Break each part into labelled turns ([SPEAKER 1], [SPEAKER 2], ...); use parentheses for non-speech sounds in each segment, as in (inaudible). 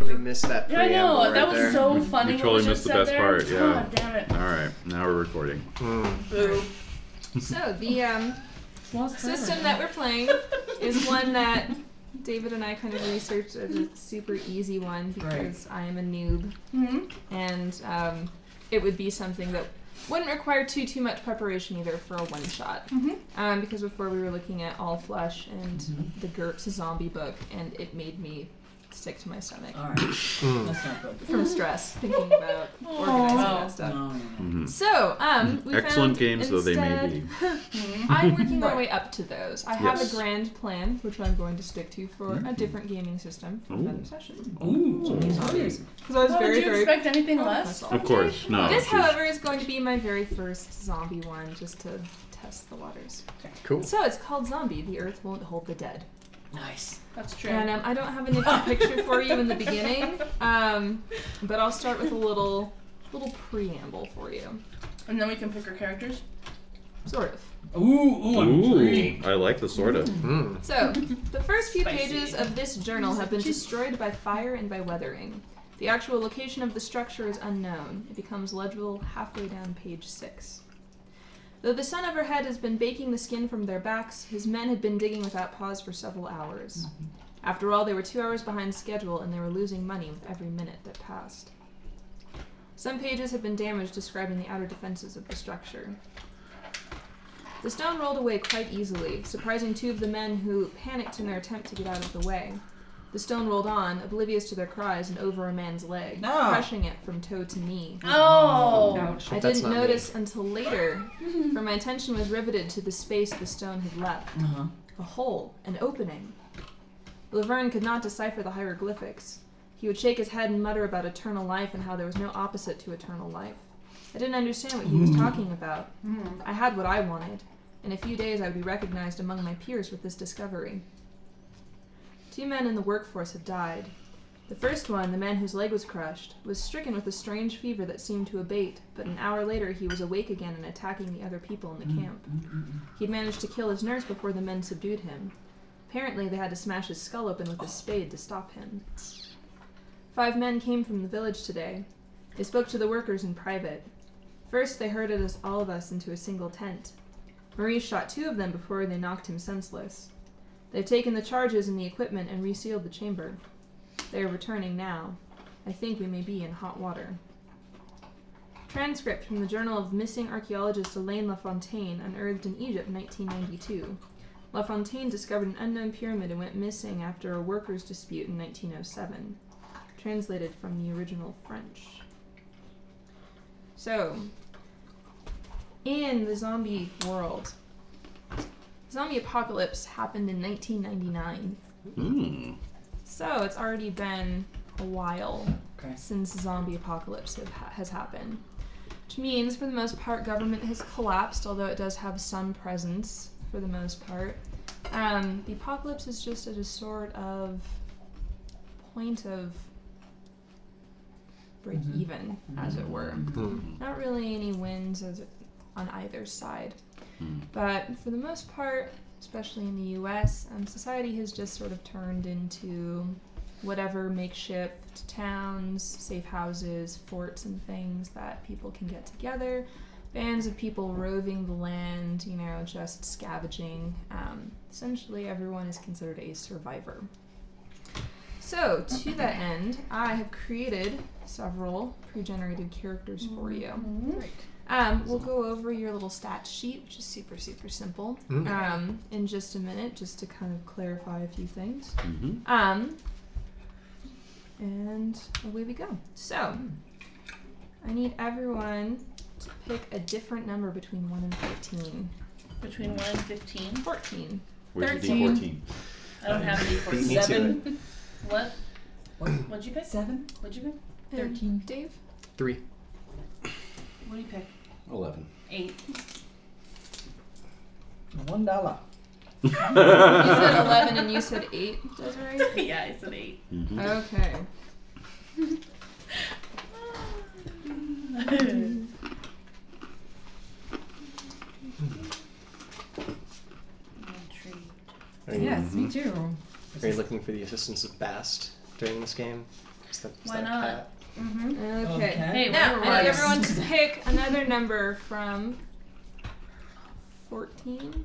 [SPEAKER 1] totally missed that
[SPEAKER 2] Yeah, I know.
[SPEAKER 1] preamble right
[SPEAKER 2] that was
[SPEAKER 1] there.
[SPEAKER 2] so funny.
[SPEAKER 3] we
[SPEAKER 2] what
[SPEAKER 3] totally
[SPEAKER 2] just
[SPEAKER 3] missed the
[SPEAKER 2] said
[SPEAKER 3] best
[SPEAKER 2] there.
[SPEAKER 3] part, yeah.
[SPEAKER 2] God damn it.
[SPEAKER 3] All right, now we're recording.
[SPEAKER 2] Boo.
[SPEAKER 4] So the um,
[SPEAKER 2] Lost forever.
[SPEAKER 4] system that we're playing is one that David and I kind of researched as a super easy one because I am a noob,
[SPEAKER 2] Mhm.
[SPEAKER 4] and um, it would be something that wouldn't require too too much preparation either for a one shot.
[SPEAKER 5] Mm-hmm.
[SPEAKER 2] Mhm.
[SPEAKER 4] Um, because before we were looking at All Flesh and
[SPEAKER 5] Mm-hmm.
[SPEAKER 4] the GURPS zombie book, and it made me sick to my stomach
[SPEAKER 5] All right.
[SPEAKER 3] Mm.
[SPEAKER 5] That's not good. Oh.
[SPEAKER 4] from stress thinking
[SPEAKER 5] (laughs)
[SPEAKER 4] about organizing that stuff.
[SPEAKER 5] No, no, no.
[SPEAKER 4] So, um, we
[SPEAKER 3] Mm-hmm. Excellent
[SPEAKER 4] found
[SPEAKER 3] games, though they may
[SPEAKER 4] instead-
[SPEAKER 5] (laughs)
[SPEAKER 4] (laughs) I'm working my way up to those. I have
[SPEAKER 3] Yes. Mm-hmm.
[SPEAKER 4] a grand plan, which I'm going to stick to for a different gaming system for another
[SPEAKER 3] Ooh.
[SPEAKER 4] session.
[SPEAKER 5] Ooh, zombies.
[SPEAKER 4] Because I was
[SPEAKER 2] Well,
[SPEAKER 4] very,
[SPEAKER 2] did you
[SPEAKER 4] very Oh,
[SPEAKER 2] expect anything
[SPEAKER 4] proud
[SPEAKER 2] less?
[SPEAKER 4] myself.
[SPEAKER 3] Of course, no.
[SPEAKER 4] This,
[SPEAKER 3] she's-
[SPEAKER 4] however, is going to be my very first zombie one, just to test the waters.
[SPEAKER 1] Cool.
[SPEAKER 4] So it's called Zombie: The Earth Won't Hold the Dead.
[SPEAKER 5] Nice.
[SPEAKER 2] That's true.
[SPEAKER 4] And um, I don't have a nifty picture for you in the beginning, um, but I'll start with a little, little preamble for you,
[SPEAKER 2] And then we can pick our characters.
[SPEAKER 4] sort of.
[SPEAKER 5] Ooh, ooh, I'm
[SPEAKER 3] Ooh,
[SPEAKER 5] intrigued.
[SPEAKER 3] I like the sort of.
[SPEAKER 1] Mm.
[SPEAKER 4] So, the first few
[SPEAKER 5] Spicy.
[SPEAKER 4] pages of this journal have been destroyed by fire and by weathering. The actual location of the structure is unknown. It becomes legible halfway down page 6. Though the sun overhead has been baking the skin from their backs, his men had been digging without pause for several hours. After all, they were two hours behind schedule and they were losing money with every minute that passed. Some pages have been damaged describing the outer defenses of the structure. The stone rolled away quite easily, surprising two of the men who panicked in their attempt to get out of the way. The stone rolled on, oblivious to their cries, and over a man's leg,
[SPEAKER 5] No.
[SPEAKER 4] crushing it from toe to knee.
[SPEAKER 2] Oh.
[SPEAKER 4] I
[SPEAKER 1] That's
[SPEAKER 4] didn't
[SPEAKER 1] not me.
[SPEAKER 4] notice until later, for my attention was riveted to the space the stone had left
[SPEAKER 5] Uh-huh.
[SPEAKER 4] a hole, an opening. Laverne could not decipher the hieroglyphics. He would shake his head and mutter about eternal life and how there was no opposite to eternal life. I didn't understand what he was talking about. I had what I wanted. In a few days, I would be recognized among my peers with this discovery. Two men in the workforce had died. The first one, the man whose leg was crushed, was stricken with a strange fever that seemed to abate, but an hour later he was awake again and attacking the other people in the camp. He'd managed to kill his nurse before the men subdued him. Apparently, they had to smash his skull open with a spade to stop him. Five men came from the village today. They spoke to the workers in private. First, they herded us all of us into a single tent. Marie shot two of them before they knocked him senseless. They've taken the charges and the equipment and resealed the chamber. They are returning now. I think we may be in hot water. Transcript from the Journal of Missing Archaeologist Elaine LaFontaine, unearthed in Egypt, 1992. LaFontaine discovered an unknown pyramid and went missing after a workers' dispute in 1907. Translated from the original French. So, in the zombie world, zombie apocalypse happened in 1999.
[SPEAKER 3] Mm.
[SPEAKER 4] So it's already been a while
[SPEAKER 5] Okay.
[SPEAKER 4] since the zombie apocalypse have, has happened, which means for the most part government has collapsed, although it does have some presence for the most part. Um, the apocalypse is just at a sort of point of break even, as it were. Not really any wins as on either side, but for the most part, especially in the U.S., um, society has just sort of turned into whatever makeshift towns, safe houses, forts, and things that people can get together. Bands of people roving the land, you know, just scavenging. Um, essentially, everyone is considered a survivor. So, to that end, I have created several pre generated characters for you.
[SPEAKER 2] Great.
[SPEAKER 4] Um, we'll go over your little stat sheet, which is super, super simple,
[SPEAKER 1] Mm.
[SPEAKER 4] um, in just a minute, just to kind of clarify a few things.
[SPEAKER 3] Mhm.
[SPEAKER 4] Um, and away we go. So, I need everyone to pick a different number between 1 and 14.
[SPEAKER 2] Between 1 and 15.
[SPEAKER 4] 14.
[SPEAKER 3] Where's the
[SPEAKER 2] Thirteen.
[SPEAKER 3] D14?
[SPEAKER 2] I don't have any for
[SPEAKER 1] Beat me
[SPEAKER 2] seven. (laughs)
[SPEAKER 1] to it.
[SPEAKER 2] What?
[SPEAKER 5] What?
[SPEAKER 2] What'd you pick?
[SPEAKER 5] Seven?
[SPEAKER 2] What'd you pick?
[SPEAKER 4] And
[SPEAKER 5] Thirteen.
[SPEAKER 4] Dave?
[SPEAKER 1] Three.
[SPEAKER 2] What do you pick?
[SPEAKER 3] (laughs)
[SPEAKER 1] Eleven.
[SPEAKER 2] Eight.
[SPEAKER 5] One dollar.
[SPEAKER 4] You said 11 and you said 8,
[SPEAKER 2] (laughs)
[SPEAKER 4] Desiree?
[SPEAKER 2] (laughs) yeah, I said
[SPEAKER 3] (laughs)
[SPEAKER 2] eight.
[SPEAKER 3] Mm-hmm.
[SPEAKER 4] (laughs) Okay.
[SPEAKER 1] Are you,
[SPEAKER 6] Yes, me too.
[SPEAKER 1] are you looking for the assistance of Bast during this game? Is that, is
[SPEAKER 2] Why
[SPEAKER 1] that a
[SPEAKER 2] not?
[SPEAKER 1] cat?
[SPEAKER 2] Mm-hmm.
[SPEAKER 4] Okay.
[SPEAKER 2] Hey,
[SPEAKER 4] Now,
[SPEAKER 2] we're
[SPEAKER 4] I
[SPEAKER 2] right.
[SPEAKER 4] need everyone to pick another number from 14?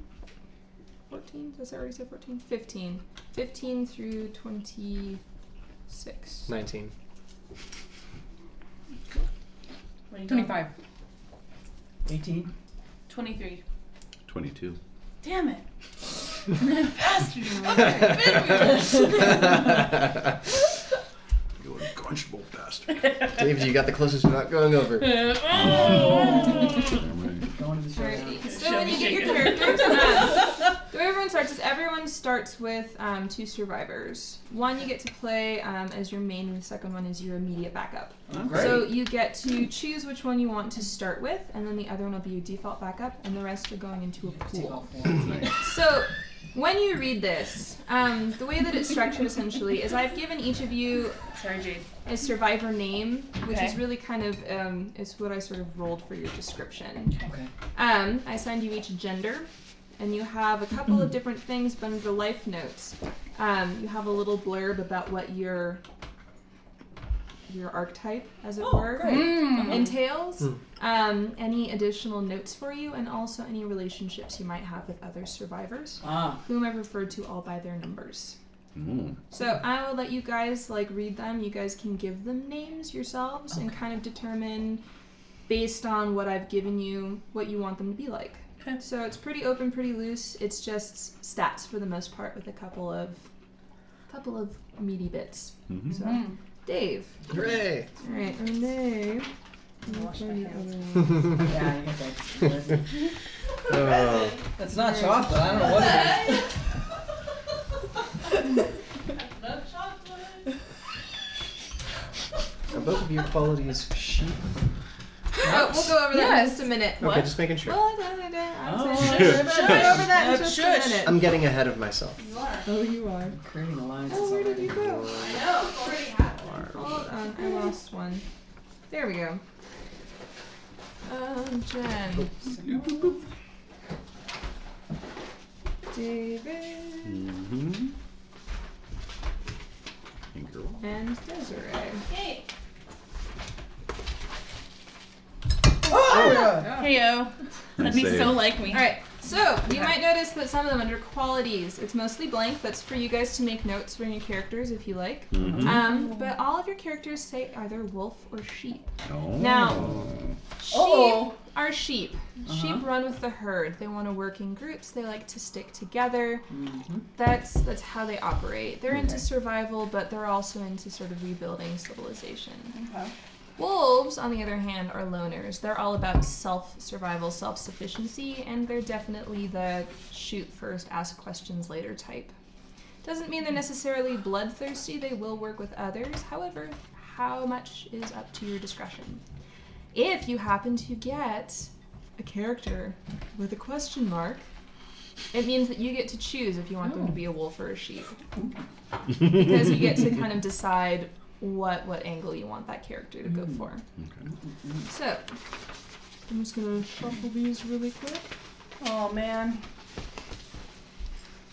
[SPEAKER 4] 14? Does I already say 14? 15. 15 through 26.
[SPEAKER 2] (laughs)
[SPEAKER 1] 19.
[SPEAKER 2] What do you got?
[SPEAKER 6] Twenty-five.
[SPEAKER 5] 18.
[SPEAKER 2] 23.
[SPEAKER 3] 22.
[SPEAKER 2] Damn it. Bastard. Okay,
[SPEAKER 3] You unconscionable
[SPEAKER 2] (laughs)
[SPEAKER 3] bastard.
[SPEAKER 1] David, you got the closest without going over.
[SPEAKER 3] Damn right.
[SPEAKER 5] Going to the
[SPEAKER 4] Alright,
[SPEAKER 5] showdown.
[SPEAKER 4] so when you get your characters, um, the way everyone starts is everyone starts with um, two survivors. One you get to play um, as your main, and the second one is your immediate backup.
[SPEAKER 5] Great.
[SPEAKER 4] So you get to choose which one you want to start with, and then the other one will be your default backup, and the rest are going into a
[SPEAKER 5] Take
[SPEAKER 4] pool.
[SPEAKER 5] off one.
[SPEAKER 4] So, when you read this, um, the way that it's structured essentially is I've given each of you
[SPEAKER 2] Sorry, Jade.
[SPEAKER 4] a survivor name, which is
[SPEAKER 2] Okay.
[SPEAKER 4] really kind of um, is what I sort of rolled for your description.
[SPEAKER 5] Okay.
[SPEAKER 4] Um, I send you each a gender, and you have a couple
[SPEAKER 5] Mm-hmm.
[SPEAKER 4] of different things, but under life notes, um, you have a little blurb about what your your archetype, as it
[SPEAKER 5] Oh,
[SPEAKER 4] were, Mm-hmm.
[SPEAKER 5] great.
[SPEAKER 4] entails. Um, any additional notes for you, and also any relationships you might have with other survivors
[SPEAKER 5] Ah.
[SPEAKER 4] whom I've referred to all by their numbers.
[SPEAKER 3] Mm.
[SPEAKER 4] So I will let you guys like read them. You guys can give them names yourselves and kind of determine based on what I've given you what you want them to be like.
[SPEAKER 2] Okay.
[SPEAKER 4] So it's pretty open, pretty loose. It's just stats for the most part with a couple of couple of meaty bits.
[SPEAKER 3] Mhm.
[SPEAKER 4] So Dave.
[SPEAKER 1] Hooray!
[SPEAKER 4] All right, Renee.
[SPEAKER 6] Wash my hands.
[SPEAKER 5] Yeah,
[SPEAKER 1] (laughs)
[SPEAKER 5] I think that's-
[SPEAKER 1] Oh,
[SPEAKER 5] That's not chocolate. I don't know what it is. (laughs)
[SPEAKER 1] are both of your qualities sheep?
[SPEAKER 4] Oh, (laughs) we'll go over that in
[SPEAKER 6] Yes.
[SPEAKER 4] just a minute.
[SPEAKER 1] Okay, just making sure.
[SPEAKER 4] Well, da, da, da, I'm
[SPEAKER 5] Oh,
[SPEAKER 4] saying-
[SPEAKER 5] shush.
[SPEAKER 4] We'll get over that in just a
[SPEAKER 5] Shush.
[SPEAKER 4] minute.
[SPEAKER 1] I'm getting ahead of myself.
[SPEAKER 4] Oh, you are.
[SPEAKER 5] Creating alliances
[SPEAKER 4] Oh, where did
[SPEAKER 5] already.
[SPEAKER 4] you
[SPEAKER 2] I
[SPEAKER 4] go?
[SPEAKER 2] know. Already happened.
[SPEAKER 4] Hold on, I lost one. There we go. Um, Jen. David
[SPEAKER 3] Mhm. Hey, girl.
[SPEAKER 4] and Desiree.
[SPEAKER 2] Hey.
[SPEAKER 5] Oh, yeah.
[SPEAKER 2] Heyo. That'd be
[SPEAKER 3] Nice
[SPEAKER 2] so
[SPEAKER 3] save.
[SPEAKER 2] like me.
[SPEAKER 4] Alright, so you might notice that some of them under qualities, it's mostly blank. That's for you guys to make notes for your characters if you like.
[SPEAKER 3] Mhm.
[SPEAKER 4] Um, but all of your characters say either wolf or sheep.
[SPEAKER 3] Oh.
[SPEAKER 4] Now- Sheep
[SPEAKER 5] Uh-oh.
[SPEAKER 4] are sheep. Sheep run with the herd. They want to work in groups. They like to stick together. That's that's how they operate. They're into survival, but they're also into sort of rebuilding civilization.
[SPEAKER 5] Okay.
[SPEAKER 4] Wolves, on the other hand, are loners. They're all about self-survival, self-sufficiency, and they're definitely the shoot first, ask questions later type. Doesn't mean they're necessarily bloodthirsty. They will work with others. However, how much is up to your discretion. If you happen to get a character with a question mark, it means that you get to choose if you want them to be a wolf or a sheep. Because you get to kind of decide what what angle you want that character to go for.
[SPEAKER 3] Okay.
[SPEAKER 4] So I'm just gonna shuffle these really quick.
[SPEAKER 2] Oh man.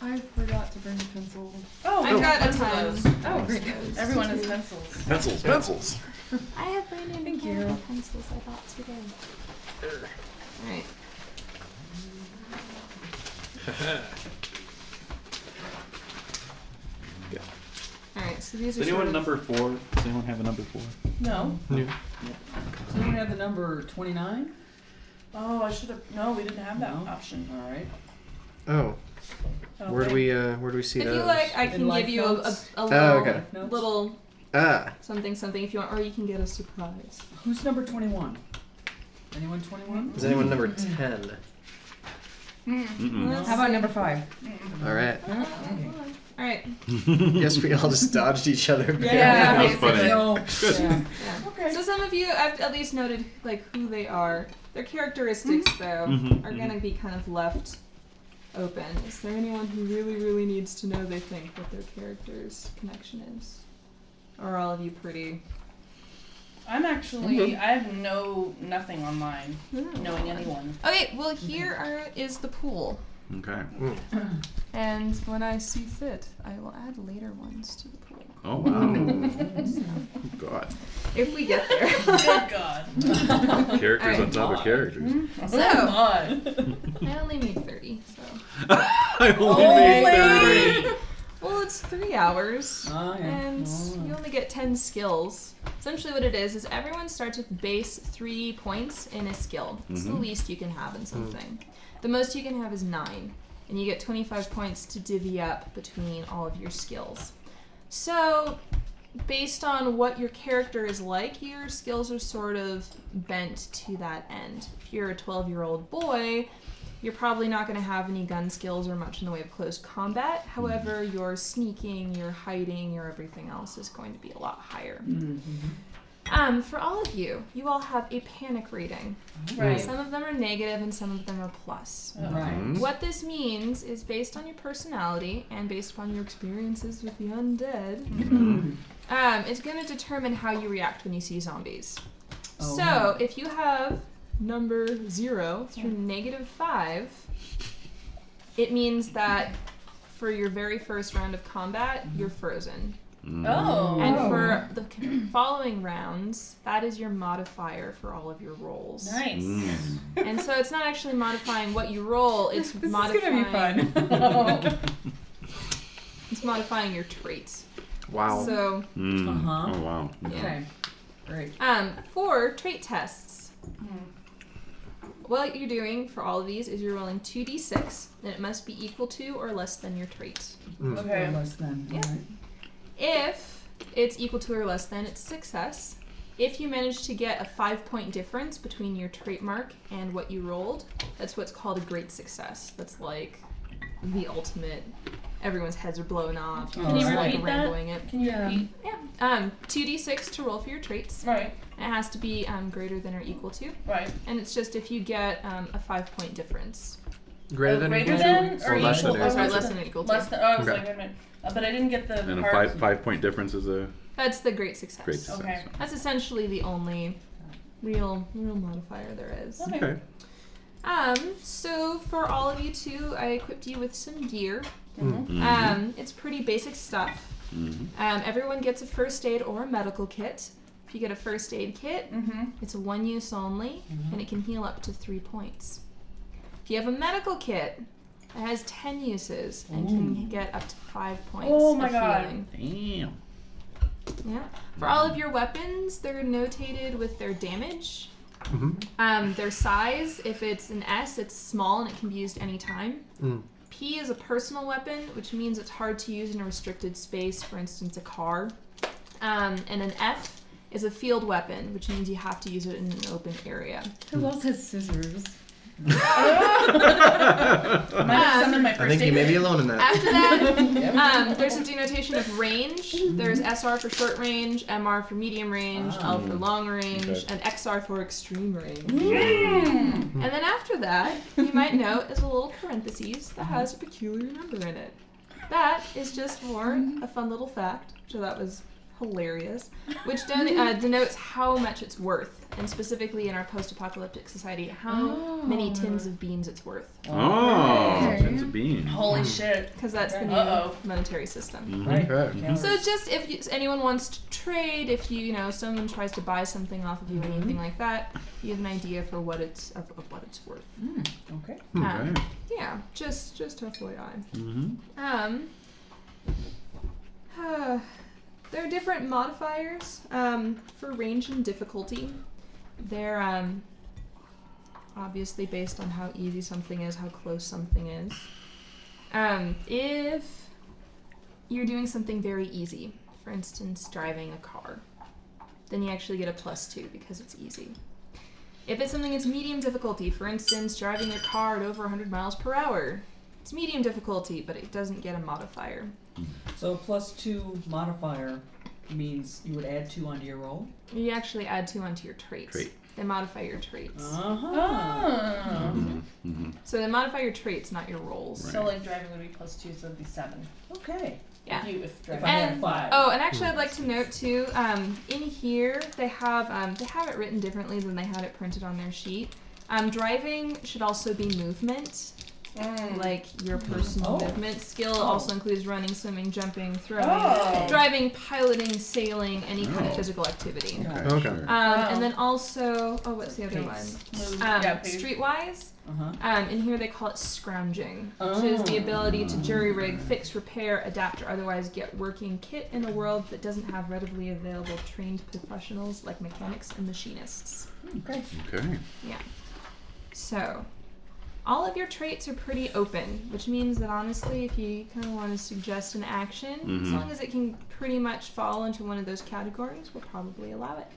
[SPEAKER 6] I forgot to bring the pencil.
[SPEAKER 2] Oh,
[SPEAKER 4] I've got a
[SPEAKER 2] tons of
[SPEAKER 4] ton.
[SPEAKER 2] those.
[SPEAKER 6] Oh, great.
[SPEAKER 2] Everyone has pencils.
[SPEAKER 3] Pencils, pencils.
[SPEAKER 4] I have brand new
[SPEAKER 6] Thank you.
[SPEAKER 4] mechanical pencils I bought today. Alright.
[SPEAKER 1] (laughs)
[SPEAKER 3] Yeah.
[SPEAKER 4] Alright, so these
[SPEAKER 3] Is
[SPEAKER 4] are sort
[SPEAKER 3] anyone
[SPEAKER 4] of-
[SPEAKER 3] number four? Does anyone have a number four?
[SPEAKER 2] No.
[SPEAKER 5] Does anyone have the number 29?
[SPEAKER 2] Oh, I should have. No, we didn't have that
[SPEAKER 5] No.
[SPEAKER 2] option.
[SPEAKER 5] All right.
[SPEAKER 1] Oh, where do
[SPEAKER 2] Okay.
[SPEAKER 1] we uh, where do we see
[SPEAKER 4] if
[SPEAKER 1] those?
[SPEAKER 4] you like, I can
[SPEAKER 5] life
[SPEAKER 4] give you a, a,
[SPEAKER 5] notes?
[SPEAKER 4] a little,
[SPEAKER 1] Oh, okay.
[SPEAKER 5] Life notes?
[SPEAKER 4] little
[SPEAKER 1] Ah,
[SPEAKER 4] something something if you want, or you can get a surprise.
[SPEAKER 5] Who's number 21? Anyone 21?
[SPEAKER 1] is anyone number ten? Hmm.
[SPEAKER 4] (laughs)
[SPEAKER 3] Mm-mm.
[SPEAKER 4] Let's
[SPEAKER 6] How about
[SPEAKER 4] see.
[SPEAKER 6] number five?
[SPEAKER 1] All right.
[SPEAKER 4] All right.
[SPEAKER 1] Guess we all just dodged each other.
[SPEAKER 4] Yeah.
[SPEAKER 3] That was funny.
[SPEAKER 5] No.
[SPEAKER 3] Good.
[SPEAKER 5] Yeah.
[SPEAKER 4] (laughs)
[SPEAKER 2] Okay.
[SPEAKER 4] So some of you, I've at least noted like who they are. Their characteristics, though,
[SPEAKER 3] Mhm,
[SPEAKER 4] are gonna be kind of left open. Is there anyone who really, really needs to know? They think what their character's connection is, or are all of you pretty?
[SPEAKER 2] I'm actually. I have no nothing on mine. Knowing anyone.
[SPEAKER 4] Okay. Well, here are, is the pool,
[SPEAKER 3] Okay.
[SPEAKER 4] and when I see fit, I will add later ones to the pool.
[SPEAKER 3] Oh wow.
[SPEAKER 4] if we get there.
[SPEAKER 2] (laughs) Good God.
[SPEAKER 3] (laughs) Characters on top of
[SPEAKER 5] God.
[SPEAKER 3] characters.
[SPEAKER 2] Oh
[SPEAKER 4] so
[SPEAKER 2] my.
[SPEAKER 4] (laughs) I only made thirty. So
[SPEAKER 3] (laughs) I only
[SPEAKER 2] Only.
[SPEAKER 3] made 30.
[SPEAKER 4] well, it's three hours.
[SPEAKER 5] Oh, yeah.
[SPEAKER 4] And
[SPEAKER 5] Oh.
[SPEAKER 4] you only get 10 skills. Essentially, what it is is everyone starts with base three points in a skill. It's the
[SPEAKER 3] Mhm.
[SPEAKER 4] least you can have in something. The most you can have is nine, and you get 25 points to divvy up between all of your skills. So, based on what your character is like, your skills are sort of bent to that end. If you're a 12 year old boy, you're probably not going to have any gun skills or much in the way of close combat. However, your sneaking, your hiding, your everything else is going to be a lot higher. Um, for all of you, you all have a panic rating.
[SPEAKER 2] Right.
[SPEAKER 4] Some of them are negative and some of them are plus.
[SPEAKER 5] Right.
[SPEAKER 3] Mhm.
[SPEAKER 4] What this means is based on your personality and based upon your experiences with the undead, um, it's going to determine how you react when you see zombies.
[SPEAKER 5] Oh.
[SPEAKER 4] So if you have number zero through negative five, it means that for your very first round of combat, you're frozen.
[SPEAKER 3] Mm.
[SPEAKER 2] Oh.
[SPEAKER 4] And
[SPEAKER 6] Oh.
[SPEAKER 4] for the following rounds, that is your modifier for all of your rolls.
[SPEAKER 2] Nice.
[SPEAKER 3] Mm.
[SPEAKER 4] And so it's not actually modifying what you
[SPEAKER 6] (laughs)
[SPEAKER 4] roll, it's
[SPEAKER 6] This
[SPEAKER 4] modifying
[SPEAKER 6] is gonna be fun.
[SPEAKER 1] Mm.
[SPEAKER 4] it's modifying your traits.
[SPEAKER 1] Wow.
[SPEAKER 4] So
[SPEAKER 3] Mm.
[SPEAKER 5] Uh-huh.
[SPEAKER 3] Oh, wow.
[SPEAKER 5] (laughs)
[SPEAKER 4] (laughs)
[SPEAKER 5] Okay. Great.
[SPEAKER 4] um for trait tests.
[SPEAKER 6] Hmm.
[SPEAKER 4] What you're doing for all of these is you're rolling 2d6, and it must be equal to or less than your trait.
[SPEAKER 2] (laughs) Okay.
[SPEAKER 5] Less than.
[SPEAKER 4] Yeah.
[SPEAKER 5] alright.
[SPEAKER 4] If it's equal to or less than, it's success. If you manage to get a five point difference between your trait mark and what you rolled, that's what's called a great success. That's like the ultimate. Everyone's heads are blown off. You
[SPEAKER 5] Oh,
[SPEAKER 4] can
[SPEAKER 5] Can you
[SPEAKER 4] like
[SPEAKER 2] repeat that?
[SPEAKER 4] rambling it.
[SPEAKER 2] Can you
[SPEAKER 6] Yeah.
[SPEAKER 2] repeat?
[SPEAKER 4] Yeah. Um, 2d6 to roll for your traits.
[SPEAKER 2] Right.
[SPEAKER 4] It has to be um, greater than or equal to.
[SPEAKER 2] Right.
[SPEAKER 4] And it's just if you get um, a five point difference.
[SPEAKER 1] Greater
[SPEAKER 2] Uh,
[SPEAKER 1] than
[SPEAKER 2] greater
[SPEAKER 1] equal
[SPEAKER 2] than
[SPEAKER 1] to
[SPEAKER 2] or
[SPEAKER 1] or less
[SPEAKER 2] equal
[SPEAKER 1] than
[SPEAKER 2] or
[SPEAKER 1] or
[SPEAKER 4] Sorry,
[SPEAKER 1] equal
[SPEAKER 4] less
[SPEAKER 1] to.
[SPEAKER 4] than or equal to.
[SPEAKER 2] Less than. Oh, I was
[SPEAKER 1] Okay.
[SPEAKER 2] like, wait a minute. Uh, but I didn't get the
[SPEAKER 3] And a
[SPEAKER 2] part.
[SPEAKER 3] five five point difference is a
[SPEAKER 4] That's the great success.
[SPEAKER 3] great success.
[SPEAKER 2] Okay.
[SPEAKER 4] That's essentially the only real real modifier there is.
[SPEAKER 2] Okay.
[SPEAKER 3] Okay.
[SPEAKER 4] Um, so for all of you two, I equipped you with some gear.
[SPEAKER 2] Mm-hmm.
[SPEAKER 3] Mhm.
[SPEAKER 4] Um, it's pretty basic stuff.
[SPEAKER 3] Mhm.
[SPEAKER 4] Um, everyone gets a first aid or a medical kit. If you get a first aid kit,
[SPEAKER 1] Hmm.
[SPEAKER 2] Mm-hmm.
[SPEAKER 4] it's one use only, and it can heal up to three points. If you have a medical kit, it has ten uses and can get up to five points
[SPEAKER 2] Oh my
[SPEAKER 4] of
[SPEAKER 2] God.
[SPEAKER 4] healing.
[SPEAKER 3] Damn.
[SPEAKER 4] Yeah. For all of your weapons, they're notated with their damage,
[SPEAKER 1] Mhm.
[SPEAKER 4] um, their size. If it's an S, it's small and it can be used anytime.
[SPEAKER 1] Mm.
[SPEAKER 4] P is a personal weapon, which means it's hard to use in a restricted space, for instance, a car. Um, and an F is a field weapon, which means you have to use it in an open area.
[SPEAKER 6] Who else has scissors?
[SPEAKER 2] I have
[SPEAKER 4] Um,
[SPEAKER 2] some in my
[SPEAKER 1] I
[SPEAKER 2] first
[SPEAKER 1] think you
[SPEAKER 2] aid
[SPEAKER 1] may be
[SPEAKER 2] kit.
[SPEAKER 1] alone in that.
[SPEAKER 4] After
[SPEAKER 1] (laughs)
[SPEAKER 4] that, um, there's a denotation of range. There's SR for short range, MR for medium range, L for long range,
[SPEAKER 3] Okay.
[SPEAKER 4] and XR for extreme range.
[SPEAKER 2] Mm.
[SPEAKER 4] And then after that, you might note is a little parentheses that has a peculiar number in it. That is just for a fun little fact, so that was hilarious, which den- uh, denotes how much it's worth, and specifically in our post-apocalyptic society, how
[SPEAKER 2] Oh.
[SPEAKER 4] many tins of beans it's worth,
[SPEAKER 3] Oh,
[SPEAKER 6] Okay.
[SPEAKER 3] tins of beans.
[SPEAKER 2] Holy
[SPEAKER 1] Hmm.
[SPEAKER 2] shit.
[SPEAKER 4] because that's the new
[SPEAKER 2] Uh-oh.
[SPEAKER 4] monetary system.
[SPEAKER 3] Mhm.
[SPEAKER 5] Right.
[SPEAKER 1] Okay.
[SPEAKER 5] Yeah.
[SPEAKER 4] So just if you, anyone wants to trade, if you you know someone tries to buy something off of you, anything like that, you have an idea for what it's of, of what it's worth.
[SPEAKER 5] Okay.
[SPEAKER 4] Um,
[SPEAKER 3] Okay.
[SPEAKER 4] yeah, just just FYI.
[SPEAKER 3] Mhm.
[SPEAKER 4] Um, (sighs) uh, there are different modifiers um, for range and difficulty. They're um, obviously based on how easy something is, how close something is. Um, if you're doing something very easy, for instance, driving a car, then you actually get a plus two because it's easy. If it's something that's medium difficulty, for instance, driving a car at over 100 miles per hour, it's medium difficulty, but it doesn't get a modifier.
[SPEAKER 5] So plus two modifier means you would add two onto your roll.
[SPEAKER 4] You actually add two onto your traits.
[SPEAKER 3] Trait.
[SPEAKER 4] They modify your traits.
[SPEAKER 5] Uh-huh.
[SPEAKER 2] Oh.
[SPEAKER 3] Mhm. Mhm.
[SPEAKER 4] So they modify your traits, not your rolls.
[SPEAKER 2] So like driving would be plus two, so it'd be seven.
[SPEAKER 5] Okay.
[SPEAKER 4] Yeah.
[SPEAKER 2] If you if
[SPEAKER 5] If
[SPEAKER 2] driving.
[SPEAKER 5] I had
[SPEAKER 4] And-
[SPEAKER 5] five.
[SPEAKER 4] Oh, and actually, I'd like to note too. Um, in here, they have um, they have it written differently than they had it printed on their sheet. Um, driving should also be movement.
[SPEAKER 2] Mm.
[SPEAKER 4] like your personal
[SPEAKER 5] Oh.
[SPEAKER 4] movement skill also includes running swimming jumping throwing
[SPEAKER 2] Oh.
[SPEAKER 4] driving piloting sailing any kind of
[SPEAKER 3] Oh.
[SPEAKER 4] physical activity
[SPEAKER 5] Yeah.
[SPEAKER 3] Okay.
[SPEAKER 1] Okay.
[SPEAKER 4] um,
[SPEAKER 3] Sure.
[SPEAKER 4] and then also oh what's the other
[SPEAKER 5] Pace.
[SPEAKER 4] one
[SPEAKER 2] Move-
[SPEAKER 4] um,
[SPEAKER 2] yeah, pace.
[SPEAKER 4] streetwise
[SPEAKER 5] Uh huh.
[SPEAKER 4] um, in here they call it scrounging which is the
[SPEAKER 5] Oh.
[SPEAKER 4] ability to jury rig fix repair adapt or otherwise get working kit in a world that doesn't have readily available trained professionals like mechanics and machinists
[SPEAKER 5] Okay.
[SPEAKER 3] Okay.
[SPEAKER 4] So, all of your traits are pretty open, which means that honestly, if you kind of want to suggest an action, as
[SPEAKER 3] Mhm.
[SPEAKER 4] long as it can pretty much fall into one of those categories, we'll probably allow it.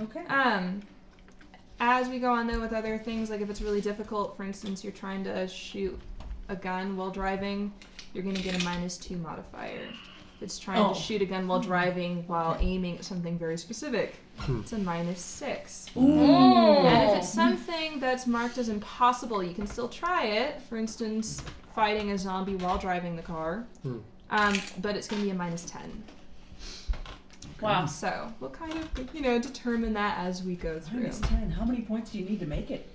[SPEAKER 5] Okay.
[SPEAKER 4] Um, as we go on though with other things, like if it's really difficult, for instance, you're trying to shoot a gun while driving, you're going to get a minus two modifier. If it's trying
[SPEAKER 5] Oh.
[SPEAKER 4] to shoot a gun while driving while aiming at something very specific,
[SPEAKER 1] Hmm.
[SPEAKER 4] it's a minus six.
[SPEAKER 2] Oh.
[SPEAKER 4] And if it's something that's marked as impossible, you can still try it. For instance, fighting a zombie while driving the car.
[SPEAKER 1] Hmm.
[SPEAKER 4] Um, but it's going to be a minus 10.
[SPEAKER 2] wow.
[SPEAKER 4] So we'll kind of, you know, determine that as we go through.
[SPEAKER 5] Minus ten. How many points do you need to make it?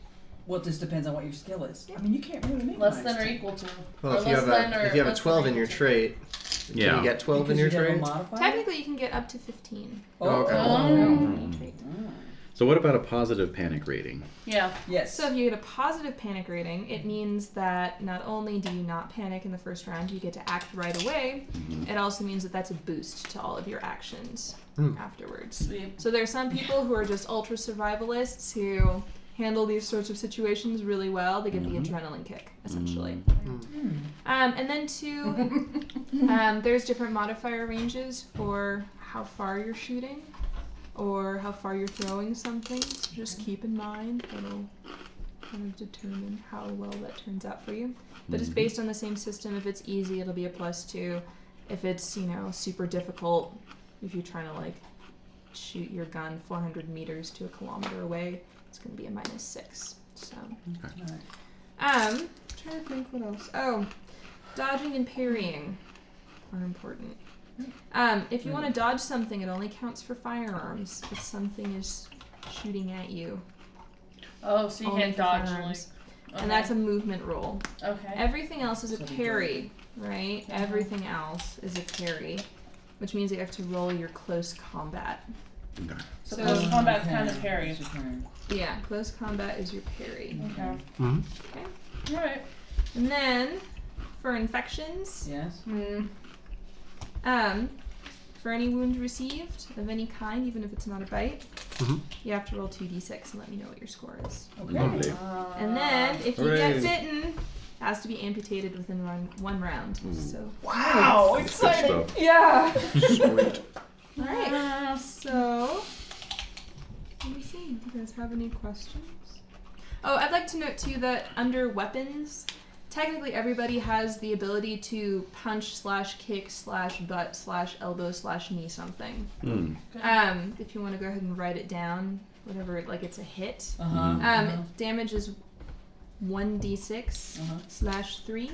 [SPEAKER 5] Well, this depends on what your skill is. I mean, you can't really make
[SPEAKER 2] Less
[SPEAKER 5] minus
[SPEAKER 2] than or
[SPEAKER 5] 10.
[SPEAKER 2] equal to.
[SPEAKER 1] Well,
[SPEAKER 2] Or
[SPEAKER 1] if you
[SPEAKER 2] less
[SPEAKER 1] have
[SPEAKER 2] than or
[SPEAKER 1] a if you have a
[SPEAKER 2] less than
[SPEAKER 1] twelve in
[SPEAKER 2] equal
[SPEAKER 1] your
[SPEAKER 2] to.
[SPEAKER 1] trait, can
[SPEAKER 3] Yeah.
[SPEAKER 1] you get twelve in your
[SPEAKER 5] Because you have a
[SPEAKER 1] trait?
[SPEAKER 5] modifier?
[SPEAKER 4] Technically, you can get up to 15.
[SPEAKER 5] Oh,
[SPEAKER 1] Okay.
[SPEAKER 2] Um,
[SPEAKER 4] Trait.
[SPEAKER 3] So what about a positive panic rating?
[SPEAKER 2] Yeah.
[SPEAKER 5] Yes.
[SPEAKER 4] So if you get a positive panic rating, it means that not only do you not panic in the first round, you get to act right away. It also means that that's a boost to all of your actions
[SPEAKER 1] Hmm.
[SPEAKER 4] afterwards.
[SPEAKER 2] Sweet.
[SPEAKER 4] So there are some people who are just ultra survivalists who handle these sorts of situations really well. They get the adrenaline kick, essentially. Um, and then two, um, there's different modifier ranges for how far you're shooting or how far you're throwing something. So just keep in mind that'll kind of determine how well that turns out for you. But it's based on the same system. If it's easy, it'll be a plus two. If it's you know super difficult, if you're trying to like shoot your gun 400 meters to a kilometer away, it's going to be a minus six. So.
[SPEAKER 5] Alright.
[SPEAKER 4] Um, trying to think what else. Oh, dodging and parrying are important. Um, if you want to
[SPEAKER 2] Mm.
[SPEAKER 4] dodge something, it only counts for firearms. If something is shooting at you,
[SPEAKER 2] Oh, so you
[SPEAKER 4] only
[SPEAKER 2] can't
[SPEAKER 4] for
[SPEAKER 2] dodge. Like,
[SPEAKER 4] firearms. and that's a movement roll.
[SPEAKER 2] okay. Uh-huh.
[SPEAKER 4] Everything else is a
[SPEAKER 5] So you
[SPEAKER 4] parry, right? Everything else is a parry, which means you have to roll your close combat.
[SPEAKER 3] Okay.
[SPEAKER 2] So,
[SPEAKER 4] So-
[SPEAKER 2] close combat's kind of
[SPEAKER 5] Okay.
[SPEAKER 2] parry.
[SPEAKER 5] That's your turn.
[SPEAKER 4] Yeah, close combat is your parry.
[SPEAKER 2] Okay.
[SPEAKER 5] Hmm?
[SPEAKER 1] Mhm.
[SPEAKER 2] All right.
[SPEAKER 4] And then for infections,
[SPEAKER 5] Yes.
[SPEAKER 4] Hmm.
[SPEAKER 2] Mm.
[SPEAKER 4] Um, for any wound received of any kind, even if it's not a bite,
[SPEAKER 3] Mm-hmm.
[SPEAKER 1] Mhm.
[SPEAKER 4] you have to roll 2d6 and let me know what your score is.
[SPEAKER 5] Okay.
[SPEAKER 3] Lovely.
[SPEAKER 2] Ah.
[SPEAKER 4] And then, if you
[SPEAKER 3] Hooray.
[SPEAKER 4] get bitten, it has to be amputated within one, one round.
[SPEAKER 3] Ooh.
[SPEAKER 4] So,
[SPEAKER 2] Wow.
[SPEAKER 3] That's good
[SPEAKER 2] Exciting.
[SPEAKER 3] stuff.
[SPEAKER 4] yeah.
[SPEAKER 3] Sweet.
[SPEAKER 4] All right.
[SPEAKER 2] Uh,
[SPEAKER 4] So, let me see. Do you guys have any questions? Oh, I'd like to note too that under weapons, technically everybody has the ability to punch slash kick slash butt slash elbow slash knee something.
[SPEAKER 3] Mm.
[SPEAKER 4] Um, if you want to go ahead and write it down, whatever, like it's a hit.
[SPEAKER 5] Uh huh.
[SPEAKER 4] Um, damage is one d six
[SPEAKER 5] Uh-huh.
[SPEAKER 4] slash three,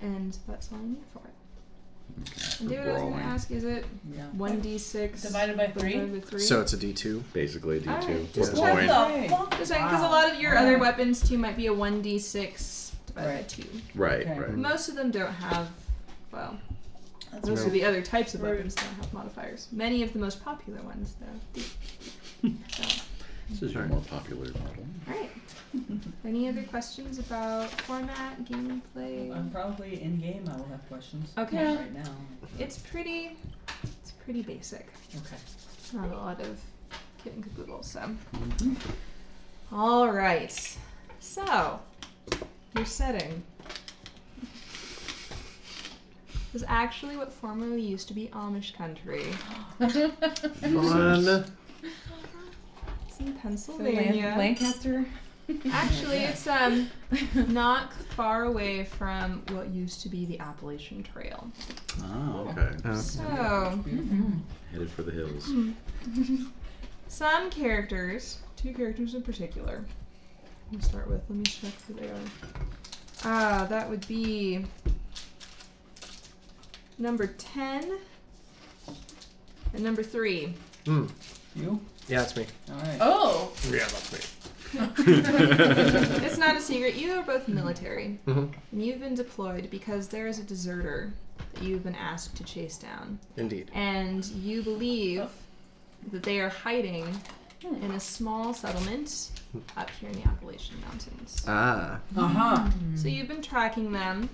[SPEAKER 4] and that's all I need for it. And David, I was gonna
[SPEAKER 3] Brawling.
[SPEAKER 4] ask, is it
[SPEAKER 5] Yeah.
[SPEAKER 4] one d six
[SPEAKER 2] Divided by three.
[SPEAKER 4] three?
[SPEAKER 1] So it's a D two.
[SPEAKER 3] Basically a D2.
[SPEAKER 4] Alright,
[SPEAKER 3] Or
[SPEAKER 4] just
[SPEAKER 2] What
[SPEAKER 3] coin.
[SPEAKER 2] the
[SPEAKER 5] Right.
[SPEAKER 2] fuck?
[SPEAKER 4] because a lot of your other weapons too might be a one d six divided by
[SPEAKER 5] Right.
[SPEAKER 4] two.
[SPEAKER 3] Right,
[SPEAKER 5] Okay.
[SPEAKER 3] right.
[SPEAKER 4] Most of them don't have. Well,
[SPEAKER 2] That's
[SPEAKER 4] most
[SPEAKER 1] No.
[SPEAKER 4] of the other types of
[SPEAKER 2] Right.
[SPEAKER 4] weapons don't have modifiers. Many of the most popular ones, though. do.
[SPEAKER 3] This is your more popular model.
[SPEAKER 4] Alright. (laughs) Any other questions about format, gameplay?
[SPEAKER 5] I'm probably in game. I will have questions.
[SPEAKER 4] Okay.
[SPEAKER 5] Not Right now.
[SPEAKER 4] It's pretty it's pretty basic.
[SPEAKER 5] Okay.
[SPEAKER 4] It's not a lot of kit and caboodle, so. Alright. So your setting. This is actually what formerly used to be Amish country.
[SPEAKER 2] (laughs)
[SPEAKER 1] Fun.
[SPEAKER 4] It's in
[SPEAKER 6] So Lan-
[SPEAKER 4] Pennsylvania.
[SPEAKER 6] Lancaster.
[SPEAKER 4] Actually it's um not far away from what used to be the Appalachian Trail.
[SPEAKER 3] Oh, okay.
[SPEAKER 1] Uh,
[SPEAKER 4] So,
[SPEAKER 3] Headed for the hills.
[SPEAKER 4] some characters, two characters in particular. Let me start with, let me check who they are. Ah, that would be number 10 and number 3.
[SPEAKER 5] You?
[SPEAKER 1] yeah, it's me.
[SPEAKER 5] All right.
[SPEAKER 2] (laughs) Oh.
[SPEAKER 1] Yeah, that's me.
[SPEAKER 3] (laughs)
[SPEAKER 4] It's not a secret. You are both military.
[SPEAKER 1] Mhm.
[SPEAKER 4] And you've been deployed because there is a deserter that you've been asked to chase down.
[SPEAKER 1] Indeed.
[SPEAKER 4] And you believe that they are hiding in a small settlement up here in the Appalachian Mountains.
[SPEAKER 1] Ah.
[SPEAKER 2] Uh huh.
[SPEAKER 4] So you've been tracking them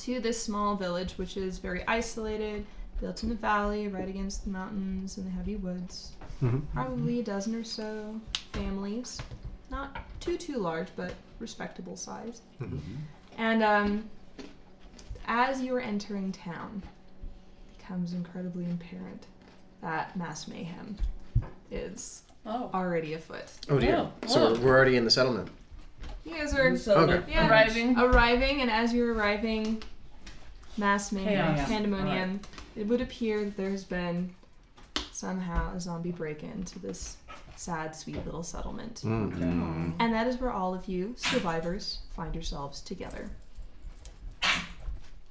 [SPEAKER 4] to this small village, which is very isolated, built in a valley right against the mountains and the heavy woods.
[SPEAKER 1] Mhm.
[SPEAKER 4] Probably a dozen or so families, not too too large, but respectable size. And um, as you are entering town, it becomes incredibly apparent that mass mayhem is
[SPEAKER 2] Oh.
[SPEAKER 4] already afoot.
[SPEAKER 1] Oh dear.
[SPEAKER 2] Whoa,
[SPEAKER 1] So
[SPEAKER 2] whoa.
[SPEAKER 1] we're, we're already in the settlement.
[SPEAKER 4] You guys are
[SPEAKER 5] So-
[SPEAKER 4] Yeah.
[SPEAKER 2] Arriving.
[SPEAKER 4] arriving, and as you're arriving, mass mayhem,
[SPEAKER 2] Chaos.
[SPEAKER 4] pandemonium. It would appear that there has been somehow a zombie break into this sad, sweet little settlement,
[SPEAKER 1] Mm-hmm. Hmm.
[SPEAKER 4] and that is where all of you survivors find yourselves together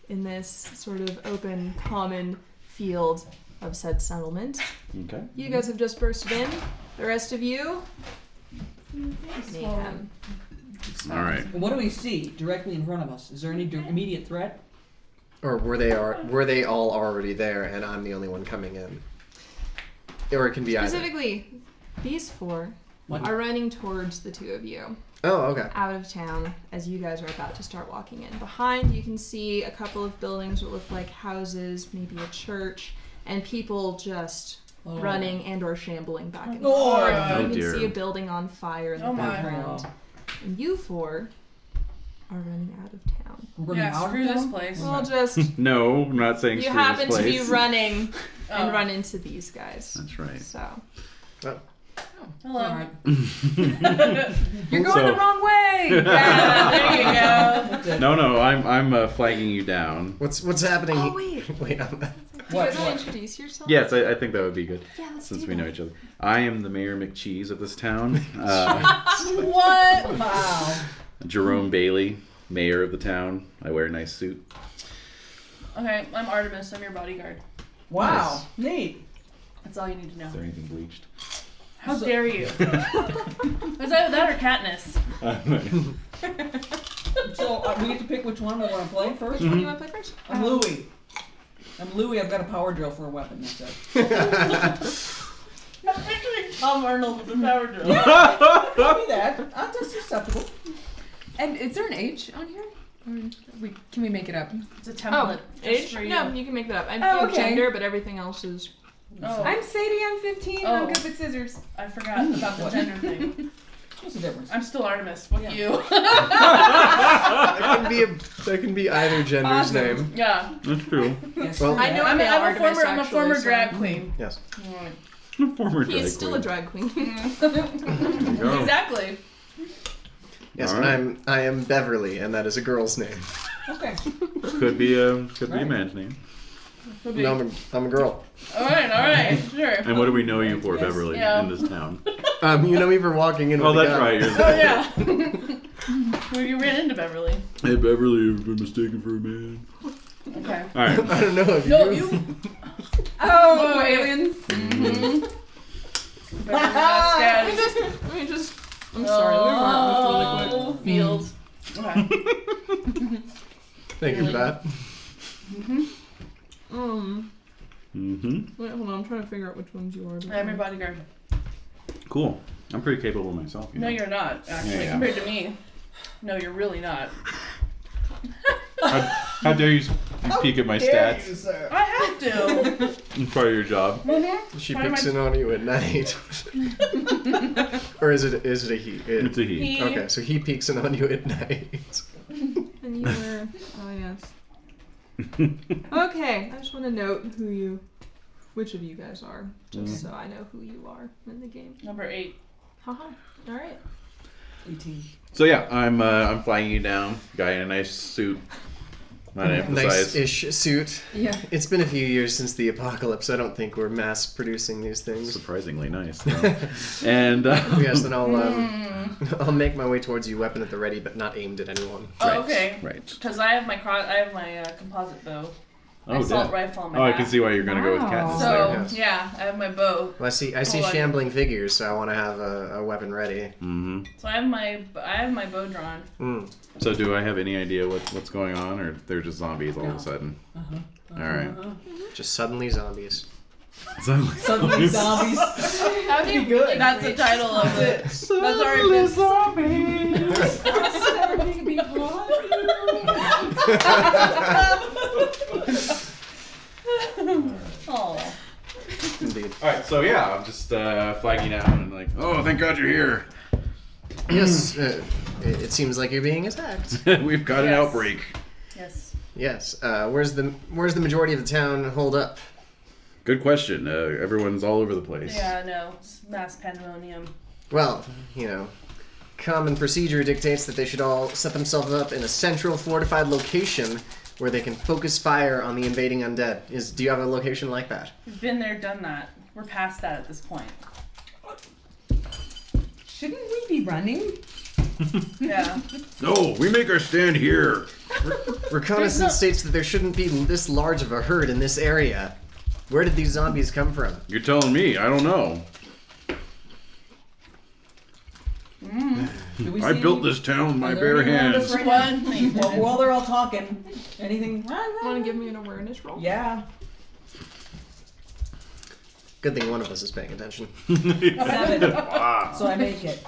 [SPEAKER 4] in this sort of open, common field of said settlement.
[SPEAKER 3] Okay.
[SPEAKER 4] You guys have just bursted in. The rest of you, mayhem.
[SPEAKER 3] All right.
[SPEAKER 5] What do we see directly in front of us? Is there any d- immediate threat?
[SPEAKER 1] Or were they are were they all already there and I'm the only one coming in? Or it can be either.
[SPEAKER 4] Specifically, these four
[SPEAKER 5] What?
[SPEAKER 4] are running towards the two of you
[SPEAKER 1] Oh, okay.
[SPEAKER 4] out of town as you guys are about to start walking in. Behind, you can see a couple of buildings that look like houses, maybe a church, and people just
[SPEAKER 5] Oh.
[SPEAKER 4] running and or shambling back and forth.
[SPEAKER 5] Lord.
[SPEAKER 2] Oh,
[SPEAKER 4] you can
[SPEAKER 3] dear.
[SPEAKER 4] see a building on fire in the
[SPEAKER 2] Oh, my.
[SPEAKER 4] background. And you four are running out of town.
[SPEAKER 5] We're running
[SPEAKER 2] Yeah,
[SPEAKER 5] out
[SPEAKER 2] screw
[SPEAKER 5] of
[SPEAKER 2] this
[SPEAKER 5] town?
[SPEAKER 2] place.
[SPEAKER 4] Well, just
[SPEAKER 3] No, I'm not saying
[SPEAKER 4] you
[SPEAKER 3] screw
[SPEAKER 4] happen
[SPEAKER 3] this
[SPEAKER 4] to be
[SPEAKER 3] place.
[SPEAKER 4] running and
[SPEAKER 2] Oh.
[SPEAKER 4] run into these guys.
[SPEAKER 3] That's right. (laughs)
[SPEAKER 4] So
[SPEAKER 2] Hello.
[SPEAKER 5] All right.
[SPEAKER 4] (laughs) you're going
[SPEAKER 3] So-
[SPEAKER 4] the wrong way. (laughs)
[SPEAKER 2] Yeah, there you go.
[SPEAKER 5] That's it.
[SPEAKER 3] No, no, I'm I'm uh, flagging you down.
[SPEAKER 1] What's what's happening?
[SPEAKER 4] Oh wait,
[SPEAKER 1] (laughs) Wait, I'm
[SPEAKER 4] you guys
[SPEAKER 5] What?
[SPEAKER 4] want to (laughs)
[SPEAKER 5] what?
[SPEAKER 4] introduce yourself?
[SPEAKER 3] Yes, I, I think that would be good
[SPEAKER 4] Yeah, let's
[SPEAKER 3] since
[SPEAKER 4] do
[SPEAKER 3] we know
[SPEAKER 4] that.
[SPEAKER 3] each other. I am the Mayor McCheese of this
[SPEAKER 4] (laughs)
[SPEAKER 3] town. Uh,
[SPEAKER 2] What?
[SPEAKER 5] Wow.
[SPEAKER 3] Jerome Bailey, Mayor of the town. I wear a nice suit.
[SPEAKER 2] Okay, I'm Artemis. I'm your bodyguard.
[SPEAKER 5] Wow. Neat.
[SPEAKER 2] That's all you need to know.
[SPEAKER 3] Is there anything
[SPEAKER 4] (laughs)
[SPEAKER 3] bleached? (laughs)
[SPEAKER 2] How dare you? Is that that or (laughs) Katniss?
[SPEAKER 5] So uh, we get to pick which one we want to play first.
[SPEAKER 4] Which one do you want to play first?
[SPEAKER 5] I'm Louie. I'm Louie. I've got a power drill for a weapon. That's it.
[SPEAKER 2] I'm picturing Tom Arnold with a power drill.
[SPEAKER 5] I'll be that. I'm just susceptible.
[SPEAKER 6] And is there an H on here? Or we, can we make it up?
[SPEAKER 2] It's a
[SPEAKER 4] Oh,
[SPEAKER 2] template.
[SPEAKER 4] age?
[SPEAKER 2] Just for you.
[SPEAKER 4] No, you can make that up. I'm
[SPEAKER 6] Oh,
[SPEAKER 4] doing
[SPEAKER 6] okay.
[SPEAKER 4] gender, but everything else is.
[SPEAKER 2] Oh, i
[SPEAKER 6] I'm Sadie. I'm 15. and
[SPEAKER 2] Oh.
[SPEAKER 6] I'm good with scissors.
[SPEAKER 2] forgot
[SPEAKER 4] Mm,
[SPEAKER 2] about the
[SPEAKER 5] What?
[SPEAKER 2] gender thing.
[SPEAKER 5] (laughs)
[SPEAKER 4] (laughs)
[SPEAKER 5] What's the difference?
[SPEAKER 2] I'm still Artemis. Fuck
[SPEAKER 5] Yeah.
[SPEAKER 2] you. (laughs)
[SPEAKER 1] that can be a, that can be either gender's name.
[SPEAKER 2] yeah.
[SPEAKER 3] That's
[SPEAKER 4] (laughs)
[SPEAKER 3] true.
[SPEAKER 5] Yes,
[SPEAKER 1] Well-
[SPEAKER 5] you're
[SPEAKER 4] I know
[SPEAKER 5] right.
[SPEAKER 2] I'm, a-
[SPEAKER 4] male
[SPEAKER 2] I'm a
[SPEAKER 4] Artemis,
[SPEAKER 2] former, I'm a
[SPEAKER 4] actually,
[SPEAKER 2] former
[SPEAKER 4] so- Oh.
[SPEAKER 2] drag queen.
[SPEAKER 1] Yes.
[SPEAKER 2] Mm.
[SPEAKER 3] Former
[SPEAKER 4] He is still a drag queen.
[SPEAKER 6] Mm.
[SPEAKER 3] There you go.
[SPEAKER 2] (laughs) Exactly.
[SPEAKER 1] Yes,
[SPEAKER 3] All
[SPEAKER 1] and
[SPEAKER 3] right.
[SPEAKER 1] I'm I am Beverly, and that is a girl's name.
[SPEAKER 5] (laughs) Okay. (laughs)
[SPEAKER 3] Could be a could be a
[SPEAKER 5] Right.
[SPEAKER 3] man's name.
[SPEAKER 2] Could be.
[SPEAKER 1] No, I'm a, I'm a girl.
[SPEAKER 2] All right, all
[SPEAKER 4] (laughs)
[SPEAKER 2] right, sure.
[SPEAKER 3] And what do we know you for,
[SPEAKER 5] Yes.
[SPEAKER 3] Beverly,
[SPEAKER 2] Yeah.
[SPEAKER 3] in this town?
[SPEAKER 1] Um, you know me for walking in.
[SPEAKER 3] Oh,
[SPEAKER 1] with a
[SPEAKER 3] that's
[SPEAKER 1] gun.
[SPEAKER 3] right. You're
[SPEAKER 1] (laughs)
[SPEAKER 2] Oh yeah. (laughs) well, you ran into Beverly.
[SPEAKER 3] Hey, Beverly, you've been mistaken for a man.
[SPEAKER 2] Okay.
[SPEAKER 3] All right.
[SPEAKER 1] I don't know if
[SPEAKER 2] No,
[SPEAKER 1] you.
[SPEAKER 2] you.
[SPEAKER 1] (laughs)
[SPEAKER 2] Mm-hmm.
[SPEAKER 6] Oh,
[SPEAKER 2] Wait.
[SPEAKER 6] aliens.
[SPEAKER 2] Beverly
[SPEAKER 5] (laughs)
[SPEAKER 2] Vasquez.
[SPEAKER 4] Let me just. (laughs) Let me just. I'm sorry. We weren't really good.
[SPEAKER 3] Mm.
[SPEAKER 2] Oh, Fields. Okay.
[SPEAKER 1] Thank you for that.
[SPEAKER 4] Um.
[SPEAKER 3] (laughs) Mm-hmm.
[SPEAKER 4] Wait, hold on. I'm trying to figure out which ones you are.
[SPEAKER 2] I'm your bodyguard.
[SPEAKER 3] Cool. I'm pretty capable myself. You
[SPEAKER 2] No,
[SPEAKER 3] know.
[SPEAKER 2] you're not, actually,
[SPEAKER 3] Yeah, yeah.
[SPEAKER 2] compared to me. No, you're really not.
[SPEAKER 3] How, how dare you
[SPEAKER 2] Oh,
[SPEAKER 3] peek at my stats?
[SPEAKER 2] I have
[SPEAKER 3] (laughs)
[SPEAKER 2] to.
[SPEAKER 3] It's part of your job.
[SPEAKER 1] She
[SPEAKER 2] Why am
[SPEAKER 1] picks
[SPEAKER 2] I-
[SPEAKER 1] in on you at
[SPEAKER 2] (laughs)
[SPEAKER 1] night. or is it is it a he? it-
[SPEAKER 3] It's a he.
[SPEAKER 2] He-
[SPEAKER 1] okay, so he peeks in on you at night.
[SPEAKER 4] And you
[SPEAKER 6] (laughs)
[SPEAKER 4] were. Oh yes. Okay. I just want to note who you, which of you guys are, just so I know who you are in the game.
[SPEAKER 2] Number eight.
[SPEAKER 4] Haha. All right.
[SPEAKER 5] 18.
[SPEAKER 3] so yeah, I'm uh, I'm flying you down. Guy in a nice suit. Not
[SPEAKER 1] Nice
[SPEAKER 3] emphasize.
[SPEAKER 1] ish suit.
[SPEAKER 6] Yeah.
[SPEAKER 1] It's been a few years since the apocalypse. I don't think we're mass producing these
[SPEAKER 3] (laughs)
[SPEAKER 1] things.
[SPEAKER 3] Surprisingly nice.
[SPEAKER 2] (laughs)
[SPEAKER 3] though. and uh,
[SPEAKER 1] Yes, then I'll um, I'll make my way towards you, weapon at the ready, but not aimed at anyone.
[SPEAKER 2] Hmm. Oh,
[SPEAKER 3] (laughs) Right.
[SPEAKER 2] okay.
[SPEAKER 3] Right.
[SPEAKER 2] Because I have my cro- I have my uh, composite bow. I
[SPEAKER 3] Oh,
[SPEAKER 2] assault
[SPEAKER 3] damn.
[SPEAKER 2] rifle on my
[SPEAKER 3] Oh, I
[SPEAKER 2] back.
[SPEAKER 3] can see why you're gonna go with
[SPEAKER 6] Wow.
[SPEAKER 3] cat.
[SPEAKER 2] So
[SPEAKER 1] Yes.
[SPEAKER 2] yeah, I have my bow.
[SPEAKER 1] Well, I see. I see
[SPEAKER 2] Hold on.
[SPEAKER 1] shambling figures, so I want to have a, a weapon ready.
[SPEAKER 3] hmm
[SPEAKER 2] So I have my I have my bow drawn.
[SPEAKER 1] Mm.
[SPEAKER 3] So do I have any idea what, what's going on, or they're just zombies all of
[SPEAKER 5] No.
[SPEAKER 3] a sudden?
[SPEAKER 5] Uh-huh.
[SPEAKER 3] All right.
[SPEAKER 1] Just suddenly zombies.
[SPEAKER 2] Uh-huh.
[SPEAKER 3] (laughs) Zombies.
[SPEAKER 5] Suddenly zombies.
[SPEAKER 4] How do you
[SPEAKER 5] good.
[SPEAKER 2] That's the title of it.
[SPEAKER 5] That's
[SPEAKER 2] That's already been.
[SPEAKER 5] everything be hot.
[SPEAKER 2] Oh,
[SPEAKER 1] Indeed.
[SPEAKER 3] All right, so yeah, I'm just uh, flagging out and like, oh, thank God you're here.
[SPEAKER 1] (clears throat) Yes. Uh, it, it seems like you're being attacked.
[SPEAKER 3] We've got an
[SPEAKER 2] Yes.
[SPEAKER 3] outbreak.
[SPEAKER 2] yes.
[SPEAKER 1] Yes. Uh, where's the Where's the majority of the town hold up?
[SPEAKER 3] Good question. Uh, everyone's all over the place.
[SPEAKER 2] Yeah, no. It's mass pandemonium.
[SPEAKER 1] Well, you know, common procedure dictates that they should all set themselves up in a central fortified location where they can focus fire on the invading undead. Is do you have a location like (laughs) that?
[SPEAKER 2] We've been there, done that. We're past that at this point.
[SPEAKER 6] Shouldn't we be running?
[SPEAKER 2] (laughs) Yeah.
[SPEAKER 3] No, we make our stand here.
[SPEAKER 1] Reconnaissance states that there shouldn't be this large of a herd in this area. Where did these zombies come from?
[SPEAKER 3] You're telling me? I don't know.
[SPEAKER 2] Mm.
[SPEAKER 5] Do we
[SPEAKER 3] I
[SPEAKER 5] see
[SPEAKER 3] built
[SPEAKER 5] any-
[SPEAKER 3] this town with my
[SPEAKER 5] Are there
[SPEAKER 3] bare
[SPEAKER 5] any around us
[SPEAKER 3] hands. (laughs)
[SPEAKER 5] right now?
[SPEAKER 2] One thing.
[SPEAKER 5] Well, while they're all talking, anything?
[SPEAKER 4] Want to give me an awareness roll?
[SPEAKER 5] Yeah.
[SPEAKER 1] Good thing one of us is paying attention.
[SPEAKER 5] Seven.
[SPEAKER 3] wow.
[SPEAKER 5] So I make it.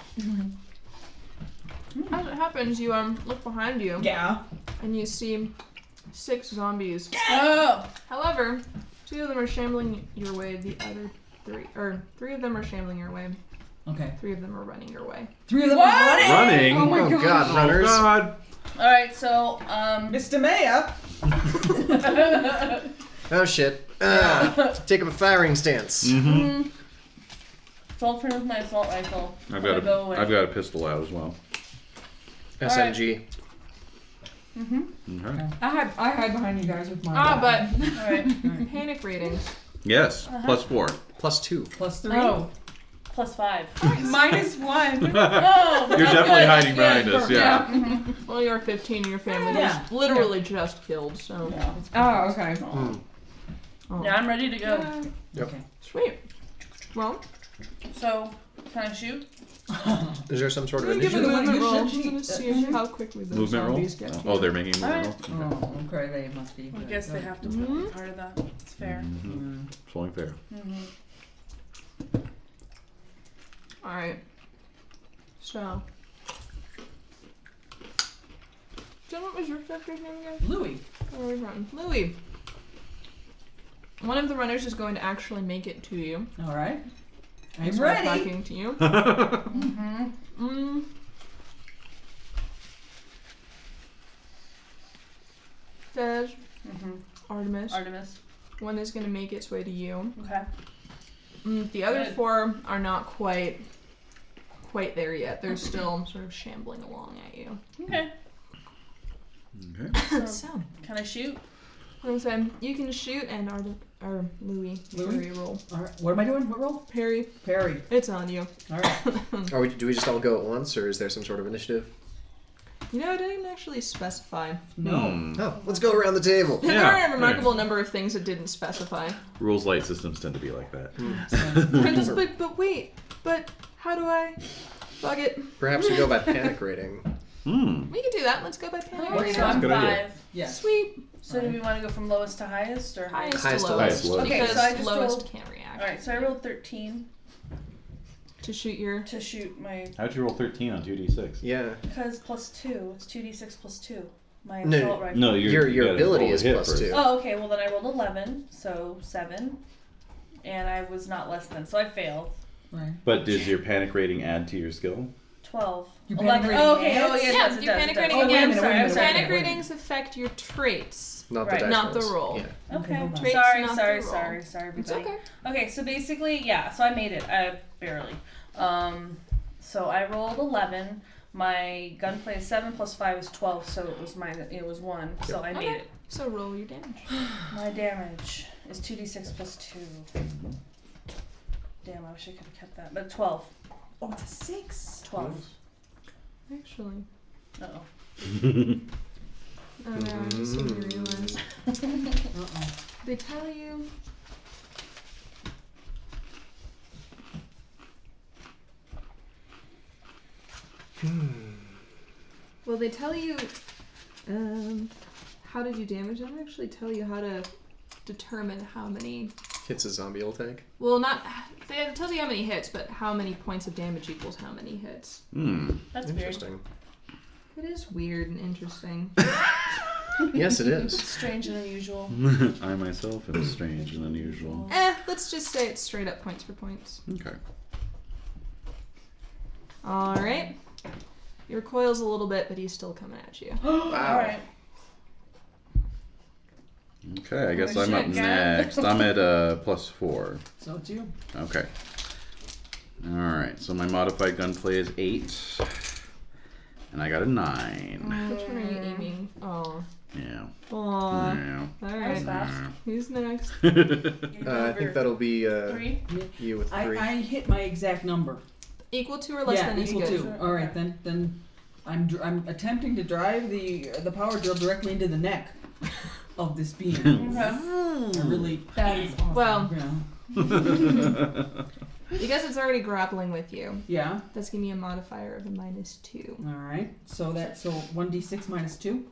[SPEAKER 4] As it happens, you um look behind you
[SPEAKER 5] Yeah.
[SPEAKER 4] and you see six zombies.
[SPEAKER 2] (laughs) Oh,
[SPEAKER 4] However, two of them are shambling your way. The other three, or three of them are shambling your way.
[SPEAKER 5] Okay.
[SPEAKER 4] Three of them are running your way.
[SPEAKER 5] Three of them
[SPEAKER 2] What?
[SPEAKER 5] are running.
[SPEAKER 3] Running.
[SPEAKER 6] Oh my
[SPEAKER 1] Oh,
[SPEAKER 6] gosh.
[SPEAKER 1] God, runners.
[SPEAKER 3] God.
[SPEAKER 2] all right. So, (laughs) um,
[SPEAKER 5] Mr. Mayor.
[SPEAKER 1] Oh shit. Ah, take up a firing stance.
[SPEAKER 3] Mm-hmm.
[SPEAKER 2] mm, assault turn with my assault rifle. Put
[SPEAKER 3] I've
[SPEAKER 2] my
[SPEAKER 3] got
[SPEAKER 2] bow
[SPEAKER 3] a
[SPEAKER 2] away.
[SPEAKER 3] I've got a pistol out as well.
[SPEAKER 1] SMG.
[SPEAKER 2] Mm-hmm.
[SPEAKER 3] Okay.
[SPEAKER 6] I hide, I hide behind you guys with my.
[SPEAKER 4] Ah,
[SPEAKER 6] back.
[SPEAKER 4] but
[SPEAKER 2] All (laughs) right.
[SPEAKER 5] Mhm.
[SPEAKER 4] panic ratings.
[SPEAKER 3] Yes. Plus four. (laughs)
[SPEAKER 1] Plus two.
[SPEAKER 5] Plus three.
[SPEAKER 6] Oh,
[SPEAKER 2] Plus five.
[SPEAKER 6] minus one.
[SPEAKER 2] (laughs)
[SPEAKER 5] (laughs)
[SPEAKER 2] Oh,
[SPEAKER 3] You're
[SPEAKER 2] good,
[SPEAKER 3] definitely hiding
[SPEAKER 2] good,
[SPEAKER 3] behind us.
[SPEAKER 2] perfect.
[SPEAKER 3] Yeah.
[SPEAKER 4] Well, you're 15. Your family
[SPEAKER 5] Yeah.
[SPEAKER 4] was literally just killed. So
[SPEAKER 2] Yeah.
[SPEAKER 6] Oh, okay.
[SPEAKER 1] Hmm.
[SPEAKER 4] Oh.
[SPEAKER 2] Now I'm ready to go.
[SPEAKER 4] sweet. Well,
[SPEAKER 2] So, can I shoot?
[SPEAKER 5] Oh,
[SPEAKER 1] Is there some sort of
[SPEAKER 5] Can you give
[SPEAKER 1] initiative?
[SPEAKER 5] it a-
[SPEAKER 4] movement
[SPEAKER 5] you
[SPEAKER 4] roll.
[SPEAKER 5] should
[SPEAKER 4] I'm gonna
[SPEAKER 5] cheat.
[SPEAKER 4] see how quickly those
[SPEAKER 3] Movement roll.
[SPEAKER 4] zombies get.
[SPEAKER 3] Oh, they're making movement roll. Okay.
[SPEAKER 5] Oh, okay. They must be.
[SPEAKER 2] I
[SPEAKER 5] good,
[SPEAKER 2] guess they
[SPEAKER 5] good.
[SPEAKER 2] have to be part of that. It's fair.
[SPEAKER 3] Mm-hmm. It's only fair.
[SPEAKER 2] Mm-hmm.
[SPEAKER 4] All right. So. Jen, what was your character's name again?
[SPEAKER 5] Louis.
[SPEAKER 4] Where are we from? Louis. One of the runners is going to actually make it to you.
[SPEAKER 5] All right. I'm
[SPEAKER 4] He's
[SPEAKER 5] ready.
[SPEAKER 4] Talking to you. Mm. Fez,
[SPEAKER 2] Mm-hmm.
[SPEAKER 4] Artemis.
[SPEAKER 2] Artemis.
[SPEAKER 4] One is going to make its way to you.
[SPEAKER 2] Okay.
[SPEAKER 4] Mm, the other
[SPEAKER 2] Good.
[SPEAKER 4] four are not quite, quite there yet. They're still sort of shambling along at you.
[SPEAKER 2] Okay.
[SPEAKER 3] Okay.
[SPEAKER 4] (laughs) so
[SPEAKER 2] Can I shoot?
[SPEAKER 4] I'm sorry. You can shoot and Artem or Louis,
[SPEAKER 5] Louis?
[SPEAKER 4] parry roll.
[SPEAKER 5] All right. What am I doing? What roll?
[SPEAKER 4] Parry,
[SPEAKER 5] Parry.
[SPEAKER 4] it's on you.
[SPEAKER 5] All
[SPEAKER 4] (laughs)
[SPEAKER 5] right.
[SPEAKER 1] Are we, do we just all go at once, or is there some sort of initiative?
[SPEAKER 4] You know, it didn't actually specify.
[SPEAKER 5] No.
[SPEAKER 3] Hmm.
[SPEAKER 1] Oh, let's go around the table.
[SPEAKER 3] (laughs)
[SPEAKER 4] There
[SPEAKER 3] Yeah,
[SPEAKER 4] are a remarkable number of things it
[SPEAKER 3] (laughs)
[SPEAKER 4] didn't specify.
[SPEAKER 3] Rules light systems tend to be like that. Hmm.
[SPEAKER 4] But just but, but wait, but how do I? Fuck it.
[SPEAKER 1] Perhaps we go by panic rating.
[SPEAKER 3] Hmm.
[SPEAKER 4] We can do that. Let's go by panic.
[SPEAKER 5] Alright.
[SPEAKER 2] so I'm
[SPEAKER 3] Good idea.
[SPEAKER 2] five.
[SPEAKER 5] Yes.
[SPEAKER 4] Sweet.
[SPEAKER 2] So do we want to go from lowest to highest or
[SPEAKER 4] Highest,
[SPEAKER 1] Highest
[SPEAKER 4] to
[SPEAKER 1] to
[SPEAKER 4] lowest.
[SPEAKER 3] lowest.
[SPEAKER 2] Okay,
[SPEAKER 4] Because
[SPEAKER 2] so I just
[SPEAKER 4] lowest
[SPEAKER 2] rolled-
[SPEAKER 4] can't react.
[SPEAKER 2] All right. So I rolled 13
[SPEAKER 4] To shoot your.
[SPEAKER 2] to shoot my
[SPEAKER 3] (laughs) How'd you roll 13 on 2d6?
[SPEAKER 1] Yeah.
[SPEAKER 2] because plus two. It's 2d6 plus two. My
[SPEAKER 1] No,
[SPEAKER 2] assault rifle.
[SPEAKER 3] No, you're,
[SPEAKER 1] Your
[SPEAKER 3] you
[SPEAKER 1] your
[SPEAKER 3] gotta
[SPEAKER 1] ability
[SPEAKER 3] roll a
[SPEAKER 1] is
[SPEAKER 3] hit
[SPEAKER 1] plus
[SPEAKER 3] first.
[SPEAKER 1] two.
[SPEAKER 2] Oh, okay. Well, then I rolled 11, so 7. And I was not less than, so I failed.
[SPEAKER 5] Right.
[SPEAKER 3] But does your panic rating add to your skill?
[SPEAKER 2] 12.
[SPEAKER 5] Your panic
[SPEAKER 2] 11.
[SPEAKER 5] rating
[SPEAKER 2] Oh, okay. Oh,
[SPEAKER 5] adds?
[SPEAKER 2] yeah.
[SPEAKER 4] Yeah,
[SPEAKER 2] yes, it
[SPEAKER 4] your
[SPEAKER 2] does,
[SPEAKER 4] panic
[SPEAKER 2] it does.
[SPEAKER 4] rating
[SPEAKER 2] Oh, wait a
[SPEAKER 4] adds.
[SPEAKER 2] minute, wait a minute, wait a
[SPEAKER 4] Panic
[SPEAKER 2] minute.
[SPEAKER 4] ratings affect your traits.
[SPEAKER 1] Not
[SPEAKER 2] Right.
[SPEAKER 1] the dice
[SPEAKER 4] Not the
[SPEAKER 1] rolls.
[SPEAKER 4] roll.
[SPEAKER 1] Yeah.
[SPEAKER 5] Okay,
[SPEAKER 2] Okay.
[SPEAKER 5] hold on.
[SPEAKER 4] Traits,
[SPEAKER 2] Sorry,
[SPEAKER 4] not the
[SPEAKER 2] sorry,
[SPEAKER 4] roll.
[SPEAKER 2] sorry, sorry,
[SPEAKER 4] It's
[SPEAKER 2] everybody.
[SPEAKER 4] okay.
[SPEAKER 2] Okay, so basically, yeah, so I made it. I barely. Um, so I rolled 11. My gunplay is 7 plus 5 is 12, so it was my it was 1, so I made
[SPEAKER 4] Okay.
[SPEAKER 2] it.
[SPEAKER 4] So roll your damage.
[SPEAKER 2] My damage is 2d6 plus 2. Damn, I wish I could have kept that. But 12.
[SPEAKER 5] Oh, it's a six.
[SPEAKER 2] 12.
[SPEAKER 4] Actually.
[SPEAKER 2] Uh-oh.
[SPEAKER 4] Oh, no, I just didn't realize. They tell you. Well, they tell you. Um, how did you damage? They don't actually tell you how to determine how many.
[SPEAKER 1] Hits a zombie will take.
[SPEAKER 4] Well, not. They tell you how many hits, but how many points of damage equals how many hits.
[SPEAKER 3] (laughs) Hmm.
[SPEAKER 2] That's weird.
[SPEAKER 1] Interesting.
[SPEAKER 4] It is weird and interesting.
[SPEAKER 1] yes, it is.
[SPEAKER 2] Strange and unusual.
[SPEAKER 3] I myself am strange and unusual.
[SPEAKER 4] eh, let's just say it's straight up points for points.
[SPEAKER 3] Okay.
[SPEAKER 4] All right. He recoils a little bit, but he's still coming at you.
[SPEAKER 1] Wow.
[SPEAKER 2] Alright.
[SPEAKER 3] Okay, I guess
[SPEAKER 2] Oh,
[SPEAKER 3] I'm up
[SPEAKER 2] shit, guy.
[SPEAKER 3] next. I'm at uh, plus four.
[SPEAKER 5] So it's you.
[SPEAKER 3] Okay. All right. So my modified gunplay is eight, and I got a nine.
[SPEAKER 4] Which one are you aiming? Oh.
[SPEAKER 3] Yeah.
[SPEAKER 4] Aw.
[SPEAKER 3] yeah.
[SPEAKER 4] All
[SPEAKER 2] That was
[SPEAKER 4] right.
[SPEAKER 2] fast.
[SPEAKER 4] Who's next?
[SPEAKER 3] yeah.
[SPEAKER 1] Uh, I think that'll be uh,
[SPEAKER 2] Three?
[SPEAKER 1] you with
[SPEAKER 5] I,
[SPEAKER 1] three.
[SPEAKER 5] I hit my exact number.
[SPEAKER 4] Equal to or less
[SPEAKER 5] yeah,
[SPEAKER 4] than is
[SPEAKER 5] equal
[SPEAKER 4] good.
[SPEAKER 5] to. All right, then then I'm dr- I'm attempting to drive the the power drill directly into the neck of this
[SPEAKER 1] (laughs)
[SPEAKER 5] being. I really
[SPEAKER 6] That is awesome.
[SPEAKER 4] Well,
[SPEAKER 5] you know,
[SPEAKER 4] because it's already grappling with you,
[SPEAKER 5] yeah.
[SPEAKER 4] that's gonna be a modifier of a minus two.
[SPEAKER 5] All right. So that's so 1d6 minus 2.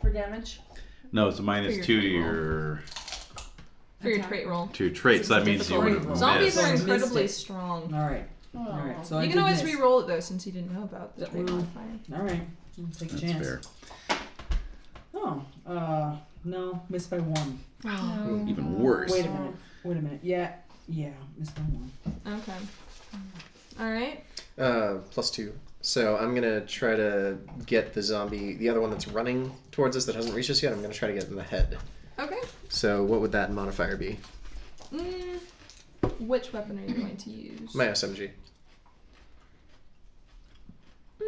[SPEAKER 2] For damage?
[SPEAKER 3] (laughs) no, it's a minus
[SPEAKER 4] For
[SPEAKER 3] two
[SPEAKER 4] your
[SPEAKER 3] to your
[SPEAKER 4] For your
[SPEAKER 6] Okay.
[SPEAKER 4] trait roll.
[SPEAKER 3] to your traits. That means you would have
[SPEAKER 5] Difficult.
[SPEAKER 3] missed.
[SPEAKER 4] Zombies are
[SPEAKER 5] Missed.
[SPEAKER 4] incredibly
[SPEAKER 5] Missed it.
[SPEAKER 4] strong.
[SPEAKER 5] All right.
[SPEAKER 2] Oh.
[SPEAKER 5] All right. So I
[SPEAKER 4] you
[SPEAKER 5] did
[SPEAKER 4] can always
[SPEAKER 5] miss.
[SPEAKER 4] re-roll it though, since you didn't know about the
[SPEAKER 5] That
[SPEAKER 4] trait
[SPEAKER 5] will-
[SPEAKER 4] modifier.
[SPEAKER 5] All right. I'll take a
[SPEAKER 3] That's
[SPEAKER 5] chance.
[SPEAKER 3] fair.
[SPEAKER 5] Oh, uh, no, missed by one.
[SPEAKER 4] Oh,
[SPEAKER 3] Even worse.
[SPEAKER 5] Wait a minute. Wait a minute. Yeah, yeah, missed by one.
[SPEAKER 4] okay. All right.
[SPEAKER 1] Uh, plus two. So I'm gonna try to get the zombie, the other one that's running towards us that hasn't reached us yet. I'm gonna try to get it in the head.
[SPEAKER 4] Okay.
[SPEAKER 1] So what would that modifier be?
[SPEAKER 4] Mm, which weapon are you going to use?
[SPEAKER 1] My SMG.
[SPEAKER 4] Mm,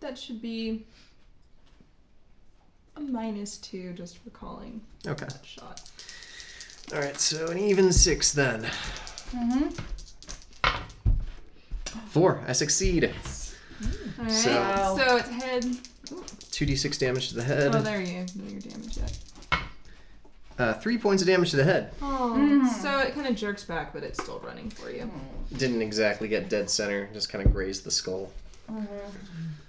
[SPEAKER 4] that should be a minus two just for calling
[SPEAKER 1] Okay.
[SPEAKER 4] that shot.
[SPEAKER 1] All right. So an even six then.
[SPEAKER 2] Mm-hmm.
[SPEAKER 1] Four. I succeed.
[SPEAKER 4] All right.
[SPEAKER 1] So-
[SPEAKER 2] Wow.
[SPEAKER 4] so it's head.
[SPEAKER 1] Two d6 damage to the head.
[SPEAKER 4] Oh, there you know your damage yet.
[SPEAKER 1] Uh, three points of damage to the head.
[SPEAKER 4] Oh,
[SPEAKER 2] Mm.
[SPEAKER 4] so it kind of jerks back, but it's still running for you.
[SPEAKER 1] Didn't exactly get dead center. Just kind of grazed the skull.
[SPEAKER 4] Okay.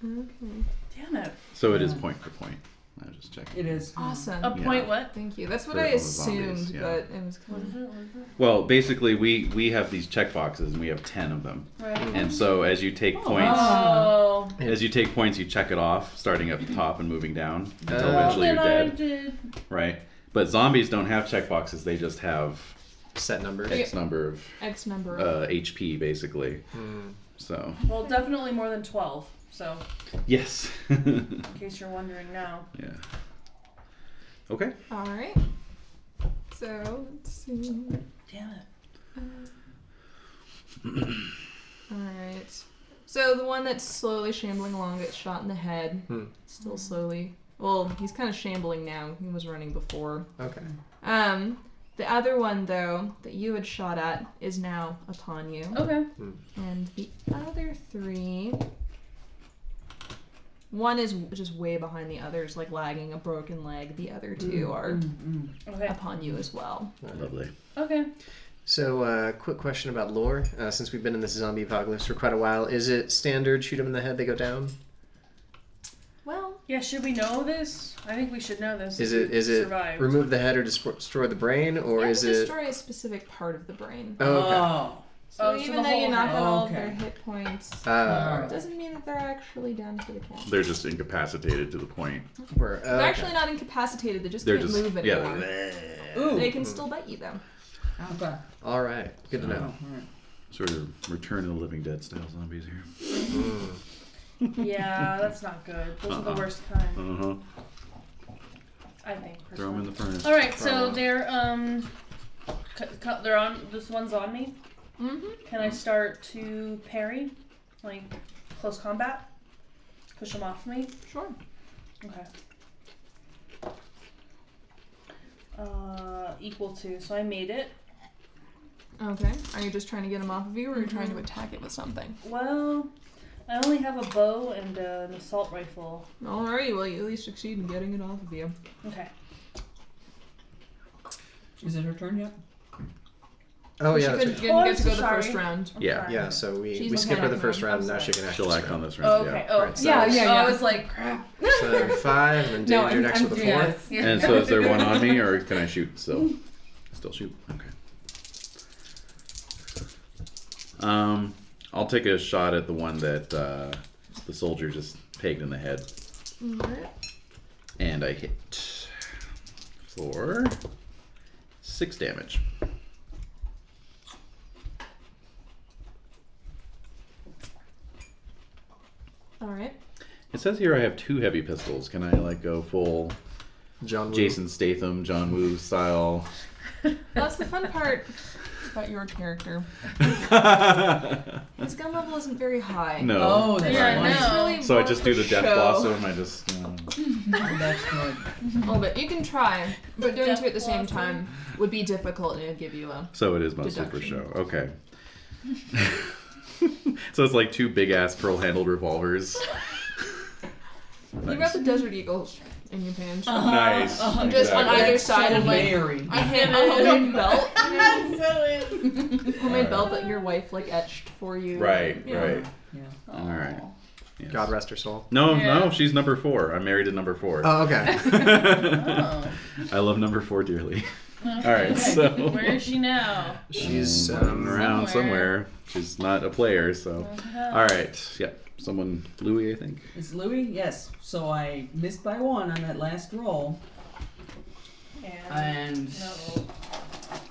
[SPEAKER 2] Damn it.
[SPEAKER 3] So it is point for point. I was just checking.
[SPEAKER 5] It is.
[SPEAKER 4] Awesome.
[SPEAKER 2] A
[SPEAKER 3] Yeah.
[SPEAKER 2] point what?
[SPEAKER 4] Thank you. That's what
[SPEAKER 3] For
[SPEAKER 4] I
[SPEAKER 3] all the zombies,
[SPEAKER 4] assumed,
[SPEAKER 3] yeah.
[SPEAKER 4] but it was kind of.
[SPEAKER 3] Well, basically, we we have these check boxes, and we have ten of them.
[SPEAKER 2] Right.
[SPEAKER 3] And so as you take points,
[SPEAKER 2] Oh.
[SPEAKER 3] as you take points, you check it off, starting at the top and moving down until
[SPEAKER 1] Oh.
[SPEAKER 3] eventually you're
[SPEAKER 2] Then I
[SPEAKER 3] dead,
[SPEAKER 2] did.
[SPEAKER 3] right? But zombies don't have check boxes; they just have
[SPEAKER 1] Set number.
[SPEAKER 3] X number of
[SPEAKER 4] X number. of
[SPEAKER 3] uh, HP, basically. So
[SPEAKER 2] Well, definitely more than 12. So,
[SPEAKER 3] yes, (laughs)
[SPEAKER 2] in case you're wondering now.
[SPEAKER 3] yeah. Okay.
[SPEAKER 4] All right. So let's see.
[SPEAKER 2] Damn it.
[SPEAKER 4] All right. So the one that's slowly shambling along gets shot in the head.
[SPEAKER 1] Hmm.
[SPEAKER 4] Still slowly. Well, he's kind of shambling now. He was running before.
[SPEAKER 1] Okay.
[SPEAKER 4] Um, the other one though that you had shot at is now upon you,
[SPEAKER 2] Okay.
[SPEAKER 4] and the other three. One is just way behind the others, like lagging a broken leg. The other two are
[SPEAKER 5] Mm,
[SPEAKER 2] Okay.
[SPEAKER 4] upon you as well.
[SPEAKER 3] Lovely.
[SPEAKER 2] Okay.
[SPEAKER 1] So, uh, quick question about lore. Uh, since we've been in this zombie apocalypse for quite a while, is it standard shoot them in the head, they go down?
[SPEAKER 4] Well,
[SPEAKER 2] Yeah, should we know this? I think we should know this.
[SPEAKER 1] Is
[SPEAKER 2] if
[SPEAKER 1] it
[SPEAKER 2] we
[SPEAKER 1] is it
[SPEAKER 2] survived.
[SPEAKER 1] remove the head or destroy, destroy the brain, or
[SPEAKER 4] you
[SPEAKER 1] is
[SPEAKER 4] have to
[SPEAKER 1] it?
[SPEAKER 4] destroy a specific part of the brain.
[SPEAKER 1] Oh, okay.
[SPEAKER 5] Oh,
[SPEAKER 4] So
[SPEAKER 2] Oh, so
[SPEAKER 4] even
[SPEAKER 2] the
[SPEAKER 4] though you
[SPEAKER 2] whole
[SPEAKER 4] knock out
[SPEAKER 5] head.
[SPEAKER 4] all of
[SPEAKER 5] Okay.
[SPEAKER 4] their hit points,
[SPEAKER 1] Ah,
[SPEAKER 5] Alright.
[SPEAKER 4] doesn't mean that they're actually down for the count.
[SPEAKER 3] They're just incapacitated to the point.
[SPEAKER 1] we're-
[SPEAKER 4] They're
[SPEAKER 1] Oh, okay.
[SPEAKER 4] actually not incapacitated. They just
[SPEAKER 3] They're
[SPEAKER 4] can't
[SPEAKER 3] just
[SPEAKER 4] move
[SPEAKER 3] yeah.
[SPEAKER 4] anymore.
[SPEAKER 3] they're-
[SPEAKER 5] Ooh.
[SPEAKER 4] they can still bite you though.
[SPEAKER 5] Okay.
[SPEAKER 1] All right, good to
[SPEAKER 5] Oh,
[SPEAKER 1] know.
[SPEAKER 5] all right.
[SPEAKER 3] Sort of Return of the Living Dead style zombies here.
[SPEAKER 2] Yeah, that's not good. Those are
[SPEAKER 3] Uh-uh.
[SPEAKER 2] the worst kind,
[SPEAKER 3] Uh huh.
[SPEAKER 2] I think.
[SPEAKER 3] Throw them
[SPEAKER 2] personally.
[SPEAKER 3] in the furnace.
[SPEAKER 2] All right, so
[SPEAKER 1] Probably.
[SPEAKER 2] they're um, cu- cu- they're on. This one's on me.
[SPEAKER 4] Mm-hmm.
[SPEAKER 2] Can I start to parry, like close combat? Push them off me.
[SPEAKER 4] Sure.
[SPEAKER 2] Okay. Uh, equal to. So I made it.
[SPEAKER 4] Okay. Are you just trying to get them off of you, or are you trying
[SPEAKER 2] Mm-hmm.
[SPEAKER 4] to attack it with something?
[SPEAKER 2] Well, I only have a bow and uh, an assault rifle.
[SPEAKER 4] Alrighty. Well, you at least succeed in getting it off of you.
[SPEAKER 2] Okay.
[SPEAKER 5] Is it her turn yet?
[SPEAKER 1] Oh yeah, that's
[SPEAKER 4] she could,
[SPEAKER 1] right.
[SPEAKER 4] didn't
[SPEAKER 2] Oh,
[SPEAKER 4] get
[SPEAKER 2] I'm
[SPEAKER 4] to go
[SPEAKER 2] so
[SPEAKER 4] the first
[SPEAKER 2] sorry.
[SPEAKER 4] round.
[SPEAKER 2] I'm
[SPEAKER 3] Yeah.
[SPEAKER 2] sorry.
[SPEAKER 1] Yeah, so we,
[SPEAKER 4] She's
[SPEAKER 1] we skip her the
[SPEAKER 4] looking at
[SPEAKER 1] first
[SPEAKER 4] me.
[SPEAKER 1] round.
[SPEAKER 4] I'm
[SPEAKER 1] Now she
[SPEAKER 4] sorry.
[SPEAKER 1] can act.
[SPEAKER 3] She'll
[SPEAKER 1] this
[SPEAKER 3] act on
[SPEAKER 1] round.
[SPEAKER 3] this
[SPEAKER 2] Oh,
[SPEAKER 3] round.
[SPEAKER 2] okay.
[SPEAKER 3] Yeah.
[SPEAKER 2] Oh,
[SPEAKER 1] Alright, so
[SPEAKER 2] yeah.
[SPEAKER 6] that's-
[SPEAKER 2] Oh,
[SPEAKER 6] Yeah,
[SPEAKER 2] I
[SPEAKER 6] yeah.
[SPEAKER 2] was like, crap.
[SPEAKER 1] So that'd be (laughs) five, and then Dave, you're next with a four.
[SPEAKER 6] yes.
[SPEAKER 2] Yeah.
[SPEAKER 3] And so is there one on me or can I shoot still? Still shoot. Okay. Um, I'll take a shot at the one that uh, the soldier just pegged in the head.
[SPEAKER 4] Alright.
[SPEAKER 3] And I hit for six damage.
[SPEAKER 4] Alright.
[SPEAKER 3] It says here I have two heavy pistols. Can I like go full
[SPEAKER 1] John Woo.
[SPEAKER 3] Jason Statham, John Woo style?
[SPEAKER 4] Well, that's the fun part about your character. His gun level isn't very high.
[SPEAKER 3] (laughs) no.
[SPEAKER 5] Oh, that's
[SPEAKER 2] Yeah,
[SPEAKER 5] nice.
[SPEAKER 2] no.
[SPEAKER 4] Really
[SPEAKER 3] So I
[SPEAKER 4] more
[SPEAKER 3] just do
[SPEAKER 4] for
[SPEAKER 3] the death
[SPEAKER 4] show.
[SPEAKER 3] blossom. I just um, you know,
[SPEAKER 5] That's good.
[SPEAKER 4] A little bit. Oh, You can try, but doing
[SPEAKER 2] Death
[SPEAKER 4] two at the same
[SPEAKER 2] blossom.
[SPEAKER 4] time would be difficult, and it'd give you a.
[SPEAKER 3] so it is mostly for
[SPEAKER 4] Deduction.
[SPEAKER 3] show. Okay. (laughs) so it's like two big ass pearl handled revolvers.
[SPEAKER 4] You got the Desert Eagles in your pants.
[SPEAKER 2] Oh.
[SPEAKER 3] nice.
[SPEAKER 4] Just on
[SPEAKER 3] Exactly.
[SPEAKER 4] either side of like
[SPEAKER 5] Mary.
[SPEAKER 4] I (laughs) hand a homemade belt, you know?
[SPEAKER 2] so
[SPEAKER 4] (laughs) homemade
[SPEAKER 3] Alright.
[SPEAKER 4] belt that your wife like etched for you.
[SPEAKER 3] Right,
[SPEAKER 4] Yeah.
[SPEAKER 3] right.
[SPEAKER 5] Yeah.
[SPEAKER 3] All right. Yes.
[SPEAKER 1] God rest her soul.
[SPEAKER 3] No,
[SPEAKER 2] Yeah.
[SPEAKER 3] no, she's number four. I'm married to number four. (laughs)
[SPEAKER 1] Oh, okay.
[SPEAKER 2] oh.
[SPEAKER 3] I love number four dearly. All right, so
[SPEAKER 2] Where is she now?
[SPEAKER 1] (laughs) She's
[SPEAKER 3] Um,
[SPEAKER 1] um,
[SPEAKER 2] somewhere.
[SPEAKER 3] around somewhere. She's not a player, so.
[SPEAKER 2] Uh.
[SPEAKER 3] All right, yep. Someone, Louis, I think.
[SPEAKER 5] It's Louis? Yes. So I missed by one on that last roll.
[SPEAKER 2] And
[SPEAKER 5] And
[SPEAKER 2] no.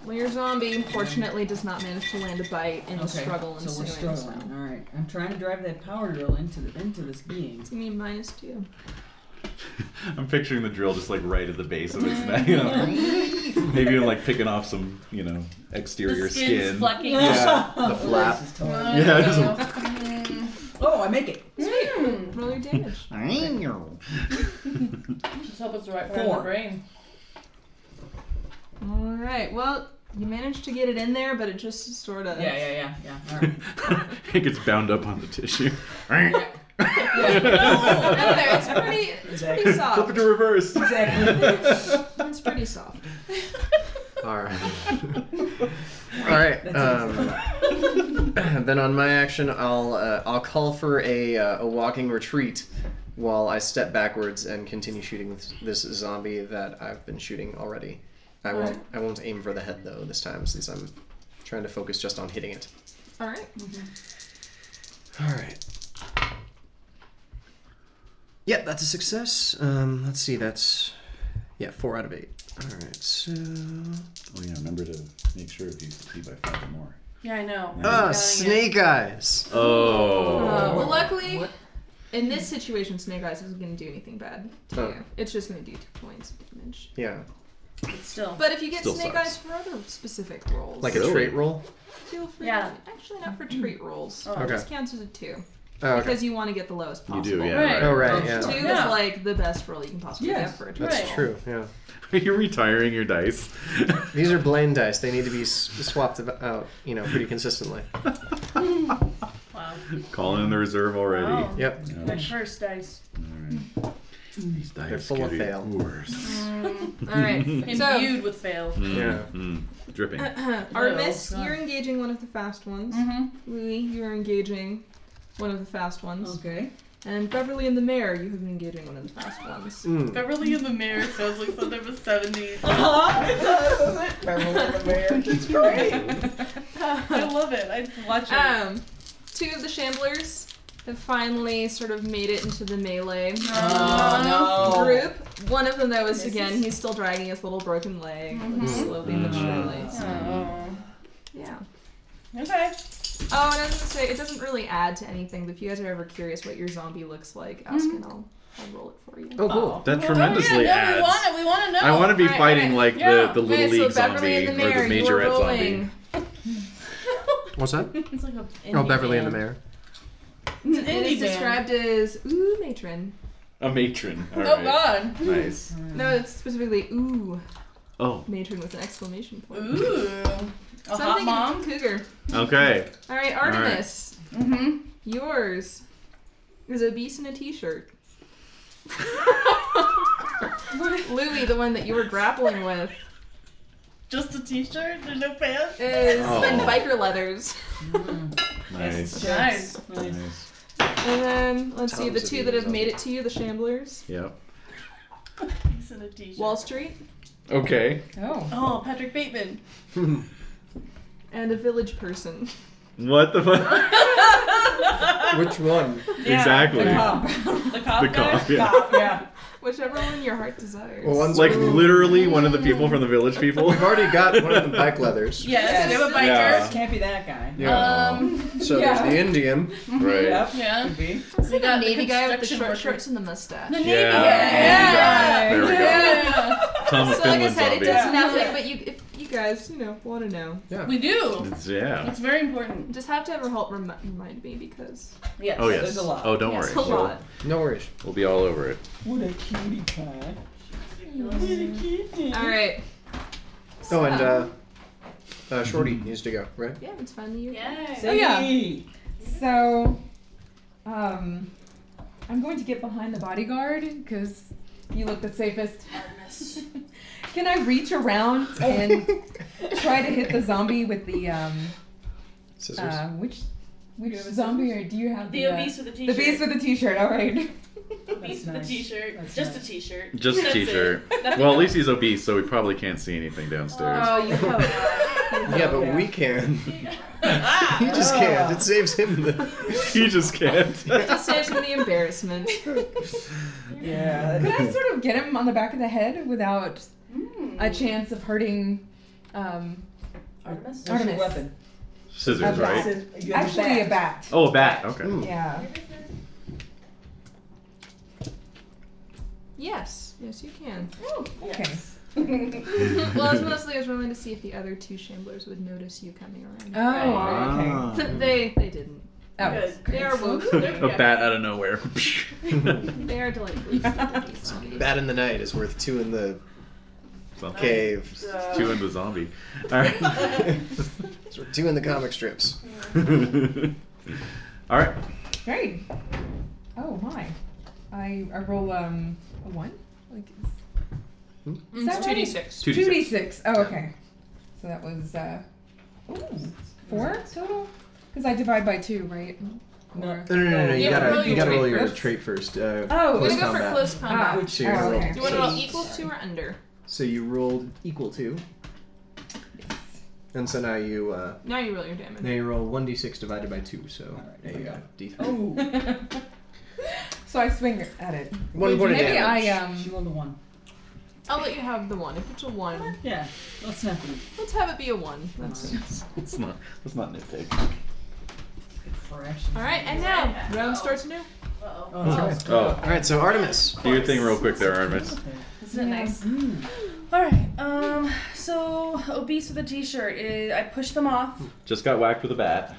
[SPEAKER 4] Well, your zombie fortunately does not manage to land a bite in the
[SPEAKER 5] okay,
[SPEAKER 4] struggle
[SPEAKER 5] so we're
[SPEAKER 4] ensuing. So
[SPEAKER 5] struggling. All right, I'm trying to drive that power drill into the into this being.
[SPEAKER 4] it's gonna be minus two.
[SPEAKER 3] I'm picturing the drill just like right at the base of
[SPEAKER 2] (laughs)
[SPEAKER 3] its neck.
[SPEAKER 1] (laughs)
[SPEAKER 3] You know. Maybe even like picking off some, you know, exterior
[SPEAKER 2] The skin's
[SPEAKER 1] (laughs)
[SPEAKER 2] flecking.
[SPEAKER 5] (laughs)
[SPEAKER 1] Yeah, the
[SPEAKER 5] Oh,
[SPEAKER 1] flap.
[SPEAKER 5] this is totally-
[SPEAKER 3] (laughs) Yeah, just-
[SPEAKER 1] (laughs)
[SPEAKER 5] Oh, I make it.
[SPEAKER 2] Mm.
[SPEAKER 4] Roll your damage.
[SPEAKER 2] Just hope it's the right part of
[SPEAKER 5] Four.
[SPEAKER 2] the brain.
[SPEAKER 4] All right. Well, you managed to get it in there, but it just sort of.
[SPEAKER 5] Yeah, yeah, yeah, yeah. All right.
[SPEAKER 3] (laughs) it gets bound up on
[SPEAKER 1] (laughs)
[SPEAKER 3] the tissue.
[SPEAKER 4] (laughs) No, no, no, it's pretty. It's pretty
[SPEAKER 3] Flip it
[SPEAKER 4] soft.
[SPEAKER 3] to
[SPEAKER 1] (laughs)
[SPEAKER 3] reverse. Oh,
[SPEAKER 5] Exactly.
[SPEAKER 4] It's pretty soft.
[SPEAKER 1] All right. (laughs) All right. Um, (laughs) then on my action, I'll uh, I'll call for a uh, a walking retreat while I step backwards and continue shooting this, this zombie that I've been shooting already. I won't I won't aim for the head though this time since I'm trying to focus just on hitting it.
[SPEAKER 4] All right.
[SPEAKER 1] All right. Yep, that's a success. Um, let's see. That's yeah, four out of eight. All right. So ah,
[SPEAKER 3] Oh, yeah, remember to make sure if you succeed by five or more.
[SPEAKER 2] Yeah, I know.
[SPEAKER 1] ah,
[SPEAKER 2] Yeah,
[SPEAKER 1] snake eyes.
[SPEAKER 4] Uh,
[SPEAKER 3] Oh.
[SPEAKER 4] well, luckily,
[SPEAKER 5] What?
[SPEAKER 4] in this situation, Snake Eyes isn't going to do anything bad to
[SPEAKER 1] Oh.
[SPEAKER 4] you. It's just going to do two points of damage.
[SPEAKER 1] Yeah,
[SPEAKER 2] yeah. But still.
[SPEAKER 4] But if you get
[SPEAKER 3] Still
[SPEAKER 4] Snake
[SPEAKER 3] sucks.
[SPEAKER 4] Eyes for other specific roles,
[SPEAKER 1] like
[SPEAKER 3] Really?
[SPEAKER 1] a trait roll.
[SPEAKER 4] feel free.
[SPEAKER 2] Yeah.
[SPEAKER 4] Actually, not for treat rolls.
[SPEAKER 2] Oh.
[SPEAKER 1] Okay.
[SPEAKER 4] This counts as a two
[SPEAKER 1] Oh, okay.
[SPEAKER 4] because you want to get the lowest
[SPEAKER 3] You
[SPEAKER 4] possible.
[SPEAKER 3] do, yeah.
[SPEAKER 2] Right.
[SPEAKER 1] Oh, right.
[SPEAKER 3] (laughs)
[SPEAKER 1] Yeah,
[SPEAKER 4] Two
[SPEAKER 2] Yeah.
[SPEAKER 4] is like the best roll you can possibly
[SPEAKER 5] Yes.
[SPEAKER 4] get for a
[SPEAKER 1] that's
[SPEAKER 4] trait.
[SPEAKER 2] Right.
[SPEAKER 1] true. Yeah,
[SPEAKER 3] Are you retiring your dice?
[SPEAKER 1] these are Blaine dice. They need to be s- swapped ab- out, you know, pretty consistently.
[SPEAKER 2] Wow.
[SPEAKER 3] Calling in the reserve already.
[SPEAKER 2] Wow.
[SPEAKER 1] Yep.
[SPEAKER 2] My first dice.
[SPEAKER 3] These dice
[SPEAKER 1] Mm. They're full of
[SPEAKER 3] getting
[SPEAKER 1] fail.
[SPEAKER 3] worse.
[SPEAKER 2] Mm.
[SPEAKER 4] All
[SPEAKER 1] (laughs)
[SPEAKER 4] right. (clears throat) so,
[SPEAKER 2] Imbued with fail.
[SPEAKER 1] Yeah.
[SPEAKER 3] Mm, dripping.
[SPEAKER 4] Artemis,
[SPEAKER 5] Oh, God.
[SPEAKER 4] you're engaging one of the fast ones.
[SPEAKER 2] Mm-hmm.
[SPEAKER 4] Louis, you're engaging one of the fast ones.
[SPEAKER 5] Okay.
[SPEAKER 4] And Beverly and the Mayor, you have been engaging one of the fast
[SPEAKER 1] (laughs)
[SPEAKER 4] ones.
[SPEAKER 1] Mm.
[SPEAKER 2] Beverly in the Mirror sounds like something from 70s.
[SPEAKER 5] It's great.
[SPEAKER 4] (laughs)
[SPEAKER 2] (laughs) I love it. I watch it.
[SPEAKER 4] Um, two of the shamblers have finally sort of made it into the melee
[SPEAKER 5] Oh no.
[SPEAKER 4] group. One of them, though, is
[SPEAKER 2] Misses.
[SPEAKER 4] again he's still dragging his little broken leg, like, slowly but surely.
[SPEAKER 3] Mm-hmm.
[SPEAKER 4] So,
[SPEAKER 2] oh.
[SPEAKER 4] yeah.
[SPEAKER 2] Okay.
[SPEAKER 4] Oh, and I was gonna say it doesn't really add to anything. But if you guys are ever curious what your zombie looks like, ask and I'll, I'll roll it for you.
[SPEAKER 1] Oh, cool.
[SPEAKER 3] That
[SPEAKER 2] oh,
[SPEAKER 3] tremendously
[SPEAKER 2] yeah, no,
[SPEAKER 3] adds.
[SPEAKER 2] we want it. We want to know.
[SPEAKER 3] I want to be
[SPEAKER 4] Alright,
[SPEAKER 3] fighting
[SPEAKER 4] alright.
[SPEAKER 3] like
[SPEAKER 2] Yeah.
[SPEAKER 3] the, the little
[SPEAKER 4] Okay,
[SPEAKER 3] league
[SPEAKER 4] so Beverly
[SPEAKER 3] zombie
[SPEAKER 4] and the Mayor,
[SPEAKER 3] or the
[SPEAKER 4] you are
[SPEAKER 3] majorette zombie.
[SPEAKER 4] rolling.
[SPEAKER 1] What's that?
[SPEAKER 2] it's like a
[SPEAKER 1] Oh, Beverly and the Mayor.
[SPEAKER 2] It's an
[SPEAKER 4] It
[SPEAKER 2] indie band.
[SPEAKER 4] is described as ooh matron.
[SPEAKER 3] A matron. All
[SPEAKER 2] Oh
[SPEAKER 3] right.
[SPEAKER 4] uh,
[SPEAKER 2] God.
[SPEAKER 3] Nice.
[SPEAKER 4] No, it's specifically ooh
[SPEAKER 3] Oh,
[SPEAKER 4] matron with an exclamation point.
[SPEAKER 2] Ooh. A
[SPEAKER 4] So
[SPEAKER 2] hot
[SPEAKER 4] I'm thinking
[SPEAKER 2] mom.
[SPEAKER 4] it's cougar.
[SPEAKER 3] okay.
[SPEAKER 4] All right,
[SPEAKER 3] right.
[SPEAKER 4] Artemis,
[SPEAKER 2] Mm-hmm.
[SPEAKER 4] yours is a beast in a t-shirt. Louis, the one that you were grappling with,
[SPEAKER 7] Just a t-shirt and no pants.
[SPEAKER 4] It's
[SPEAKER 8] Oh.
[SPEAKER 4] been biker leathers.
[SPEAKER 2] It's
[SPEAKER 3] Nice.
[SPEAKER 2] nice.
[SPEAKER 5] Nice.
[SPEAKER 3] Nice.
[SPEAKER 4] And then let's see the
[SPEAKER 1] Tons of
[SPEAKER 4] two that
[SPEAKER 1] these
[SPEAKER 4] have made it to you: the Shamblers,
[SPEAKER 8] Yep.
[SPEAKER 7] He's in a t-shirt.
[SPEAKER 4] Wall Street,
[SPEAKER 8] Okay.
[SPEAKER 6] Oh.
[SPEAKER 7] oh, Patrick Bateman.
[SPEAKER 4] and a village person. (laughs)
[SPEAKER 3] What the fuck?
[SPEAKER 1] Which one?
[SPEAKER 2] Yeah.
[SPEAKER 3] (laughs) exactly.
[SPEAKER 5] The cop.
[SPEAKER 2] The cop
[SPEAKER 3] The
[SPEAKER 2] guy?
[SPEAKER 3] cop, yeah.
[SPEAKER 5] Cop, yeah.
[SPEAKER 4] Whichever one your heart desires.
[SPEAKER 1] Well, one's
[SPEAKER 3] Like
[SPEAKER 1] we've
[SPEAKER 3] literally one of the people from
[SPEAKER 1] (laughs)
[SPEAKER 3] the village people.
[SPEAKER 1] already got one of
[SPEAKER 3] (laughs)
[SPEAKER 1] the bike leathers.
[SPEAKER 2] Yes, we have a biker.
[SPEAKER 3] Yeah.
[SPEAKER 5] Can't be that guy.
[SPEAKER 2] Um,
[SPEAKER 1] So there's the Indian.
[SPEAKER 3] Right.
[SPEAKER 5] Yep.
[SPEAKER 2] Yeah.
[SPEAKER 5] Could be.
[SPEAKER 4] It's
[SPEAKER 2] We
[SPEAKER 4] like
[SPEAKER 2] got
[SPEAKER 4] a
[SPEAKER 2] the
[SPEAKER 4] navy guy with the
[SPEAKER 2] construction
[SPEAKER 4] short
[SPEAKER 2] worker.
[SPEAKER 4] shorts and the mustache.
[SPEAKER 2] The Yeah.
[SPEAKER 3] Yeah. There we go.
[SPEAKER 2] Yeah.
[SPEAKER 3] Tom
[SPEAKER 4] So like I said, it does
[SPEAKER 5] Yeah.
[SPEAKER 4] nothing, but you, if you guys, you know, want to know,
[SPEAKER 2] We do.
[SPEAKER 3] It's- yeah.
[SPEAKER 2] It's very important.
[SPEAKER 4] just have to have Holt rem- remind me because
[SPEAKER 2] Yes.
[SPEAKER 3] Oh yes.
[SPEAKER 5] There's a lot.
[SPEAKER 3] Oh, don't
[SPEAKER 4] it's a
[SPEAKER 3] worry.
[SPEAKER 4] lot.
[SPEAKER 1] No worries.
[SPEAKER 3] We'll be all over it.
[SPEAKER 5] What a cutie pie.
[SPEAKER 4] All right.
[SPEAKER 1] Oh, and uh, uh, Shorty needs to go, right?
[SPEAKER 4] Yeah, it's finally you.
[SPEAKER 7] Yeah.
[SPEAKER 6] Oh, yeah.
[SPEAKER 5] Sadie.
[SPEAKER 6] So, um, I'm going to get behind the bodyguard because you look the safest. Can I reach around
[SPEAKER 1] Oh.
[SPEAKER 6] and (laughs) try to hit the zombie with the um,
[SPEAKER 1] Scissors.
[SPEAKER 6] uh, which which zombie or do you have
[SPEAKER 7] The
[SPEAKER 6] the, uh,
[SPEAKER 7] obese with a
[SPEAKER 6] the
[SPEAKER 7] t-shirt.
[SPEAKER 6] beast with the t-shirt? All right.
[SPEAKER 7] Obese with
[SPEAKER 5] That's nice.
[SPEAKER 7] a t-shirt.
[SPEAKER 5] That's
[SPEAKER 7] Just
[SPEAKER 5] nice.
[SPEAKER 7] a t-shirt.
[SPEAKER 3] (laughs) Just a
[SPEAKER 7] That's it.
[SPEAKER 3] t-shirt.
[SPEAKER 7] Nothing
[SPEAKER 3] Well, at
[SPEAKER 7] else.
[SPEAKER 3] least he's obese, so we probably can't see anything downstairs.
[SPEAKER 4] Oh, you (laughs) hope.
[SPEAKER 1] yeah, but we can. (laughs)
[SPEAKER 7] ah,
[SPEAKER 1] He just can't.
[SPEAKER 6] Oh.
[SPEAKER 1] It saves him the.
[SPEAKER 3] (laughs)
[SPEAKER 9] (laughs)
[SPEAKER 3] he just can't.
[SPEAKER 4] It just
[SPEAKER 3] (laughs)
[SPEAKER 4] saves him the
[SPEAKER 6] (laughs)
[SPEAKER 4] embarrassment.
[SPEAKER 5] Yeah.
[SPEAKER 6] Could I sort of get him on the back of the head without a chance of hurting? Um,
[SPEAKER 7] Artemis.
[SPEAKER 5] What's your
[SPEAKER 6] Artemis.
[SPEAKER 5] weapon?
[SPEAKER 3] Scissors,
[SPEAKER 6] A bat.
[SPEAKER 3] right?
[SPEAKER 5] Says you have
[SPEAKER 6] actually, a bat.
[SPEAKER 3] Oh, a bat. Okay.
[SPEAKER 1] Mm.
[SPEAKER 6] Yeah.
[SPEAKER 4] Yes, yes, you can.
[SPEAKER 6] Oh, Okay.
[SPEAKER 2] Mm.
[SPEAKER 4] (laughs) Well, it's mostly I was rolling to see if the other two shamblers would notice you coming around.
[SPEAKER 6] Oh. Okay.
[SPEAKER 3] Ah. (laughs)
[SPEAKER 4] (laughs) they they didn't.
[SPEAKER 6] Oh.
[SPEAKER 7] Good.
[SPEAKER 4] They are woke.
[SPEAKER 3] a bat out of nowhere.
[SPEAKER 4] They are delightfully sleepy.
[SPEAKER 1] Bat in the night is worth two in the
[SPEAKER 3] Something.
[SPEAKER 1] cave.
[SPEAKER 3] Two and the zombie. All right.
[SPEAKER 1] It's worth two in the comic strips.
[SPEAKER 3] all right.
[SPEAKER 6] Great. Oh my. I I roll um a one. Like it's-
[SPEAKER 4] Mm,
[SPEAKER 6] that
[SPEAKER 4] It's two d
[SPEAKER 6] right?
[SPEAKER 4] six.
[SPEAKER 3] Two
[SPEAKER 6] Two
[SPEAKER 3] D
[SPEAKER 6] D six. Oh, okay. So that was uh, ooh, four total. Because I divide by two, right? Or-
[SPEAKER 5] No.
[SPEAKER 9] No, no, no, no. You
[SPEAKER 5] Yeah,
[SPEAKER 9] gotta,
[SPEAKER 5] roll
[SPEAKER 9] you
[SPEAKER 5] your
[SPEAKER 9] gotta roll
[SPEAKER 6] trait.
[SPEAKER 9] your
[SPEAKER 6] Oops.
[SPEAKER 9] trait first. Uh,
[SPEAKER 6] Oh,
[SPEAKER 9] close
[SPEAKER 4] We're gonna go for
[SPEAKER 9] combat.
[SPEAKER 4] close
[SPEAKER 6] Ah,
[SPEAKER 4] combat.
[SPEAKER 5] Which
[SPEAKER 9] So you're
[SPEAKER 6] Oh,
[SPEAKER 9] roll.
[SPEAKER 6] okay.
[SPEAKER 4] Do you want to roll
[SPEAKER 5] Jeez.
[SPEAKER 4] equal to or under?
[SPEAKER 9] So you rolled equal to,
[SPEAKER 1] And so now you. Uh,
[SPEAKER 4] Now you roll your damage.
[SPEAKER 9] now you roll one d six divided by two. So there you go. D three.
[SPEAKER 5] Oh.
[SPEAKER 6] so I swing at it.
[SPEAKER 1] one point of
[SPEAKER 6] Maybe
[SPEAKER 1] damage.
[SPEAKER 6] I (laughs) um.
[SPEAKER 5] She rolled a one.
[SPEAKER 4] I'll let you have the one. If it's a one,
[SPEAKER 5] Yeah. Uh, Let's not be
[SPEAKER 4] let's have it be a one. That's
[SPEAKER 3] Let's not. Let's not nitpick.
[SPEAKER 5] fresh.
[SPEAKER 4] all right. And now round starts new.
[SPEAKER 5] Oh, that's
[SPEAKER 1] Oh.
[SPEAKER 5] nice.
[SPEAKER 3] Oh,
[SPEAKER 1] All right, so Artemis.
[SPEAKER 3] do your thing real quick there, Artemis.
[SPEAKER 2] Isn't it nice?
[SPEAKER 5] Mm.
[SPEAKER 2] All right. Um. So obese with a t-shirt. eh, I pushed them off.
[SPEAKER 3] Just got whacked with a bat.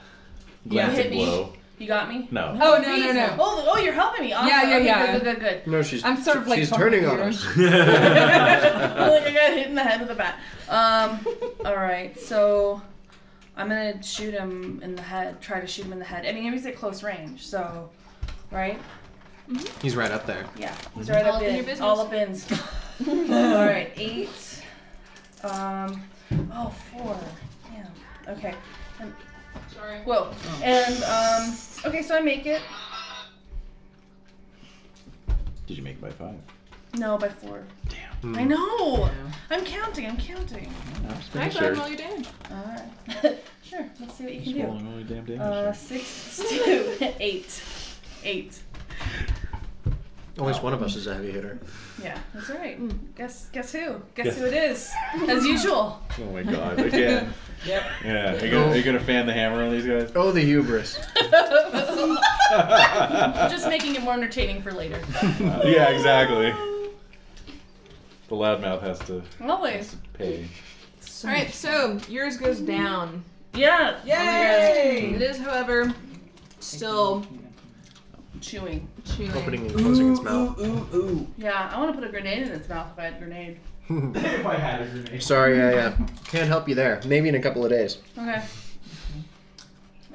[SPEAKER 2] Yeah.
[SPEAKER 3] Glancing
[SPEAKER 2] Hit me.
[SPEAKER 3] blow.
[SPEAKER 2] You got me.
[SPEAKER 3] No.
[SPEAKER 6] Oh no no no.
[SPEAKER 2] Oh, oh, you're helping me. Awesome.
[SPEAKER 6] Yeah, yeah,
[SPEAKER 2] okay,
[SPEAKER 6] yeah.
[SPEAKER 2] Good, good, (laughs) good.
[SPEAKER 1] No, she's.
[SPEAKER 6] I'm sort of like
[SPEAKER 1] She's
[SPEAKER 6] bumping
[SPEAKER 1] turning
[SPEAKER 6] you.
[SPEAKER 1] on us.
[SPEAKER 2] good. Look, I got hit in the head with a bat. Um. All right. So I'm gonna shoot him in the head. Try to shoot him in the head. I mean, he's at close range. So, right?
[SPEAKER 1] He's right up there.
[SPEAKER 2] Yeah. He's right
[SPEAKER 4] All
[SPEAKER 2] up
[SPEAKER 4] up in your
[SPEAKER 2] in.
[SPEAKER 4] business.
[SPEAKER 2] All up in. All right. Eight. Um. Oh, four. Damn. Okay.
[SPEAKER 4] Sorry.
[SPEAKER 2] Whoa. And um okay, so I make it.
[SPEAKER 3] Did you make it by five?
[SPEAKER 2] No, by four.
[SPEAKER 1] Hmm.
[SPEAKER 2] I know.
[SPEAKER 5] Yeah.
[SPEAKER 2] I'm counting. I'm counting.
[SPEAKER 3] No, I'm just
[SPEAKER 4] All right,
[SPEAKER 3] making
[SPEAKER 4] go ahead
[SPEAKER 3] sure.
[SPEAKER 4] and roll your damage.
[SPEAKER 2] All right. (laughs) sure. Let's see what you can
[SPEAKER 3] Just
[SPEAKER 2] do.
[SPEAKER 3] rolling all your damn damage.
[SPEAKER 2] Uh, six, (laughs) two, eight, eight.
[SPEAKER 1] At least one of us is a heavy hitter.
[SPEAKER 2] Yeah, that's right. Guess guess who? Guess who it (laughs) is? As usual.
[SPEAKER 3] Oh my god, again.
[SPEAKER 5] Yep.
[SPEAKER 3] Yeah. Are you, gonna, are you gonna fan the hammer on these guys?
[SPEAKER 1] Oh, the hubris.
[SPEAKER 2] (laughs) Just making it more entertaining for later.
[SPEAKER 3] (laughs) yeah, exactly. The loudmouth has to, has
[SPEAKER 2] Always.
[SPEAKER 3] to pay.
[SPEAKER 4] All right. So yours goes down.
[SPEAKER 2] Yeah. Oh
[SPEAKER 5] Yay!
[SPEAKER 4] It is, however, still
[SPEAKER 2] Chewing.
[SPEAKER 4] chewing.
[SPEAKER 1] Opening and closing its
[SPEAKER 5] Ooh,
[SPEAKER 1] mouth.
[SPEAKER 5] ooh, ooh, ooh.
[SPEAKER 2] Yeah, I want to put a grenade in its mouth if I had a grenade.
[SPEAKER 3] if I had a grenade.
[SPEAKER 1] Sorry, I uh, can't help you there. Maybe in a couple of days.
[SPEAKER 2] Okay.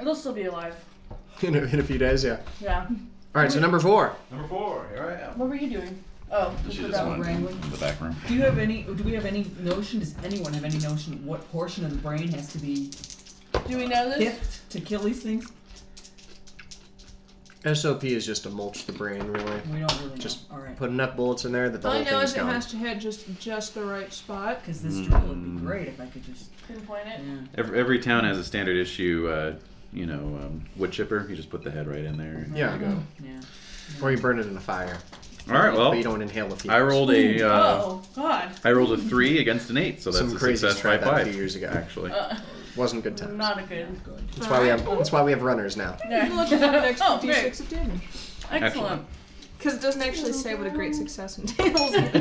[SPEAKER 2] It'll still be alive.
[SPEAKER 1] (laughs) In a, in a few days, yeah.
[SPEAKER 2] Yeah.
[SPEAKER 1] All right, so number four.
[SPEAKER 3] Number four, here I am.
[SPEAKER 2] What were you doing? Oh,
[SPEAKER 3] She
[SPEAKER 2] who
[SPEAKER 3] just
[SPEAKER 2] forgot?
[SPEAKER 3] went
[SPEAKER 5] wrangling.
[SPEAKER 3] in the back room.
[SPEAKER 5] Do you have any? Do we have any notion? Does anyone have any notion what portion of the brain has to be
[SPEAKER 2] Do we know this?
[SPEAKER 5] dipped to kill these things?
[SPEAKER 1] SOP is just to mulch the brain, really.
[SPEAKER 5] We don't really know.
[SPEAKER 1] Just
[SPEAKER 5] All right.
[SPEAKER 1] Put enough bullets in there that the
[SPEAKER 4] All I
[SPEAKER 1] whole
[SPEAKER 4] Oh, know
[SPEAKER 1] thing's
[SPEAKER 4] is it
[SPEAKER 1] gone.
[SPEAKER 4] has to hit just just the right spot.
[SPEAKER 5] Because this drill would
[SPEAKER 1] Mm.
[SPEAKER 5] be great if I could just.
[SPEAKER 2] Pinpoint it.
[SPEAKER 5] Yeah.
[SPEAKER 3] Every, every town has a standard issue, uh, you know, um, wood chipper. You just put the head right in there. and
[SPEAKER 1] Yeah.
[SPEAKER 3] there you
[SPEAKER 5] Yeah.
[SPEAKER 1] (laughs) Or you burn it in a fire.
[SPEAKER 3] go. All right.
[SPEAKER 1] but you
[SPEAKER 3] Well,
[SPEAKER 1] don't inhale the fumes.
[SPEAKER 3] I rolled a uh,
[SPEAKER 2] oh God,
[SPEAKER 3] I rolled a three against an eight, so that's
[SPEAKER 1] Some
[SPEAKER 3] a
[SPEAKER 1] crazy
[SPEAKER 3] success by
[SPEAKER 1] tried that a
[SPEAKER 3] five.
[SPEAKER 1] few years ago.
[SPEAKER 3] Actually,
[SPEAKER 2] uh,
[SPEAKER 1] Wasn't good times.
[SPEAKER 2] not a (laughs) good.
[SPEAKER 1] That's why we have. That's why we have runners (laughs) now.
[SPEAKER 4] You will just have an extra
[SPEAKER 2] (laughs) Oh, great.
[SPEAKER 4] d6 of damage.
[SPEAKER 2] Excellent.
[SPEAKER 4] Because it doesn't actually say what a great success entails.
[SPEAKER 3] (laughs) Lovely.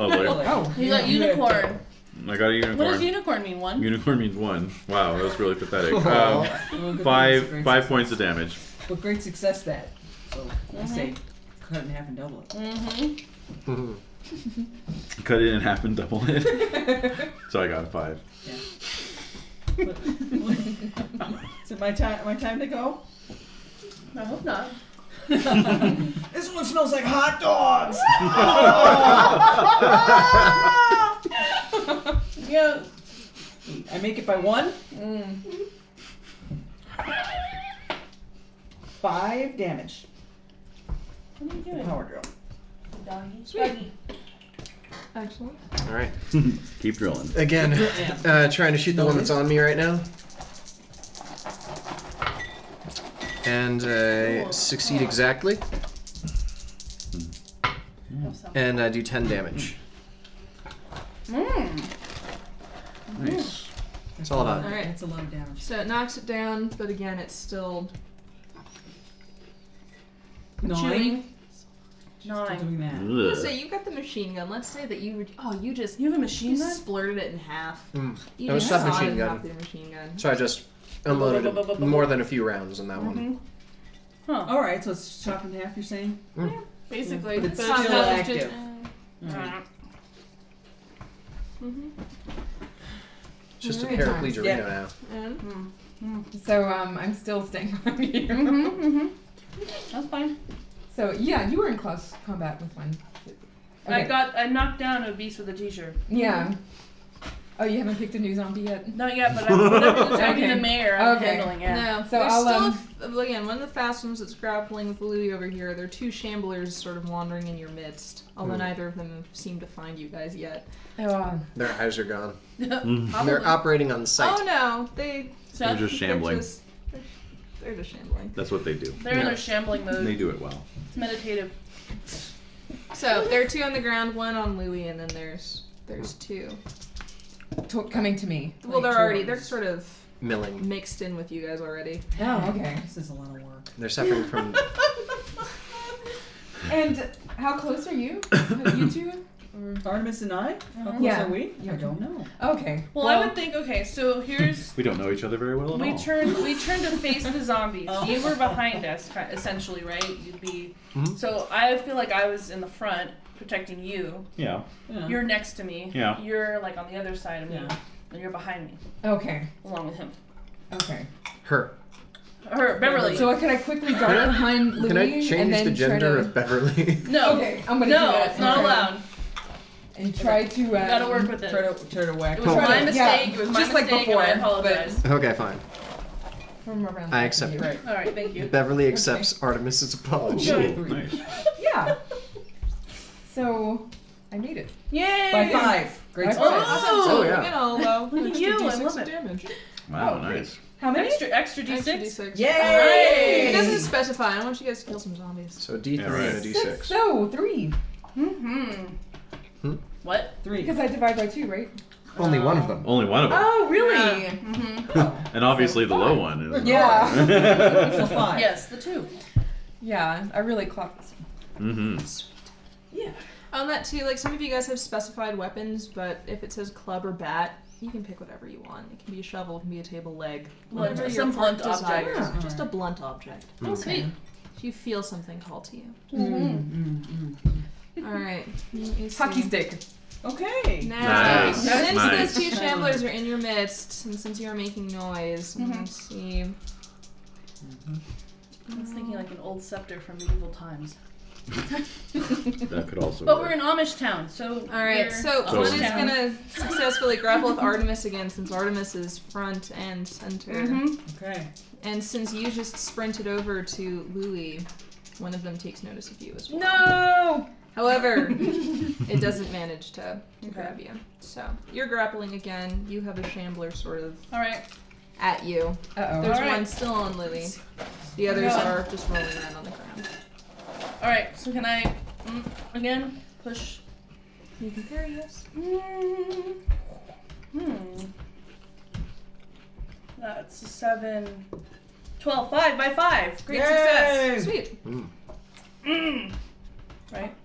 [SPEAKER 5] Oh,
[SPEAKER 2] You (laughs) got unicorn.
[SPEAKER 3] I got a
[SPEAKER 2] What does
[SPEAKER 3] unicorn.
[SPEAKER 2] unicorn mean? One.
[SPEAKER 3] Unicorn means one. Wow, that was really pathetic. Um, five five points of damage.
[SPEAKER 5] But great success that. So I say cut it in half and double (laughs) it.
[SPEAKER 2] Mm-hmm.
[SPEAKER 3] Cut it in half and double it. so I got a five.
[SPEAKER 5] Is it my time? My time to go?
[SPEAKER 2] I hope not.
[SPEAKER 5] (laughs) This one smells like hot (laughs) dogs.
[SPEAKER 2] Yeah.
[SPEAKER 5] I make it by one. Mm. Five damage.
[SPEAKER 2] What are you doing?
[SPEAKER 5] Power drill.
[SPEAKER 2] Doggy. Doggy.
[SPEAKER 4] Excellent.
[SPEAKER 1] All right.
[SPEAKER 3] Keep drilling.
[SPEAKER 1] Again, uh, trying to shoot the one that's on me right now. And uh, succeed exactly,
[SPEAKER 2] Have some.
[SPEAKER 1] and uh, do 10 damage.
[SPEAKER 2] Mm.
[SPEAKER 3] Nice.
[SPEAKER 1] It's all about.
[SPEAKER 4] Alright.
[SPEAKER 5] That's a lot of damage.
[SPEAKER 4] So it knocks it down, but again, it's still
[SPEAKER 5] Nine.
[SPEAKER 4] chewing.
[SPEAKER 5] Still
[SPEAKER 2] Nine.
[SPEAKER 5] doing that.
[SPEAKER 1] Uh.
[SPEAKER 4] Let's
[SPEAKER 3] Ugh.
[SPEAKER 4] say you got the machine gun. Let's say that you were, oh you just
[SPEAKER 2] You have a
[SPEAKER 4] you
[SPEAKER 2] machine gun.
[SPEAKER 4] splurted it in half.
[SPEAKER 1] Mm.
[SPEAKER 4] You
[SPEAKER 1] That was
[SPEAKER 4] just
[SPEAKER 1] submachine
[SPEAKER 4] sawed it in
[SPEAKER 1] gun.
[SPEAKER 4] half with your machine gun.
[SPEAKER 1] So I just unloaded a- more than a few rounds on that one.
[SPEAKER 2] Mhm. Huh.
[SPEAKER 5] All right, so it's chopped in half. You're saying?
[SPEAKER 2] Basically,
[SPEAKER 5] But it's
[SPEAKER 4] But
[SPEAKER 5] still
[SPEAKER 4] that was
[SPEAKER 5] active.
[SPEAKER 4] just-
[SPEAKER 1] It's just a
[SPEAKER 6] Alright.
[SPEAKER 1] paraplegia
[SPEAKER 5] Yeah.
[SPEAKER 1] Reno now.
[SPEAKER 4] and
[SPEAKER 6] So um, I'm still staying (laughs) behind you.
[SPEAKER 2] Mm-hmm. Mm-hmm. That's fine.
[SPEAKER 6] So yeah, you were in close combat with one.
[SPEAKER 2] I
[SPEAKER 6] Okay.
[SPEAKER 2] got I knocked down a beast with a t-shirt.
[SPEAKER 6] Yeah. Oh, you haven't picked a new zombie yet.
[SPEAKER 2] Not yet,
[SPEAKER 6] (laughs)
[SPEAKER 2] but I'm whatever's attacking
[SPEAKER 6] Okay.
[SPEAKER 2] the mayor. I'm
[SPEAKER 6] Okay.
[SPEAKER 2] handling it.
[SPEAKER 4] No,
[SPEAKER 6] So
[SPEAKER 4] there's
[SPEAKER 6] I'll,
[SPEAKER 4] still
[SPEAKER 6] um,
[SPEAKER 4] a f- again one of the fast ones that's grappling with Louie over here. There are two shamblers sort of wandering in your midst,
[SPEAKER 1] Hmm.
[SPEAKER 4] although neither of them seem to find you guys yet.
[SPEAKER 6] Oh,
[SPEAKER 1] Their eyes are gone.
[SPEAKER 2] (laughs)
[SPEAKER 6] Mm-hmm.
[SPEAKER 2] Probably.
[SPEAKER 1] They're operating on sight.
[SPEAKER 4] Oh no, they
[SPEAKER 2] So
[SPEAKER 3] They're just
[SPEAKER 4] They're
[SPEAKER 3] shambling.
[SPEAKER 4] just, they're, they're just shambling.
[SPEAKER 3] That's what they do.
[SPEAKER 2] they're in their shambling mode.
[SPEAKER 3] They do
[SPEAKER 2] (laughs)
[SPEAKER 3] it well.
[SPEAKER 2] It's meditative.
[SPEAKER 4] So there are two on the ground, one on Louie, and then there's there's two.
[SPEAKER 6] to- coming to me.
[SPEAKER 4] Well, they're already they're sort of
[SPEAKER 1] Milling.
[SPEAKER 4] mixed in with you guys already.
[SPEAKER 6] Oh, okay.
[SPEAKER 5] This is a lot of work.
[SPEAKER 1] They're suffering from.
[SPEAKER 6] And how close are you? you two?
[SPEAKER 5] Artemis and I? How close
[SPEAKER 6] Yeah.
[SPEAKER 5] are we?
[SPEAKER 6] Yeah.
[SPEAKER 5] I don't know.
[SPEAKER 6] Okay.
[SPEAKER 2] Well, I would think. Okay, so here's
[SPEAKER 3] (laughs) (laughs) We don't know each other very well at
[SPEAKER 2] we
[SPEAKER 3] all.
[SPEAKER 2] turned we turned to face the zombies.
[SPEAKER 5] Oh.
[SPEAKER 2] You were behind us, ki- essentially, right? You'd be.
[SPEAKER 1] Mhm.
[SPEAKER 2] So I feel like I was in the front protecting you.
[SPEAKER 3] yeah.
[SPEAKER 5] Yeah.
[SPEAKER 2] You're next to me.
[SPEAKER 3] Yeah.
[SPEAKER 2] You're like on the other side of me,
[SPEAKER 5] Yeah.
[SPEAKER 2] and you're behind me
[SPEAKER 6] Okay.
[SPEAKER 2] along with him.
[SPEAKER 6] Okay.
[SPEAKER 1] Her.
[SPEAKER 2] Or Beverly.
[SPEAKER 6] So can I quickly dart behind Louis
[SPEAKER 1] Can I
[SPEAKER 6] and
[SPEAKER 1] change
[SPEAKER 6] then
[SPEAKER 1] the gender
[SPEAKER 6] try to?
[SPEAKER 1] of Beverly? (laughs)
[SPEAKER 2] no.
[SPEAKER 6] Okay, I'm gonna do
[SPEAKER 2] No,
[SPEAKER 6] that.
[SPEAKER 2] it's not
[SPEAKER 6] Okay.
[SPEAKER 2] allowed.
[SPEAKER 6] And try to. Um,
[SPEAKER 2] Gotta work with it.
[SPEAKER 5] Try to, try to whack.
[SPEAKER 2] It was my
[SPEAKER 6] Try to- yeah,
[SPEAKER 2] mistake. It was my
[SPEAKER 6] just like
[SPEAKER 2] mistake, and I
[SPEAKER 6] before, but-
[SPEAKER 2] apologize.
[SPEAKER 1] okay, fine.
[SPEAKER 6] From around
[SPEAKER 1] I accept
[SPEAKER 6] you.
[SPEAKER 5] Right.
[SPEAKER 2] All right, thank you.
[SPEAKER 1] Beverly accepts Artemis's apology.
[SPEAKER 3] Ooh, nice.
[SPEAKER 6] Yeah. So I made it.
[SPEAKER 2] (laughs) Yay!
[SPEAKER 5] By five. Great
[SPEAKER 6] By
[SPEAKER 5] success.
[SPEAKER 6] five.
[SPEAKER 1] Oh,
[SPEAKER 2] Oh,
[SPEAKER 1] yeah.
[SPEAKER 4] (laughs) You know, though,
[SPEAKER 2] Look at
[SPEAKER 4] extra
[SPEAKER 2] you, I
[SPEAKER 4] D6
[SPEAKER 2] love
[SPEAKER 4] of
[SPEAKER 2] it.
[SPEAKER 4] damage.
[SPEAKER 2] Oh,
[SPEAKER 3] Wow, nice.
[SPEAKER 6] How many?
[SPEAKER 2] extra extra d6.
[SPEAKER 4] Extra D6.
[SPEAKER 5] Yay!
[SPEAKER 4] It doesn't specify. I want you guys to kill some zombies.
[SPEAKER 1] So D3
[SPEAKER 3] Yeah, right.
[SPEAKER 1] and a D6.
[SPEAKER 6] So three,
[SPEAKER 2] Mm-hmm.
[SPEAKER 1] Hmm?
[SPEAKER 2] What?
[SPEAKER 5] Three.
[SPEAKER 6] because I divide by two, right?
[SPEAKER 1] Only one of them.
[SPEAKER 3] Only one of them.
[SPEAKER 6] Oh, really?
[SPEAKER 2] Mm-hmm.
[SPEAKER 6] Oh.
[SPEAKER 3] and obviously the low one is.
[SPEAKER 2] (laughs)
[SPEAKER 5] (laughs) So
[SPEAKER 3] Yeah.
[SPEAKER 5] five.
[SPEAKER 2] Yes, the two.
[SPEAKER 5] Hmm.
[SPEAKER 6] Yeah, I really clocked this. one.
[SPEAKER 3] mm-hmm.
[SPEAKER 4] On that too, like some of you guys have specified weapons, but if it says club or bat, you can pick whatever you want. It can be a shovel, it can be a table leg,
[SPEAKER 2] Blunt-
[SPEAKER 4] whatever your
[SPEAKER 2] some
[SPEAKER 4] heart
[SPEAKER 2] blunt object.
[SPEAKER 4] desires. Just a blunt object.
[SPEAKER 2] Oh, sweet.
[SPEAKER 4] If you feel something call to you.
[SPEAKER 5] Mm, mm, mm.
[SPEAKER 4] All (laughs) right. let me see.
[SPEAKER 6] Hockey stick.
[SPEAKER 5] Okay.
[SPEAKER 4] Now,
[SPEAKER 3] Nice.
[SPEAKER 4] since
[SPEAKER 3] Nice.
[SPEAKER 4] those two shamblers are in your midst, and since you are making noise, I'm gonna see.
[SPEAKER 2] I was thinking like an old scepter from medieval times.
[SPEAKER 3] (laughs) That could also
[SPEAKER 2] But
[SPEAKER 3] work.
[SPEAKER 2] we're in Amish town, so.
[SPEAKER 4] All right,
[SPEAKER 2] we're
[SPEAKER 4] so
[SPEAKER 2] Amish
[SPEAKER 4] one is
[SPEAKER 2] town.
[SPEAKER 4] gonna successfully grapple with Artemis again, since Artemis is front and center,
[SPEAKER 2] Mhm.
[SPEAKER 5] Okay.
[SPEAKER 4] and since you just sprinted over to Louie, one of them takes notice of you as well.
[SPEAKER 6] No!
[SPEAKER 4] However, it doesn't manage to, to
[SPEAKER 2] Okay.
[SPEAKER 4] grab you. So you're grappling again. You have a shambler sort of
[SPEAKER 2] All right.
[SPEAKER 4] at you.
[SPEAKER 6] Uh oh.
[SPEAKER 4] There's
[SPEAKER 2] Alright.
[SPEAKER 4] one still on Louie. The others
[SPEAKER 2] Go on.
[SPEAKER 4] are just rolling around on the ground.
[SPEAKER 2] All right. So can I, mm, again, push?
[SPEAKER 4] You can parry, yes.
[SPEAKER 2] Mm, hmm. That's a seven. 12, 5 by 5. Great success.
[SPEAKER 4] Sweet.
[SPEAKER 3] Hmm.
[SPEAKER 2] Mm. Right?
[SPEAKER 5] Get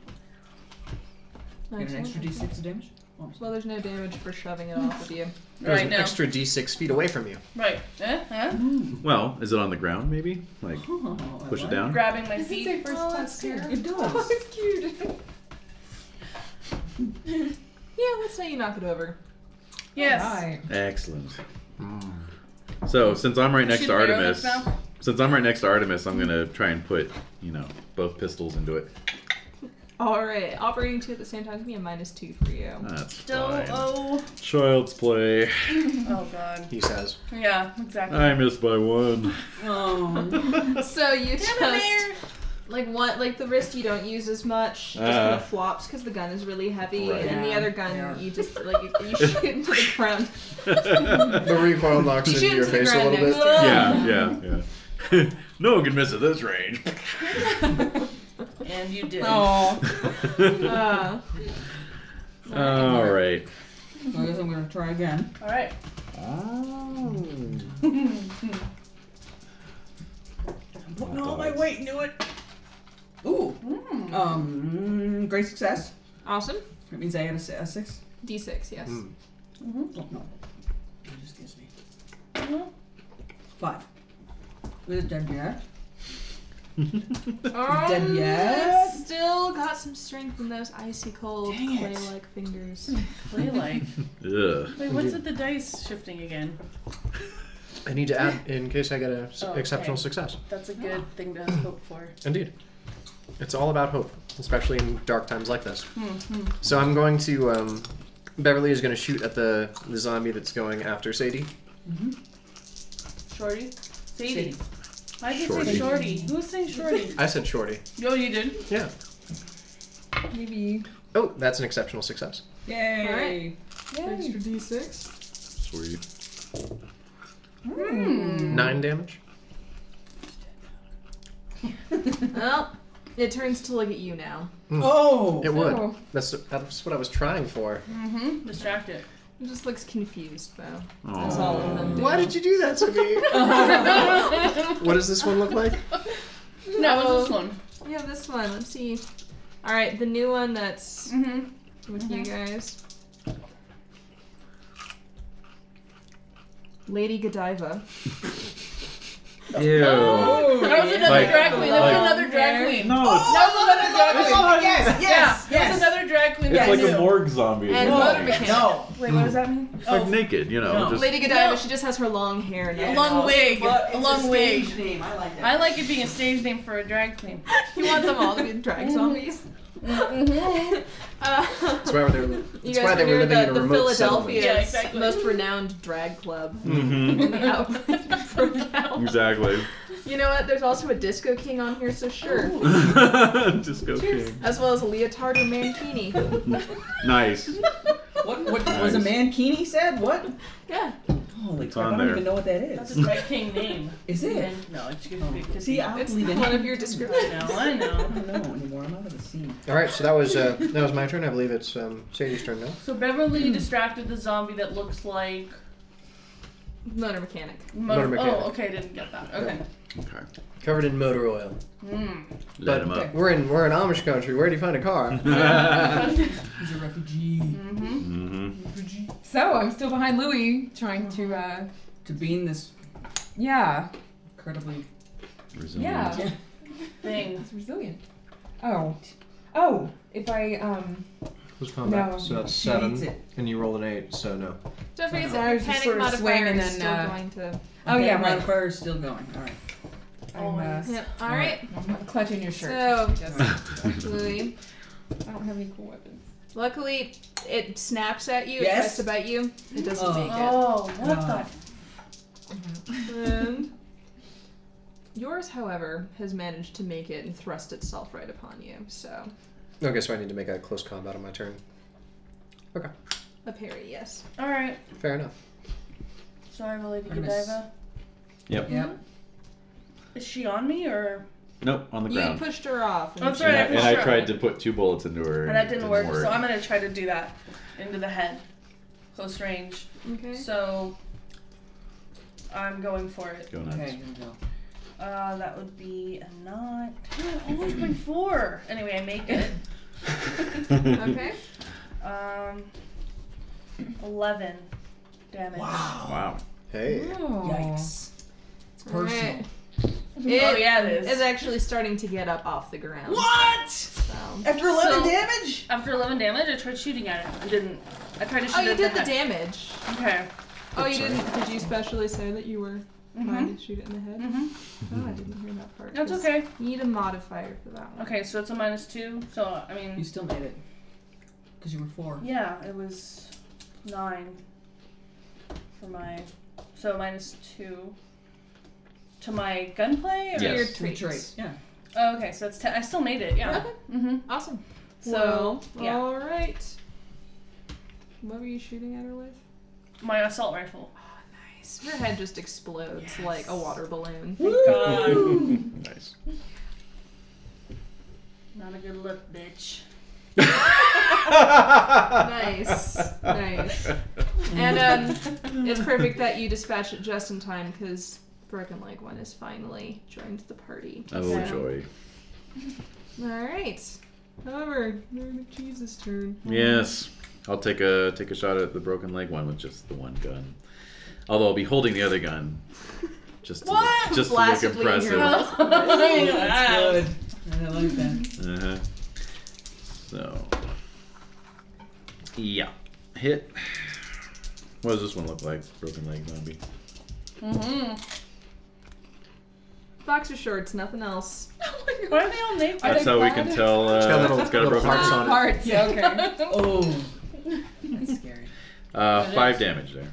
[SPEAKER 5] an
[SPEAKER 4] Excellent,
[SPEAKER 5] extra
[SPEAKER 4] excellent.
[SPEAKER 5] d6 damage. (laughs)
[SPEAKER 4] Well, there's no damage for shoving it off of you.
[SPEAKER 1] That was
[SPEAKER 2] Right
[SPEAKER 1] an
[SPEAKER 2] now.
[SPEAKER 1] extra d6 feet away from you.
[SPEAKER 2] Right. Eh? Huh?
[SPEAKER 3] Well, is it on the ground maybe? Like
[SPEAKER 5] Oh, I
[SPEAKER 3] push it
[SPEAKER 5] like
[SPEAKER 3] down?
[SPEAKER 2] Grabbing my
[SPEAKER 6] This is their
[SPEAKER 2] feet.
[SPEAKER 6] first test here.
[SPEAKER 5] It
[SPEAKER 6] Oh,
[SPEAKER 5] does.
[SPEAKER 6] it's cute.
[SPEAKER 4] Yeah, let's say you knock it over.
[SPEAKER 2] Yes.
[SPEAKER 6] Alright.
[SPEAKER 3] Excellent. So since I'm right next
[SPEAKER 2] should
[SPEAKER 3] to
[SPEAKER 2] barrel
[SPEAKER 3] Artemis,
[SPEAKER 2] this now?
[SPEAKER 3] since I'm right next to Artemis, I'm gonna try and put you know both pistols into it.
[SPEAKER 4] All right, operating two at the same time is gonna be a minus two for you.
[SPEAKER 3] That's
[SPEAKER 2] Still
[SPEAKER 3] fine.
[SPEAKER 2] oh
[SPEAKER 3] Child's play.
[SPEAKER 2] oh god.
[SPEAKER 1] He says,
[SPEAKER 2] Yeah, exactly.
[SPEAKER 3] I missed
[SPEAKER 2] (laughs)
[SPEAKER 3] by one. (laughs)
[SPEAKER 5] Oh,
[SPEAKER 4] (laughs) So
[SPEAKER 2] Damn
[SPEAKER 4] you
[SPEAKER 2] it,
[SPEAKER 4] just like one like the wrist you don't use as much just
[SPEAKER 10] Uh-huh.
[SPEAKER 4] kind of flops because the gun is really heavy,
[SPEAKER 10] Right.
[SPEAKER 4] and the
[SPEAKER 5] Yeah,
[SPEAKER 4] other gun
[SPEAKER 5] yeah.
[SPEAKER 4] you just like you, you
[SPEAKER 1] (laughs)
[SPEAKER 4] shoot into the ground.
[SPEAKER 1] the recoil knocks into
[SPEAKER 4] Shoot
[SPEAKER 1] your
[SPEAKER 4] into the
[SPEAKER 1] face a
[SPEAKER 4] ground
[SPEAKER 1] little bit.
[SPEAKER 4] next to (laughs)
[SPEAKER 3] yeah, yeah, yeah. (laughs) no one can miss at this range. (laughs)
[SPEAKER 2] And you did.
[SPEAKER 6] Oh.
[SPEAKER 4] Uh,
[SPEAKER 3] All right.
[SPEAKER 5] I guess I'm gonna try again.
[SPEAKER 2] Alright.
[SPEAKER 5] I'm putting all my weight into it. Ooh. Um, great success.
[SPEAKER 4] awesome.
[SPEAKER 5] That means I had a, s- a six.
[SPEAKER 4] D6, yes.
[SPEAKER 5] Hmm.
[SPEAKER 1] Mm.
[SPEAKER 5] Oh, no. It just gives me five. With a dead yet.
[SPEAKER 4] Um,
[SPEAKER 5] yet?
[SPEAKER 4] it's Still got some strength in those icy cold
[SPEAKER 5] Dang it.
[SPEAKER 4] clay-like fingers.
[SPEAKER 3] (laughs)
[SPEAKER 2] Play like.
[SPEAKER 3] (laughs) Ugh.
[SPEAKER 2] Wait, what's with the dice shifting again?
[SPEAKER 1] I need to add in case I get an s
[SPEAKER 2] Oh,
[SPEAKER 1] exceptional
[SPEAKER 2] okay.
[SPEAKER 1] success.
[SPEAKER 2] That's a good thing to hope for.
[SPEAKER 1] Indeed. It's all about hope, especially in dark times like this.
[SPEAKER 2] hmm
[SPEAKER 1] So I'm going to. Um, Beverly is going to shoot at the, the zombie that's going after Sadie.
[SPEAKER 2] Shorty? Sadie.
[SPEAKER 5] Sadie.
[SPEAKER 2] Why did you
[SPEAKER 3] Shorty.
[SPEAKER 2] say shorty? Who's saying (laughs) shorty?
[SPEAKER 1] I said Shorty.
[SPEAKER 2] Yo, you did.
[SPEAKER 1] Yeah.
[SPEAKER 6] Maybe.
[SPEAKER 1] Oh, that's an exceptional success.
[SPEAKER 5] Yay!
[SPEAKER 4] All right.
[SPEAKER 6] Yay.
[SPEAKER 4] D6.
[SPEAKER 3] Sweet.
[SPEAKER 2] Hmm.
[SPEAKER 1] Nine damage.
[SPEAKER 4] Well, it turns to look at you now.
[SPEAKER 5] Oh! (laughs)
[SPEAKER 1] It would.
[SPEAKER 6] Oh.
[SPEAKER 1] That's that's what I was trying for.
[SPEAKER 2] Mm-hmm. Distract it.
[SPEAKER 4] It just looks confused, though. That's
[SPEAKER 3] Aw.
[SPEAKER 4] all of them do.
[SPEAKER 1] Why did you do that to
[SPEAKER 2] (laughs)
[SPEAKER 1] me? (laughs) what does this one look like?
[SPEAKER 2] No, it was this one.
[SPEAKER 4] We have this one. Let's see. All right, the new one that's
[SPEAKER 2] Mm-hmm.
[SPEAKER 4] with you guys. Lady Godiva.
[SPEAKER 3] Ew.
[SPEAKER 5] Oh,
[SPEAKER 2] That was another
[SPEAKER 3] Like-
[SPEAKER 2] drag queen. That was
[SPEAKER 3] like-
[SPEAKER 2] another drag queen.
[SPEAKER 3] No, it's,
[SPEAKER 2] That was another drag
[SPEAKER 5] Yes,
[SPEAKER 2] queen.
[SPEAKER 5] yes, yes,
[SPEAKER 2] yeah, that was another drag queen.
[SPEAKER 10] It's
[SPEAKER 2] that I
[SPEAKER 10] like
[SPEAKER 2] knew.
[SPEAKER 10] a morgue zombie.
[SPEAKER 4] And Oh.
[SPEAKER 10] Like-
[SPEAKER 4] motor mechanic.
[SPEAKER 5] No.
[SPEAKER 2] Wait, what does that mean?
[SPEAKER 3] it's like naked, you know.
[SPEAKER 5] No.
[SPEAKER 3] Just,
[SPEAKER 4] Lady Godiva,
[SPEAKER 2] No.
[SPEAKER 4] she just has her long hair
[SPEAKER 2] A
[SPEAKER 4] now.
[SPEAKER 2] long wig.
[SPEAKER 5] But it's
[SPEAKER 2] A long
[SPEAKER 5] a
[SPEAKER 2] wig.
[SPEAKER 5] stage name. I like that.
[SPEAKER 2] I like it being a stage name for a drag
[SPEAKER 10] (laughs)
[SPEAKER 2] queen.
[SPEAKER 4] You want them all to be drag zombies? Mm-hmm. (laughs) Uh,
[SPEAKER 1] That's why they're.
[SPEAKER 4] you
[SPEAKER 1] That's
[SPEAKER 4] guys
[SPEAKER 1] why
[SPEAKER 4] are
[SPEAKER 1] they were
[SPEAKER 4] near
[SPEAKER 1] living
[SPEAKER 4] the,
[SPEAKER 1] in a
[SPEAKER 4] the
[SPEAKER 1] remote
[SPEAKER 4] Philadelphia's
[SPEAKER 2] Yeah, exactly.
[SPEAKER 4] most renowned drag club.
[SPEAKER 3] Mhm.
[SPEAKER 4] in the outlet for now. (laughs)
[SPEAKER 3] Exactly. (laughs)
[SPEAKER 4] You know what? There's also a disco king on here, so sure.
[SPEAKER 3] Oh, Disco King.
[SPEAKER 4] As well as a leotard or mankini.
[SPEAKER 3] Nice.
[SPEAKER 5] What, what was a
[SPEAKER 3] Nice.
[SPEAKER 5] mankini said? What?
[SPEAKER 4] Yeah.
[SPEAKER 5] Holy crap,
[SPEAKER 3] on
[SPEAKER 5] I don't
[SPEAKER 3] there.
[SPEAKER 5] even know what that
[SPEAKER 2] (laughs)
[SPEAKER 5] is.
[SPEAKER 2] That's a drag king name.
[SPEAKER 5] Is it?
[SPEAKER 2] And- No, it's just because
[SPEAKER 5] See, I don't
[SPEAKER 4] It's
[SPEAKER 5] believe in
[SPEAKER 4] one of your
[SPEAKER 2] I
[SPEAKER 4] descriptions.
[SPEAKER 2] know, I
[SPEAKER 5] I
[SPEAKER 2] know.
[SPEAKER 5] (laughs) don't know anymore. I'm out of the scene.
[SPEAKER 1] All right, so that was uh, that was my turn. I believe it's um, Sadie's turn now.
[SPEAKER 2] So Beverly distracted the zombie that looks like
[SPEAKER 4] Motor mechanic.
[SPEAKER 1] Motor mechanic.
[SPEAKER 2] Oh, okay, I didn't get that. Okay.
[SPEAKER 3] Okay.
[SPEAKER 1] Covered in motor oil.
[SPEAKER 10] (laughs)
[SPEAKER 2] Mm.
[SPEAKER 3] Let him (laughs) up.
[SPEAKER 1] We're in we're in Amish country. Where do you find a car?
[SPEAKER 5] He's a refugee.
[SPEAKER 10] Mm-hmm.
[SPEAKER 2] hmm
[SPEAKER 3] hmm
[SPEAKER 2] Mm-hmm.
[SPEAKER 6] So I'm still behind Louie, trying to, uh,
[SPEAKER 5] To being this
[SPEAKER 6] yeah,
[SPEAKER 5] incredibly.
[SPEAKER 6] yeah.
[SPEAKER 2] Thing.
[SPEAKER 6] It's resilient. Oh. Oh, if I, um,
[SPEAKER 1] Was
[SPEAKER 6] combat, No.
[SPEAKER 1] so
[SPEAKER 6] so
[SPEAKER 1] that's
[SPEAKER 5] She needs
[SPEAKER 1] seven,
[SPEAKER 5] it.
[SPEAKER 1] and you rolled an eight, so no.
[SPEAKER 4] Don't forget
[SPEAKER 6] So
[SPEAKER 4] that
[SPEAKER 6] I
[SPEAKER 4] the
[SPEAKER 6] was just
[SPEAKER 4] panic
[SPEAKER 6] sort of
[SPEAKER 4] modifier
[SPEAKER 6] swinging
[SPEAKER 4] is
[SPEAKER 6] and,
[SPEAKER 4] still
[SPEAKER 6] uh,
[SPEAKER 4] going to.
[SPEAKER 6] oh yeah,
[SPEAKER 5] That
[SPEAKER 6] right.
[SPEAKER 5] modifier is still going. All right.
[SPEAKER 6] I'm, uh,
[SPEAKER 2] Always.
[SPEAKER 4] Yep. All right.
[SPEAKER 6] I'm clutching your shirt.
[SPEAKER 4] So-
[SPEAKER 6] Just,
[SPEAKER 4] Louis.
[SPEAKER 6] I don't have any cool weapons.
[SPEAKER 4] Luckily, it snaps at you. It
[SPEAKER 5] Yes.
[SPEAKER 4] tries to bite you. It doesn't
[SPEAKER 5] Oh.
[SPEAKER 4] make it.
[SPEAKER 2] Oh, what
[SPEAKER 5] No.
[SPEAKER 2] the?
[SPEAKER 4] Um, yours, however, has managed to make it and thrust itself right upon you. So
[SPEAKER 1] Okay, so I need to make a close combat on my turn.
[SPEAKER 4] a parry, yes.
[SPEAKER 2] All right.
[SPEAKER 1] Fair enough.
[SPEAKER 2] So I roll a
[SPEAKER 5] I miss.
[SPEAKER 2] Godiva.
[SPEAKER 5] Yep.
[SPEAKER 2] Is she on me or?
[SPEAKER 3] Nope, on the
[SPEAKER 4] You
[SPEAKER 3] ground.
[SPEAKER 4] pushed her off. and
[SPEAKER 2] Oh, that's
[SPEAKER 4] she-
[SPEAKER 2] right.
[SPEAKER 3] and
[SPEAKER 2] I
[SPEAKER 3] I, and I
[SPEAKER 2] pushed her.
[SPEAKER 3] tried to put two bullets into her.
[SPEAKER 2] And
[SPEAKER 3] and
[SPEAKER 2] that
[SPEAKER 3] it
[SPEAKER 2] didn't, work, so I'm gonna try to do that into the head, close range. Mm-hmm.
[SPEAKER 4] Okay.
[SPEAKER 2] So I'm going for it.
[SPEAKER 3] Go nuts. (laughs)
[SPEAKER 5] Okay, here we go.
[SPEAKER 2] Uh, that would be a not. Dude, always bring four. Anyway, I make (laughs) it.
[SPEAKER 4] Okay.
[SPEAKER 2] Um, eleven damage. (laughs)
[SPEAKER 3] Wow.
[SPEAKER 1] Hey.
[SPEAKER 5] Yikes. It's
[SPEAKER 4] All
[SPEAKER 5] personal.
[SPEAKER 4] right.
[SPEAKER 2] oh
[SPEAKER 4] It
[SPEAKER 2] yeah, it is.
[SPEAKER 4] is actually starting to get up off the ground.
[SPEAKER 5] What?
[SPEAKER 4] So.
[SPEAKER 5] After 11
[SPEAKER 2] So-
[SPEAKER 5] damage?
[SPEAKER 2] After eleven damage, I tried shooting at it. I didn't. I tried to shoot
[SPEAKER 4] Oh, you
[SPEAKER 2] at
[SPEAKER 4] did the
[SPEAKER 2] head.
[SPEAKER 4] damage.
[SPEAKER 2] Okay.
[SPEAKER 4] Oh, you
[SPEAKER 1] Sorry.
[SPEAKER 4] didn't. Did you specially say that you were trying
[SPEAKER 2] Mhm.
[SPEAKER 4] to shoot it in the head?
[SPEAKER 2] Mhm.
[SPEAKER 3] Mm-hmm.
[SPEAKER 4] Oh, I didn't hear that part.
[SPEAKER 2] That's
[SPEAKER 4] 'cause
[SPEAKER 2] okay.
[SPEAKER 4] You need a modifier for that one.
[SPEAKER 2] Okay, so it's a minus two. So I mean.
[SPEAKER 5] You still made it. Because you were four.
[SPEAKER 2] Yeah, it was nine for my. So minus two to my gunplay? Or?
[SPEAKER 4] So your
[SPEAKER 3] Yes.
[SPEAKER 5] Trait.
[SPEAKER 4] traits.
[SPEAKER 5] Yeah.
[SPEAKER 2] Oh, okay, so that's ten. I still made it, yeah.
[SPEAKER 4] Okay.
[SPEAKER 2] Mm-hmm.
[SPEAKER 4] Awesome.
[SPEAKER 2] So,
[SPEAKER 4] well,
[SPEAKER 2] yeah.
[SPEAKER 4] all right. What were you shooting at her with?
[SPEAKER 2] My assault rifle.
[SPEAKER 4] Nice. Her head just explodes like a water balloon.
[SPEAKER 2] God.
[SPEAKER 3] Nice.
[SPEAKER 2] Not a good look, (laughs) bitch.
[SPEAKER 3] Oh,
[SPEAKER 4] Nice. Nice. And um, it's perfect that you dispatch it just in time because Broken Leg One has finally joined the party.
[SPEAKER 3] Oh, joy.
[SPEAKER 4] All right. However, Jesus' turn.
[SPEAKER 3] Yes. I'll take a take a shot at the broken leg one with just the one gun. Although I'll be holding the other gun. Just to,
[SPEAKER 2] What?
[SPEAKER 3] Look, just to look
[SPEAKER 4] Blast it in your
[SPEAKER 3] impressive.
[SPEAKER 4] mouth.
[SPEAKER 5] Oh, That's
[SPEAKER 2] Ah.
[SPEAKER 5] good. I like that.
[SPEAKER 3] Uh-huh. So. Yeah. Hit. What does this one look like? Broken leg zombie.
[SPEAKER 2] Mhm.
[SPEAKER 4] Boxer shorts, nothing else.
[SPEAKER 2] Why are they all (laughs) naked?
[SPEAKER 3] That's how we can tell uh,
[SPEAKER 1] It's got little,
[SPEAKER 3] it's got a
[SPEAKER 1] little
[SPEAKER 3] broken
[SPEAKER 1] hearts
[SPEAKER 3] leg.
[SPEAKER 1] on it.
[SPEAKER 2] Yeah, okay.
[SPEAKER 5] Oh. That's scary.
[SPEAKER 3] Uh,
[SPEAKER 2] It
[SPEAKER 3] five
[SPEAKER 2] is.
[SPEAKER 3] damage there.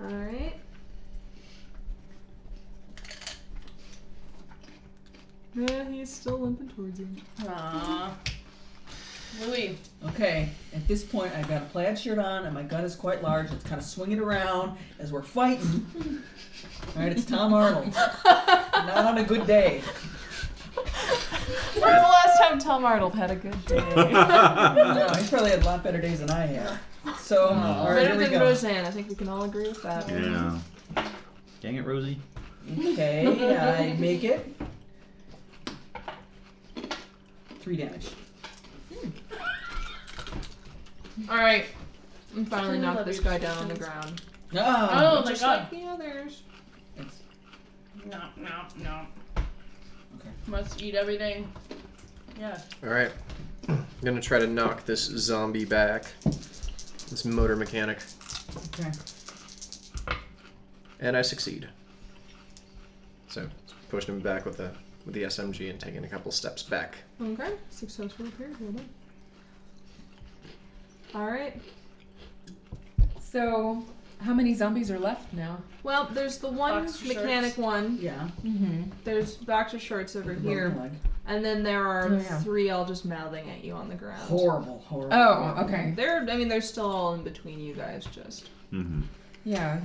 [SPEAKER 4] All right. Yeah, he's still limping towards (laughs) you.
[SPEAKER 2] Aww. Louis.
[SPEAKER 5] Okay, at this point, I've got a plaid shirt on, and my gun is quite large. It's kind of swinging around as we're fighting. All right, it's Tom Arnold. Not on a good day.
[SPEAKER 4] When's the last time Tom Arnold had a good
[SPEAKER 3] (laughs)
[SPEAKER 4] day?
[SPEAKER 5] No, he's probably had a lot better days than I have. So, all right,
[SPEAKER 4] Better
[SPEAKER 5] here we
[SPEAKER 4] than
[SPEAKER 5] go.
[SPEAKER 4] Roseanne. I think we can all agree with that.
[SPEAKER 3] Yeah. Dang it, Rosie.
[SPEAKER 5] Okay, I make it. Three damage.
[SPEAKER 4] All right. I'm finally
[SPEAKER 2] I
[SPEAKER 4] knocked
[SPEAKER 2] love
[SPEAKER 4] this
[SPEAKER 2] your
[SPEAKER 4] guy down on the
[SPEAKER 2] chickens.
[SPEAKER 4] ground.
[SPEAKER 5] Ah,
[SPEAKER 2] Oh my
[SPEAKER 4] Just
[SPEAKER 2] god.
[SPEAKER 4] like the others.
[SPEAKER 2] No, no, no.
[SPEAKER 5] Okay.
[SPEAKER 2] Must eat everything. Yeah.
[SPEAKER 1] All right. I'm gonna try to knock this zombie back. This motor mechanic.
[SPEAKER 5] Okay.
[SPEAKER 1] And I succeed. So pushing him back with the with the SMG and taking a couple steps back.
[SPEAKER 4] Okay. Successful repair. Well done. All right.
[SPEAKER 6] So, how many zombies are left now?
[SPEAKER 4] Well, there's the one
[SPEAKER 2] Boxer shorts.
[SPEAKER 4] mechanic one.
[SPEAKER 5] Yeah.
[SPEAKER 6] Mm-hmm.
[SPEAKER 4] There's boxer shorts over
[SPEAKER 5] broken
[SPEAKER 4] here,
[SPEAKER 5] leg.
[SPEAKER 4] and then there are
[SPEAKER 6] Oh, yeah.
[SPEAKER 4] three all just mouthing at you on the ground.
[SPEAKER 5] Horrible, horrible.
[SPEAKER 6] Oh,
[SPEAKER 5] horrible.
[SPEAKER 6] okay.
[SPEAKER 4] They're, I mean, they're still all in between you guys, just.
[SPEAKER 3] Mm-hmm.
[SPEAKER 6] Yeah.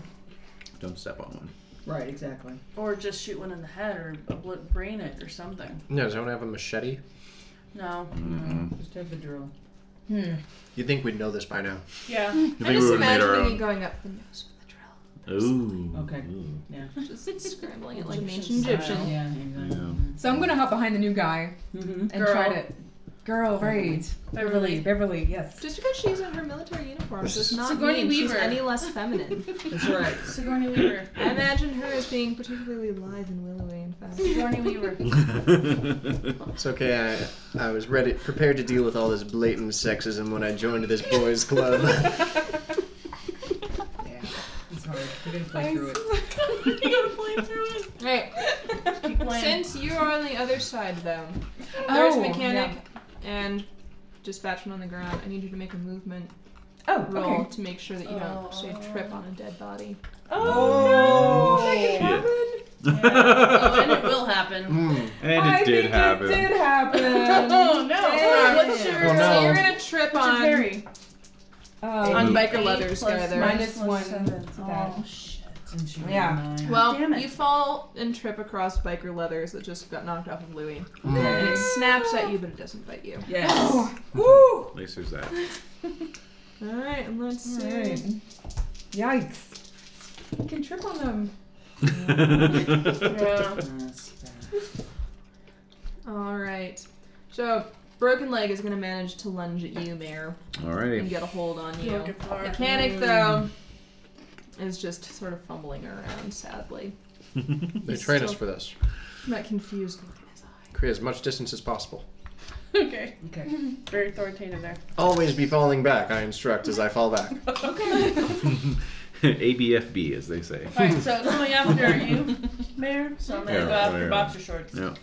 [SPEAKER 3] Don't step on one.
[SPEAKER 5] Right, exactly.
[SPEAKER 2] Or just shoot one in the head or obl- brain it or something.
[SPEAKER 1] No, don't have a machete.
[SPEAKER 2] No.
[SPEAKER 3] Mm-mm.
[SPEAKER 5] Just have the drill.
[SPEAKER 6] Hmm.
[SPEAKER 1] You'd think we'd know this by now.
[SPEAKER 2] Yeah.
[SPEAKER 3] You
[SPEAKER 4] I'm
[SPEAKER 3] think we
[SPEAKER 4] just
[SPEAKER 3] would have made our
[SPEAKER 4] imagining you
[SPEAKER 3] own?
[SPEAKER 4] going up the nose with the drill,
[SPEAKER 3] Mm-hmm. Ooh. Ooh.
[SPEAKER 5] Okay.
[SPEAKER 4] just scrambling it like an
[SPEAKER 2] Egyptian
[SPEAKER 4] ancient
[SPEAKER 2] style.
[SPEAKER 4] Egyptian.
[SPEAKER 5] Yeah,
[SPEAKER 3] Yeah.
[SPEAKER 6] So I'm gonna hop behind the new guy
[SPEAKER 5] Mm-hmm.
[SPEAKER 6] and
[SPEAKER 2] Girl.
[SPEAKER 6] try to. Girl, right? Beverly, Beverly, yes.
[SPEAKER 4] Just because she's in her military uniform does not
[SPEAKER 2] Sigourney
[SPEAKER 4] mean she's
[SPEAKER 2] Weaver.
[SPEAKER 4] any less feminine.
[SPEAKER 5] That's right.
[SPEAKER 2] Sigourney Weaver.
[SPEAKER 4] (laughs) I imagine her as being particularly lithe and willowy, in (laughs) fact.
[SPEAKER 2] Sigourney Weaver.
[SPEAKER 1] It's okay. I, I was ready, prepared to deal with all this blatant sexism when I joined this boys' club. (laughs)
[SPEAKER 5] Yeah. It's hard. We're gonna play through
[SPEAKER 4] (laughs)
[SPEAKER 5] it.
[SPEAKER 2] you gotta play through it.
[SPEAKER 4] Right.
[SPEAKER 11] plan.
[SPEAKER 4] Since you are on the other side, though, there's
[SPEAKER 6] Oh,
[SPEAKER 4] mechanic and dispatchman on the ground. I need you to make a movement
[SPEAKER 6] Oh,
[SPEAKER 4] roll
[SPEAKER 6] okay.
[SPEAKER 4] to make sure that you don't say trip on a dead body.
[SPEAKER 6] Oh, no! That
[SPEAKER 10] shit.
[SPEAKER 6] can happen.
[SPEAKER 11] Oh, and it will
[SPEAKER 1] (laughs)
[SPEAKER 11] happen.
[SPEAKER 1] Mm,
[SPEAKER 10] And
[SPEAKER 6] I
[SPEAKER 10] it did
[SPEAKER 6] think
[SPEAKER 10] happen.
[SPEAKER 6] It did happen.
[SPEAKER 11] Oh no!
[SPEAKER 6] Damn.
[SPEAKER 11] What's your
[SPEAKER 1] Oh, no.
[SPEAKER 4] So you're gonna trip
[SPEAKER 2] Which is
[SPEAKER 4] on
[SPEAKER 2] very.
[SPEAKER 6] Um,
[SPEAKER 4] on
[SPEAKER 10] Eight
[SPEAKER 4] biker
[SPEAKER 11] Eight
[SPEAKER 4] leathers
[SPEAKER 11] plus
[SPEAKER 4] guy there.
[SPEAKER 11] nine.
[SPEAKER 6] minus
[SPEAKER 11] plus
[SPEAKER 6] one
[SPEAKER 11] seven.
[SPEAKER 6] to that.
[SPEAKER 11] Oh shit.
[SPEAKER 5] And she rolled
[SPEAKER 6] Yeah.
[SPEAKER 5] a nine.
[SPEAKER 4] Well,
[SPEAKER 2] Damn it.
[SPEAKER 4] you fall and trip across biker leathers that just got knocked off of Louie,
[SPEAKER 1] mm.
[SPEAKER 4] and it snaps at you, but it doesn't bite you.
[SPEAKER 5] Yes.
[SPEAKER 6] Woo!
[SPEAKER 3] At least there's that.
[SPEAKER 4] All right, and let's see.
[SPEAKER 6] Alright. Yikes. You can trip on them.
[SPEAKER 2] Yeah.
[SPEAKER 5] Yes.
[SPEAKER 4] All right. So broken leg is gonna manage to lunge at you, Mayor, and
[SPEAKER 3] (laughs) Alrighty.
[SPEAKER 4] get a hold on you.
[SPEAKER 11] You'll get far.
[SPEAKER 4] Mechanic though is just sort of fumbling around, sadly.
[SPEAKER 1] They train us for this.
[SPEAKER 4] That confused look in his eye.
[SPEAKER 1] Create as much distance as possible.
[SPEAKER 2] (laughs) Okay.
[SPEAKER 5] Okay.
[SPEAKER 2] Very authoritative there.
[SPEAKER 1] Always be falling back, I instruct as I fall back.
[SPEAKER 3] ABFB, as they say.
[SPEAKER 2] (laughs) All right, so going after you, Mayor. So I'm gonna
[SPEAKER 3] Yeah,
[SPEAKER 2] go after
[SPEAKER 3] yeah.
[SPEAKER 2] boxer shorts.
[SPEAKER 3] Yeah.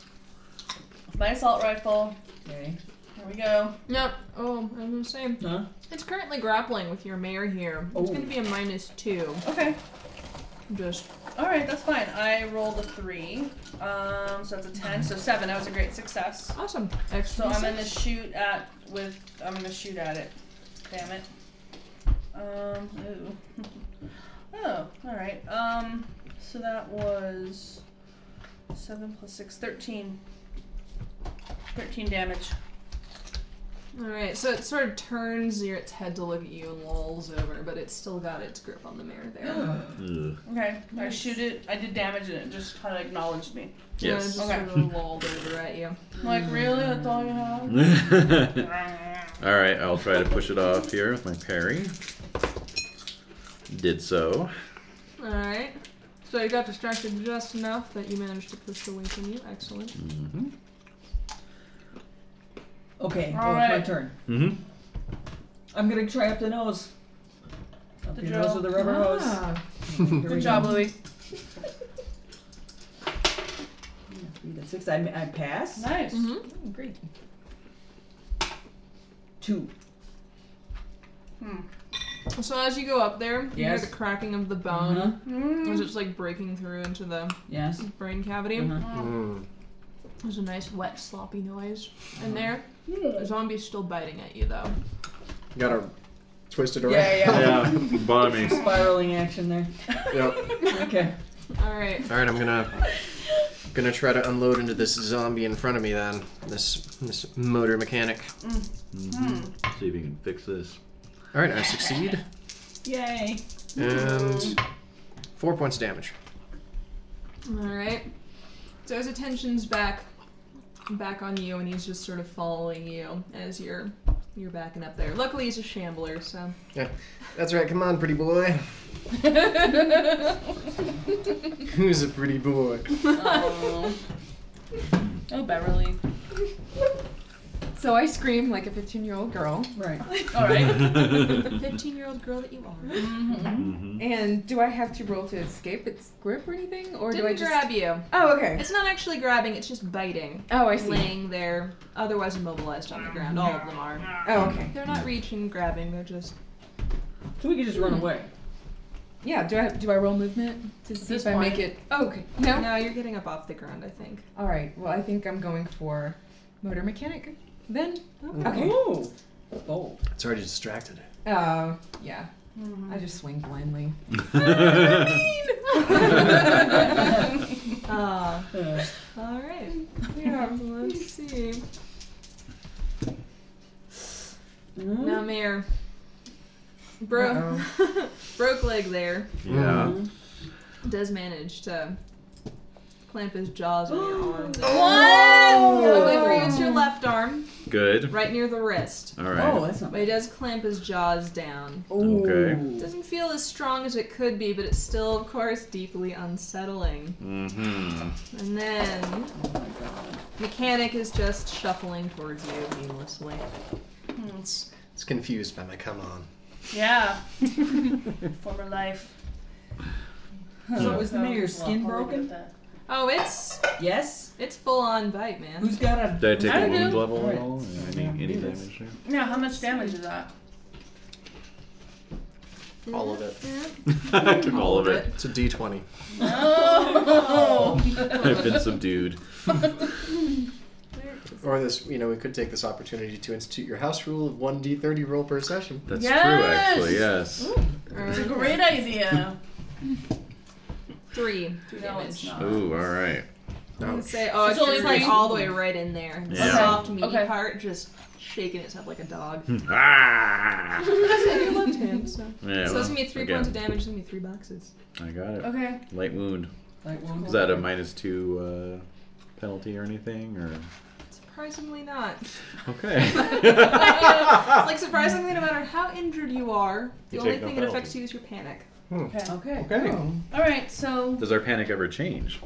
[SPEAKER 2] My assault rifle.
[SPEAKER 5] Okay.
[SPEAKER 2] Here we go.
[SPEAKER 4] No. Oh, I was gonna say
[SPEAKER 5] Huh?
[SPEAKER 4] it's currently grappling with your mayor here. It's
[SPEAKER 5] Oh.
[SPEAKER 4] gonna be a minus two.
[SPEAKER 2] Okay.
[SPEAKER 4] Just
[SPEAKER 2] All right, that's fine. I rolled a three, um, so that's a ten. So seven. That was a great success.
[SPEAKER 4] awesome. Extra.
[SPEAKER 2] So I'm
[SPEAKER 4] D6.
[SPEAKER 2] gonna shoot at with. I'm gonna shoot at it. Damn it. Um. Ooh. (laughs) oh. All right. Um. So that was seven plus six. Thirteen. Thirteen damage.
[SPEAKER 4] All right, so it sort of turns your its head to look at you and lolls over, but it's still got its grip on the mare there.
[SPEAKER 3] Ugh.
[SPEAKER 2] Okay. I shoot it. I did damage and it just kind of acknowledged me.
[SPEAKER 3] Yes.
[SPEAKER 4] So it just
[SPEAKER 2] Okay.
[SPEAKER 4] sort of lolled over at you.
[SPEAKER 2] I'm
[SPEAKER 5] Mm-hmm.
[SPEAKER 2] like really? That's all you have?
[SPEAKER 3] (laughs) Alright, I'll try to push it off here with my parry. Did so.
[SPEAKER 4] All right. So you got distracted just enough that you managed to push it away from you. Excellent.
[SPEAKER 3] Mm-hmm.
[SPEAKER 5] Okay.
[SPEAKER 2] All
[SPEAKER 5] oh,
[SPEAKER 2] right.
[SPEAKER 5] My turn.
[SPEAKER 3] Mm-hmm.
[SPEAKER 5] I'm gonna try up the nose. Up
[SPEAKER 2] The
[SPEAKER 5] your
[SPEAKER 2] drill.
[SPEAKER 5] nose with the rubber hose.
[SPEAKER 6] Ah.
[SPEAKER 5] Here we
[SPEAKER 2] Good job,
[SPEAKER 5] go.
[SPEAKER 2] Louis.
[SPEAKER 5] Three to Six. I, I pass.
[SPEAKER 2] Nice.
[SPEAKER 4] Mm-hmm.
[SPEAKER 5] Oh, great. Two.
[SPEAKER 4] So as you go up there, you hear
[SPEAKER 5] Yes. Mm-hmm.
[SPEAKER 4] the cracking of the bone
[SPEAKER 2] Mm.
[SPEAKER 4] as it's like breaking through into the
[SPEAKER 5] Uh-huh. Yes.
[SPEAKER 4] brain cavity.
[SPEAKER 5] Uh-huh.
[SPEAKER 1] Mm.
[SPEAKER 4] There's a nice wet sloppy noise in there. The zombie's still biting at you though.
[SPEAKER 1] Gotta twist it around.
[SPEAKER 5] Yeah,
[SPEAKER 1] (laughs)
[SPEAKER 3] Mm-hmm.
[SPEAKER 5] yeah.
[SPEAKER 10] Yeah, bombing.
[SPEAKER 5] Spiraling action there.
[SPEAKER 2] (laughs)
[SPEAKER 1] Yep.
[SPEAKER 5] Okay.
[SPEAKER 4] All right.
[SPEAKER 1] All right, I'm gonna gonna try to unload into this zombie in front of me then. This this motor mechanic.
[SPEAKER 3] See if you can fix this.
[SPEAKER 1] All right, I succeed
[SPEAKER 5] Yay.
[SPEAKER 1] and four points of damage.
[SPEAKER 4] All right. So his attention's back, back on you, and he's just sort of following you as you're you're backing up there. Luckily, he's a shambler, so.
[SPEAKER 1] That's right. Come on, pretty boy. (laughs) Who's a pretty boy?
[SPEAKER 2] Oh. oh, Beverly.
[SPEAKER 6] (laughs)
[SPEAKER 5] (laughs)
[SPEAKER 6] So I scream like a 15 year old girl.
[SPEAKER 5] Right.
[SPEAKER 2] All
[SPEAKER 3] (laughs)
[SPEAKER 2] right.
[SPEAKER 4] Fifteen-year-old girl that you are.
[SPEAKER 3] Mm-hmm.
[SPEAKER 6] And do I have to roll to escape its grip or anything? Or do I
[SPEAKER 4] Didn't
[SPEAKER 6] just.
[SPEAKER 4] grab you.
[SPEAKER 6] Oh, okay.
[SPEAKER 4] It's not actually grabbing. It's just biting.
[SPEAKER 6] Oh, I see.
[SPEAKER 4] Laying there, otherwise immobilized on the ground. All of them are.
[SPEAKER 6] Oh, okay.
[SPEAKER 4] They're not reaching, grabbing. They're just.
[SPEAKER 5] So we can just run away.
[SPEAKER 6] Yeah, do I do I roll movement to see
[SPEAKER 2] this
[SPEAKER 6] if I make
[SPEAKER 2] point.
[SPEAKER 6] it? Oh, okay. No?
[SPEAKER 4] No, you're getting up off the ground. I
[SPEAKER 6] (laughs)
[SPEAKER 4] think.
[SPEAKER 6] All right. Well, I think I'm going for motor mechanic then.
[SPEAKER 3] Mm-hmm.
[SPEAKER 6] Okay.
[SPEAKER 5] Ooh. Bold.
[SPEAKER 1] It's already distracted.
[SPEAKER 6] Oh, yeah. I just swing blindly.
[SPEAKER 4] Ah.
[SPEAKER 5] Uh,
[SPEAKER 4] all right. (laughs)
[SPEAKER 6] Yeah.
[SPEAKER 4] Let's see. Now, Mayor. Bro, (laughs) broke leg there
[SPEAKER 3] (laughs) yeah.
[SPEAKER 4] does manage to clamp his jaws on your
[SPEAKER 1] (gasps)
[SPEAKER 4] arm. there.
[SPEAKER 5] oh,
[SPEAKER 4] Luckily for
[SPEAKER 1] Oh.
[SPEAKER 4] you, it's your left arm,
[SPEAKER 3] Good.
[SPEAKER 4] right near the wrist.
[SPEAKER 5] Oh,
[SPEAKER 3] Alright.
[SPEAKER 5] that's not
[SPEAKER 4] But he does clamp his jaws down.
[SPEAKER 5] Ooh.
[SPEAKER 3] Okay.
[SPEAKER 4] Doesn't feel as strong as it could be, but it's still, of course, deeply unsettling.
[SPEAKER 2] Oh.
[SPEAKER 3] Mm-hmm.
[SPEAKER 4] And then, mechanic is just shuffling towards you aimlessly.
[SPEAKER 1] It's it's confused by my come on.
[SPEAKER 2] Yeah. Former life.
[SPEAKER 5] So was the mayor's
[SPEAKER 2] Well, I'll
[SPEAKER 5] skin
[SPEAKER 2] leave it
[SPEAKER 5] broken?
[SPEAKER 2] at that.
[SPEAKER 4] Oh, it's
[SPEAKER 5] Yes?
[SPEAKER 4] it's full on bite, man.
[SPEAKER 5] Who's got a.
[SPEAKER 3] Did I take
[SPEAKER 2] I
[SPEAKER 3] a wound
[SPEAKER 2] do.
[SPEAKER 3] level
[SPEAKER 5] Alright.
[SPEAKER 3] at all? Any,
[SPEAKER 5] Yeah,
[SPEAKER 3] any
[SPEAKER 5] do this.
[SPEAKER 3] damage there?
[SPEAKER 2] Yeah, how much damage is that?
[SPEAKER 1] All of it.
[SPEAKER 2] Mm-hmm.
[SPEAKER 3] (laughs) I took all of it.
[SPEAKER 1] It's a d20.
[SPEAKER 2] Oh!
[SPEAKER 3] I've been subdued.
[SPEAKER 1] Or this, you know, we could take this opportunity to institute your house rule of 1d30 roll per session.
[SPEAKER 3] That's true,
[SPEAKER 2] Yes!
[SPEAKER 3] actually. Yes.
[SPEAKER 2] It's a (laughs) great idea.
[SPEAKER 4] Three. Three
[SPEAKER 2] No, it's
[SPEAKER 4] damage.
[SPEAKER 2] not.
[SPEAKER 3] Ooh, all right.
[SPEAKER 4] I'm gonna say, oh,
[SPEAKER 2] It's
[SPEAKER 4] it's,
[SPEAKER 2] only
[SPEAKER 4] just like
[SPEAKER 2] three?
[SPEAKER 4] all the way right in there. The
[SPEAKER 3] Yeah.
[SPEAKER 4] Soft, meaty
[SPEAKER 2] Okay.
[SPEAKER 4] part, just shaking its head like a dog.
[SPEAKER 3] Ah!
[SPEAKER 4] (laughs) Your left hand, so.
[SPEAKER 3] Yeah,
[SPEAKER 4] so
[SPEAKER 3] well,
[SPEAKER 4] it's gonna be three
[SPEAKER 3] again,
[SPEAKER 4] points of damage. It's gonna be three boxes.
[SPEAKER 3] I got it.
[SPEAKER 2] Okay.
[SPEAKER 3] Light wound.
[SPEAKER 5] Like, one
[SPEAKER 3] Is that a minus two uh, penalty or anything? Or
[SPEAKER 4] Surprisingly not.
[SPEAKER 2] (laughs)
[SPEAKER 3] okay.
[SPEAKER 4] it's like surprisingly, no matter how injured you are, the
[SPEAKER 10] You
[SPEAKER 4] only
[SPEAKER 10] take no
[SPEAKER 4] thing that affects
[SPEAKER 10] penalty.
[SPEAKER 4] you is your panic.
[SPEAKER 5] Okay.
[SPEAKER 10] Okay.
[SPEAKER 6] Oh.
[SPEAKER 2] Alright, so.
[SPEAKER 3] Does our panic ever change?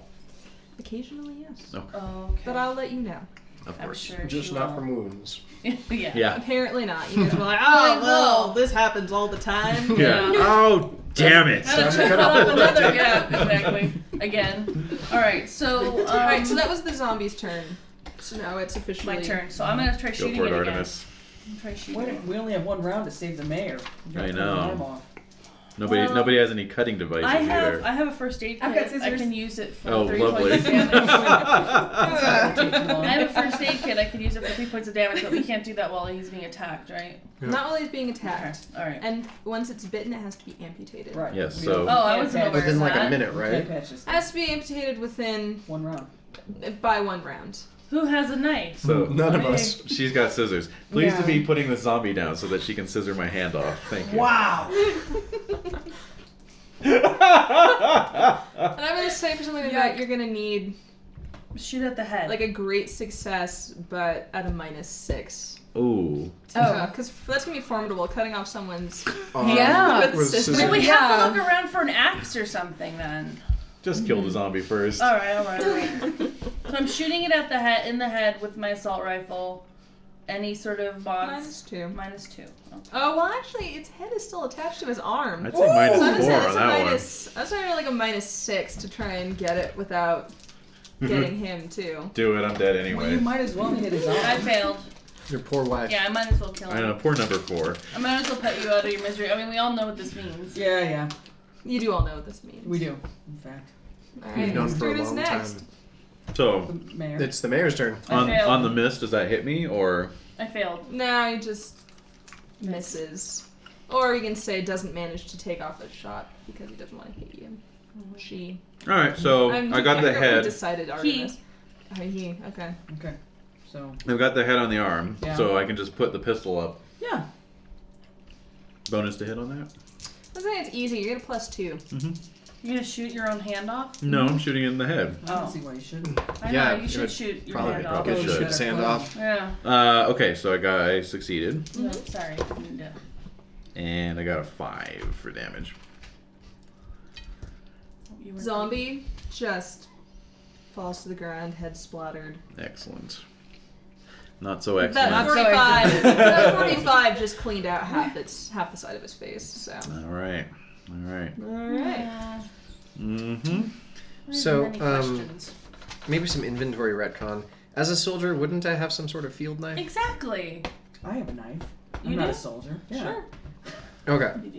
[SPEAKER 4] Occasionally, yes.
[SPEAKER 2] Okay.
[SPEAKER 4] But I'll let you know.
[SPEAKER 1] Of
[SPEAKER 2] I'm
[SPEAKER 1] course.
[SPEAKER 2] sure
[SPEAKER 1] Just
[SPEAKER 2] she
[SPEAKER 1] not
[SPEAKER 2] will.
[SPEAKER 1] from wounds.
[SPEAKER 2] (laughs) yeah.
[SPEAKER 3] Yeah.
[SPEAKER 4] Apparently not. You guys were like, oh well, this happens all the time.
[SPEAKER 3] Yeah. Oh, damn it!
[SPEAKER 2] Gotta
[SPEAKER 1] Time to
[SPEAKER 2] trip
[SPEAKER 1] cut off
[SPEAKER 2] up
[SPEAKER 1] the
[SPEAKER 2] another
[SPEAKER 1] leg.
[SPEAKER 3] (laughs)
[SPEAKER 2] gap, exactly. Again. Alright, so. Um,
[SPEAKER 4] all (laughs) right, so that was the zombie's turn. So now it's officially
[SPEAKER 2] my
[SPEAKER 4] (laughs)
[SPEAKER 2] turn. So I'm gonna try
[SPEAKER 3] Go
[SPEAKER 2] shooting
[SPEAKER 3] for it,
[SPEAKER 2] again.
[SPEAKER 3] Artemis.
[SPEAKER 2] I'm gonna try shooting.
[SPEAKER 5] Wait, we only have one round to save the mayor.
[SPEAKER 3] I
[SPEAKER 5] You gotta cut his
[SPEAKER 3] know.
[SPEAKER 5] arm off.
[SPEAKER 3] Nobody,
[SPEAKER 2] Well,
[SPEAKER 3] nobody has any cutting devices
[SPEAKER 2] I have
[SPEAKER 3] either.
[SPEAKER 2] I have a first aid
[SPEAKER 6] I've got
[SPEAKER 2] kit. I
[SPEAKER 6] scissors.
[SPEAKER 2] can use it for
[SPEAKER 3] oh,
[SPEAKER 2] three
[SPEAKER 3] lovely.
[SPEAKER 2] points of
[SPEAKER 3] (laughs)
[SPEAKER 2] damage.
[SPEAKER 1] (laughs)
[SPEAKER 2] (laughs) I
[SPEAKER 5] I
[SPEAKER 2] have a first aid kit. I can use it for three points of damage, but we can't do that while he's being attacked, right?
[SPEAKER 4] not while he's being
[SPEAKER 2] Okay.
[SPEAKER 4] attacked.
[SPEAKER 2] All right.
[SPEAKER 4] And once it's bitten, it has to be amputated.
[SPEAKER 5] Right.
[SPEAKER 3] Yes,
[SPEAKER 5] We
[SPEAKER 3] so-
[SPEAKER 5] don't-
[SPEAKER 2] Oh, I
[SPEAKER 5] we
[SPEAKER 2] wasn't
[SPEAKER 5] can't
[SPEAKER 2] aware.
[SPEAKER 5] patch-
[SPEAKER 1] Within like
[SPEAKER 2] that?
[SPEAKER 1] a minute,
[SPEAKER 5] we can't
[SPEAKER 1] right?
[SPEAKER 5] patch this
[SPEAKER 4] It has to be amputated within
[SPEAKER 5] One round.
[SPEAKER 4] by one (laughs) round.
[SPEAKER 2] Who has a knife?
[SPEAKER 3] So
[SPEAKER 1] None of
[SPEAKER 2] Okay.
[SPEAKER 1] us.
[SPEAKER 2] (laughs)
[SPEAKER 3] she's got scissors. Pleased to
[SPEAKER 6] Yeah.
[SPEAKER 3] be putting the zombie down so that she can scissor my hand off. Thank you.
[SPEAKER 5] Wow.
[SPEAKER 3] Wow.
[SPEAKER 4] And I'm gonna say for something like
[SPEAKER 2] Yuck.
[SPEAKER 4] that, you're gonna need
[SPEAKER 2] Shoot at the head.
[SPEAKER 4] like a great success, but at a minus six.
[SPEAKER 3] (laughs) Ooh.
[SPEAKER 2] oh.
[SPEAKER 4] because that's gonna be formidable. Cutting off someone's
[SPEAKER 1] Arm
[SPEAKER 2] Yeah.
[SPEAKER 4] with
[SPEAKER 1] With
[SPEAKER 4] scissors.
[SPEAKER 1] scissors.
[SPEAKER 2] Well, we
[SPEAKER 4] Yeah.
[SPEAKER 2] have to look around for an axe or something then.
[SPEAKER 3] Just kill the zombie first.
[SPEAKER 2] Mm-hmm. All right, all right, all right. So I'm shooting it at the head in the head with my assault rifle. Any sort of
[SPEAKER 4] minus
[SPEAKER 2] mods?
[SPEAKER 1] Mm-hmm.
[SPEAKER 4] two.
[SPEAKER 2] Minus two. Okay.
[SPEAKER 4] Oh well, actually, its head is still attached to his arm.
[SPEAKER 3] I'd say minus
[SPEAKER 4] so I'm gonna
[SPEAKER 3] four
[SPEAKER 4] say
[SPEAKER 3] on
[SPEAKER 4] that's a
[SPEAKER 3] that
[SPEAKER 4] minus. That's not even like a minus six to try and get it without
[SPEAKER 3] one.
[SPEAKER 4] getting him too.
[SPEAKER 3] Do it. I'm dead
[SPEAKER 5] Well, you
[SPEAKER 3] anyway.
[SPEAKER 5] might as well
[SPEAKER 2] (laughs)
[SPEAKER 5] hit his
[SPEAKER 2] I
[SPEAKER 5] arm.
[SPEAKER 2] failed.
[SPEAKER 1] Your poor wife.
[SPEAKER 2] Yeah, I might as well kill
[SPEAKER 3] I
[SPEAKER 2] him.
[SPEAKER 3] know. Poor number four.
[SPEAKER 2] I might as well put you out of your misery. I mean, we all know what this means.
[SPEAKER 5] Yeah, yeah.
[SPEAKER 4] You do all know what this means.
[SPEAKER 5] We do. In fact,
[SPEAKER 4] All
[SPEAKER 1] You've
[SPEAKER 4] right,
[SPEAKER 1] known
[SPEAKER 4] whose
[SPEAKER 1] for
[SPEAKER 4] turn
[SPEAKER 1] a
[SPEAKER 4] is
[SPEAKER 1] long
[SPEAKER 4] next?
[SPEAKER 1] time.
[SPEAKER 5] the
[SPEAKER 3] So
[SPEAKER 5] mayor.
[SPEAKER 1] It's the mayor's turn.
[SPEAKER 2] I
[SPEAKER 3] on
[SPEAKER 2] failed.
[SPEAKER 3] on the mist, does that hit me or?
[SPEAKER 2] I failed.
[SPEAKER 4] No, he just misses. Or you can say doesn't manage to take off a shot because he doesn't want to hit you. She.
[SPEAKER 3] All right.
[SPEAKER 1] Oh,
[SPEAKER 3] So
[SPEAKER 4] I'm-
[SPEAKER 3] I got the
[SPEAKER 4] forget what We
[SPEAKER 3] head.
[SPEAKER 4] decided Artemis. Oh, he. Okay.
[SPEAKER 5] Okay. So.
[SPEAKER 3] I've got the head on the arm,
[SPEAKER 5] Yeah.
[SPEAKER 3] so I can just put the pistol up.
[SPEAKER 5] Yeah.
[SPEAKER 3] Bonus to hit on that?
[SPEAKER 4] I was saying it's easy. You get a plus two.
[SPEAKER 2] You're gonna shoot your own hand off?
[SPEAKER 3] No, I'm shooting it in the head.
[SPEAKER 5] I don't
[SPEAKER 2] Oh.
[SPEAKER 5] see why you shouldn't. Oh,
[SPEAKER 2] I
[SPEAKER 1] Yeah,
[SPEAKER 2] know, you
[SPEAKER 1] it
[SPEAKER 2] should
[SPEAKER 1] would
[SPEAKER 2] shoot your
[SPEAKER 1] Probably,
[SPEAKER 2] hand off.
[SPEAKER 3] probably
[SPEAKER 1] probably
[SPEAKER 3] should.
[SPEAKER 1] should. His hand off.
[SPEAKER 2] Yeah.
[SPEAKER 3] Uh, okay, so I got I succeeded,
[SPEAKER 2] No, sorry. Didn't do it.
[SPEAKER 3] and I got a five for damage.
[SPEAKER 2] You were-
[SPEAKER 4] Zombie just falls to the ground, head splattered.
[SPEAKER 3] Excellent. Not so
[SPEAKER 4] That
[SPEAKER 3] excellent.
[SPEAKER 2] so
[SPEAKER 4] forty-five. that forty-five just cleaned out half its half the side of his face. So.
[SPEAKER 3] All right, all right.
[SPEAKER 4] All right.
[SPEAKER 2] Uh,
[SPEAKER 3] Mm-hmm.
[SPEAKER 2] I have
[SPEAKER 1] So,
[SPEAKER 2] many
[SPEAKER 1] um,
[SPEAKER 2] questions.
[SPEAKER 1] Maybe some inventory retcon. As a soldier, wouldn't I have some sort of field knife?
[SPEAKER 2] Exactly.
[SPEAKER 5] I have a knife. I'm
[SPEAKER 2] You
[SPEAKER 5] not
[SPEAKER 2] do?
[SPEAKER 5] a soldier. Yeah.
[SPEAKER 4] Sure.
[SPEAKER 1] Okay.
[SPEAKER 2] You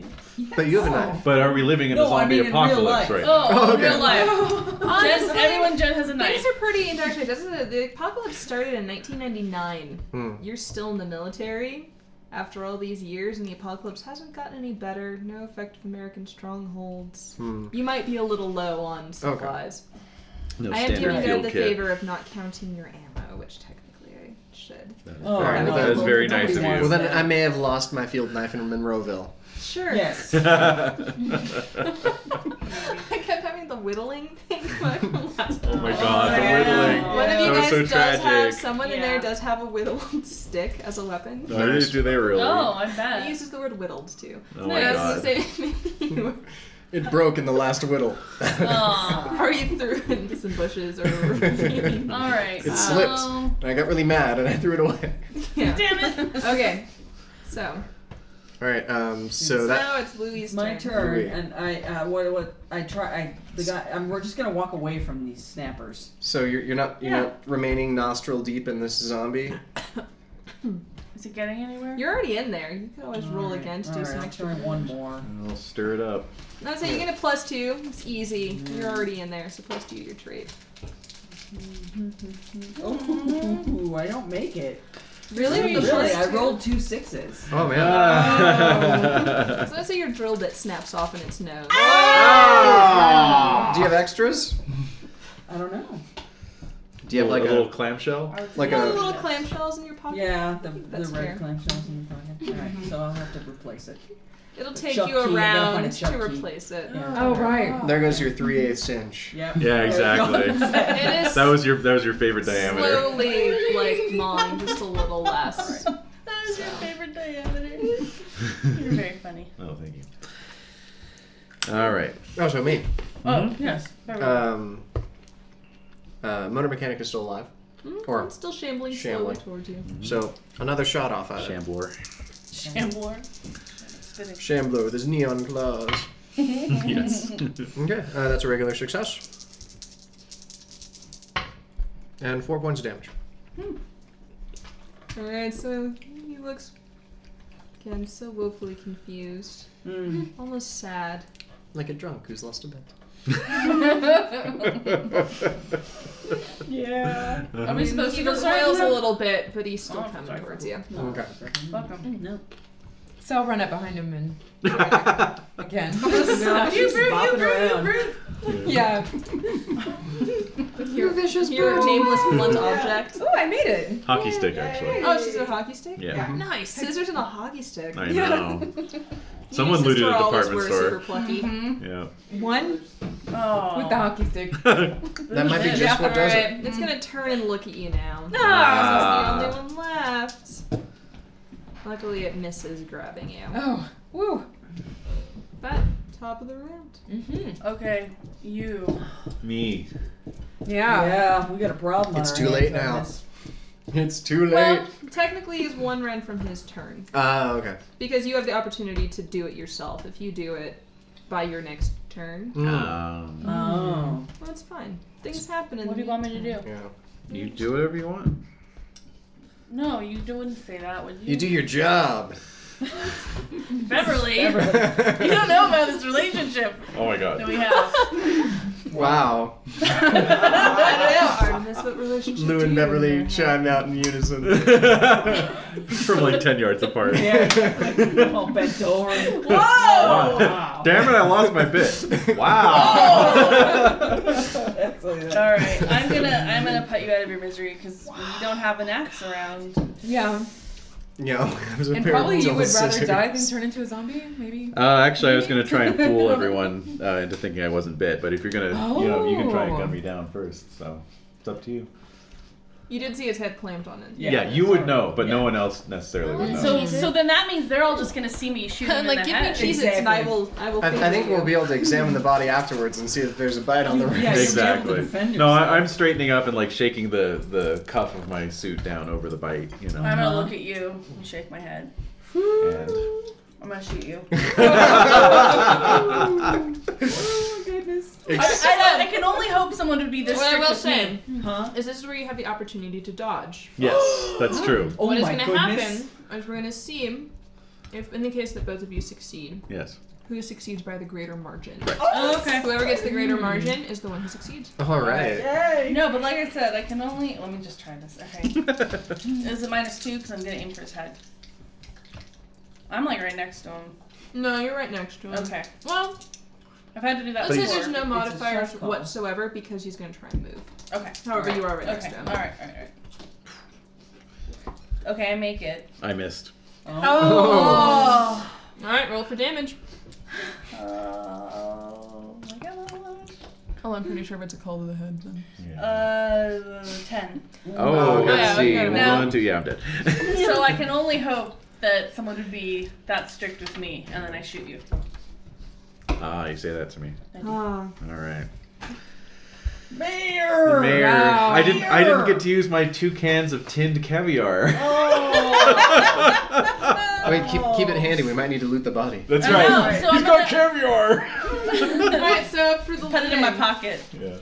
[SPEAKER 2] do.
[SPEAKER 1] But you have a knife.
[SPEAKER 3] But are we living in a
[SPEAKER 5] No, I
[SPEAKER 3] zombie
[SPEAKER 5] mean in real
[SPEAKER 3] apocalypse
[SPEAKER 5] life.
[SPEAKER 3] right
[SPEAKER 2] Oh,
[SPEAKER 3] now?
[SPEAKER 1] Oh, okay.
[SPEAKER 2] real life. Jen,
[SPEAKER 4] Honestly,
[SPEAKER 2] everyone, Jen has a
[SPEAKER 4] Things
[SPEAKER 2] knife.
[SPEAKER 4] are pretty and actually doesn't it- the apocalypse started in 1999.
[SPEAKER 2] Oh.
[SPEAKER 1] Hmm.
[SPEAKER 4] You're still in the military after all these years and the apocalypse hasn't gotten any better. No effective American strongholds.
[SPEAKER 1] Hmm.
[SPEAKER 4] You might be a little low on supplies.
[SPEAKER 3] No
[SPEAKER 4] I am
[SPEAKER 3] standard
[SPEAKER 4] doing you
[SPEAKER 3] field
[SPEAKER 4] the
[SPEAKER 3] kit.
[SPEAKER 4] favor of not counting your ammo, which technically I should.
[SPEAKER 5] Oh,
[SPEAKER 1] All right,
[SPEAKER 5] I
[SPEAKER 1] well,
[SPEAKER 5] know.
[SPEAKER 1] that is
[SPEAKER 3] very
[SPEAKER 5] Nobody
[SPEAKER 3] nice of
[SPEAKER 5] wants
[SPEAKER 1] Well, then
[SPEAKER 5] that.
[SPEAKER 1] I may have lost my field knife in Monroeville.
[SPEAKER 4] Sure.
[SPEAKER 3] (laughs)
[SPEAKER 5] Yes.
[SPEAKER 4] I kept having the whittling thing (laughs) from last
[SPEAKER 3] oh my
[SPEAKER 4] time.
[SPEAKER 3] god, the
[SPEAKER 2] Yeah.
[SPEAKER 3] whittling.
[SPEAKER 4] One of you
[SPEAKER 3] That was
[SPEAKER 4] guys
[SPEAKER 3] so
[SPEAKER 4] does have
[SPEAKER 3] tragic.
[SPEAKER 4] someone in
[SPEAKER 2] Yeah.
[SPEAKER 4] there does have a whittled (laughs) stick as a weapon.
[SPEAKER 3] No,
[SPEAKER 5] (laughs)
[SPEAKER 3] really, do they really?
[SPEAKER 2] Oh, I
[SPEAKER 4] It
[SPEAKER 2] bet.
[SPEAKER 4] uses the word whittled too.
[SPEAKER 3] Oh my
[SPEAKER 4] Yes,
[SPEAKER 3] god.
[SPEAKER 4] you (laughs) say- maybe you
[SPEAKER 5] (laughs)
[SPEAKER 4] were-
[SPEAKER 1] It broke in the last whittle.
[SPEAKER 2] (laughs) Aw.
[SPEAKER 4] or you threw it into some
[SPEAKER 3] (laughs)
[SPEAKER 4] bushes or yeah.
[SPEAKER 2] All right.
[SPEAKER 1] It
[SPEAKER 2] so-
[SPEAKER 1] slipped. (laughs) And I got really mad and I threw it away.
[SPEAKER 2] Damn it.
[SPEAKER 4] Okay. So
[SPEAKER 1] All right. Um. So that.
[SPEAKER 4] now it's Louis'
[SPEAKER 5] It's my
[SPEAKER 4] turn.
[SPEAKER 5] turn,
[SPEAKER 1] Wait.
[SPEAKER 5] and I uh, what what I try. I the guy. I'm, we're just gonna walk away from these snappers.
[SPEAKER 1] So you're you're not you're not remaining nostril deep in this zombie.
[SPEAKER 2] Is it getting anywhere?
[SPEAKER 4] You're already in there. You could always roll
[SPEAKER 5] Alright,
[SPEAKER 4] again to do
[SPEAKER 5] alright,
[SPEAKER 4] some
[SPEAKER 5] I'll
[SPEAKER 4] extra.
[SPEAKER 5] try one more.
[SPEAKER 10] I'll stir it up.
[SPEAKER 4] No, so you get a plus two. It's easy. You're
[SPEAKER 5] Mm.
[SPEAKER 4] already in there, so plus two your trait.
[SPEAKER 5] Ooh, I don't make it.
[SPEAKER 4] Really?
[SPEAKER 5] Really,
[SPEAKER 4] The plus
[SPEAKER 5] I
[SPEAKER 4] two?
[SPEAKER 5] rolled two sixes.
[SPEAKER 1] Oh man.
[SPEAKER 10] Oh.
[SPEAKER 4] So let's say your drill bit snaps off in its nose.
[SPEAKER 1] Ah! Do you have extras?
[SPEAKER 5] I don't know.
[SPEAKER 1] (laughs) Do you have like
[SPEAKER 10] a
[SPEAKER 1] a,
[SPEAKER 10] little clamshell?
[SPEAKER 1] like
[SPEAKER 4] You have
[SPEAKER 1] a
[SPEAKER 4] little clamshells in your pocket.
[SPEAKER 5] Yeah, the, the
[SPEAKER 4] that's fair.
[SPEAKER 5] red clamshells in your pocket. All right, so I'll have to replace it.
[SPEAKER 4] It'll take
[SPEAKER 5] Chuck key,
[SPEAKER 4] you
[SPEAKER 5] you gotta find
[SPEAKER 4] around
[SPEAKER 5] a
[SPEAKER 4] to
[SPEAKER 5] chuck key.
[SPEAKER 4] replace it.
[SPEAKER 6] Oh
[SPEAKER 4] (laughs)
[SPEAKER 6] right.
[SPEAKER 1] there goes your three eighths inch.
[SPEAKER 5] Yep.
[SPEAKER 10] Yeah, exactly.
[SPEAKER 5] (laughs)
[SPEAKER 4] It is
[SPEAKER 10] That was your that was your favorite diameter.
[SPEAKER 4] slowly like mawing just a little less.
[SPEAKER 2] That is your favorite diameter. You're very funny.
[SPEAKER 10] (laughs) Oh, thank you.
[SPEAKER 3] All right.
[SPEAKER 1] Oh, so me.
[SPEAKER 2] Oh,
[SPEAKER 1] Mm-hmm.
[SPEAKER 2] yes.
[SPEAKER 1] Um. Uh, motor mechanic is still alive,
[SPEAKER 4] Mm,
[SPEAKER 1] Or
[SPEAKER 4] it's still shambling,
[SPEAKER 1] shambling.
[SPEAKER 4] slowly towards you.
[SPEAKER 1] so another shot off at
[SPEAKER 10] (laughs)
[SPEAKER 1] it.
[SPEAKER 3] Shambler.
[SPEAKER 2] (laughs) Shambler.
[SPEAKER 1] Shambler with his neon claws.
[SPEAKER 3] yes.
[SPEAKER 1] Okay, uh, that's a regular success. And four points of damage.
[SPEAKER 4] Alright, so he looks again so woefully confused.
[SPEAKER 5] Mm.
[SPEAKER 4] Almost sad.
[SPEAKER 1] Like a drunk who's lost a bet.
[SPEAKER 10] (laughs)
[SPEAKER 5] Yeah.
[SPEAKER 2] Are we supposed to
[SPEAKER 4] He
[SPEAKER 2] go start
[SPEAKER 4] recoils a
[SPEAKER 2] now?
[SPEAKER 4] little bit, but he's still
[SPEAKER 2] Oh,
[SPEAKER 4] coming
[SPEAKER 2] sorry.
[SPEAKER 4] towards you.
[SPEAKER 1] Okay.
[SPEAKER 2] Welcome.
[SPEAKER 5] No.
[SPEAKER 6] So I'll run up behind him and
[SPEAKER 4] (laughs)
[SPEAKER 6] again. (laughs)
[SPEAKER 5] No, she's bopping around.
[SPEAKER 6] yeah.
[SPEAKER 4] Your vicious Your nameless
[SPEAKER 10] (laughs)
[SPEAKER 4] blunt object.
[SPEAKER 6] Oh, I made it.
[SPEAKER 10] Hockey stick, actually.
[SPEAKER 4] Oh, she's a hockey stick?
[SPEAKER 10] Yeah.
[SPEAKER 4] Nice. Scissors and a hockey stick.
[SPEAKER 10] I
[SPEAKER 6] Yeah.
[SPEAKER 10] know. (laughs) Someone looted a
[SPEAKER 4] Sister always
[SPEAKER 10] department
[SPEAKER 4] were
[SPEAKER 10] store.
[SPEAKER 4] Super plucky.
[SPEAKER 5] Mm-hmm.
[SPEAKER 10] Yeah.
[SPEAKER 6] One
[SPEAKER 2] Oh.
[SPEAKER 6] with the hockey
[SPEAKER 4] (laughs)
[SPEAKER 6] stick.
[SPEAKER 1] That
[SPEAKER 6] (laughs)
[SPEAKER 1] might be just what does it.
[SPEAKER 4] It's gonna turn and look at you now. Mm-hmm. No!
[SPEAKER 10] Ah.
[SPEAKER 4] This is the only one left. Luckily, it misses grabbing you.
[SPEAKER 6] Oh, woo.
[SPEAKER 4] But top of the round.
[SPEAKER 6] Mm-hmm.
[SPEAKER 2] Okay, you.
[SPEAKER 10] (laughs) Me.
[SPEAKER 6] Yeah.
[SPEAKER 5] Yeah, we got a problem. on
[SPEAKER 1] It's
[SPEAKER 5] our
[SPEAKER 1] too
[SPEAKER 5] hands
[SPEAKER 1] late
[SPEAKER 5] on
[SPEAKER 1] now.
[SPEAKER 5] this.
[SPEAKER 1] It's too late.
[SPEAKER 4] Well, technically, he's one round from his turn
[SPEAKER 1] Ah, okay.
[SPEAKER 4] because you have the opportunity to do it yourself. If you do it by your next turn,
[SPEAKER 1] Mm.
[SPEAKER 3] Um,
[SPEAKER 5] Oh.
[SPEAKER 4] well, it's fine. Things happen. In
[SPEAKER 2] What do you want me to do?
[SPEAKER 1] Yeah.
[SPEAKER 3] you do whatever you want.
[SPEAKER 2] No, you wouldn't say that, would you?
[SPEAKER 1] You do your
[SPEAKER 6] (laughs)
[SPEAKER 1] job.
[SPEAKER 2] Beverly, you
[SPEAKER 1] wow.
[SPEAKER 2] don't know about this relationship
[SPEAKER 10] Oh my god.
[SPEAKER 2] that we have.
[SPEAKER 4] I don't know, Artemis. What relationship?
[SPEAKER 1] Lou
[SPEAKER 4] do
[SPEAKER 1] and
[SPEAKER 4] you
[SPEAKER 1] Beverly
[SPEAKER 4] have?
[SPEAKER 1] chime out in
[SPEAKER 6] (laughs)
[SPEAKER 1] unison.
[SPEAKER 10] (laughs) From like ten yards apart.
[SPEAKER 5] (laughs) Yeah. All bent over. (laughs) Whoa! Wow.
[SPEAKER 10] Damn it! I lost my bit. Wow.
[SPEAKER 5] That's like-
[SPEAKER 2] All right, I'm gonna I'm gonna put you out of your misery because you don't have an axe around.
[SPEAKER 6] Yeah.
[SPEAKER 1] (laughs) Yeah, it was a
[SPEAKER 6] And
[SPEAKER 1] pair of
[SPEAKER 6] probably you
[SPEAKER 1] dull
[SPEAKER 6] would rather
[SPEAKER 1] scissors.
[SPEAKER 6] die than turn into a zombie, maybe.
[SPEAKER 3] Uh, actually, I was gonna try and fool everyone uh, into thinking I wasn't bit, but if you're gonna, you know, you can try and gun me down first. So it's up to you.
[SPEAKER 4] You did see his head clamped on it.
[SPEAKER 5] Yeah,
[SPEAKER 3] Yeah, you would
[SPEAKER 5] sorry.
[SPEAKER 3] know, but no one else necessarily would know.
[SPEAKER 2] So so then that means they're all just gonna see me shooting in
[SPEAKER 4] like,
[SPEAKER 2] the
[SPEAKER 4] give me
[SPEAKER 2] head.
[SPEAKER 4] cheese and I
[SPEAKER 5] Exactly.
[SPEAKER 4] will. I will.
[SPEAKER 1] I, I think
[SPEAKER 4] figure
[SPEAKER 1] we'll
[SPEAKER 4] you.
[SPEAKER 1] be able to examine the body afterwards and see if there's a bite on the wrist.
[SPEAKER 5] Yeah, you'll be able to
[SPEAKER 10] exactly.
[SPEAKER 5] defend
[SPEAKER 10] No,
[SPEAKER 5] yourself.
[SPEAKER 10] I, I'm straightening up and like shaking the the cuff of my suit down over the bite. You know.
[SPEAKER 2] I'm gonna look at you and shake my head.
[SPEAKER 10] And
[SPEAKER 2] I'm gonna shoot you.
[SPEAKER 5] (laughs)
[SPEAKER 6] (laughs)
[SPEAKER 2] I,
[SPEAKER 1] Ex-
[SPEAKER 2] I, I can only hope someone would be this
[SPEAKER 4] What I
[SPEAKER 2] strict
[SPEAKER 4] will
[SPEAKER 2] with
[SPEAKER 4] say
[SPEAKER 2] me.
[SPEAKER 5] Huh?
[SPEAKER 4] is this is where you have the opportunity to dodge.
[SPEAKER 10] yes, that's true.
[SPEAKER 5] Oh
[SPEAKER 4] what is
[SPEAKER 5] my
[SPEAKER 4] going to
[SPEAKER 5] goodness.
[SPEAKER 4] happen is we're going to see if, in the case that both of you succeed,
[SPEAKER 10] Yes.
[SPEAKER 4] who succeeds by the greater margin.
[SPEAKER 2] Oh, okay.
[SPEAKER 4] Whoever gets the greater margin is the one who succeeds.
[SPEAKER 1] All right.
[SPEAKER 5] Yay!
[SPEAKER 2] No, but like I said, I can only. Let me just try this. Okay. Is it minus two? Because I'm gonna aim for his head. I'm like right next to him.
[SPEAKER 4] No, you're right next to him.
[SPEAKER 2] Okay.
[SPEAKER 4] Well,
[SPEAKER 2] I've had to do that
[SPEAKER 4] Mm-hmm. let's say
[SPEAKER 2] before.
[SPEAKER 4] there's no modifiers
[SPEAKER 5] shot call.
[SPEAKER 4] whatsoever because he's going to try and move.
[SPEAKER 2] Okay.
[SPEAKER 4] However,
[SPEAKER 2] Alright.
[SPEAKER 4] you are right next
[SPEAKER 2] Okay.
[SPEAKER 4] to
[SPEAKER 2] All
[SPEAKER 4] him.
[SPEAKER 2] right. All right. All right. Okay, I make it.
[SPEAKER 10] I missed.
[SPEAKER 2] Oh.
[SPEAKER 4] All right, roll for damage.
[SPEAKER 2] Oh my god.
[SPEAKER 6] Oh, I'm pretty sure if it's a call to the head then.
[SPEAKER 2] Uh, ten.
[SPEAKER 3] Oh,
[SPEAKER 1] okay.
[SPEAKER 3] let's see.
[SPEAKER 4] Yeah, okay.
[SPEAKER 2] Now-
[SPEAKER 3] One, two. Yeah, I'm dead.
[SPEAKER 10] (laughs)
[SPEAKER 2] So I can only hope that someone would be that strict with me, and then I shoot you.
[SPEAKER 3] Ah, you say that to me.
[SPEAKER 4] Ah.
[SPEAKER 3] All right.
[SPEAKER 5] Mayor!
[SPEAKER 3] Mayor.
[SPEAKER 6] wow.
[SPEAKER 3] I didn't. I didn't
[SPEAKER 5] Mayor.
[SPEAKER 3] get to use my two cans of tinned caviar.
[SPEAKER 5] Oh.
[SPEAKER 1] Wait, keep, keep it handy. We might need to loot the body.
[SPEAKER 10] (laughs) That's
[SPEAKER 2] I
[SPEAKER 10] right.
[SPEAKER 2] know, so
[SPEAKER 10] He's
[SPEAKER 2] I'm
[SPEAKER 10] got
[SPEAKER 2] gonna-
[SPEAKER 10] caviar.
[SPEAKER 6] (laughs)
[SPEAKER 4] Alright, so for the
[SPEAKER 2] (laughs) Put it in my
[SPEAKER 4] looting,
[SPEAKER 2] pocket.
[SPEAKER 10] yeah.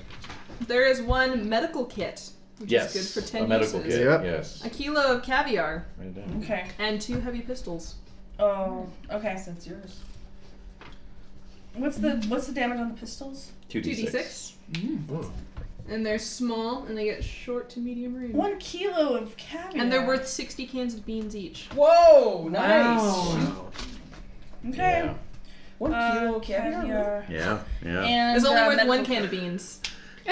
[SPEAKER 4] There is one medical kit, which
[SPEAKER 10] Yes.
[SPEAKER 4] is good for 10
[SPEAKER 10] a medical
[SPEAKER 4] uses.
[SPEAKER 10] kit.
[SPEAKER 1] Yep.
[SPEAKER 10] Yes.
[SPEAKER 4] A kilo of caviar
[SPEAKER 10] Right down.
[SPEAKER 2] Okay.
[SPEAKER 4] and two heavy pistols.
[SPEAKER 2] Oh, okay.
[SPEAKER 5] That's yours.
[SPEAKER 2] What's the what's the damage on the pistols?
[SPEAKER 4] 2d6.
[SPEAKER 1] Mm.
[SPEAKER 4] And they're small and they get short to medium range.
[SPEAKER 2] One kilo of caviar.
[SPEAKER 4] And they're worth 60 cans of beans each.
[SPEAKER 5] Whoa, nice.
[SPEAKER 2] okay.
[SPEAKER 10] Yeah.
[SPEAKER 5] One
[SPEAKER 2] Uh,
[SPEAKER 5] kilo of caviar.
[SPEAKER 3] Yeah, yeah.
[SPEAKER 2] And
[SPEAKER 4] It's only
[SPEAKER 2] uh,
[SPEAKER 4] worth one
[SPEAKER 2] medical-
[SPEAKER 4] can of beans.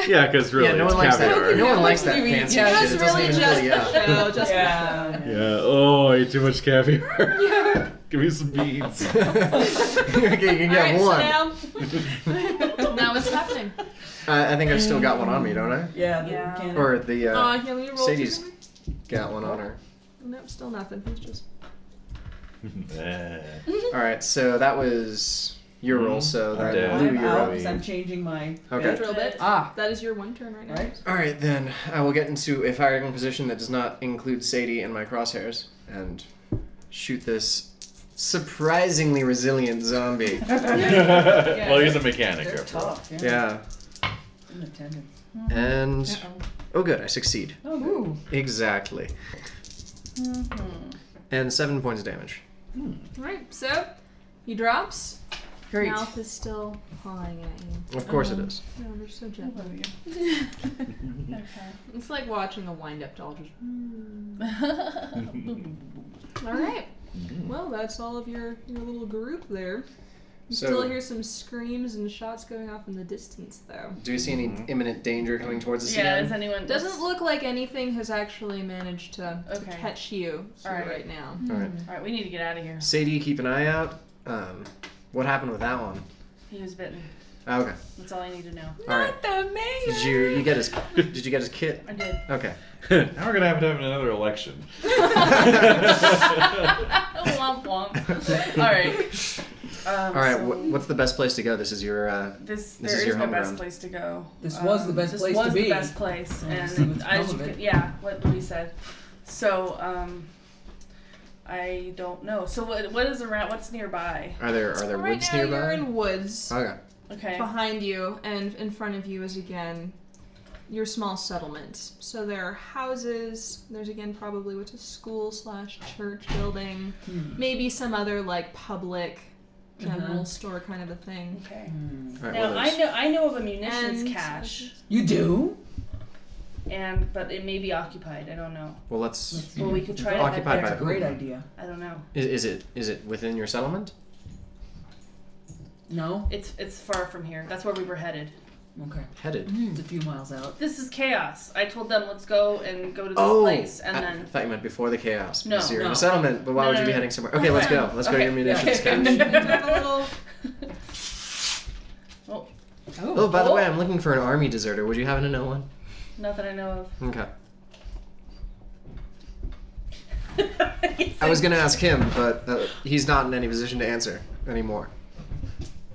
[SPEAKER 10] Yeah, because really,
[SPEAKER 1] yeah, no
[SPEAKER 10] it's
[SPEAKER 1] one likes
[SPEAKER 10] caviar.
[SPEAKER 1] that. No one likes that
[SPEAKER 6] Really,
[SPEAKER 1] fancy
[SPEAKER 6] yeah,
[SPEAKER 1] shit.
[SPEAKER 4] Just
[SPEAKER 1] It doesn't
[SPEAKER 4] really
[SPEAKER 1] even
[SPEAKER 4] just
[SPEAKER 1] fill you
[SPEAKER 4] for
[SPEAKER 1] up.
[SPEAKER 6] (laughs)
[SPEAKER 4] show. Just
[SPEAKER 5] Yeah.
[SPEAKER 10] Yeah. Oh, I ate too much caviar.
[SPEAKER 4] Yeah.
[SPEAKER 10] (laughs) Give me some
[SPEAKER 1] (laughs)
[SPEAKER 10] beans. (laughs)
[SPEAKER 1] okay, you can get
[SPEAKER 4] Alright,
[SPEAKER 1] one.
[SPEAKER 4] so now, now what's happening?
[SPEAKER 1] I, I think I still got one on me, don't I?
[SPEAKER 5] Yeah, the
[SPEAKER 2] Yeah.
[SPEAKER 5] can-
[SPEAKER 1] Or the uh,
[SPEAKER 4] Uh, can we roll two
[SPEAKER 1] Sadie's-
[SPEAKER 4] different-
[SPEAKER 1] got one on her.
[SPEAKER 4] Nope, still nothing. He's just
[SPEAKER 10] Eh.
[SPEAKER 1] All right, so that was your roll. So
[SPEAKER 10] I'm
[SPEAKER 1] that
[SPEAKER 10] dead.
[SPEAKER 1] Lou,
[SPEAKER 5] I'm
[SPEAKER 1] you're
[SPEAKER 5] out
[SPEAKER 1] up.
[SPEAKER 5] because I'm changing my. (laughs)
[SPEAKER 1] Okay.
[SPEAKER 4] drill bit.
[SPEAKER 5] Ah,
[SPEAKER 4] That is your one turn right now.
[SPEAKER 5] right.
[SPEAKER 1] All right, then I will get into a firing position that does not include Sadie in my crosshairs and shoot this surprisingly resilient zombie.
[SPEAKER 5] Hmm.
[SPEAKER 10] well, he's a mechanic.
[SPEAKER 5] They're
[SPEAKER 10] after all.
[SPEAKER 5] tough. Yeah.
[SPEAKER 1] Yeah,
[SPEAKER 5] In attendance.
[SPEAKER 1] and
[SPEAKER 6] Uh-oh.
[SPEAKER 1] oh, good, I succeed
[SPEAKER 5] Oh, good.
[SPEAKER 6] Ooh.
[SPEAKER 1] exactly,
[SPEAKER 2] Mhm.
[SPEAKER 1] and seven points of damage.
[SPEAKER 4] Alright, so he drops.
[SPEAKER 2] Great.
[SPEAKER 4] Mouth is still pawing at you.
[SPEAKER 1] Of course it is.
[SPEAKER 4] No, they're so
[SPEAKER 2] I
[SPEAKER 4] gentle.
[SPEAKER 2] love you. Okay.
[SPEAKER 4] It's like watching a wind up doll (laughs) just.
[SPEAKER 1] (laughs)
[SPEAKER 2] Boom.
[SPEAKER 4] Alright.
[SPEAKER 1] Mm-hmm.
[SPEAKER 4] Well, that's all of your, your little group there. You still
[SPEAKER 1] So-
[SPEAKER 4] hear some screams and shots going off in the distance, though.
[SPEAKER 1] Do we see any imminent danger coming towards us
[SPEAKER 2] yeah, is
[SPEAKER 1] again?
[SPEAKER 2] anyone
[SPEAKER 4] Doesn't look like anything has actually managed to, to
[SPEAKER 2] Okay.
[SPEAKER 4] catch you here
[SPEAKER 2] Alright.
[SPEAKER 4] right now.
[SPEAKER 1] All right,
[SPEAKER 2] All right, we need to get out of here.
[SPEAKER 1] Sadie, keep an eye out. Um, what happened with that one?
[SPEAKER 2] He was bitten.
[SPEAKER 1] Oh, okay,
[SPEAKER 2] That's all I need to know.
[SPEAKER 1] all right.
[SPEAKER 4] the mayor!
[SPEAKER 1] Did you you get his Did you get his kit?
[SPEAKER 2] I did.
[SPEAKER 1] (laughs)
[SPEAKER 2] (laughs)
[SPEAKER 1] Okay.
[SPEAKER 10] (laughs) now we're gonna have to have another election.
[SPEAKER 2] womp womp. All right.
[SPEAKER 1] (laughs)
[SPEAKER 2] Um,
[SPEAKER 1] All right.
[SPEAKER 2] so
[SPEAKER 1] wh- what's the best place to go? This is your. Uh,
[SPEAKER 2] This,
[SPEAKER 1] This
[SPEAKER 2] there
[SPEAKER 1] is
[SPEAKER 2] is
[SPEAKER 1] your
[SPEAKER 2] no
[SPEAKER 1] home
[SPEAKER 2] best
[SPEAKER 1] ground.
[SPEAKER 2] place to go. Um,
[SPEAKER 5] This was the best
[SPEAKER 2] this
[SPEAKER 5] place
[SPEAKER 2] was
[SPEAKER 5] to
[SPEAKER 2] the
[SPEAKER 5] be. Oh,
[SPEAKER 2] best place,
[SPEAKER 5] Yeah, see
[SPEAKER 2] and
[SPEAKER 5] what's
[SPEAKER 2] as
[SPEAKER 5] come
[SPEAKER 2] you
[SPEAKER 5] of it.
[SPEAKER 2] could, yeah, what Louis said. So, um, I don't know. So, what what is around? What's nearby?
[SPEAKER 1] are there Are there
[SPEAKER 4] right
[SPEAKER 1] woods
[SPEAKER 4] now,
[SPEAKER 1] nearby?
[SPEAKER 4] you're in woods.
[SPEAKER 1] Okay.
[SPEAKER 2] Okay.
[SPEAKER 4] Behind you and in front of you is again your small settlement. So there are houses. There's again probably what's a school slash church building,
[SPEAKER 5] Hmm.
[SPEAKER 4] maybe some other like public
[SPEAKER 5] Uh-huh.
[SPEAKER 4] general store kind of a thing.
[SPEAKER 2] Okay.
[SPEAKER 1] All right.
[SPEAKER 2] Now
[SPEAKER 1] well,
[SPEAKER 2] I
[SPEAKER 1] there's-
[SPEAKER 2] know I know of a munitions
[SPEAKER 4] And-
[SPEAKER 2] cache,
[SPEAKER 5] You do?
[SPEAKER 2] and but it may be occupied. I don't know.
[SPEAKER 1] well, let's.
[SPEAKER 5] Let's-
[SPEAKER 2] Well, we could try to head
[SPEAKER 1] Occupied
[SPEAKER 2] there.
[SPEAKER 1] by who?
[SPEAKER 5] Great idea.
[SPEAKER 2] I don't know.
[SPEAKER 1] Is, is it Is it within your settlement?
[SPEAKER 5] No?
[SPEAKER 2] It's it's far from here. That's where we were headed.
[SPEAKER 5] Okay.
[SPEAKER 1] Headed.
[SPEAKER 5] It's a few miles out.
[SPEAKER 2] This is chaos. I told them let's go and go to this
[SPEAKER 1] Oh.
[SPEAKER 2] place, and
[SPEAKER 1] I
[SPEAKER 2] then
[SPEAKER 1] thought you meant before the chaos.
[SPEAKER 2] No,
[SPEAKER 1] because you're in
[SPEAKER 5] no.
[SPEAKER 1] a settlement, but why
[SPEAKER 2] No,
[SPEAKER 1] would
[SPEAKER 2] no,
[SPEAKER 1] you be
[SPEAKER 2] no.
[SPEAKER 1] heading somewhere? Okay, let's
[SPEAKER 2] (laughs)
[SPEAKER 1] go. Let's go to your munitions
[SPEAKER 5] Okay.
[SPEAKER 1] cache.
[SPEAKER 4] Have a little-
[SPEAKER 1] Oh, by the way, I'm looking for an army deserter. Would you happen to know one?
[SPEAKER 2] Not that I know
[SPEAKER 1] Okay.
[SPEAKER 2] of.
[SPEAKER 1] (laughs) I was gonna ask him, but uh, he's not in any position to answer anymore.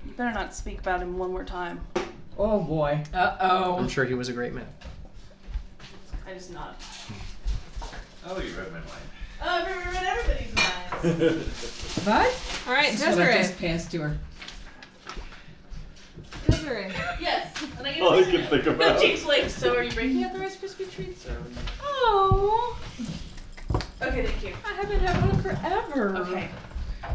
[SPEAKER 2] You better not speak about him one more time.
[SPEAKER 5] Oh, boy.
[SPEAKER 6] Uh oh.
[SPEAKER 1] I'm sure he was a great man.
[SPEAKER 2] I just nod.
[SPEAKER 10] Oh, you read my
[SPEAKER 2] Oh, everybody, everybody's nice.
[SPEAKER 10] mind. (laughs)
[SPEAKER 6] What?
[SPEAKER 4] All right,
[SPEAKER 5] This is what I
[SPEAKER 4] Desiree.
[SPEAKER 5] just passed to her.
[SPEAKER 4] Desiree.
[SPEAKER 2] Yes, and I get
[SPEAKER 10] All Oh, I
[SPEAKER 2] to
[SPEAKER 10] can
[SPEAKER 2] (laughs)
[SPEAKER 10] think about.
[SPEAKER 2] Jake's like, so are you breaking out the Rice Krispie treats? Or...
[SPEAKER 4] Oh,
[SPEAKER 2] Okay, thank you.
[SPEAKER 4] I haven't had one forever.
[SPEAKER 2] Okay.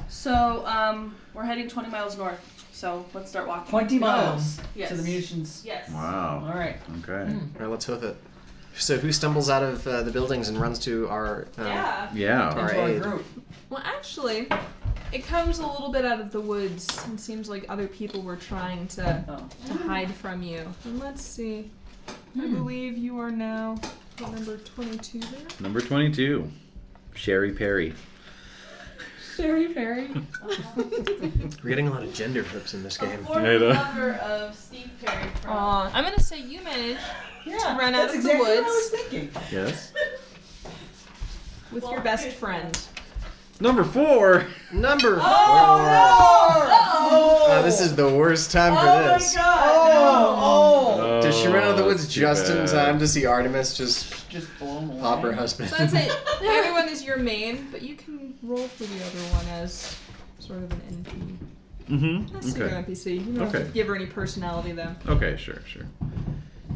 [SPEAKER 2] So, um, we're heading 20 miles north. So let's start walking.
[SPEAKER 5] 20 miles
[SPEAKER 2] Yes.
[SPEAKER 5] to the munitions.
[SPEAKER 2] Yes.
[SPEAKER 3] Wow.
[SPEAKER 5] All right.
[SPEAKER 3] Okay.
[SPEAKER 1] All right, let's hoof it. So who stumbles out of uh, the buildings and runs to our? Uh,
[SPEAKER 4] Yeah.
[SPEAKER 3] Yeah.
[SPEAKER 1] All
[SPEAKER 5] Into our
[SPEAKER 1] right.
[SPEAKER 5] group.
[SPEAKER 4] Well, actually, it comes a little bit out of the woods and seems like other people were trying to,
[SPEAKER 5] Oh.
[SPEAKER 4] to hide from you. And let's see. I
[SPEAKER 5] Hmm.
[SPEAKER 4] believe you are now at number 22 there.
[SPEAKER 3] Number 22, Sherry Perry.
[SPEAKER 6] Sherry (laughs) Perry.
[SPEAKER 1] We're getting a lot of gender flips in this game.
[SPEAKER 10] Yeah, though.
[SPEAKER 11] cover of Steve Perry from
[SPEAKER 4] Aw, I'm going to say you managed
[SPEAKER 5] Yeah.
[SPEAKER 4] run out
[SPEAKER 5] that's
[SPEAKER 4] of the
[SPEAKER 5] exactly what I
[SPEAKER 4] woods.
[SPEAKER 5] was thinking.
[SPEAKER 3] Yes.
[SPEAKER 4] with your best friend.
[SPEAKER 3] Number four.
[SPEAKER 1] Number four.
[SPEAKER 5] (laughs) Oh,
[SPEAKER 2] Oh,
[SPEAKER 1] Uh, this is the worst time for this.
[SPEAKER 5] Oh,
[SPEAKER 1] Did So she ran out of the
[SPEAKER 10] Oh,
[SPEAKER 1] woods
[SPEAKER 10] that's too
[SPEAKER 1] just in
[SPEAKER 10] bad.
[SPEAKER 1] time to see Artemis just
[SPEAKER 5] Just blown away.
[SPEAKER 1] pop her husband.
[SPEAKER 4] So I'd say the other one is your main, but you can roll for the other one as sort of an NP.
[SPEAKER 3] Mm-hmm.
[SPEAKER 4] That's okay.
[SPEAKER 3] Okay.
[SPEAKER 4] NPC. You don't have
[SPEAKER 3] Okay.
[SPEAKER 4] to give her any personality though.
[SPEAKER 3] Okay. Sure. Sure.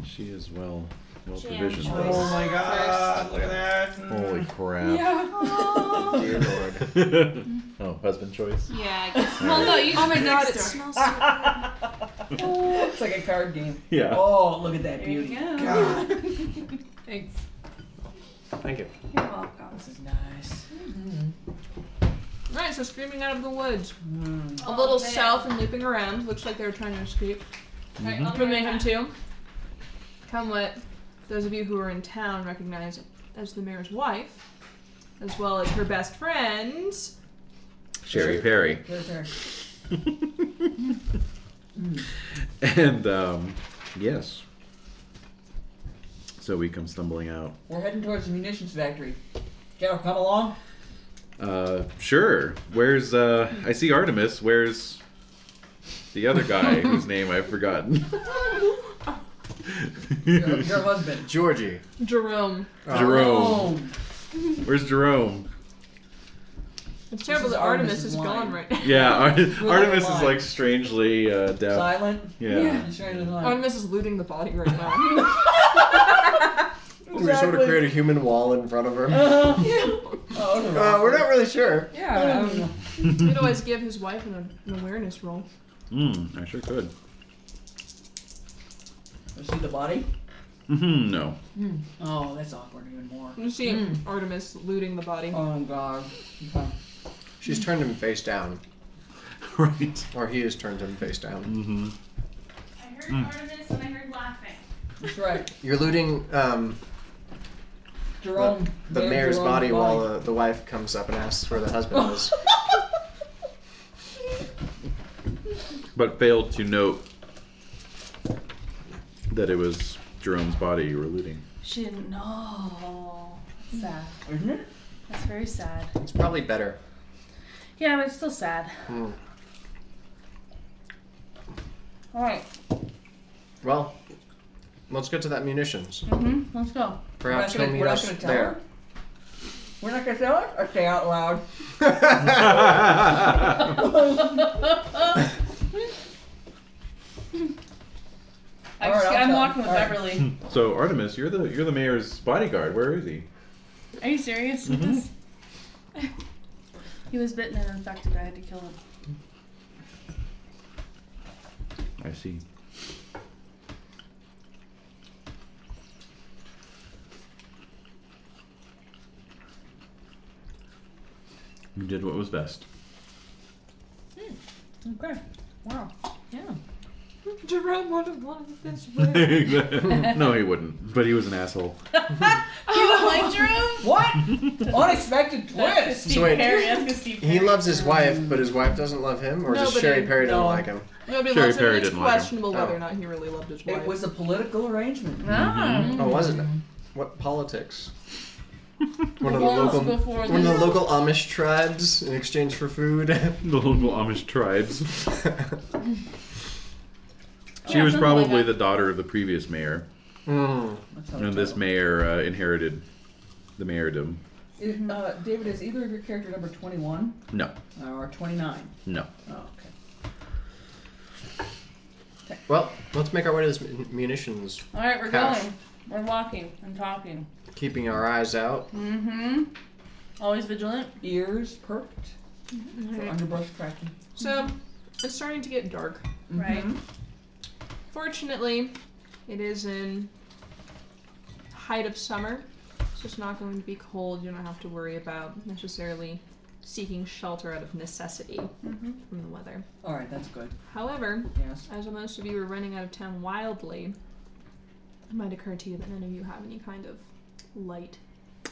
[SPEAKER 3] She is well, well
[SPEAKER 11] Jam
[SPEAKER 3] provisioned.
[SPEAKER 11] choice.
[SPEAKER 3] though.
[SPEAKER 5] Oh, my god, look at that. (laughs)
[SPEAKER 3] Holy crap.
[SPEAKER 6] Yeah.
[SPEAKER 1] Dear Lord.
[SPEAKER 3] (laughs)
[SPEAKER 10] Oh, husband choice.
[SPEAKER 4] Yeah. (laughs) I guess. Well, no. You
[SPEAKER 6] Oh my
[SPEAKER 4] God,
[SPEAKER 6] God,
[SPEAKER 4] it
[SPEAKER 6] it's
[SPEAKER 4] smells. So good.
[SPEAKER 3] (laughs)
[SPEAKER 5] Oh. it's like a card game.
[SPEAKER 10] Yeah.
[SPEAKER 5] Oh, look at that
[SPEAKER 2] There you
[SPEAKER 5] beauty.
[SPEAKER 2] go.
[SPEAKER 5] (laughs) God,
[SPEAKER 6] Thanks.
[SPEAKER 1] Thank you.
[SPEAKER 2] You're welcome.
[SPEAKER 5] this is nice.
[SPEAKER 4] Right. So screaming out of the woods,
[SPEAKER 5] Mm.
[SPEAKER 4] a
[SPEAKER 11] Oh,
[SPEAKER 4] little
[SPEAKER 11] man.
[SPEAKER 4] south and looping around. Looks like they were trying to escape.
[SPEAKER 11] Right,
[SPEAKER 4] I'm gonna make him too. Come what those of you who are in town recognize as the mayor's wife, as well as her best friends.
[SPEAKER 3] Sherry Perry.
[SPEAKER 5] Very, very-
[SPEAKER 3] (laughs) And um, yes. So we come stumbling out.
[SPEAKER 5] We're heading towards the munitions factory. General, come along.
[SPEAKER 3] Uh, sure. Where's uh? I see Artemis. Where's the other guy whose name I've forgotten?
[SPEAKER 1] (laughs)
[SPEAKER 5] Your, your husband.
[SPEAKER 1] (laughs) Georgie.
[SPEAKER 4] Jerome.
[SPEAKER 3] Jerome.
[SPEAKER 5] Boom.
[SPEAKER 3] Where's Jerome?
[SPEAKER 4] It's terrible
[SPEAKER 5] is
[SPEAKER 4] that Artemis
[SPEAKER 5] Artemis's
[SPEAKER 4] is gone
[SPEAKER 5] wine.
[SPEAKER 4] right now.
[SPEAKER 3] Yeah, Ar- (laughs)
[SPEAKER 5] We're
[SPEAKER 3] Artemis is
[SPEAKER 5] alive.
[SPEAKER 3] like strangely uh, deaf.
[SPEAKER 5] Silent.
[SPEAKER 3] Yeah.
[SPEAKER 5] (laughs) I'm sure he was like,
[SPEAKER 4] Artemis is looting the body right (laughs) now.
[SPEAKER 1] We just want to (laughs) create a human wall in front of her. Uh,
[SPEAKER 5] (laughs) Oh, it was awful.
[SPEAKER 1] we're not really sure.
[SPEAKER 6] Yeah. um,
[SPEAKER 4] you could always give his wife an, an awareness roll.
[SPEAKER 3] Mm, Hmm, I sure could.
[SPEAKER 5] You see the body?
[SPEAKER 3] hmm no. (laughs)
[SPEAKER 5] Oh, that's awkward even more.
[SPEAKER 4] You see
[SPEAKER 3] Hmm.
[SPEAKER 4] Artemis looting the body.
[SPEAKER 5] Oh god. Okay.
[SPEAKER 1] She's turned him face down.
[SPEAKER 3] right.
[SPEAKER 1] Or he has turned him face down.
[SPEAKER 3] hmm
[SPEAKER 11] I heard Artemis and I heard laughing.
[SPEAKER 5] That's right.
[SPEAKER 1] You're looting um,
[SPEAKER 5] Jerome.
[SPEAKER 1] the
[SPEAKER 5] Mayor
[SPEAKER 1] mayor's
[SPEAKER 5] Jerome's
[SPEAKER 1] body while the, the wife comes up and asks where the
[SPEAKER 5] (laughs)
[SPEAKER 1] husband
[SPEAKER 5] Oh.
[SPEAKER 1] is.
[SPEAKER 3] But failed to note that it was Jerome's body you were (laughs) looting.
[SPEAKER 2] She didn't know. That's sad.
[SPEAKER 5] Isn't it?
[SPEAKER 2] Hmm. That's very sad.
[SPEAKER 1] It's probably better.
[SPEAKER 2] Yeah, but it's still sad.
[SPEAKER 1] Hmm.
[SPEAKER 2] All right.
[SPEAKER 1] Well, let's get to that munitions.
[SPEAKER 2] Mm-hmm. Let's (laughs) go.
[SPEAKER 1] Perhaps he'll
[SPEAKER 5] We're not gonna-
[SPEAKER 1] meet
[SPEAKER 5] we're not
[SPEAKER 1] us
[SPEAKER 5] gonna tell
[SPEAKER 1] there.
[SPEAKER 5] We're not gonna tell her or say out loud.
[SPEAKER 1] (laughs)
[SPEAKER 2] I
[SPEAKER 5] All right, I'll
[SPEAKER 2] am
[SPEAKER 5] tell
[SPEAKER 2] walking
[SPEAKER 5] him.
[SPEAKER 2] with
[SPEAKER 5] All right.
[SPEAKER 2] Beverly.
[SPEAKER 3] so Artemis, you're the you're the mayor's bodyguard. Where is he?
[SPEAKER 2] Are you serious
[SPEAKER 3] Mm.
[SPEAKER 2] with this? He was bitten and infected. I had to kill (laughs) him.
[SPEAKER 3] I see. You did what was best.
[SPEAKER 6] Mm.
[SPEAKER 5] Okay. Wow. Yeah.
[SPEAKER 4] Jerome would have wanted this way.
[SPEAKER 3] (laughs) no, he wouldn't. But he was an asshole.
[SPEAKER 2] Like Jerome?
[SPEAKER 3] (laughs)
[SPEAKER 5] What? Unexpected
[SPEAKER 2] That's
[SPEAKER 5] twist.
[SPEAKER 2] Steve
[SPEAKER 1] wait.
[SPEAKER 2] Perry. That's good Steve Perry.
[SPEAKER 1] He loves his wife, but his wife doesn't love him, or
[SPEAKER 4] No,
[SPEAKER 1] just
[SPEAKER 4] but
[SPEAKER 1] Sherry
[SPEAKER 4] it-
[SPEAKER 1] Perry doesn't
[SPEAKER 5] no.
[SPEAKER 1] like him.
[SPEAKER 4] Nobody
[SPEAKER 3] Sherry
[SPEAKER 4] loves him.
[SPEAKER 3] Perry
[SPEAKER 4] and It's
[SPEAKER 3] didn't like him.
[SPEAKER 4] questionable whether
[SPEAKER 1] Oh.
[SPEAKER 4] or not he really loved his wife.
[SPEAKER 5] It was a political arrangement.
[SPEAKER 2] Ah.
[SPEAKER 1] Oh, wasn't it? What politics? One of the
[SPEAKER 2] Well,
[SPEAKER 1] local,
[SPEAKER 2] before
[SPEAKER 1] one of the
[SPEAKER 2] this.
[SPEAKER 1] local Amish tribes in exchange for food. (laughs)
[SPEAKER 3] The local Amish tribes. She
[SPEAKER 2] Yeah, something
[SPEAKER 3] was
[SPEAKER 2] like
[SPEAKER 3] probably
[SPEAKER 2] that.
[SPEAKER 3] the daughter of the previous mayor,
[SPEAKER 1] Hmm.
[SPEAKER 5] That's how
[SPEAKER 3] and
[SPEAKER 5] it's
[SPEAKER 3] this
[SPEAKER 5] all.
[SPEAKER 3] mayor uh, inherited the mayordomm.
[SPEAKER 5] Is- uh, David, is either of your character number 21
[SPEAKER 3] No,
[SPEAKER 5] or 29?
[SPEAKER 3] no.
[SPEAKER 5] Oh, okay.
[SPEAKER 1] Well, let's make our way to this mun- munitions,
[SPEAKER 2] All right, we're
[SPEAKER 1] Cash.
[SPEAKER 2] going. We're walking and talking.
[SPEAKER 1] keeping our eyes out.
[SPEAKER 2] Mm-hmm. Always vigilant.
[SPEAKER 5] Ears perked for underbrush cracking.
[SPEAKER 4] So it's starting to get dark.
[SPEAKER 2] Right.
[SPEAKER 4] Fortunately, it is in height of summer, so it's not going to be cold. You don't have to worry about necessarily seeking shelter out of necessity
[SPEAKER 3] Mm-hmm.
[SPEAKER 4] from the weather.
[SPEAKER 5] All right, that's good.
[SPEAKER 4] However,
[SPEAKER 5] Yes.
[SPEAKER 4] as most of you are running out of town wildly, it might occur to you that none of you have any kind of light.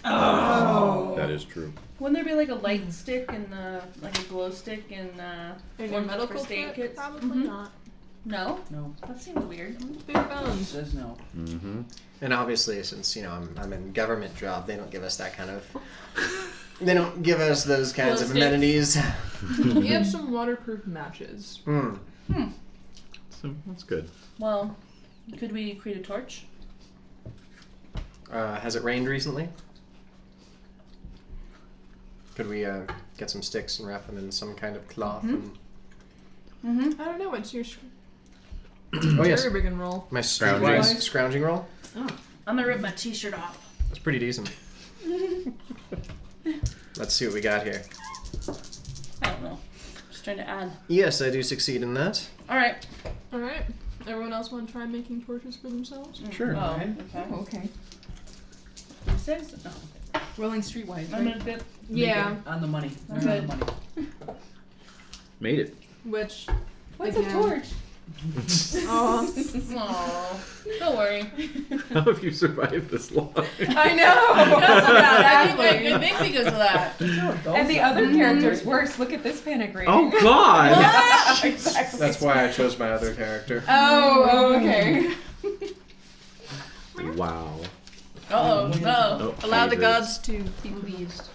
[SPEAKER 3] That is true.
[SPEAKER 2] Wouldn't there be like a light stick and uh, like a glow stick and uh,
[SPEAKER 4] In
[SPEAKER 2] Or first aid kits?
[SPEAKER 4] Probably
[SPEAKER 2] Mhm.
[SPEAKER 4] not.
[SPEAKER 2] no?
[SPEAKER 5] No.
[SPEAKER 2] That seems weird.
[SPEAKER 4] Mm-hmm. Bare
[SPEAKER 5] It
[SPEAKER 4] bones.
[SPEAKER 5] says no.
[SPEAKER 3] Mm-hmm.
[SPEAKER 1] And obviously, since you know I'm, I'm in government job, they don't give us that kind of. They don't give us those kinds of
[SPEAKER 2] Glow
[SPEAKER 1] amenities.
[SPEAKER 4] you have some waterproof matches.
[SPEAKER 1] Hmm.
[SPEAKER 3] So that's good.
[SPEAKER 2] Well, Could we create a torch?
[SPEAKER 1] Uh, has it rained recently? Could we uh, get some sticks and wrap them in some kind of cloth?
[SPEAKER 2] Mm-hmm.
[SPEAKER 4] I don't know what's your
[SPEAKER 1] And... (clears throat) oh yes,
[SPEAKER 4] Turrican roll.
[SPEAKER 1] my
[SPEAKER 3] Scrounging.
[SPEAKER 1] streetwise scrounging roll.
[SPEAKER 2] I'm gonna rip my t-shirt off.
[SPEAKER 1] That's pretty decent. Let's see what we got here.
[SPEAKER 2] I don't know. Just trying to add.
[SPEAKER 1] Yes, I do succeed in that.
[SPEAKER 2] All right.
[SPEAKER 4] All right. Everyone else want to try making torches for themselves?
[SPEAKER 1] Sure.
[SPEAKER 2] Oh, okay.
[SPEAKER 6] Oh, okay.
[SPEAKER 5] You said so- no.
[SPEAKER 6] Rolling streetwise,
[SPEAKER 2] I'm
[SPEAKER 6] right?
[SPEAKER 2] gonna dip.
[SPEAKER 4] Yeah.
[SPEAKER 5] On the money. They're
[SPEAKER 2] Okay.
[SPEAKER 5] On the money.
[SPEAKER 3] Made it. (laughs)
[SPEAKER 4] Which
[SPEAKER 6] What's a
[SPEAKER 4] Again.
[SPEAKER 6] torch?
[SPEAKER 4] oh,
[SPEAKER 2] Aw, (laughs) don't worry.
[SPEAKER 3] How have you survived this long?
[SPEAKER 6] I (laughs) know.
[SPEAKER 2] Because of that,
[SPEAKER 6] (laughs)
[SPEAKER 2] I
[SPEAKER 6] Exactly.
[SPEAKER 2] think, I think because of that.
[SPEAKER 6] and the other character's worse. Look at this panic rating.
[SPEAKER 3] oh God!
[SPEAKER 2] (laughs)
[SPEAKER 6] exactly.
[SPEAKER 12] That's why I chose my other character.
[SPEAKER 6] Oh, oh, (laughs) okay.
[SPEAKER 3] wow.
[SPEAKER 2] Uh oh, no.
[SPEAKER 3] Oh,
[SPEAKER 4] allow the
[SPEAKER 3] Jesus.
[SPEAKER 4] gods to be pleased.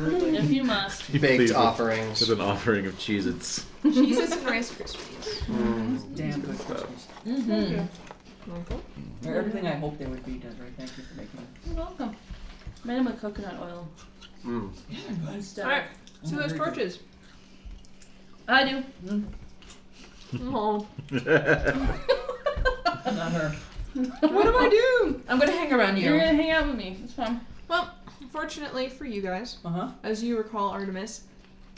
[SPEAKER 2] If you must.
[SPEAKER 1] Baked
[SPEAKER 3] Please, with-
[SPEAKER 1] offerings.
[SPEAKER 3] With an offering of Cheez Its.
[SPEAKER 4] (laughs) Jesus and Rice Krispies.
[SPEAKER 1] Mm.
[SPEAKER 5] Damn good Christmas.
[SPEAKER 6] Mm-hmm.
[SPEAKER 5] They're everything I hoped they would be, Desiree. Thank you for making them.
[SPEAKER 2] You're welcome. Made them with coconut oil
[SPEAKER 1] Mm.
[SPEAKER 2] instead.
[SPEAKER 4] All
[SPEAKER 2] of-
[SPEAKER 4] right. So those
[SPEAKER 5] very good.
[SPEAKER 4] torches.
[SPEAKER 2] I do.
[SPEAKER 4] Oh.
[SPEAKER 2] Mm-hmm.
[SPEAKER 5] Not her.
[SPEAKER 4] What do I do? I'm gonna hang around
[SPEAKER 2] You're
[SPEAKER 4] you.
[SPEAKER 2] gonna hang out with me. It's fun.
[SPEAKER 4] Well, fortunately for you guys,
[SPEAKER 5] Uh huh.
[SPEAKER 4] As you recall, Artemis,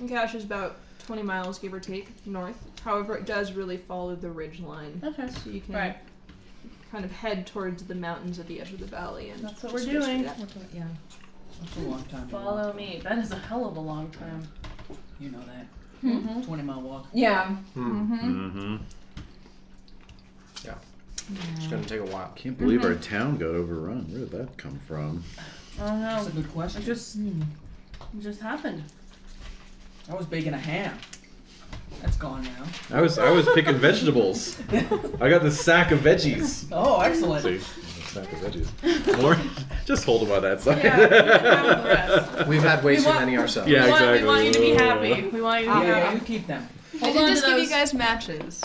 [SPEAKER 4] Nkash is about 20 miles, give or take, north. However, it does really follow the ridge line.
[SPEAKER 2] Okay.
[SPEAKER 4] So you can
[SPEAKER 2] Right.
[SPEAKER 4] kind of head towards the mountains at the edge of the valley. And
[SPEAKER 2] That's what we're doing.
[SPEAKER 6] yeah.
[SPEAKER 5] That's a long time. to walk.
[SPEAKER 2] Mm-hmm. Follow me. That is a hell of a long time.
[SPEAKER 5] You know that.
[SPEAKER 2] Mm-hmm.
[SPEAKER 5] 20 mile walk.
[SPEAKER 6] Yeah.
[SPEAKER 2] Mm-hmm.
[SPEAKER 3] Mm-hmm.
[SPEAKER 1] It's gonna take a while.
[SPEAKER 3] Can't believe our town got overrun. Where did that come from?
[SPEAKER 2] I don't
[SPEAKER 5] That's
[SPEAKER 2] know.
[SPEAKER 5] a good question.
[SPEAKER 2] It just, Oh, it just happened.
[SPEAKER 5] I was baking a ham. That's gone now.
[SPEAKER 10] I was I was picking vegetables. I got this sack of
[SPEAKER 5] (laughs)
[SPEAKER 10] veggies.
[SPEAKER 5] Oh, excellent.
[SPEAKER 10] See, a sack of veggies. More? Just hold them by that side.
[SPEAKER 4] Yeah, we can
[SPEAKER 2] The rest.
[SPEAKER 1] We've had way
[SPEAKER 2] We
[SPEAKER 1] too
[SPEAKER 2] want-
[SPEAKER 1] many ourselves.
[SPEAKER 2] we,
[SPEAKER 10] Yeah,
[SPEAKER 2] want,
[SPEAKER 10] exactly.
[SPEAKER 2] we want you to be happy. We want you to
[SPEAKER 5] Yeah,
[SPEAKER 2] be
[SPEAKER 5] yeah,
[SPEAKER 2] happy.
[SPEAKER 5] you keep them.
[SPEAKER 4] I
[SPEAKER 2] Hold
[SPEAKER 4] did
[SPEAKER 2] on
[SPEAKER 4] just
[SPEAKER 2] to
[SPEAKER 4] give you
[SPEAKER 2] those.
[SPEAKER 4] guys matches.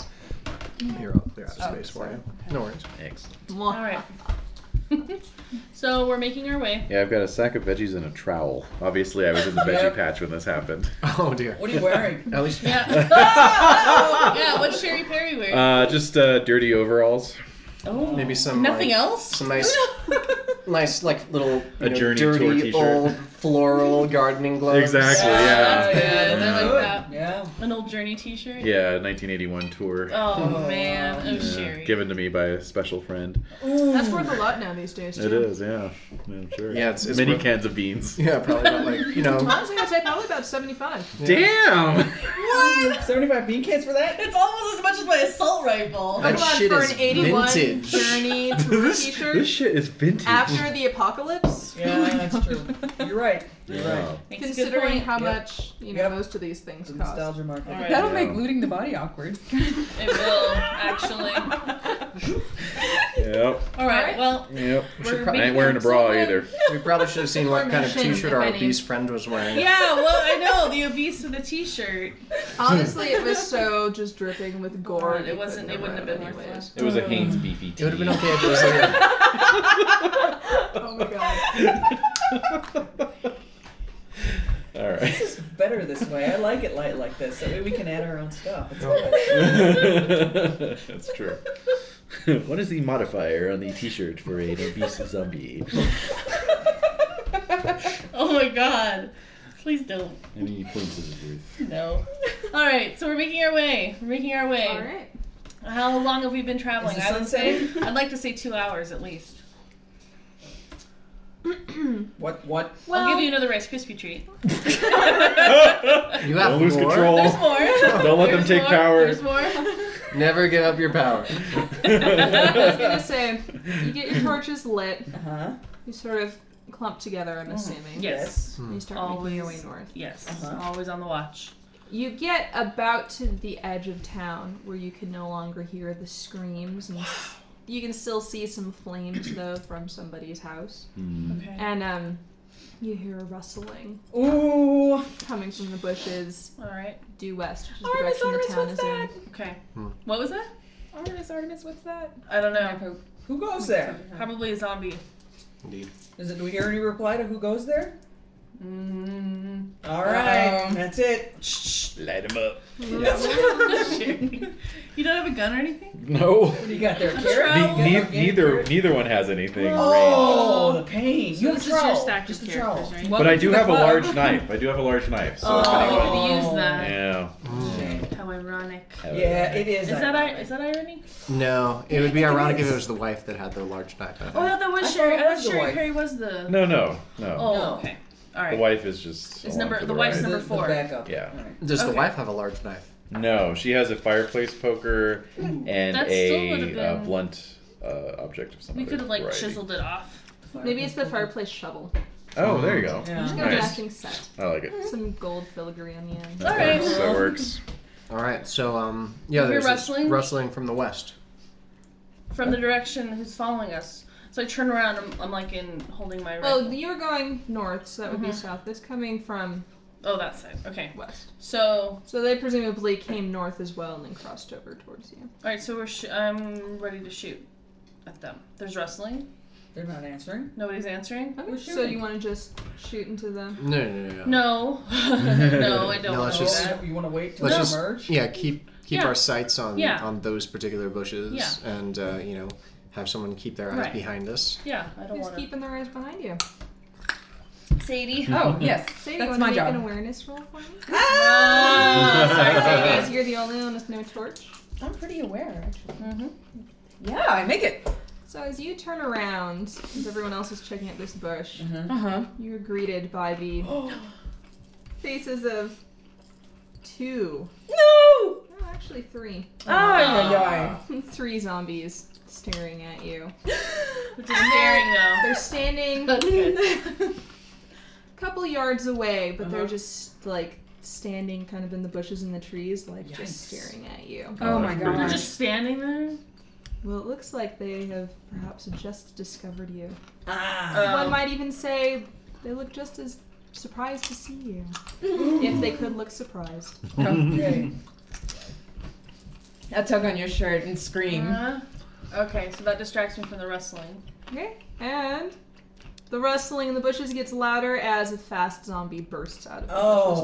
[SPEAKER 1] Here, I'll clear
[SPEAKER 2] Oh,
[SPEAKER 1] out a space for you. No worries. (laughs)
[SPEAKER 3] Excellent.
[SPEAKER 2] All right. (laughs) so we're making our
[SPEAKER 3] (laughs)
[SPEAKER 2] way.
[SPEAKER 3] Yeah, I've got a sack of veggies and a trowel. Obviously, I (laughs) was in the veggie
[SPEAKER 5] Yep.
[SPEAKER 3] patch when this happened.
[SPEAKER 1] Oh dear.
[SPEAKER 5] What are you (laughs) wearing?
[SPEAKER 1] At least
[SPEAKER 2] Yeah. (laughs) Oh, yeah. What's Sherry Perry wearing?
[SPEAKER 3] Uh, just uh, dirty overalls.
[SPEAKER 5] Oh,
[SPEAKER 1] maybe some
[SPEAKER 2] Nothing
[SPEAKER 1] Uh, like,
[SPEAKER 2] else.
[SPEAKER 1] Some
[SPEAKER 2] (laughs)
[SPEAKER 1] nice, nice like little you
[SPEAKER 3] A
[SPEAKER 1] know,
[SPEAKER 3] Journey Tour
[SPEAKER 1] dirty
[SPEAKER 3] t-shirt.
[SPEAKER 1] old floral gardening gloves.
[SPEAKER 3] Exactly.
[SPEAKER 2] That's
[SPEAKER 3] Yeah.
[SPEAKER 2] good. I
[SPEAKER 3] Yeah.
[SPEAKER 2] like that.
[SPEAKER 5] Yeah.
[SPEAKER 2] An old Journey T-shirt.
[SPEAKER 3] Yeah, 1981 tour. uh,
[SPEAKER 2] Oh man. Oh
[SPEAKER 5] Yeah.
[SPEAKER 2] Sherry.
[SPEAKER 3] Given to me by a special friend.
[SPEAKER 4] That's worth a lot now these days, too.
[SPEAKER 3] It is, yeah. Yeah, I'm sure.
[SPEAKER 1] Yeah, it's, it's
[SPEAKER 3] Many
[SPEAKER 1] worth-
[SPEAKER 3] cans of (laughs) beans.
[SPEAKER 1] Yeah, probably about like you know.
[SPEAKER 2] (laughs)
[SPEAKER 4] Honestly, I'd say probably about 75.
[SPEAKER 3] Damn!
[SPEAKER 5] 75 bean cans for that?
[SPEAKER 2] It's almost as much as my assault rifle.
[SPEAKER 1] That
[SPEAKER 4] Come on,
[SPEAKER 1] shit
[SPEAKER 4] for
[SPEAKER 1] is
[SPEAKER 4] an 81
[SPEAKER 1] vintage.
[SPEAKER 3] (laughs)
[SPEAKER 4] journey tour
[SPEAKER 3] this, (laughs) this
[SPEAKER 4] t-shirt
[SPEAKER 3] shit is vintage. (laughs)
[SPEAKER 4] after the apocalypse.
[SPEAKER 5] Yeah, that's true. (laughs) You're right. You're
[SPEAKER 3] Yeah.
[SPEAKER 5] right.
[SPEAKER 2] Makes a good
[SPEAKER 4] Considering
[SPEAKER 2] point.
[SPEAKER 4] how
[SPEAKER 5] Yep.
[SPEAKER 4] much you know
[SPEAKER 5] Yep.
[SPEAKER 4] most of these things
[SPEAKER 5] It's a
[SPEAKER 4] cost.
[SPEAKER 5] nostalgia market.
[SPEAKER 2] All right.
[SPEAKER 6] That'll
[SPEAKER 3] Yeah.
[SPEAKER 6] make looting the body awkward.
[SPEAKER 2] It will (laughs) actually. All
[SPEAKER 3] Yep,
[SPEAKER 2] right. Well,
[SPEAKER 3] yep.
[SPEAKER 1] pro-
[SPEAKER 2] we're
[SPEAKER 3] I
[SPEAKER 2] making
[SPEAKER 3] ain't wearing a bra
[SPEAKER 2] some-
[SPEAKER 3] either.
[SPEAKER 1] We probably should have seen what kind of
[SPEAKER 4] Information,
[SPEAKER 1] T-shirt
[SPEAKER 4] if
[SPEAKER 1] our
[SPEAKER 4] any.
[SPEAKER 1] obese friend was wearing.
[SPEAKER 2] (laughs) Yeah. Well, I know the obese with a T-shirt.
[SPEAKER 4] Honestly, it
[SPEAKER 2] (laughs)
[SPEAKER 4] was so just dripping with gore.
[SPEAKER 2] It
[SPEAKER 4] you
[SPEAKER 2] wasn't. It
[SPEAKER 4] couldn't
[SPEAKER 2] wouldn't have been worth
[SPEAKER 4] remember
[SPEAKER 2] it.
[SPEAKER 10] It was a Haynes beefy
[SPEAKER 1] It would have been okay if it
[SPEAKER 3] (laughs)
[SPEAKER 1] was like
[SPEAKER 4] anyways. Oh my god.
[SPEAKER 3] (laughs)
[SPEAKER 10] All right.
[SPEAKER 5] This is better this way. I like it light like this. That way we can add our own stuff. It's
[SPEAKER 2] Oh.
[SPEAKER 10] That's true. (laughs)
[SPEAKER 3] what is the modifier on the T-shirt for an obese
[SPEAKER 5] (laughs)
[SPEAKER 3] zombie?
[SPEAKER 2] (laughs) Oh my god. Please don't.
[SPEAKER 3] Any points
[SPEAKER 2] (laughs)
[SPEAKER 3] is it worth?
[SPEAKER 2] No. All right. So we're making our way. We're making our way.
[SPEAKER 4] All right.
[SPEAKER 2] (clears throat) How long have we been traveling?
[SPEAKER 5] Is the
[SPEAKER 2] I
[SPEAKER 5] sun
[SPEAKER 2] would say I'd like to say two hours at least.
[SPEAKER 5] what? What?
[SPEAKER 2] I'll give you another Rice Krispie treat.
[SPEAKER 1] a, you have
[SPEAKER 10] Don't lose
[SPEAKER 1] more.
[SPEAKER 10] control.
[SPEAKER 2] There's more.
[SPEAKER 10] Don't let them
[SPEAKER 2] There's
[SPEAKER 10] take
[SPEAKER 2] more.
[SPEAKER 10] power.
[SPEAKER 2] There's more.
[SPEAKER 1] Never give up your power.
[SPEAKER 4] (laughs) I was gonna say, you
[SPEAKER 10] (laughs)
[SPEAKER 2] (laughs)
[SPEAKER 4] get your torches lit,
[SPEAKER 5] Uh huh.
[SPEAKER 4] you sort of clump together. I'm assuming.
[SPEAKER 2] Yes.
[SPEAKER 4] You start making your way
[SPEAKER 2] Always.
[SPEAKER 4] north.
[SPEAKER 2] Yes.
[SPEAKER 5] Uh-huh.
[SPEAKER 2] Always on the watch.
[SPEAKER 4] You get about to the edge of town where you can no longer hear the screams, and you can still see some flames though from somebody's house,
[SPEAKER 2] Okay.
[SPEAKER 4] and um, you hear a rustling
[SPEAKER 5] Ooh.
[SPEAKER 4] coming from the bushes
[SPEAKER 2] All right.
[SPEAKER 4] due west, which is
[SPEAKER 6] Oh,
[SPEAKER 4] the
[SPEAKER 6] Miss
[SPEAKER 4] direction the
[SPEAKER 6] Artemis,
[SPEAKER 4] town
[SPEAKER 6] what's
[SPEAKER 4] is in.
[SPEAKER 6] that?
[SPEAKER 2] Okay.
[SPEAKER 1] Hmm.
[SPEAKER 2] What was that?
[SPEAKER 4] Artemis, Artemis, what's that?
[SPEAKER 2] I don't
[SPEAKER 6] I
[SPEAKER 2] know.
[SPEAKER 6] poke.
[SPEAKER 5] Who goes there?
[SPEAKER 2] Probably a zombie.
[SPEAKER 12] Indeed.
[SPEAKER 5] Is it? Do we hear any reply to who goes there?
[SPEAKER 2] Mm.
[SPEAKER 5] All right,
[SPEAKER 6] Um,
[SPEAKER 5] that's it.
[SPEAKER 3] Shh, light him up.
[SPEAKER 2] (laughs)
[SPEAKER 4] Mm-hmm.
[SPEAKER 2] you don't have a gun or anything?
[SPEAKER 10] No.
[SPEAKER 5] What do you got there?
[SPEAKER 2] I'm
[SPEAKER 5] Carrot?
[SPEAKER 2] trying.
[SPEAKER 10] Ne-
[SPEAKER 2] Well,
[SPEAKER 10] ne-
[SPEAKER 5] organic
[SPEAKER 10] neither
[SPEAKER 5] carrot.
[SPEAKER 10] neither one has anything.
[SPEAKER 5] Oh, the pain.
[SPEAKER 11] So
[SPEAKER 5] you have
[SPEAKER 11] this is
[SPEAKER 5] trowel.
[SPEAKER 11] your stack
[SPEAKER 5] Just
[SPEAKER 11] of
[SPEAKER 5] a trowel.
[SPEAKER 11] characters, right?
[SPEAKER 10] (laughs) But I do
[SPEAKER 5] the
[SPEAKER 10] have a
[SPEAKER 5] club.
[SPEAKER 10] large knife. I do have a large knife. So if
[SPEAKER 2] Oh, I
[SPEAKER 10] anyone,
[SPEAKER 2] could use that.
[SPEAKER 10] yeah.
[SPEAKER 2] How ironic.
[SPEAKER 5] Oh,
[SPEAKER 1] Mm-hmm.
[SPEAKER 5] Yeah, it is.
[SPEAKER 2] Is that I?
[SPEAKER 5] ironic.
[SPEAKER 2] Is that irony?
[SPEAKER 1] No, it would be
[SPEAKER 5] Yeah, I think it
[SPEAKER 1] ironic if
[SPEAKER 5] is.
[SPEAKER 1] it was the wife that had the large knife. I think.
[SPEAKER 2] Oh, no, that
[SPEAKER 5] I
[SPEAKER 2] was Sherry.
[SPEAKER 5] thought it
[SPEAKER 2] I thought
[SPEAKER 5] was the
[SPEAKER 2] Sherry
[SPEAKER 5] wife.
[SPEAKER 2] Perry was the.
[SPEAKER 10] No, no, no.
[SPEAKER 2] Oh,
[SPEAKER 5] No.
[SPEAKER 2] okay. All
[SPEAKER 10] The
[SPEAKER 2] right.
[SPEAKER 10] wife is just.
[SPEAKER 2] It's
[SPEAKER 10] along
[SPEAKER 2] number-
[SPEAKER 10] for
[SPEAKER 2] the wife's
[SPEAKER 10] ride.
[SPEAKER 2] number
[SPEAKER 5] the,
[SPEAKER 2] four.
[SPEAKER 5] The backup.
[SPEAKER 10] Yeah.
[SPEAKER 5] All right.
[SPEAKER 1] Does the
[SPEAKER 2] okay.
[SPEAKER 1] wife have a large knife?
[SPEAKER 10] No, she has a fireplace poker and
[SPEAKER 2] That still
[SPEAKER 10] a
[SPEAKER 2] would've
[SPEAKER 10] uh,
[SPEAKER 2] been-
[SPEAKER 10] blunt uh, object of some
[SPEAKER 2] We
[SPEAKER 10] other
[SPEAKER 2] could have like
[SPEAKER 10] variety.
[SPEAKER 2] chiseled it off.
[SPEAKER 4] Maybe it's the fireplace shovel.
[SPEAKER 10] Oh, there you go.
[SPEAKER 2] Mm.
[SPEAKER 4] I'm just
[SPEAKER 5] Yeah.
[SPEAKER 4] gonna
[SPEAKER 10] Nice.
[SPEAKER 4] matching set.
[SPEAKER 10] I like it.
[SPEAKER 4] Some gold filigree on the end.
[SPEAKER 10] That
[SPEAKER 2] Alright.
[SPEAKER 10] works. That works.
[SPEAKER 1] All right, so um, yeah,
[SPEAKER 2] You hear
[SPEAKER 1] there's this
[SPEAKER 2] rustling?
[SPEAKER 1] rustling from the west.
[SPEAKER 2] from the direction who's following us. So I turn around. I'm, I'm like in holding
[SPEAKER 5] Oh.
[SPEAKER 2] my.
[SPEAKER 4] Well,
[SPEAKER 2] Rifle.
[SPEAKER 4] you were going north, so that would be south. This coming from
[SPEAKER 2] Oh, that side. Okay.
[SPEAKER 4] west.
[SPEAKER 2] So all
[SPEAKER 4] So they presumably came north as well and then crossed over towards you.
[SPEAKER 2] right. So we're. Sh- I'm ready to shoot at them. There's rustling.
[SPEAKER 5] They're not answering.
[SPEAKER 2] Nobody's answering.
[SPEAKER 4] Okay,
[SPEAKER 5] We're
[SPEAKER 4] so
[SPEAKER 5] shooting.
[SPEAKER 4] you want to just shoot into them?
[SPEAKER 1] No, no, no, no.
[SPEAKER 2] No. (laughs) no, I don't.
[SPEAKER 1] No,
[SPEAKER 2] want
[SPEAKER 1] let's
[SPEAKER 2] to do
[SPEAKER 1] just-
[SPEAKER 2] that.
[SPEAKER 5] Oh, you want to wait till
[SPEAKER 1] Let's
[SPEAKER 5] they
[SPEAKER 1] just
[SPEAKER 5] emerge?
[SPEAKER 1] yeah keep keep
[SPEAKER 2] Yeah.
[SPEAKER 1] our sights on
[SPEAKER 2] Yeah.
[SPEAKER 1] on those particular bushes
[SPEAKER 2] Yeah.
[SPEAKER 1] and uh, you know have someone keep their eyes
[SPEAKER 2] Right.
[SPEAKER 1] behind us.
[SPEAKER 2] Yeah, I don't
[SPEAKER 4] Who's
[SPEAKER 2] want to.
[SPEAKER 4] keeping their eyes behind you?
[SPEAKER 2] Sadie.
[SPEAKER 5] Oh,
[SPEAKER 6] (laughs)
[SPEAKER 5] yes.
[SPEAKER 4] Sadie, you
[SPEAKER 5] That's
[SPEAKER 4] want to
[SPEAKER 5] my
[SPEAKER 4] make
[SPEAKER 5] job.
[SPEAKER 4] an awareness roll for
[SPEAKER 5] (laughs)
[SPEAKER 4] me?
[SPEAKER 2] Ah, sorry,
[SPEAKER 4] Because
[SPEAKER 2] Sadie.
[SPEAKER 4] you're the only one with no torch.
[SPEAKER 6] I'm pretty aware,
[SPEAKER 5] (laughs)
[SPEAKER 6] actually.
[SPEAKER 2] Mhm.
[SPEAKER 5] Yeah, I make it.
[SPEAKER 4] So as you turn around, as everyone else is checking out this bush,
[SPEAKER 6] Uh huh.
[SPEAKER 4] you're greeted by the faces of two.
[SPEAKER 5] no!
[SPEAKER 4] No, actually three. (laughs)
[SPEAKER 5] Ay,
[SPEAKER 2] Ah,
[SPEAKER 5] ay,
[SPEAKER 4] three zombies staring at you.
[SPEAKER 2] Which is staring though.
[SPEAKER 4] They're standing
[SPEAKER 2] That's good.
[SPEAKER 4] couple yards away, but they're
[SPEAKER 5] Uh-huh.
[SPEAKER 4] just like standing kind of in the bushes and the trees, like
[SPEAKER 5] Yikes.
[SPEAKER 4] just staring at you.
[SPEAKER 6] Oh,
[SPEAKER 10] Oh,
[SPEAKER 6] my
[SPEAKER 10] that's
[SPEAKER 6] god.
[SPEAKER 10] pretty
[SPEAKER 2] They're just standing there.
[SPEAKER 4] Well, it looks like they have perhaps just discovered you.
[SPEAKER 5] Ah.
[SPEAKER 2] Oh.
[SPEAKER 4] One might even say they look just as surprised to see you. if they could look surprised.
[SPEAKER 5] Okay.
[SPEAKER 6] I'll tug on your shirt and scream.
[SPEAKER 2] Uh, okay, so that distracts me from the rustling.
[SPEAKER 4] Okay. And the rustling in the bushes gets louder as a fast zombie bursts out of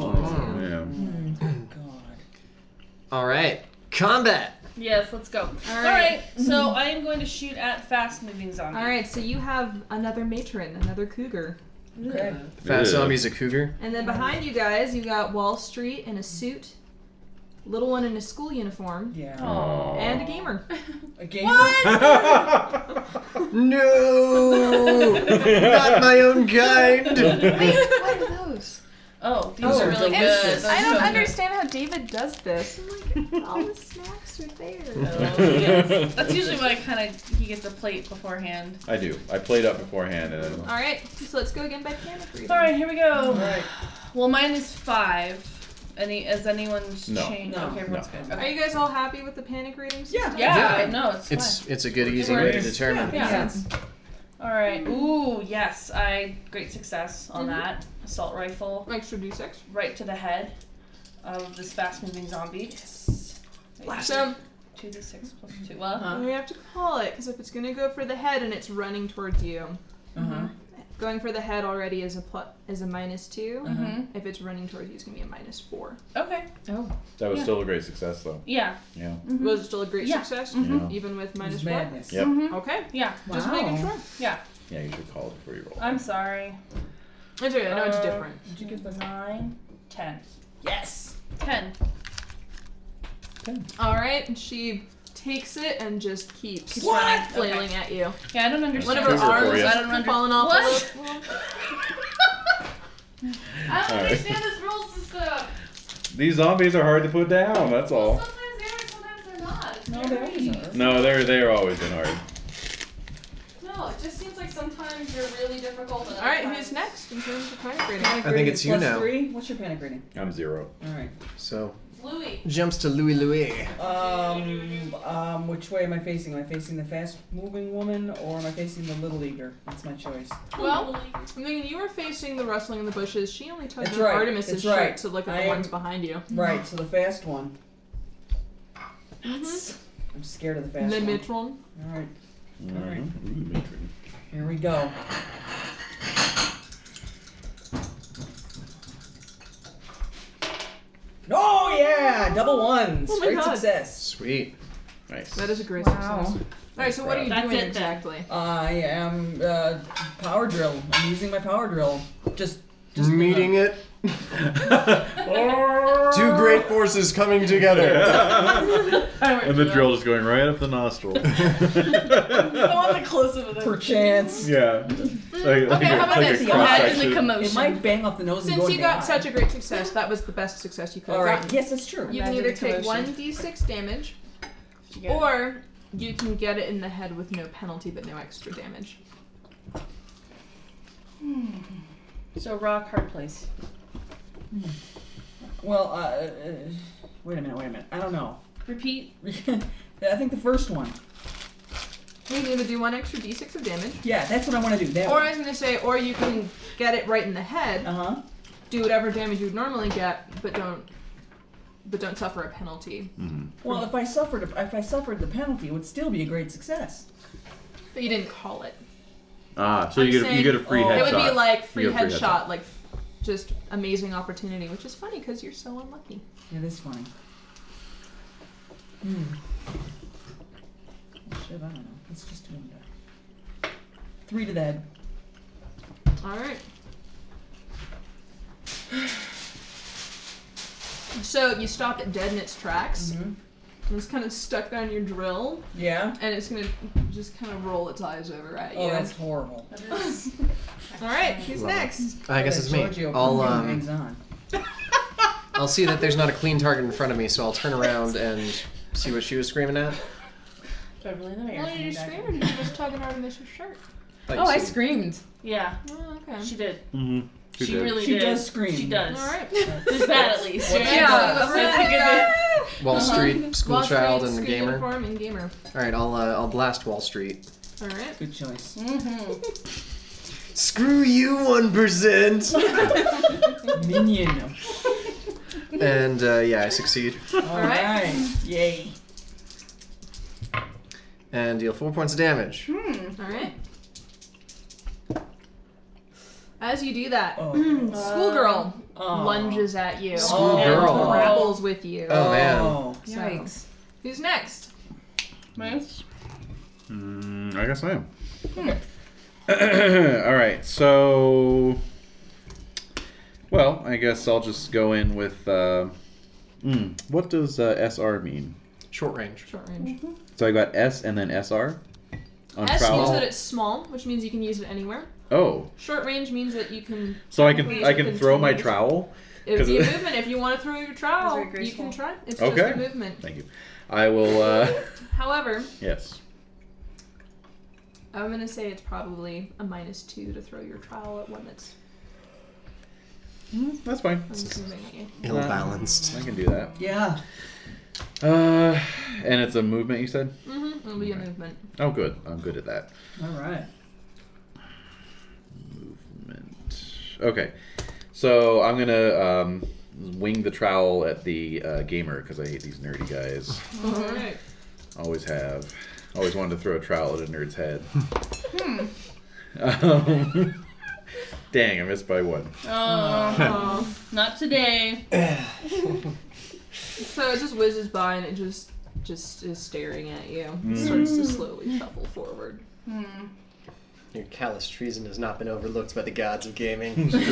[SPEAKER 4] the bushes.
[SPEAKER 5] Oh.
[SPEAKER 1] Mm.
[SPEAKER 3] Yeah.
[SPEAKER 5] God.
[SPEAKER 1] All right, combat.
[SPEAKER 2] Yes, let's go. All
[SPEAKER 4] right.
[SPEAKER 2] right. so I am going to shoot at fast-moving zombies.
[SPEAKER 4] All right, so you have another matron, another cougar.
[SPEAKER 5] Okay.
[SPEAKER 1] Fat
[SPEAKER 3] Ugh.
[SPEAKER 1] zombie's a cougar.
[SPEAKER 4] And then behind you guys, you got Wall Street in a suit, little one in a school uniform,
[SPEAKER 5] Yeah.
[SPEAKER 2] Aw.
[SPEAKER 4] and
[SPEAKER 2] (laughs)
[SPEAKER 4] a gamer.
[SPEAKER 5] A gamer.
[SPEAKER 1] No, not my own
[SPEAKER 2] (laughs)
[SPEAKER 1] kind.
[SPEAKER 4] What are (laughs) those?
[SPEAKER 2] Oh, these
[SPEAKER 5] Oh,
[SPEAKER 2] are really good.
[SPEAKER 5] delicious.
[SPEAKER 2] Those
[SPEAKER 4] I
[SPEAKER 2] are
[SPEAKER 4] don't
[SPEAKER 2] so
[SPEAKER 4] understand how David does this. I'm (laughs) like, all the snacks are
[SPEAKER 2] (laughs)
[SPEAKER 4] there.
[SPEAKER 2] good. That's usually what I kind of he gets a plate beforehand.
[SPEAKER 10] (laughs) I do. I played up beforehand and then
[SPEAKER 4] All right, so let's go again by panic reading.
[SPEAKER 2] All right, here we
[SPEAKER 5] All
[SPEAKER 2] go.
[SPEAKER 5] right.
[SPEAKER 2] Well, mine is five. Any has anyone's
[SPEAKER 10] No.
[SPEAKER 2] changed?
[SPEAKER 5] No.
[SPEAKER 2] Okay, everyone's good.
[SPEAKER 4] Are
[SPEAKER 2] Okay.
[SPEAKER 4] you guys all happy with the panic readings?
[SPEAKER 5] Yeah.
[SPEAKER 2] Yeah,
[SPEAKER 1] Yeah.
[SPEAKER 2] no, it's,
[SPEAKER 1] It's it's a good easy
[SPEAKER 2] Right.
[SPEAKER 1] way to determine.
[SPEAKER 2] Yeah.
[SPEAKER 5] Makes sense.
[SPEAKER 2] fine. All right. Ooh, yes, I great success on
[SPEAKER 4] Mhm.
[SPEAKER 2] that assault rifle
[SPEAKER 4] Extra d6.
[SPEAKER 2] right to the head of this fast-moving zombie. Wait,
[SPEAKER 4] So
[SPEAKER 2] Two d six plus two. Well,
[SPEAKER 4] we have to call it because if it's gonna go for the head and it's running towards you,
[SPEAKER 5] Uh-huh.
[SPEAKER 4] going for the head already is a pl- is a minus two.
[SPEAKER 2] hmm
[SPEAKER 4] If it's running towards you, it's gonna be a minus four.
[SPEAKER 2] Okay.
[SPEAKER 10] that was
[SPEAKER 2] Yeah.
[SPEAKER 10] still a great success though.
[SPEAKER 2] Yeah.
[SPEAKER 10] Yeah.
[SPEAKER 2] Mhm.
[SPEAKER 4] Was it still a great
[SPEAKER 2] Yeah.
[SPEAKER 4] success,
[SPEAKER 10] Mhm.
[SPEAKER 4] even with
[SPEAKER 5] It's
[SPEAKER 4] minus four?
[SPEAKER 5] madness.
[SPEAKER 10] Yep.
[SPEAKER 2] Mhm.
[SPEAKER 4] Okay,
[SPEAKER 2] Yeah.
[SPEAKER 4] just making sure.
[SPEAKER 10] Yeah, you should call it before you roll.
[SPEAKER 2] I'm sorry.
[SPEAKER 4] That's okay. I know it's
[SPEAKER 2] Um,
[SPEAKER 4] different.
[SPEAKER 2] Did you get the nine? Ten.
[SPEAKER 5] Yes.
[SPEAKER 2] Ten.
[SPEAKER 4] All right, and she takes it and just keeps
[SPEAKER 2] Keeps running.
[SPEAKER 4] running, flailing at you.
[SPEAKER 2] Yeah, I don't
[SPEAKER 4] One
[SPEAKER 2] understand.
[SPEAKER 4] of her
[SPEAKER 10] Cougar for
[SPEAKER 4] arms
[SPEAKER 10] ya.
[SPEAKER 4] is
[SPEAKER 2] I don't (laughs) under-
[SPEAKER 4] falling off.
[SPEAKER 2] What?
[SPEAKER 4] a little-
[SPEAKER 11] I don't
[SPEAKER 10] All right.
[SPEAKER 11] understand this rule system.
[SPEAKER 10] These zombies are hard to put down. That's all.
[SPEAKER 11] Sometimes they are, sometimes they're not. It's
[SPEAKER 5] No, there
[SPEAKER 11] very-
[SPEAKER 5] isn't.
[SPEAKER 10] No, they're they're always been hard.
[SPEAKER 11] No, it just seems like sometimes they're really difficult. and
[SPEAKER 4] All right,
[SPEAKER 11] other
[SPEAKER 4] who's
[SPEAKER 11] times-
[SPEAKER 4] next in terms of panic rating?
[SPEAKER 5] Panic
[SPEAKER 1] I think
[SPEAKER 5] rating
[SPEAKER 1] it's
[SPEAKER 5] is
[SPEAKER 1] you
[SPEAKER 5] plus
[SPEAKER 1] now.
[SPEAKER 5] Three. What's your panic rating?
[SPEAKER 10] I'm zero.
[SPEAKER 5] All right.
[SPEAKER 1] So
[SPEAKER 11] Louis.
[SPEAKER 1] jumps to Louis Louis.
[SPEAKER 5] Um, um, which way am I facing? Am I facing the fast-moving woman or am I facing the little leaguer? That's my choice.
[SPEAKER 4] Well, I'm thinking you were facing the rustling in the bushes. She only tugged
[SPEAKER 5] That's
[SPEAKER 4] on
[SPEAKER 5] right,
[SPEAKER 4] Artemis's
[SPEAKER 5] that's
[SPEAKER 4] shirt
[SPEAKER 5] right.
[SPEAKER 4] to look at
[SPEAKER 5] I
[SPEAKER 4] the
[SPEAKER 5] am-
[SPEAKER 4] ones behind you.
[SPEAKER 5] Mm-hmm. Right. So the fast one. I'm scared of the fast one.
[SPEAKER 4] Limitron.
[SPEAKER 5] All right,
[SPEAKER 1] Mm-hmm.
[SPEAKER 3] Alright. Ooh, matron.
[SPEAKER 5] here we go. Oh yeah, double ones.
[SPEAKER 4] Oh my
[SPEAKER 5] Great
[SPEAKER 4] God.
[SPEAKER 5] success.
[SPEAKER 1] Sweet.
[SPEAKER 3] Nice.
[SPEAKER 4] That is a great
[SPEAKER 6] Wow.
[SPEAKER 4] success. All right, so what are you
[SPEAKER 11] That's
[SPEAKER 4] doing
[SPEAKER 11] it then.
[SPEAKER 4] exactly?
[SPEAKER 5] I am uh, power drill. I'm using my power drill. Just, just in a-
[SPEAKER 1] Meeting it. Two
[SPEAKER 10] (laughs)
[SPEAKER 1] great forces coming together.
[SPEAKER 10] and the drill just going right up the nostril. (laughs)
[SPEAKER 2] I want the close up of this.
[SPEAKER 5] (laughs) Perchance.
[SPEAKER 10] yeah. Like, like
[SPEAKER 4] okay, how about
[SPEAKER 10] a
[SPEAKER 4] this?
[SPEAKER 10] cross
[SPEAKER 2] Imagine
[SPEAKER 10] section.
[SPEAKER 2] the
[SPEAKER 5] It
[SPEAKER 2] commotion.
[SPEAKER 5] might bang off the nose and
[SPEAKER 4] Since
[SPEAKER 5] go
[SPEAKER 4] you
[SPEAKER 5] in
[SPEAKER 4] got
[SPEAKER 5] my
[SPEAKER 4] such
[SPEAKER 5] eye.
[SPEAKER 4] a great success, that was the best success you could have
[SPEAKER 5] All right.
[SPEAKER 4] gotten.
[SPEAKER 5] Yes, that's true.
[SPEAKER 4] You can
[SPEAKER 2] Imagine
[SPEAKER 4] either
[SPEAKER 2] the
[SPEAKER 4] take one
[SPEAKER 2] commotion.
[SPEAKER 4] d6 damage, or you can get it in the head with no penalty but no extra damage.
[SPEAKER 2] So rock hard place.
[SPEAKER 5] Well, uh, uh, wait a minute. Wait a minute. I don't know. (laughs)
[SPEAKER 11] (laughs)
[SPEAKER 2] Repeat.
[SPEAKER 5] I think the first one.
[SPEAKER 4] You can either do one extra d6 of damage,
[SPEAKER 5] Yeah, that's what I want to do. That
[SPEAKER 4] or I was
[SPEAKER 5] one.
[SPEAKER 4] gonna say, or you can get it right in the head,
[SPEAKER 5] Uh huh.
[SPEAKER 4] do whatever damage you would normally get, but don't, but don't suffer a penalty.
[SPEAKER 5] Well, if I suffered, if I suffered the penalty, it would still be a great success.
[SPEAKER 4] But you didn't call it.
[SPEAKER 3] Ah, so
[SPEAKER 4] I'm
[SPEAKER 3] you get, a, you
[SPEAKER 4] saying-
[SPEAKER 3] get a free
[SPEAKER 5] Oh.
[SPEAKER 3] headshot.
[SPEAKER 4] It would be like free
[SPEAKER 3] You get a
[SPEAKER 4] headshot, like just amazing opportunity, which is funny because you're so unlucky.
[SPEAKER 5] It is funny. Hmm. Shit, I don't know. Let's just do one die. Three to that.
[SPEAKER 4] All right. So you stop it dead in its tracks.
[SPEAKER 5] Mhm.
[SPEAKER 4] And it's kind of stuck there on your drill,
[SPEAKER 5] Yeah.
[SPEAKER 4] and it's gonna just kind of roll its eyes over at you.
[SPEAKER 5] Oh, that's horrible.
[SPEAKER 4] All right, who's next?
[SPEAKER 1] I guess it's me.
[SPEAKER 5] Giorgio
[SPEAKER 1] I'll
[SPEAKER 5] Bruno
[SPEAKER 1] um,
[SPEAKER 5] hangs on.
[SPEAKER 1] I'll see that there's not a clean target in front of me, so I'll turn around and see what she was screaming at.
[SPEAKER 2] Beverly the
[SPEAKER 4] Well, you just screamed. You're just tugging Artemis's shirt.
[SPEAKER 1] Thought you
[SPEAKER 6] Oh, I
[SPEAKER 1] said-
[SPEAKER 6] screamed.
[SPEAKER 2] Yeah,
[SPEAKER 4] Oh, okay.
[SPEAKER 2] she did.
[SPEAKER 3] Mm-hmm.
[SPEAKER 10] Mhm.
[SPEAKER 2] She,
[SPEAKER 10] did.
[SPEAKER 2] really
[SPEAKER 5] She
[SPEAKER 2] did.
[SPEAKER 5] does scream.
[SPEAKER 2] She does.
[SPEAKER 4] All right.
[SPEAKER 2] There's that at least.
[SPEAKER 5] What's
[SPEAKER 2] right?
[SPEAKER 5] that
[SPEAKER 4] Yeah,
[SPEAKER 5] about?
[SPEAKER 4] we're
[SPEAKER 2] That's a good
[SPEAKER 4] gonna-
[SPEAKER 1] Wall
[SPEAKER 4] Uh-huh.
[SPEAKER 1] Street, school
[SPEAKER 4] Wall
[SPEAKER 1] child,
[SPEAKER 4] Street,
[SPEAKER 1] and
[SPEAKER 4] school
[SPEAKER 1] gamer.
[SPEAKER 4] Uniform and gamer.
[SPEAKER 1] All right, I'll uh, I'll blast Wall Street.
[SPEAKER 4] All right.
[SPEAKER 5] Good choice.
[SPEAKER 1] Screw you, one percent.
[SPEAKER 5] (laughs) Minion.
[SPEAKER 1] and uh, yeah, I succeed
[SPEAKER 5] All
[SPEAKER 4] right.
[SPEAKER 5] right. Yay.
[SPEAKER 1] and deal four points of damage.
[SPEAKER 2] Hmm.
[SPEAKER 4] All right. As you do that,
[SPEAKER 5] Oh.
[SPEAKER 4] (clears throat) schoolgirl
[SPEAKER 5] Oh.
[SPEAKER 4] lunges at you.
[SPEAKER 1] Schoolgirl.
[SPEAKER 4] And grapples with you.
[SPEAKER 1] Oh man.
[SPEAKER 5] Oh.
[SPEAKER 4] So,
[SPEAKER 6] Yikes.
[SPEAKER 4] Who's next?
[SPEAKER 3] Mm, I guess I am. (clears throat) All right, Hmm. so. Well, I guess I'll just go in with. Uh, mm, what does uh, SR mean?
[SPEAKER 1] Short range.
[SPEAKER 4] Short range.
[SPEAKER 3] So I got S and then SR on
[SPEAKER 4] S means
[SPEAKER 3] foul.
[SPEAKER 4] that it's small, which means you can use it anywhere.
[SPEAKER 3] Oh,
[SPEAKER 4] Short range means that you can.
[SPEAKER 3] so I can
[SPEAKER 4] Please
[SPEAKER 3] I can throw my
[SPEAKER 4] continue.
[SPEAKER 3] trowel.
[SPEAKER 4] It would
[SPEAKER 3] 'Cause
[SPEAKER 4] be a
[SPEAKER 3] it-
[SPEAKER 4] movement. If you want to throw your trowel,
[SPEAKER 2] It's very
[SPEAKER 4] Oh, you can
[SPEAKER 2] graceful.
[SPEAKER 4] try.
[SPEAKER 3] (laughs)
[SPEAKER 4] It's
[SPEAKER 3] Okay.
[SPEAKER 4] just a movement.
[SPEAKER 3] Thank you. I will.
[SPEAKER 4] (laughs)
[SPEAKER 3] Uh,
[SPEAKER 4] However,
[SPEAKER 3] yes.
[SPEAKER 4] I'm gonna say it's probably a minus two to throw your trowel at one that's
[SPEAKER 3] Mm, that's fine.
[SPEAKER 4] unassuming at you.
[SPEAKER 1] Ill balanced.
[SPEAKER 3] I can do that.
[SPEAKER 5] Yeah.
[SPEAKER 3] Uh, and it's a movement. You said.
[SPEAKER 4] Mm-hmm. It'll be a movement.
[SPEAKER 3] Oh, good. I'm good at that.
[SPEAKER 5] All right.
[SPEAKER 3] Movement. Okay. So I'm gonna um, wing the trowel at the uh, gamer because I hate these nerdy guys.
[SPEAKER 4] All right.
[SPEAKER 3] Always have. Always wanted to throw a trowel at a nerd's head. Hmm. Um, (laughs) dang, I missed by one.
[SPEAKER 5] (laughs)
[SPEAKER 4] Oh.
[SPEAKER 2] Not today.
[SPEAKER 4] so it just whizzes by and it just just is staring at you.
[SPEAKER 1] Mm.
[SPEAKER 4] It
[SPEAKER 3] Hmm. (laughs)
[SPEAKER 4] starts to slowly shuffle forward.
[SPEAKER 2] Hmm.
[SPEAKER 1] Your callous treason has not been overlooked by the gods of (laughs) gaming.
[SPEAKER 4] (laughs) All right.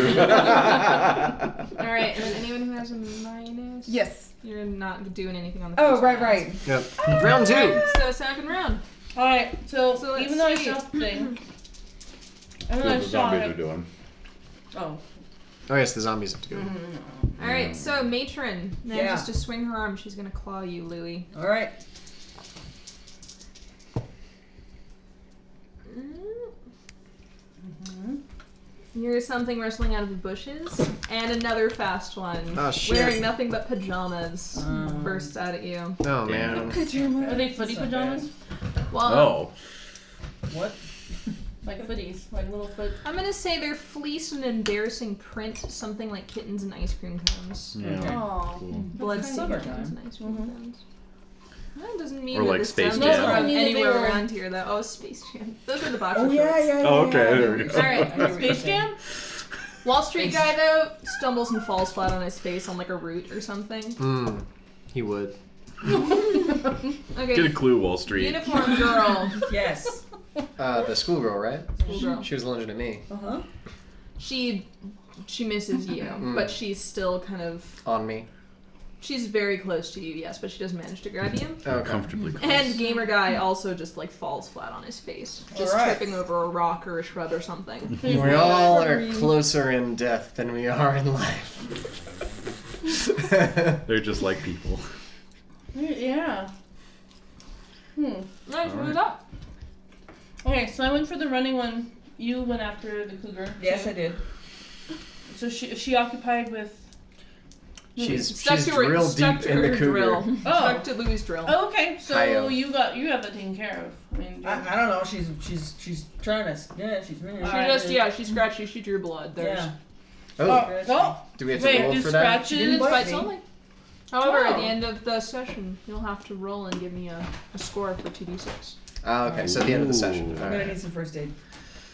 [SPEAKER 4] And then anyone who has a minus.
[SPEAKER 6] Yes.
[SPEAKER 4] You're not doing anything on the.
[SPEAKER 6] Oh,
[SPEAKER 4] first
[SPEAKER 6] right,
[SPEAKER 4] round.
[SPEAKER 6] right.
[SPEAKER 1] yep. Round two.
[SPEAKER 4] So second round.
[SPEAKER 2] All right. So,
[SPEAKER 4] So let's
[SPEAKER 2] even though
[SPEAKER 4] see.
[SPEAKER 2] I shot the thing,
[SPEAKER 5] (clears throat)
[SPEAKER 2] and
[SPEAKER 3] That's
[SPEAKER 2] then
[SPEAKER 3] what
[SPEAKER 2] I
[SPEAKER 3] the
[SPEAKER 2] shot
[SPEAKER 3] zombies are
[SPEAKER 2] it.
[SPEAKER 3] doing.
[SPEAKER 2] Oh,
[SPEAKER 1] Oh yes, the zombies have to go.
[SPEAKER 4] All
[SPEAKER 1] Mm.
[SPEAKER 4] right. So matron
[SPEAKER 5] Yeah.
[SPEAKER 4] manages to swing her arm. She's gonna claw you, Louie.
[SPEAKER 5] All right.
[SPEAKER 4] Mm-hmm. Here's something rustling out of the bushes, and another fast one.
[SPEAKER 1] Oh, shit. Mm.
[SPEAKER 4] Wearing nothing but pajamas
[SPEAKER 5] Um.
[SPEAKER 4] bursts out at you.
[SPEAKER 1] Oh man.
[SPEAKER 2] are they footy
[SPEAKER 5] That's not
[SPEAKER 2] pajamas?
[SPEAKER 4] Well,
[SPEAKER 3] Oh.
[SPEAKER 5] What?
[SPEAKER 2] Like footies, like little foot.
[SPEAKER 4] I'm gonna say they're fleeced in an embarrassing print, something like
[SPEAKER 1] Hmm.
[SPEAKER 4] kittens and ice cream cones.
[SPEAKER 2] (laughs)
[SPEAKER 3] Yeah.
[SPEAKER 2] Oh,
[SPEAKER 4] Blood
[SPEAKER 2] Summertime.
[SPEAKER 1] Mm-hmm.
[SPEAKER 4] kittens and ice cream cones. That doesn't mean
[SPEAKER 3] Or
[SPEAKER 4] that
[SPEAKER 3] like
[SPEAKER 4] the
[SPEAKER 3] Space
[SPEAKER 4] sound
[SPEAKER 3] Jam.
[SPEAKER 4] is from
[SPEAKER 2] Doesn't mean that they
[SPEAKER 4] anywhere
[SPEAKER 2] were-
[SPEAKER 4] around here, though. Oh, Space
[SPEAKER 5] (laughs)
[SPEAKER 4] Jam. Those are the boxer
[SPEAKER 5] Oh yeah,
[SPEAKER 4] shorts.
[SPEAKER 5] yeah, yeah.
[SPEAKER 3] Oh, okay,
[SPEAKER 5] yeah.
[SPEAKER 3] there we go.
[SPEAKER 4] All right,
[SPEAKER 5] I hear what you're
[SPEAKER 4] Space
[SPEAKER 5] saying.
[SPEAKER 4] Jam. Wall Street guy though stumbles and falls flat on his face on like a root or something.
[SPEAKER 1] Mm, he would.
[SPEAKER 4] Okay.
[SPEAKER 3] Get a clue, Wall Street.
[SPEAKER 4] Uniform girl.
[SPEAKER 5] Yes.
[SPEAKER 1] Uh, the schoolgirl, right?
[SPEAKER 4] Schoolgirl.
[SPEAKER 1] She was larger than me.
[SPEAKER 4] Uh-huh.
[SPEAKER 5] Uh huh.
[SPEAKER 4] She she misses you, but she's still kind of
[SPEAKER 1] On me.
[SPEAKER 4] she's very close to you, yes, but she doesn't manage to grab you.
[SPEAKER 1] Okay.
[SPEAKER 3] Comfortably close.
[SPEAKER 4] And gamer guy also just like falls flat on his face, just
[SPEAKER 5] Alright.
[SPEAKER 4] tripping over a rock or a shrub or something.
[SPEAKER 1] We all are closer in death than we are in life.
[SPEAKER 3] They're just like people.
[SPEAKER 4] (laughs)
[SPEAKER 2] Yeah. Hmm.
[SPEAKER 4] Nice, what was up?
[SPEAKER 2] Okay, so I went for the running one. You went after the cougar.
[SPEAKER 5] Yes,
[SPEAKER 2] too.
[SPEAKER 5] I did.
[SPEAKER 2] So she she occupied with.
[SPEAKER 5] (laughs)
[SPEAKER 1] she's
[SPEAKER 4] Stuck
[SPEAKER 1] she's
[SPEAKER 4] to her,
[SPEAKER 1] real
[SPEAKER 4] stuck
[SPEAKER 1] deep
[SPEAKER 4] to
[SPEAKER 1] in
[SPEAKER 4] her
[SPEAKER 1] the cougar.
[SPEAKER 4] drill.
[SPEAKER 2] Oh.
[SPEAKER 4] Stuck to Louis' drill.
[SPEAKER 2] Oh, okay. So
[SPEAKER 1] Hi-yo.
[SPEAKER 2] you got you have that taken care of. I mean,
[SPEAKER 5] I, I don't know. She's she's she's trying to. Yeah, she's.
[SPEAKER 4] She
[SPEAKER 2] Alright.
[SPEAKER 4] just yeah, she scratched you, she drew blood. There's
[SPEAKER 5] Yeah.
[SPEAKER 1] Oh,
[SPEAKER 2] oh, well,
[SPEAKER 1] do we have to
[SPEAKER 2] wait,
[SPEAKER 1] roll
[SPEAKER 2] do
[SPEAKER 1] for that?
[SPEAKER 5] She didn't
[SPEAKER 2] scratches.
[SPEAKER 5] bite
[SPEAKER 4] But
[SPEAKER 5] me.
[SPEAKER 4] it's only. However, at
[SPEAKER 2] Oh.
[SPEAKER 4] the end of the session, you'll have to roll and give me a, a score for 2d6.
[SPEAKER 1] Ah, okay, so at the end of the session.
[SPEAKER 3] Ooh.
[SPEAKER 1] All
[SPEAKER 5] I'm gonna
[SPEAKER 1] right.
[SPEAKER 5] need some first aid.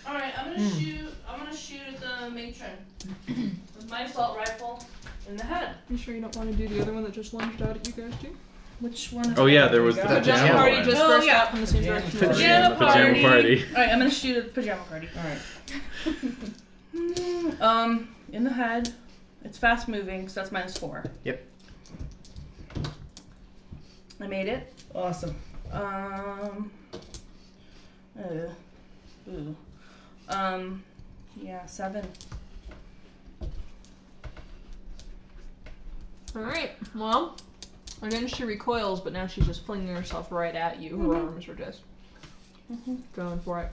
[SPEAKER 2] All right, I'm gonna shoot. I'm gonna shoot at the matron (clears throat) with my assault rifle in the head.
[SPEAKER 4] You sure you don't want to do the other one that just lunged out at you guys, too?
[SPEAKER 2] Which one? Is
[SPEAKER 3] Oh yeah, there was the
[SPEAKER 5] The
[SPEAKER 4] Pajama
[SPEAKER 3] pajama
[SPEAKER 4] party
[SPEAKER 3] one.
[SPEAKER 4] just
[SPEAKER 2] Oh,
[SPEAKER 4] burst
[SPEAKER 2] yeah.
[SPEAKER 4] out from the same
[SPEAKER 5] Pajama
[SPEAKER 4] direction.
[SPEAKER 5] party.
[SPEAKER 2] Pajama, party.
[SPEAKER 3] Oh, Pajama party.
[SPEAKER 2] All right, I'm gonna shoot at pajama party.
[SPEAKER 5] All right.
[SPEAKER 2] (laughs) Um, in the head. It's fast moving, so that's minus four.
[SPEAKER 1] Yep.
[SPEAKER 2] I made it.
[SPEAKER 5] Awesome.
[SPEAKER 2] Um. Uh, ooh. Um. Yeah, seven.
[SPEAKER 4] Alright, well, again, she recoils, but now she's just flinging herself right at you. Her arms are just going for it.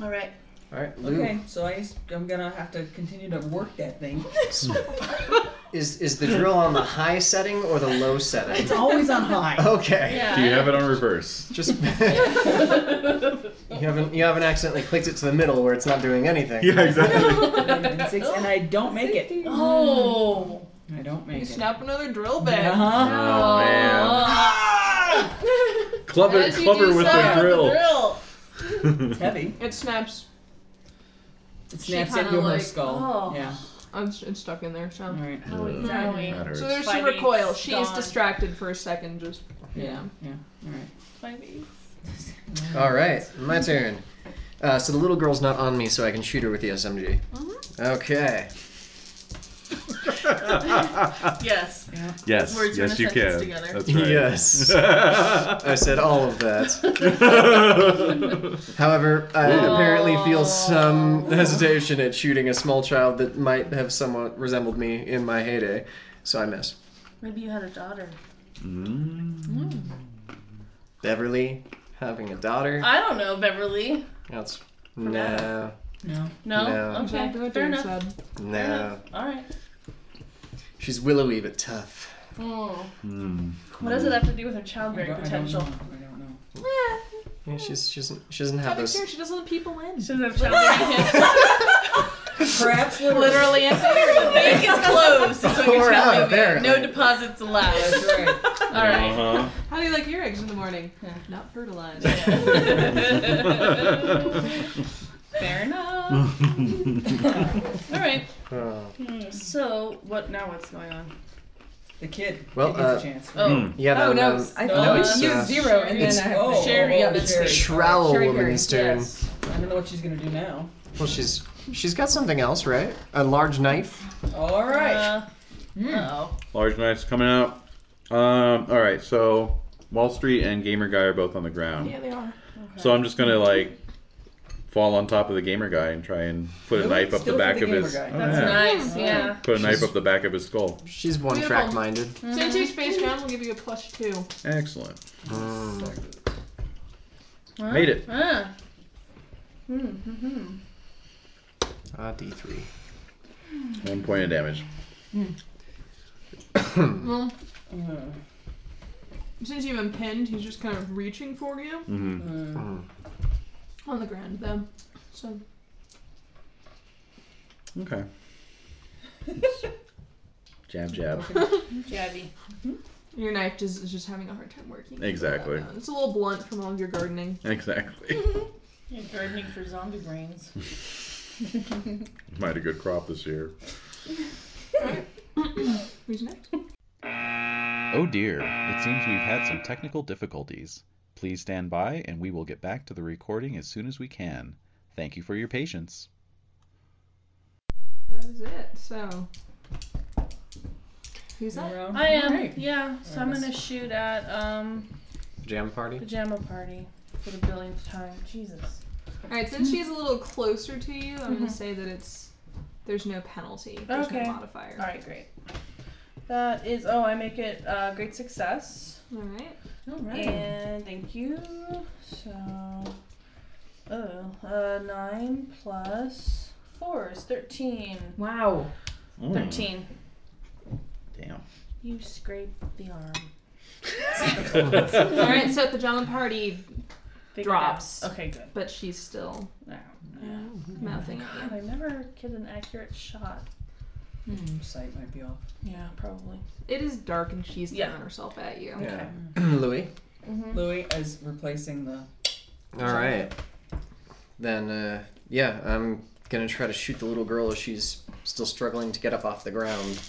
[SPEAKER 2] All right.
[SPEAKER 1] All right, Lou.
[SPEAKER 5] Okay, so I, am gonna have to continue to work
[SPEAKER 4] (laughs)
[SPEAKER 5] that thing.
[SPEAKER 1] Is is the drill on the high setting or the low setting?
[SPEAKER 5] It's always on high.
[SPEAKER 1] Okay.
[SPEAKER 2] Yeah.
[SPEAKER 3] Do you have it on reverse?
[SPEAKER 1] Just (laughs) you haven't you haven't accidentally clicked it to the middle where it's not doing anything.
[SPEAKER 3] (laughs) Yeah, (laughs) exactly.
[SPEAKER 5] and, six, and I don't make it.
[SPEAKER 2] (laughs) oh.
[SPEAKER 5] I don't make
[SPEAKER 4] You
[SPEAKER 5] it.
[SPEAKER 4] snap another drill bit.
[SPEAKER 3] oh
[SPEAKER 5] Uh-huh.
[SPEAKER 3] man.
[SPEAKER 5] Ah!
[SPEAKER 3] Clubber,
[SPEAKER 4] As you
[SPEAKER 3] clubber
[SPEAKER 4] do
[SPEAKER 3] with
[SPEAKER 4] so,
[SPEAKER 3] the drill.
[SPEAKER 2] Drill.
[SPEAKER 3] (laughs)
[SPEAKER 5] It's heavy.
[SPEAKER 4] It snaps.
[SPEAKER 5] It
[SPEAKER 4] She
[SPEAKER 5] snaps
[SPEAKER 4] kinda
[SPEAKER 5] into her
[SPEAKER 4] like,
[SPEAKER 5] skull.
[SPEAKER 2] oh.
[SPEAKER 5] Yeah.
[SPEAKER 4] I'm, it's stuck in there, so.
[SPEAKER 5] All right.
[SPEAKER 2] Oh,
[SPEAKER 3] Ugh,
[SPEAKER 2] exactly.
[SPEAKER 3] that hurts.
[SPEAKER 4] So there's
[SPEAKER 2] Five
[SPEAKER 4] some recoil.
[SPEAKER 2] eighths
[SPEAKER 4] She's
[SPEAKER 2] gone.
[SPEAKER 4] distracted for a second, just, you
[SPEAKER 5] Yeah.
[SPEAKER 4] know.
[SPEAKER 5] Yeah. All right.
[SPEAKER 2] Five eights.
[SPEAKER 1] All right, my turn. Uh, so the little girl's not on me, so I can shoot her with the SMG.
[SPEAKER 6] Mm-hmm.
[SPEAKER 1] Okay.
[SPEAKER 3] (laughs)
[SPEAKER 2] Yes.
[SPEAKER 3] Yes,
[SPEAKER 2] Words are in
[SPEAKER 3] yes,
[SPEAKER 2] a
[SPEAKER 3] you
[SPEAKER 2] sentence
[SPEAKER 3] can.
[SPEAKER 2] together.
[SPEAKER 3] That's right.
[SPEAKER 1] Yes. I said all of
[SPEAKER 6] (laughs)
[SPEAKER 1] that. However, I apparently feel some hesitation at shooting a small child that might have somewhat resembled me in my heyday, so I miss.
[SPEAKER 2] Maybe you had a daughter.
[SPEAKER 3] Mm.
[SPEAKER 1] Beverly having a daughter.
[SPEAKER 2] I don't know, Beverly.
[SPEAKER 1] That's no,
[SPEAKER 5] No.
[SPEAKER 2] No.
[SPEAKER 1] No.
[SPEAKER 2] Okay.
[SPEAKER 4] Exactly what
[SPEAKER 2] Fair
[SPEAKER 4] Dan
[SPEAKER 2] enough.
[SPEAKER 4] said.
[SPEAKER 2] Fair
[SPEAKER 1] no.
[SPEAKER 2] enough. All right.
[SPEAKER 1] She's willowy but tough.
[SPEAKER 2] Mm.
[SPEAKER 3] (laughs) Mm.
[SPEAKER 2] What does it have to do with her
[SPEAKER 5] I
[SPEAKER 2] childbearing
[SPEAKER 5] don't, I don't know.
[SPEAKER 2] potential?
[SPEAKER 5] I don't know.
[SPEAKER 6] Hmm.
[SPEAKER 1] Yeah, she's she doesn't she doesn't have
[SPEAKER 4] Kind of
[SPEAKER 1] those.
[SPEAKER 4] scared she doesn't let people in.
[SPEAKER 2] She doesn't have childbearing potential.
[SPEAKER 5] Perhaps (laughs)
[SPEAKER 2] (laughs)
[SPEAKER 5] literally.
[SPEAKER 4] Literally
[SPEAKER 2] Bank is closed. Is what you're
[SPEAKER 1] We're out,
[SPEAKER 2] telling me. No
[SPEAKER 1] apparently.
[SPEAKER 2] deposits
[SPEAKER 5] That's
[SPEAKER 2] allowed.
[SPEAKER 5] right.
[SPEAKER 2] (laughs) All right.
[SPEAKER 3] Uh-huh.
[SPEAKER 4] How do you like your eggs in the morning? Not fertilized.
[SPEAKER 3] Uh-huh. (laughs)
[SPEAKER 2] Fair
[SPEAKER 3] Mm.
[SPEAKER 2] enough. All right.
[SPEAKER 1] (laughs)
[SPEAKER 2] Hmm,
[SPEAKER 1] Oh.
[SPEAKER 2] So what now? What's going on?
[SPEAKER 5] The kid.
[SPEAKER 1] Well,
[SPEAKER 5] kid gets
[SPEAKER 1] uh,
[SPEAKER 5] a chance.
[SPEAKER 2] Oh,
[SPEAKER 3] Mm.
[SPEAKER 1] Yeah,
[SPEAKER 6] Oh
[SPEAKER 1] then,
[SPEAKER 6] no,
[SPEAKER 1] um,
[SPEAKER 6] I
[SPEAKER 5] no,
[SPEAKER 6] thought you
[SPEAKER 1] it's,
[SPEAKER 6] used
[SPEAKER 1] uh,
[SPEAKER 6] zero and then I
[SPEAKER 5] it's-
[SPEAKER 6] have
[SPEAKER 5] oh,
[SPEAKER 2] Sherry.
[SPEAKER 5] oh,
[SPEAKER 2] yeah,
[SPEAKER 5] oh,
[SPEAKER 2] that's
[SPEAKER 5] Sherry.
[SPEAKER 1] Trowel
[SPEAKER 6] Sherry
[SPEAKER 1] woman's turn.
[SPEAKER 2] Yes.
[SPEAKER 5] I don't know what she's gonna do now.
[SPEAKER 1] Well, she's she's got something else, right? A large knife.
[SPEAKER 5] All right.
[SPEAKER 2] Uh, oh.
[SPEAKER 3] Large knives coming out. Um, all right, so Wall Street and Gamer Guy are both on the ground.
[SPEAKER 4] Yeah, they are.
[SPEAKER 3] So I'm just gonna like fall on top of the Gamer Guy and try and put a
[SPEAKER 5] Really?
[SPEAKER 3] knife up
[SPEAKER 5] Still
[SPEAKER 3] the
[SPEAKER 5] for
[SPEAKER 3] back
[SPEAKER 5] the
[SPEAKER 3] of
[SPEAKER 5] Gamer
[SPEAKER 3] his.
[SPEAKER 5] Guy.
[SPEAKER 3] Oh,
[SPEAKER 2] That's
[SPEAKER 3] yeah.
[SPEAKER 2] nice. Yeah.
[SPEAKER 3] Put a knife up the back of his skull.
[SPEAKER 1] She's one
[SPEAKER 4] Beautiful.
[SPEAKER 1] track minded.
[SPEAKER 4] Since you space down, we'll give you a plus two.
[SPEAKER 3] Excellent.
[SPEAKER 1] Mm.
[SPEAKER 3] Made it.
[SPEAKER 2] Ah. Mm-hmm.
[SPEAKER 1] Ah, D three.
[SPEAKER 3] One point of damage.
[SPEAKER 4] Well,
[SPEAKER 5] Mm.
[SPEAKER 4] since you've been pinned, he's just kind of reaching for you
[SPEAKER 3] hmm
[SPEAKER 5] Mm.
[SPEAKER 4] on the ground, though. So
[SPEAKER 5] (laughs)
[SPEAKER 3] Okay. jab jab.
[SPEAKER 2] Jabby.
[SPEAKER 4] Your knife just is just having a hard time working. Uh,
[SPEAKER 3] Exactly.
[SPEAKER 4] It's a little blunt from all of your gardening.
[SPEAKER 3] Exactly.
[SPEAKER 11] You're gardening for zombie brains.
[SPEAKER 3] Might a good crop this year.
[SPEAKER 4] Who's next?
[SPEAKER 13] Oh dear, it seems we've had some technical difficulties. Please stand by and we will get back to the recording as soon as we can. Thank you for your
[SPEAKER 3] (laughs)
[SPEAKER 13] patience.
[SPEAKER 4] That is it. So, who's that?
[SPEAKER 5] Around.
[SPEAKER 2] I am.
[SPEAKER 5] Alright.
[SPEAKER 2] Yeah. So I'm gonna shoot at um
[SPEAKER 1] Jam party.
[SPEAKER 2] pajama party for the billionth time. Jesus.
[SPEAKER 4] All right. Since she's a little closer to you, I'm gonna say that it's there's no penalty. There's
[SPEAKER 2] Okay.
[SPEAKER 4] no modifier.
[SPEAKER 2] All right, great. That is. Oh, I make it uh, great success.
[SPEAKER 4] All right.
[SPEAKER 5] All right.
[SPEAKER 2] And thank you. So, oh, uh, nine plus four is thirteen.
[SPEAKER 5] Wow.
[SPEAKER 3] Mm,
[SPEAKER 2] Thirteen.
[SPEAKER 3] Damn.
[SPEAKER 2] You scrape the arm.
[SPEAKER 4] All right. So pajama party,
[SPEAKER 2] Figure it out.
[SPEAKER 4] Drops.
[SPEAKER 2] Okay, good.
[SPEAKER 4] but she's still
[SPEAKER 2] Now.
[SPEAKER 4] mouthing at you.
[SPEAKER 2] I never get an accurate shot.
[SPEAKER 5] Hmm, sight might be off.
[SPEAKER 2] Yeah, probably.
[SPEAKER 4] It is dark and she's
[SPEAKER 2] Yeah.
[SPEAKER 4] throwing herself at you.
[SPEAKER 1] Yeah. (clears throat) Louis.
[SPEAKER 2] Mm-hmm.
[SPEAKER 5] Louis is replacing the.
[SPEAKER 1] All right. Then, uh, yeah, I'm gonna try to shoot the little girl as she's still struggling to get up off the ground.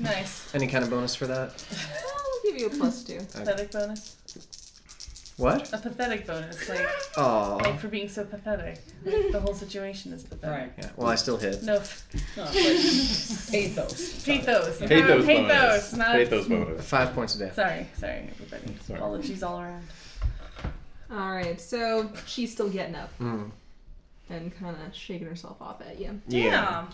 [SPEAKER 2] Nice.
[SPEAKER 1] Any kind of bonus for that?
[SPEAKER 4] I'll give you a plus two.
[SPEAKER 2] Pathetic bonus.
[SPEAKER 1] What?
[SPEAKER 2] A pathetic bonus,
[SPEAKER 3] (laughs)
[SPEAKER 2] like, like
[SPEAKER 1] Oh.
[SPEAKER 2] for being so pathetic. Like, the whole situation is pathetic.
[SPEAKER 5] Right.
[SPEAKER 1] Yeah. Well, I still hit.
[SPEAKER 2] No,
[SPEAKER 5] Oh, but (laughs) pathos.
[SPEAKER 2] pathos.
[SPEAKER 10] Pathos
[SPEAKER 2] Ah,
[SPEAKER 10] bonus.
[SPEAKER 2] pathos, not.
[SPEAKER 10] Pathos bonus.
[SPEAKER 1] Five points of death.
[SPEAKER 2] Sorry, sorry, everybody.
[SPEAKER 10] Sorry.
[SPEAKER 2] Apologies all around.
[SPEAKER 4] All right. So she's still getting up
[SPEAKER 1] Mm.
[SPEAKER 4] and kind of shaking herself off at you.
[SPEAKER 2] (laughs) Yeah.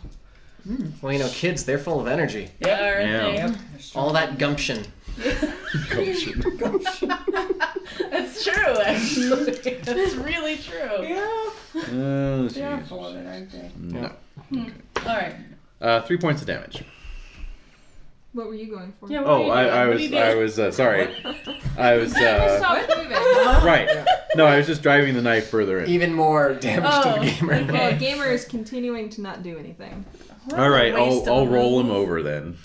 [SPEAKER 1] Well, you know, kids, they're full of energy.
[SPEAKER 2] Alright.
[SPEAKER 3] Yeah.
[SPEAKER 1] All that gumption.
[SPEAKER 2] (laughs)
[SPEAKER 3] Oh,
[SPEAKER 2] That's true, actually. That's really true.
[SPEAKER 5] Yeah.
[SPEAKER 3] Oh,
[SPEAKER 2] They are
[SPEAKER 3] jeez.
[SPEAKER 2] full of it, aren't they?
[SPEAKER 3] No.
[SPEAKER 2] Alright.
[SPEAKER 3] Uh, three points of damage.
[SPEAKER 4] What were you going for?
[SPEAKER 2] Yeah, what
[SPEAKER 3] Oh,
[SPEAKER 2] are
[SPEAKER 3] I,
[SPEAKER 2] you doing?
[SPEAKER 3] I
[SPEAKER 2] What are you
[SPEAKER 3] was,
[SPEAKER 2] doing?
[SPEAKER 3] I was, uh, sorry.
[SPEAKER 2] (laughs)
[SPEAKER 3] I was,
[SPEAKER 4] Never
[SPEAKER 3] uh,
[SPEAKER 4] stop
[SPEAKER 6] (laughs)
[SPEAKER 4] moving.
[SPEAKER 3] right. No, I was just driving the knife further in.
[SPEAKER 1] Even more damage to the
[SPEAKER 2] Oh,
[SPEAKER 1] gamer.
[SPEAKER 2] okay.
[SPEAKER 4] Well, gamer is continuing to not do anything.
[SPEAKER 2] What
[SPEAKER 3] All
[SPEAKER 2] a
[SPEAKER 3] right,
[SPEAKER 2] waste
[SPEAKER 3] I'll,
[SPEAKER 2] of
[SPEAKER 3] I'll roll him
[SPEAKER 2] room.
[SPEAKER 3] over then.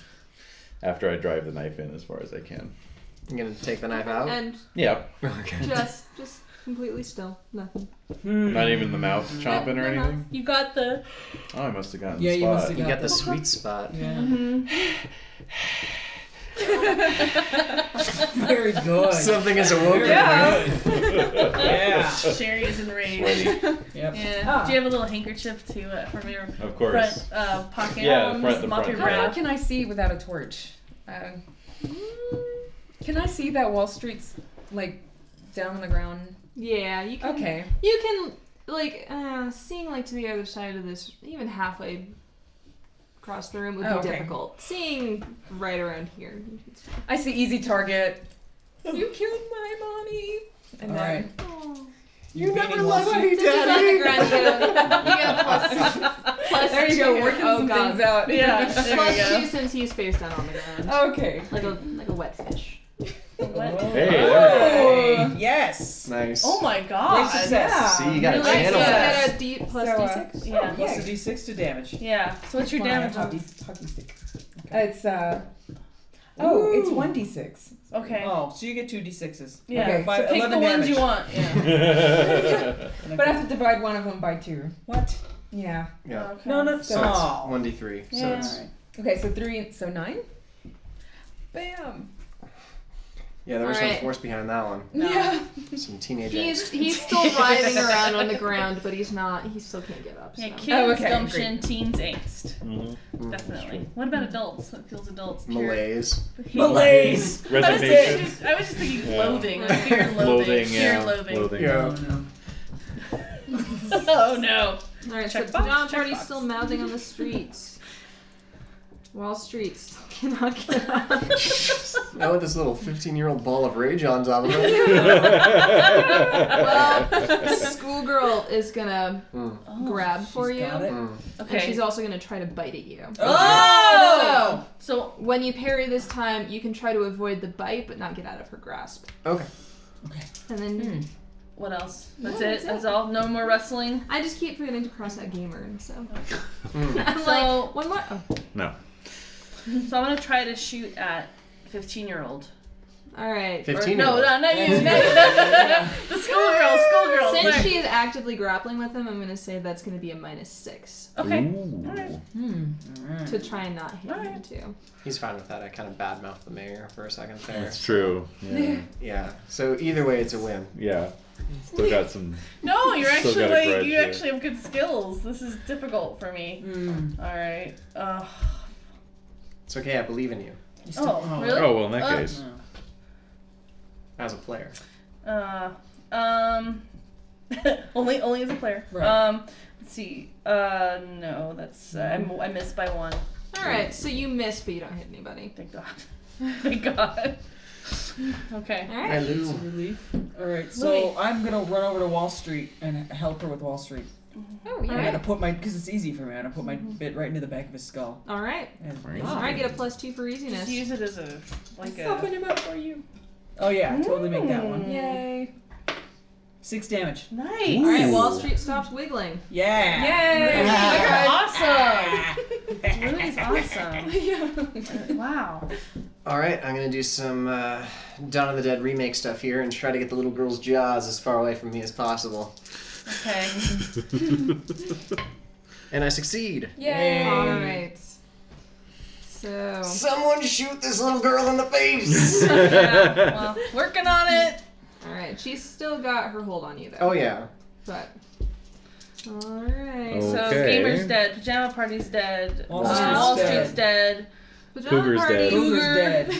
[SPEAKER 3] After I drive the knife in as far as I can.
[SPEAKER 1] I'm gonna take the knife
[SPEAKER 2] Uh,
[SPEAKER 1] out.
[SPEAKER 4] And
[SPEAKER 3] Yep.
[SPEAKER 1] (laughs) Okay.
[SPEAKER 4] just, just completely still, nothing.
[SPEAKER 5] Hmm.
[SPEAKER 3] Not even the mouth chomping or
[SPEAKER 4] No, no, no.
[SPEAKER 3] anything.
[SPEAKER 2] You got the. (laughs)
[SPEAKER 3] Oh, I must have gotten
[SPEAKER 5] Yeah,
[SPEAKER 3] the
[SPEAKER 5] you must
[SPEAKER 3] spot.
[SPEAKER 5] have
[SPEAKER 1] You got the sweet spot.
[SPEAKER 5] Yeah.
[SPEAKER 2] yeah.
[SPEAKER 5] Very good.
[SPEAKER 1] Something is awoken.
[SPEAKER 5] (laughs) yeah.
[SPEAKER 2] Sherry is enraged.
[SPEAKER 3] (laughs) Sweaty.
[SPEAKER 5] Yep.
[SPEAKER 2] Yeah.
[SPEAKER 6] Ah.
[SPEAKER 2] Do you have a little handkerchief to uh, from your
[SPEAKER 10] Of course.
[SPEAKER 3] (laughs)
[SPEAKER 2] front uh, pocket?
[SPEAKER 10] Yeah,
[SPEAKER 2] Um,
[SPEAKER 10] front- the
[SPEAKER 2] mop
[SPEAKER 10] front
[SPEAKER 2] your
[SPEAKER 10] pocket.
[SPEAKER 6] How
[SPEAKER 2] brow. (laughs)
[SPEAKER 6] far can I see without a torch? Um, can I see that Wall Street's like down on the ground?
[SPEAKER 4] Yeah, you can.
[SPEAKER 6] Okay.
[SPEAKER 4] You can like uh, seeing like to the other side of this, even halfway across the room would be
[SPEAKER 6] Oh, okay.
[SPEAKER 4] difficult. Seeing right around here. it's fine.
[SPEAKER 6] I see easy target. (laughs) You killed my mommy. And
[SPEAKER 5] All
[SPEAKER 6] then
[SPEAKER 5] right. You, never
[SPEAKER 4] Since he's on the ground, though, you get a plus,
[SPEAKER 2] (laughs)
[SPEAKER 4] plus
[SPEAKER 6] there you
[SPEAKER 4] two.
[SPEAKER 6] go, working
[SPEAKER 4] oh,
[SPEAKER 6] some
[SPEAKER 4] God.
[SPEAKER 6] things out. (laughs)
[SPEAKER 2] Yeah, there
[SPEAKER 4] Plus
[SPEAKER 2] we go.
[SPEAKER 4] two since he's face down on the ground,
[SPEAKER 6] Okay.
[SPEAKER 4] like a like a wet fish.
[SPEAKER 10] Hey, there
[SPEAKER 6] Oh.
[SPEAKER 5] Yes.
[SPEAKER 1] Nice.
[SPEAKER 2] Oh my
[SPEAKER 5] Great
[SPEAKER 2] god.
[SPEAKER 5] success.
[SPEAKER 1] See, you gotta
[SPEAKER 2] Really
[SPEAKER 1] channel
[SPEAKER 2] good.
[SPEAKER 1] that.
[SPEAKER 4] Get a D plus
[SPEAKER 6] So, uh,
[SPEAKER 4] D6.
[SPEAKER 2] Yeah.
[SPEAKER 5] Plus a d6 to damage.
[SPEAKER 2] Yeah. So what's your
[SPEAKER 5] My
[SPEAKER 2] damage on
[SPEAKER 5] hockey,
[SPEAKER 2] this?
[SPEAKER 5] hockey stick.
[SPEAKER 6] It's uh oh, it's
[SPEAKER 5] Ooh.
[SPEAKER 6] one d six.
[SPEAKER 2] Okay.
[SPEAKER 5] Oh, so you get two d6s.
[SPEAKER 2] yeah.
[SPEAKER 6] okay,
[SPEAKER 5] five-
[SPEAKER 2] so pick
[SPEAKER 5] 11
[SPEAKER 2] the ones
[SPEAKER 5] damage.
[SPEAKER 2] you want. (laughs) Yeah.
[SPEAKER 10] go.
[SPEAKER 5] And
[SPEAKER 6] But I
[SPEAKER 5] I-
[SPEAKER 6] have to divide one of them by two.
[SPEAKER 5] What?
[SPEAKER 6] Yeah.
[SPEAKER 1] Yeah.
[SPEAKER 2] Okay.
[SPEAKER 5] No, no.
[SPEAKER 1] So
[SPEAKER 5] Oh.
[SPEAKER 1] it's one d three. So
[SPEAKER 2] Yeah.
[SPEAKER 1] it's
[SPEAKER 6] Okay, so three, so nine. Bam.
[SPEAKER 1] yeah. There was
[SPEAKER 4] Alright.
[SPEAKER 1] some force behind that one.
[SPEAKER 6] Yeah.
[SPEAKER 1] Some teenage. angst.
[SPEAKER 4] He's he's
[SPEAKER 1] (laughs)
[SPEAKER 4] still writhing around on the ground, but he's not. He still can't get up. So.
[SPEAKER 2] Yeah, kids,
[SPEAKER 6] Oh, okay,
[SPEAKER 2] gumption, teens, angst.
[SPEAKER 10] Mhm.
[SPEAKER 2] Definitely. What about adults? What feels adults?
[SPEAKER 1] Malaise.
[SPEAKER 2] I
[SPEAKER 5] Malaise.
[SPEAKER 2] was,
[SPEAKER 10] Resignation.
[SPEAKER 2] just, I was just thinking
[SPEAKER 10] Yeah.
[SPEAKER 2] loathing, like
[SPEAKER 10] (laughs)
[SPEAKER 2] fear loathing,
[SPEAKER 10] Loathing,
[SPEAKER 2] fear
[SPEAKER 10] yeah.
[SPEAKER 2] loathing.
[SPEAKER 10] Loathing.
[SPEAKER 5] Oh, no.
[SPEAKER 2] (laughs) oh no.
[SPEAKER 4] All right, so
[SPEAKER 2] Checkbox,
[SPEAKER 4] John Party's
[SPEAKER 2] checkbox.
[SPEAKER 4] still mouthing on the streets. Wall Street still cannot get up.
[SPEAKER 2] (laughs)
[SPEAKER 1] Now with this little fifteen-year-old ball of rage on top of it. (laughs)
[SPEAKER 4] well, schoolgirl is gonna
[SPEAKER 1] Oh,
[SPEAKER 4] grab for
[SPEAKER 5] She's
[SPEAKER 4] you,
[SPEAKER 5] got it.
[SPEAKER 1] Mm,
[SPEAKER 4] and
[SPEAKER 2] Okay.
[SPEAKER 4] she's also gonna try to bite at you.
[SPEAKER 5] Oh!
[SPEAKER 2] so
[SPEAKER 4] When you parry this time, you can try to avoid the bite, but not get out of her grasp.
[SPEAKER 1] Okay.
[SPEAKER 4] And then
[SPEAKER 6] Hmm.
[SPEAKER 2] what else? That's
[SPEAKER 4] Yeah,
[SPEAKER 2] it.
[SPEAKER 4] that's it.
[SPEAKER 2] That's all. No more wrestling.
[SPEAKER 4] I just keep forgetting to cross out gamer, and so
[SPEAKER 1] Mm.
[SPEAKER 4] (laughs) I'm
[SPEAKER 2] So-
[SPEAKER 4] like one more. Oh,
[SPEAKER 2] So I'm gonna try to shoot at 15 year old.
[SPEAKER 4] All right.
[SPEAKER 1] 15
[SPEAKER 2] No, no, not you. not you. the schoolgirl, schoolgirl.
[SPEAKER 4] Since
[SPEAKER 2] sorry.
[SPEAKER 4] she is actively grappling with him, I'm going to say that's going to be a minus six
[SPEAKER 2] Okay.
[SPEAKER 10] Mm-hmm.
[SPEAKER 3] Ooh.
[SPEAKER 2] Alright.
[SPEAKER 6] Hmm.
[SPEAKER 4] to try and not hit him too.
[SPEAKER 1] He's fine with that. I kind of badmouthed the mayor for a second there.
[SPEAKER 10] That's true.
[SPEAKER 3] Yeah.
[SPEAKER 1] Yeah. So either way, it's a win.
[SPEAKER 10] Yeah. Still got some.
[SPEAKER 2] No, you're
[SPEAKER 10] Still
[SPEAKER 2] actually
[SPEAKER 10] got a
[SPEAKER 2] like
[SPEAKER 10] grudge
[SPEAKER 2] you
[SPEAKER 10] here.
[SPEAKER 2] actually have good skills. This is difficult for me.
[SPEAKER 5] Mm.
[SPEAKER 2] All right. Uh,
[SPEAKER 1] It's okay. I believe in you
[SPEAKER 5] You still-
[SPEAKER 2] oh, really?
[SPEAKER 3] Oh well, in that
[SPEAKER 2] Uh,
[SPEAKER 3] case,
[SPEAKER 5] no.
[SPEAKER 1] as a player.
[SPEAKER 2] Uh, um, (laughs) only only as a player.
[SPEAKER 5] Right.
[SPEAKER 2] Um, let's see. Uh, no, that's I'm, I missed by one.
[SPEAKER 6] Hmm.
[SPEAKER 4] All right. So you miss, but you don't hit anybody.
[SPEAKER 2] Thank God. (laughs) Thank God. (laughs) Okay.
[SPEAKER 4] All right.
[SPEAKER 5] It's a relief. All right, so
[SPEAKER 2] Louis.
[SPEAKER 5] I'm gonna run over to Wall Street and help her with Wall Street.
[SPEAKER 4] Oh,
[SPEAKER 5] I'm
[SPEAKER 4] yeah.
[SPEAKER 5] gonna put my because it's easy for me. I'm gonna put my bit right into the back of his skull.
[SPEAKER 4] All right.
[SPEAKER 5] And-
[SPEAKER 4] All right. Get a plus two for
[SPEAKER 2] Just
[SPEAKER 4] easiness.
[SPEAKER 2] use it as a like a.
[SPEAKER 5] him up for
[SPEAKER 6] (laughs)
[SPEAKER 5] you. Oh yeah, I totally make that one.
[SPEAKER 4] Mm.
[SPEAKER 6] Yay.
[SPEAKER 5] Six damage.
[SPEAKER 2] Nice.
[SPEAKER 4] All right. Wall Street stops wiggling.
[SPEAKER 5] Yeah.
[SPEAKER 6] Yay.
[SPEAKER 2] You're (laughs)
[SPEAKER 5] Ah.
[SPEAKER 2] awesome.
[SPEAKER 5] (laughs)
[SPEAKER 2] Louis is awesome. Wow.
[SPEAKER 1] All right. I'm gonna do some uh, Dawn of the Dead remake stuff here and try to get the little girl's jaws as far away from me as possible.
[SPEAKER 5] (laughs)
[SPEAKER 2] Okay.
[SPEAKER 1] And I succeed.
[SPEAKER 6] Yay.
[SPEAKER 4] All right. So.
[SPEAKER 1] Someone shoot this little girl in the face.
[SPEAKER 2] Yeah, well, working on it.
[SPEAKER 4] All right. She's still got her hold on you though.
[SPEAKER 1] (laughs) oh yeah.
[SPEAKER 4] But. All right.
[SPEAKER 3] Oh.
[SPEAKER 4] So,
[SPEAKER 2] So
[SPEAKER 3] Okay.
[SPEAKER 2] gamer's dead. Pajama party's dead.
[SPEAKER 5] Wall
[SPEAKER 2] uh,
[SPEAKER 5] Street's
[SPEAKER 2] Wall
[SPEAKER 5] dead.
[SPEAKER 2] Street's dead.
[SPEAKER 4] pajama
[SPEAKER 3] Cougar's
[SPEAKER 4] party
[SPEAKER 3] dead.
[SPEAKER 5] Cougar's dead.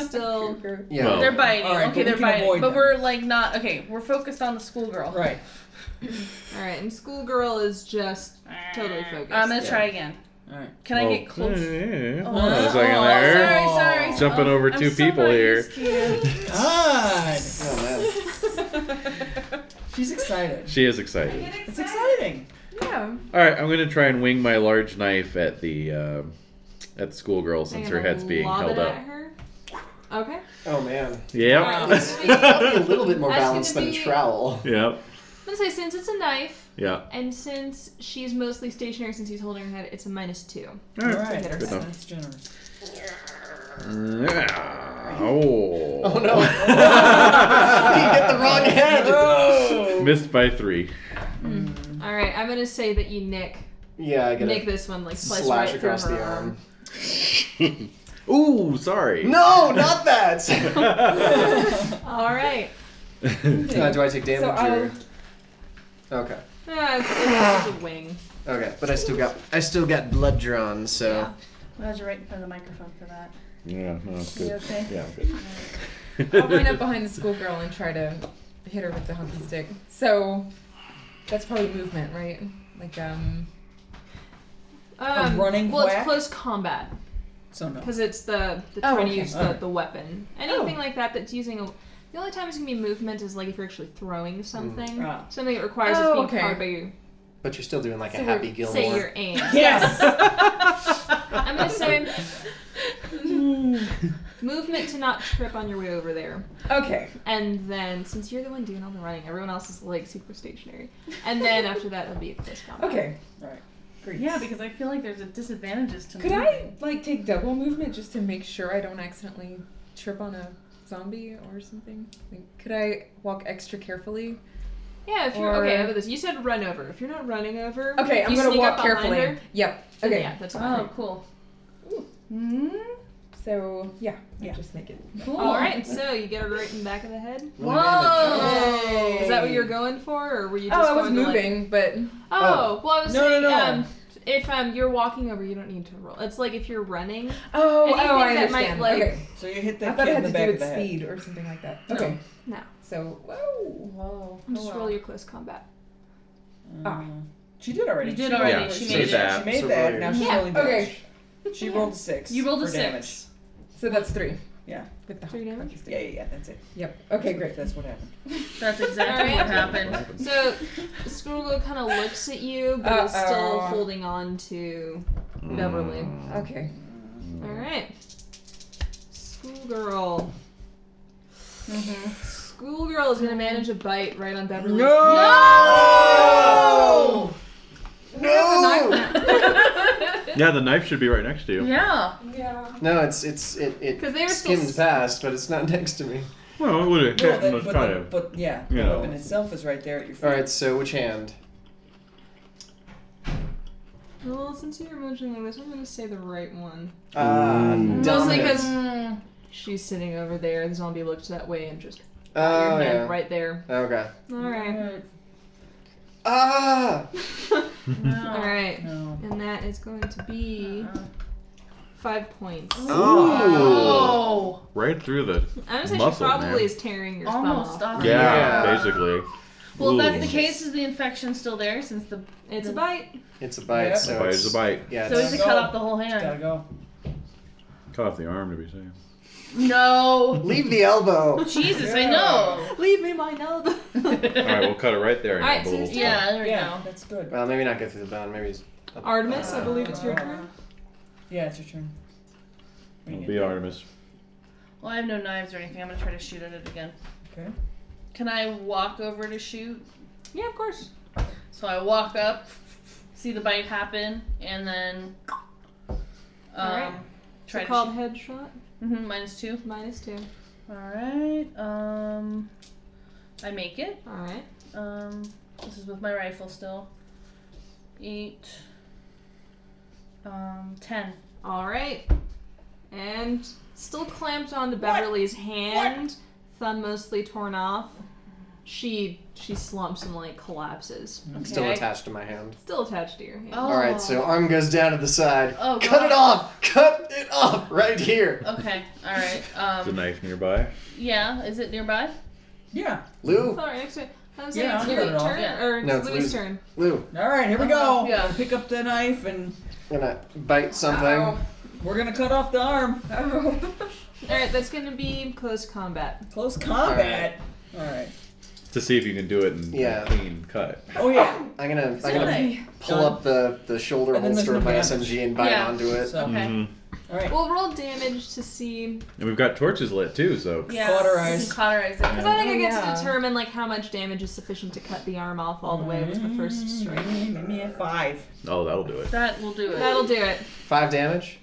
[SPEAKER 4] is (laughs) still.
[SPEAKER 1] Yeah.
[SPEAKER 3] Well-
[SPEAKER 2] They're biting.
[SPEAKER 5] All right,
[SPEAKER 2] okay,
[SPEAKER 5] but
[SPEAKER 2] they're
[SPEAKER 5] we can
[SPEAKER 2] biting.
[SPEAKER 5] avoid
[SPEAKER 2] But
[SPEAKER 5] them.
[SPEAKER 2] we're like not okay. We're focused on the schoolgirl.
[SPEAKER 5] Right.
[SPEAKER 4] All right. And schoolgirl is just
[SPEAKER 3] (laughs)
[SPEAKER 4] totally focused.
[SPEAKER 2] I'm gonna
[SPEAKER 5] Yeah.
[SPEAKER 2] try again.
[SPEAKER 5] All right.
[SPEAKER 2] (laughs) Can I get close?
[SPEAKER 3] Okay.
[SPEAKER 2] Oh.
[SPEAKER 3] Hold on a second
[SPEAKER 5] Oh,
[SPEAKER 3] there.
[SPEAKER 2] Sorry, sorry.
[SPEAKER 3] Jumping
[SPEAKER 2] oh,
[SPEAKER 3] over
[SPEAKER 2] I'm
[SPEAKER 3] two
[SPEAKER 2] so
[SPEAKER 3] people
[SPEAKER 2] not
[SPEAKER 3] here.
[SPEAKER 2] used to you.
[SPEAKER 5] God.
[SPEAKER 1] Oh, man.
[SPEAKER 5] She's excited.
[SPEAKER 3] She is excited.
[SPEAKER 5] It's exciting.
[SPEAKER 4] Yeah.
[SPEAKER 3] All right, I'm gonna try and wing my large knife at the uh, at the schoolgirl
[SPEAKER 4] I'm
[SPEAKER 3] since her
[SPEAKER 4] gonna
[SPEAKER 3] head's being
[SPEAKER 4] lob
[SPEAKER 3] held
[SPEAKER 4] it at
[SPEAKER 3] up.
[SPEAKER 4] her. Okay.
[SPEAKER 1] Oh
[SPEAKER 4] (laughs)
[SPEAKER 1] man.
[SPEAKER 3] Yep.
[SPEAKER 4] Alright, so I'm
[SPEAKER 1] Probably a little bit more
[SPEAKER 4] That's
[SPEAKER 1] balanced
[SPEAKER 4] gonna
[SPEAKER 1] than a
[SPEAKER 4] be-
[SPEAKER 1] trowel.
[SPEAKER 3] (laughs) Yep.
[SPEAKER 4] gonna say since it's a knife
[SPEAKER 3] Yeah.
[SPEAKER 4] and since she's mostly stationary since he's holding her head, it's a minus two.
[SPEAKER 5] All right.
[SPEAKER 4] Hit her.
[SPEAKER 5] That's,
[SPEAKER 3] enough.
[SPEAKER 5] that's generous.
[SPEAKER 3] Yeah. Oh.
[SPEAKER 1] Oh
[SPEAKER 4] (laughs)
[SPEAKER 1] no. you get the (laughs) wrong
[SPEAKER 10] (laughs)
[SPEAKER 1] head.
[SPEAKER 3] Missed by three.
[SPEAKER 4] All right, I'm gonna say that you nick
[SPEAKER 1] Yeah, I get
[SPEAKER 4] nick
[SPEAKER 1] it.
[SPEAKER 4] this one like slice
[SPEAKER 1] Slash
[SPEAKER 4] right
[SPEAKER 1] across
[SPEAKER 4] through
[SPEAKER 1] the
[SPEAKER 4] her
[SPEAKER 1] arm.
[SPEAKER 3] (laughs) Ooh,
[SPEAKER 10] (laughs)
[SPEAKER 3] sorry.
[SPEAKER 1] No, not
[SPEAKER 4] (laughs)
[SPEAKER 1] that.
[SPEAKER 4] All right.
[SPEAKER 1] Uh, do I take damage
[SPEAKER 6] So I'll-
[SPEAKER 1] or? Okay.
[SPEAKER 4] Ah, it's, it's just a wing.
[SPEAKER 1] Okay, but I still got I still got blood drawn, so
[SPEAKER 4] Yeah.
[SPEAKER 2] I'm glad you're right in front of the microphone for that.
[SPEAKER 3] yeah, no, it's
[SPEAKER 2] You
[SPEAKER 3] good.
[SPEAKER 2] okay?
[SPEAKER 3] Yeah, I'm
[SPEAKER 6] (laughs) I'll run
[SPEAKER 3] good.
[SPEAKER 6] up behind the schoolgirl and try to hit her with the hunky stick. So that's probably movement, right? Like um
[SPEAKER 4] Um,
[SPEAKER 5] running
[SPEAKER 4] Well,
[SPEAKER 5] quack?
[SPEAKER 4] it's close combat
[SPEAKER 5] So no.
[SPEAKER 4] because it's the, the
[SPEAKER 2] Oh,
[SPEAKER 4] trying to
[SPEAKER 2] okay.
[SPEAKER 4] use the,
[SPEAKER 5] Alright.
[SPEAKER 4] the weapon. Anything
[SPEAKER 6] Oh.
[SPEAKER 4] like that that's using a. The only time it's gonna be movement is like if you're actually
[SPEAKER 1] Hmm.
[SPEAKER 4] throwing something,
[SPEAKER 5] Ah.
[SPEAKER 4] something that requires
[SPEAKER 6] Oh,
[SPEAKER 4] us being
[SPEAKER 6] okay.
[SPEAKER 4] caught by your,
[SPEAKER 1] but you're still doing like
[SPEAKER 6] So
[SPEAKER 1] a
[SPEAKER 6] we're-
[SPEAKER 1] happy (laughs)
[SPEAKER 4] say
[SPEAKER 1] Gilmore.
[SPEAKER 4] your
[SPEAKER 6] (laughs)
[SPEAKER 4] aim.
[SPEAKER 5] Yes.
[SPEAKER 4] I'm gonna say (laughs) movement to not trip on your way over there.
[SPEAKER 6] Okay.
[SPEAKER 4] And then, since you're the one doing all the running, everyone else is like super stationary. And
[SPEAKER 6] (laughs)
[SPEAKER 4] then after that, it'll be a close combat.
[SPEAKER 6] Okay.
[SPEAKER 5] (laughs) Great.
[SPEAKER 2] Yeah, because I feel like there's a disadvantages to
[SPEAKER 6] Could I
[SPEAKER 2] moving.
[SPEAKER 6] like take double movement just to make sure I don't accidentally trip on a zombie or something? Like, could I walk extra carefully?
[SPEAKER 4] Yeah, if you're
[SPEAKER 6] Or-
[SPEAKER 4] okay, how about this? You said run over. If you're not running over,
[SPEAKER 6] Okay, I'm
[SPEAKER 4] you
[SPEAKER 6] gonna
[SPEAKER 4] sneak
[SPEAKER 6] walk
[SPEAKER 4] up behind
[SPEAKER 6] carefully.
[SPEAKER 4] her,
[SPEAKER 6] Yep.
[SPEAKER 4] then
[SPEAKER 6] Okay. Mm-hmm.
[SPEAKER 4] yeah, that's fine.
[SPEAKER 2] Oh, cool. Mm,
[SPEAKER 6] So yeah,
[SPEAKER 5] Yeah.
[SPEAKER 6] I just make it.
[SPEAKER 2] cool.
[SPEAKER 4] All right, so you get her right in the back of the head.
[SPEAKER 1] Roll
[SPEAKER 2] Whoa.
[SPEAKER 1] damage.
[SPEAKER 4] Is that what you're going for, or were you just
[SPEAKER 6] Oh, I was
[SPEAKER 4] going to, like-
[SPEAKER 6] moving, but
[SPEAKER 4] Oh, well, I was
[SPEAKER 5] No, no,
[SPEAKER 4] saying,
[SPEAKER 5] no.
[SPEAKER 4] um, if um you're walking over, you don't need to roll. It's like if you're running.
[SPEAKER 6] oh,
[SPEAKER 4] Anything
[SPEAKER 6] oh, I
[SPEAKER 4] that might,
[SPEAKER 6] understand.
[SPEAKER 4] like-
[SPEAKER 6] okay.
[SPEAKER 5] So you hit
[SPEAKER 6] I
[SPEAKER 5] that
[SPEAKER 6] thought
[SPEAKER 5] kid in
[SPEAKER 6] it had
[SPEAKER 5] the
[SPEAKER 6] to
[SPEAKER 5] back
[SPEAKER 6] do
[SPEAKER 5] of
[SPEAKER 6] with
[SPEAKER 5] the head.
[SPEAKER 6] speed or something like that.
[SPEAKER 5] No.
[SPEAKER 6] Okay.
[SPEAKER 4] No.
[SPEAKER 6] So whoa.
[SPEAKER 2] Whoa.
[SPEAKER 4] Just
[SPEAKER 2] hello.
[SPEAKER 4] roll your close combat.
[SPEAKER 6] Ah.
[SPEAKER 5] Mm. She did already.
[SPEAKER 2] You did
[SPEAKER 5] She
[SPEAKER 2] already.
[SPEAKER 3] Yeah,
[SPEAKER 2] she
[SPEAKER 3] so
[SPEAKER 2] made it.
[SPEAKER 3] that-
[SPEAKER 5] She made
[SPEAKER 1] So roll
[SPEAKER 5] that.
[SPEAKER 1] your-
[SPEAKER 5] Now she's
[SPEAKER 4] Yeah.
[SPEAKER 5] rolling
[SPEAKER 6] Okay.
[SPEAKER 5] damage. She rolled a six.
[SPEAKER 2] You rolled a
[SPEAKER 5] for
[SPEAKER 2] six.
[SPEAKER 5] damage.
[SPEAKER 6] So that's three.
[SPEAKER 5] Yeah.
[SPEAKER 6] With the
[SPEAKER 4] Three damage?
[SPEAKER 6] hockey stick.
[SPEAKER 5] Yeah, yeah, yeah. That's it.
[SPEAKER 6] Yep. Okay, great.
[SPEAKER 5] That's what happened.
[SPEAKER 2] That's exactly
[SPEAKER 4] All
[SPEAKER 2] what
[SPEAKER 3] (laughs)
[SPEAKER 4] right.
[SPEAKER 2] happened.
[SPEAKER 4] So, Squirrel kind of looks at you, but is still
[SPEAKER 6] Uh-oh.
[SPEAKER 4] holding on to Beverly.
[SPEAKER 6] Okay.
[SPEAKER 4] All right. Schoolgirl.
[SPEAKER 6] Mm-hmm.
[SPEAKER 2] Mhm.
[SPEAKER 4] Schoolgirl is gonna manage a bite right on Beverly.
[SPEAKER 3] No!
[SPEAKER 2] Oh!
[SPEAKER 6] No.
[SPEAKER 10] Yeah, the knife should be right next to you.
[SPEAKER 2] (laughs) Yeah.
[SPEAKER 11] Yeah.
[SPEAKER 1] No, it's it's it it
[SPEAKER 4] 'Cause they were still
[SPEAKER 1] skimmed
[SPEAKER 4] s-
[SPEAKER 1] past, but it's not (laughs) next to me.
[SPEAKER 10] Well, it would have
[SPEAKER 5] No,
[SPEAKER 10] hit
[SPEAKER 5] that-
[SPEAKER 10] and was
[SPEAKER 5] but,
[SPEAKER 10] kind
[SPEAKER 5] the,
[SPEAKER 10] of.
[SPEAKER 5] but yeah,
[SPEAKER 10] you
[SPEAKER 5] the
[SPEAKER 10] know.
[SPEAKER 5] weapon itself is right there at your feet.
[SPEAKER 1] All right, so which hand?
[SPEAKER 4] Well, since you're mentioning this, I'm gonna say the right one.
[SPEAKER 1] Ah,
[SPEAKER 4] Mostly
[SPEAKER 1] dominant.
[SPEAKER 4] because
[SPEAKER 2] Mm,
[SPEAKER 4] she's sitting over there, the zombie looks that way and just got
[SPEAKER 1] Oh
[SPEAKER 4] your hand
[SPEAKER 1] yeah.
[SPEAKER 4] right there.
[SPEAKER 1] Okay.
[SPEAKER 4] All right.
[SPEAKER 1] Ah.
[SPEAKER 4] (laughs) All right.
[SPEAKER 5] No.
[SPEAKER 4] And that is going to be five points.
[SPEAKER 10] Oh.
[SPEAKER 2] Oh.
[SPEAKER 10] Right through the.
[SPEAKER 4] I'm gonna say
[SPEAKER 10] Muscle,
[SPEAKER 4] she probably
[SPEAKER 10] man.
[SPEAKER 4] is tearing your
[SPEAKER 2] Almost
[SPEAKER 4] thumb off.
[SPEAKER 2] stopped.
[SPEAKER 10] Yeah,
[SPEAKER 1] Yeah.
[SPEAKER 10] basically.
[SPEAKER 2] Well, if that's
[SPEAKER 10] Ooh.
[SPEAKER 2] the case, is the infection still there since the
[SPEAKER 4] It's a bite.
[SPEAKER 1] It's a bite.
[SPEAKER 5] Yep.
[SPEAKER 1] So
[SPEAKER 10] A bite
[SPEAKER 1] it's,
[SPEAKER 10] is a bite.
[SPEAKER 1] Yeah.
[SPEAKER 2] so
[SPEAKER 1] it's-
[SPEAKER 2] is it cut off the whole hand?
[SPEAKER 5] Gotta go.
[SPEAKER 10] Cut off the arm to be safe.
[SPEAKER 2] No.
[SPEAKER 1] (laughs) Leave the elbow.
[SPEAKER 2] Jesus, I know.
[SPEAKER 4] Leave me my elbow.
[SPEAKER 10] All right, we'll cut it right there. and
[SPEAKER 4] All right,
[SPEAKER 10] we'll-
[SPEAKER 4] so-
[SPEAKER 2] Yeah, there we
[SPEAKER 5] Yeah,
[SPEAKER 2] go.
[SPEAKER 5] that's
[SPEAKER 1] (laughs)
[SPEAKER 5] good.
[SPEAKER 1] Well, maybe not go through the bone. Maybe. It's up-
[SPEAKER 4] (laughs)
[SPEAKER 1] uh,
[SPEAKER 4] Artemis, I believe it's your turn.
[SPEAKER 5] Yeah, it's your turn. What are you
[SPEAKER 10] It'll
[SPEAKER 5] gonna
[SPEAKER 10] be
[SPEAKER 5] do?
[SPEAKER 10] Artemis.
[SPEAKER 2] Well, I have no knives or anything. I'm gonna try to shoot at it again.
[SPEAKER 5] Okay.
[SPEAKER 2] Can I walk over to shoot?
[SPEAKER 4] Yeah, of course.
[SPEAKER 2] So I walk up, see the bite happen, and then um,
[SPEAKER 4] Alright.
[SPEAKER 2] try to
[SPEAKER 4] It's called
[SPEAKER 2] shoot.
[SPEAKER 4] headshot.
[SPEAKER 2] Mhm, minus two.
[SPEAKER 4] Minus two.
[SPEAKER 2] All right. Um, I make it.
[SPEAKER 4] All right.
[SPEAKER 2] Um, this is with my rifle still. Eight. Um, ten.
[SPEAKER 4] All right. And still clamped onto Beverly's hand, thumb mostly torn off. She she slumps and like collapses.
[SPEAKER 1] I'm Mm-hmm. still
[SPEAKER 2] Okay.
[SPEAKER 1] attached to my hand.
[SPEAKER 4] Still attached to your hand.
[SPEAKER 2] Oh.
[SPEAKER 1] All right, so arm goes down to the side.
[SPEAKER 2] Oh,
[SPEAKER 1] Cut it
[SPEAKER 2] God.
[SPEAKER 1] off! Cut it off right here.
[SPEAKER 2] Okay. All
[SPEAKER 1] (laughs)
[SPEAKER 2] right.
[SPEAKER 10] There's a
[SPEAKER 2] Um,
[SPEAKER 10] knife nearby.
[SPEAKER 2] yeah. Is it nearby?
[SPEAKER 5] Yeah.
[SPEAKER 2] Oh.
[SPEAKER 1] Lou,
[SPEAKER 4] Sorry, next turn. I'm saying
[SPEAKER 5] Yeah,
[SPEAKER 4] it's
[SPEAKER 5] I'll
[SPEAKER 4] your
[SPEAKER 5] cut it off.
[SPEAKER 4] turn
[SPEAKER 2] Yeah.
[SPEAKER 4] or
[SPEAKER 1] No,
[SPEAKER 4] it's
[SPEAKER 1] it's
[SPEAKER 4] Lou's
[SPEAKER 1] Lou's.
[SPEAKER 4] turn.
[SPEAKER 1] Lou,
[SPEAKER 5] All right, here we go.
[SPEAKER 2] Yeah.
[SPEAKER 5] Pick up the knife and
[SPEAKER 1] gonna bite something.
[SPEAKER 5] Ow. we're gonna cut off the arm.
[SPEAKER 6] (laughs)
[SPEAKER 4] All right, that's gonna be close combat.
[SPEAKER 5] Close combat. All right.
[SPEAKER 10] To see if you can do it in
[SPEAKER 1] Yeah.
[SPEAKER 10] a clean cut.
[SPEAKER 5] Oh yeah.
[SPEAKER 1] I'm gonna, I'm gonna
[SPEAKER 2] Okay.
[SPEAKER 1] pull up the, the shoulder
[SPEAKER 5] And then there's
[SPEAKER 1] holster of
[SPEAKER 5] no
[SPEAKER 1] my
[SPEAKER 5] damage.
[SPEAKER 1] SMG and bite
[SPEAKER 2] Yeah.
[SPEAKER 1] onto it.
[SPEAKER 5] So,
[SPEAKER 2] Okay.
[SPEAKER 10] Mhm.
[SPEAKER 5] all right.
[SPEAKER 4] We'll roll damage to see.
[SPEAKER 10] And we've got torches lit too, so.
[SPEAKER 2] Yeah.
[SPEAKER 5] Cauterize.
[SPEAKER 2] You can cauterize it.
[SPEAKER 4] Because I think
[SPEAKER 6] Oh,
[SPEAKER 4] I get
[SPEAKER 6] yeah.
[SPEAKER 4] to determine like how much damage is sufficient to cut the arm off all the way with the first strike.
[SPEAKER 2] Mm-hmm.
[SPEAKER 5] Mm, yeah, Five.
[SPEAKER 10] Oh, that'll do it.
[SPEAKER 2] That will do it.
[SPEAKER 4] That'll do it.
[SPEAKER 1] Five damage.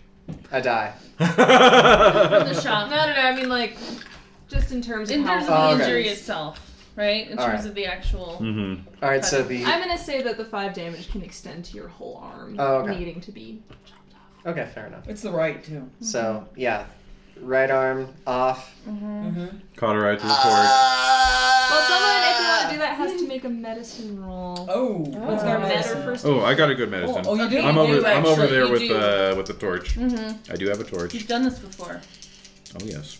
[SPEAKER 1] I die.
[SPEAKER 2] From the shop.
[SPEAKER 4] No, no, no. I mean like, just in terms of
[SPEAKER 2] In
[SPEAKER 4] how
[SPEAKER 2] terms of
[SPEAKER 1] Oh,
[SPEAKER 2] the
[SPEAKER 1] okay.
[SPEAKER 2] injury itself, right? In
[SPEAKER 1] All
[SPEAKER 2] terms
[SPEAKER 1] right.
[SPEAKER 2] of the actual.
[SPEAKER 10] mm-hmm.
[SPEAKER 1] All right, so the
[SPEAKER 4] I'm gonna say that the five damage can extend to your whole arm,
[SPEAKER 1] Oh, okay.
[SPEAKER 4] needing to be.
[SPEAKER 1] okay, fair enough.
[SPEAKER 5] It's the right too.
[SPEAKER 1] So yeah, right arm off.
[SPEAKER 10] Mm-hmm.
[SPEAKER 5] Mm-hmm.
[SPEAKER 10] Cauterize the torch.
[SPEAKER 4] Well, someone, if you want to do that, has to make a medicine roll.
[SPEAKER 5] Oh. What's
[SPEAKER 4] Or
[SPEAKER 5] our
[SPEAKER 4] med or
[SPEAKER 5] medicine?
[SPEAKER 4] first.
[SPEAKER 10] Oh, I got a good medicine.
[SPEAKER 5] Oh, you do.
[SPEAKER 10] I'm
[SPEAKER 2] You
[SPEAKER 10] over.
[SPEAKER 2] do,
[SPEAKER 10] I'm over
[SPEAKER 2] actually,
[SPEAKER 10] there
[SPEAKER 2] you
[SPEAKER 10] with
[SPEAKER 2] do.
[SPEAKER 10] uh, with the torch.
[SPEAKER 2] Mm-hmm.
[SPEAKER 10] I do have a torch.
[SPEAKER 2] You've done this before.
[SPEAKER 10] Oh yes.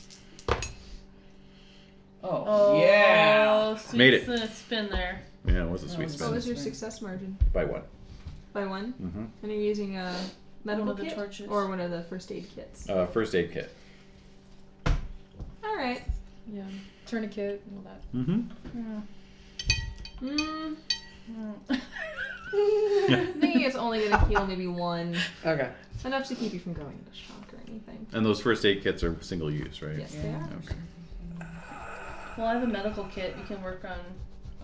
[SPEAKER 5] Oh,
[SPEAKER 2] Oh,
[SPEAKER 5] yeah.
[SPEAKER 2] Sweet
[SPEAKER 10] Made it.
[SPEAKER 2] s- Spin there.
[SPEAKER 10] Yeah, it was a
[SPEAKER 2] Oh,
[SPEAKER 5] That
[SPEAKER 10] sweet
[SPEAKER 5] was-
[SPEAKER 1] Oh,
[SPEAKER 4] What
[SPEAKER 10] spin.
[SPEAKER 4] was your success margin?
[SPEAKER 10] By one.
[SPEAKER 4] By one.
[SPEAKER 10] Mhm.
[SPEAKER 4] And you're using a medical
[SPEAKER 2] One of the
[SPEAKER 4] kit
[SPEAKER 2] torches.
[SPEAKER 10] (laughs)
[SPEAKER 4] or one of the first aid kits.
[SPEAKER 10] Uh, first aid kit.
[SPEAKER 4] All right.
[SPEAKER 6] Yeah. Tourniquet and all that.
[SPEAKER 10] Mm-hmm.
[SPEAKER 4] Mm,
[SPEAKER 2] Mm.
[SPEAKER 4] I'm thinking it's only gonna heal maybe one,
[SPEAKER 1] Okay.
[SPEAKER 4] enough to keep you from going into shock or anything.
[SPEAKER 10] And those first aid kits are single use, right?
[SPEAKER 4] Yes, they are.
[SPEAKER 10] Okay.
[SPEAKER 2] (laughs) well, I have a medical kit. You can work on.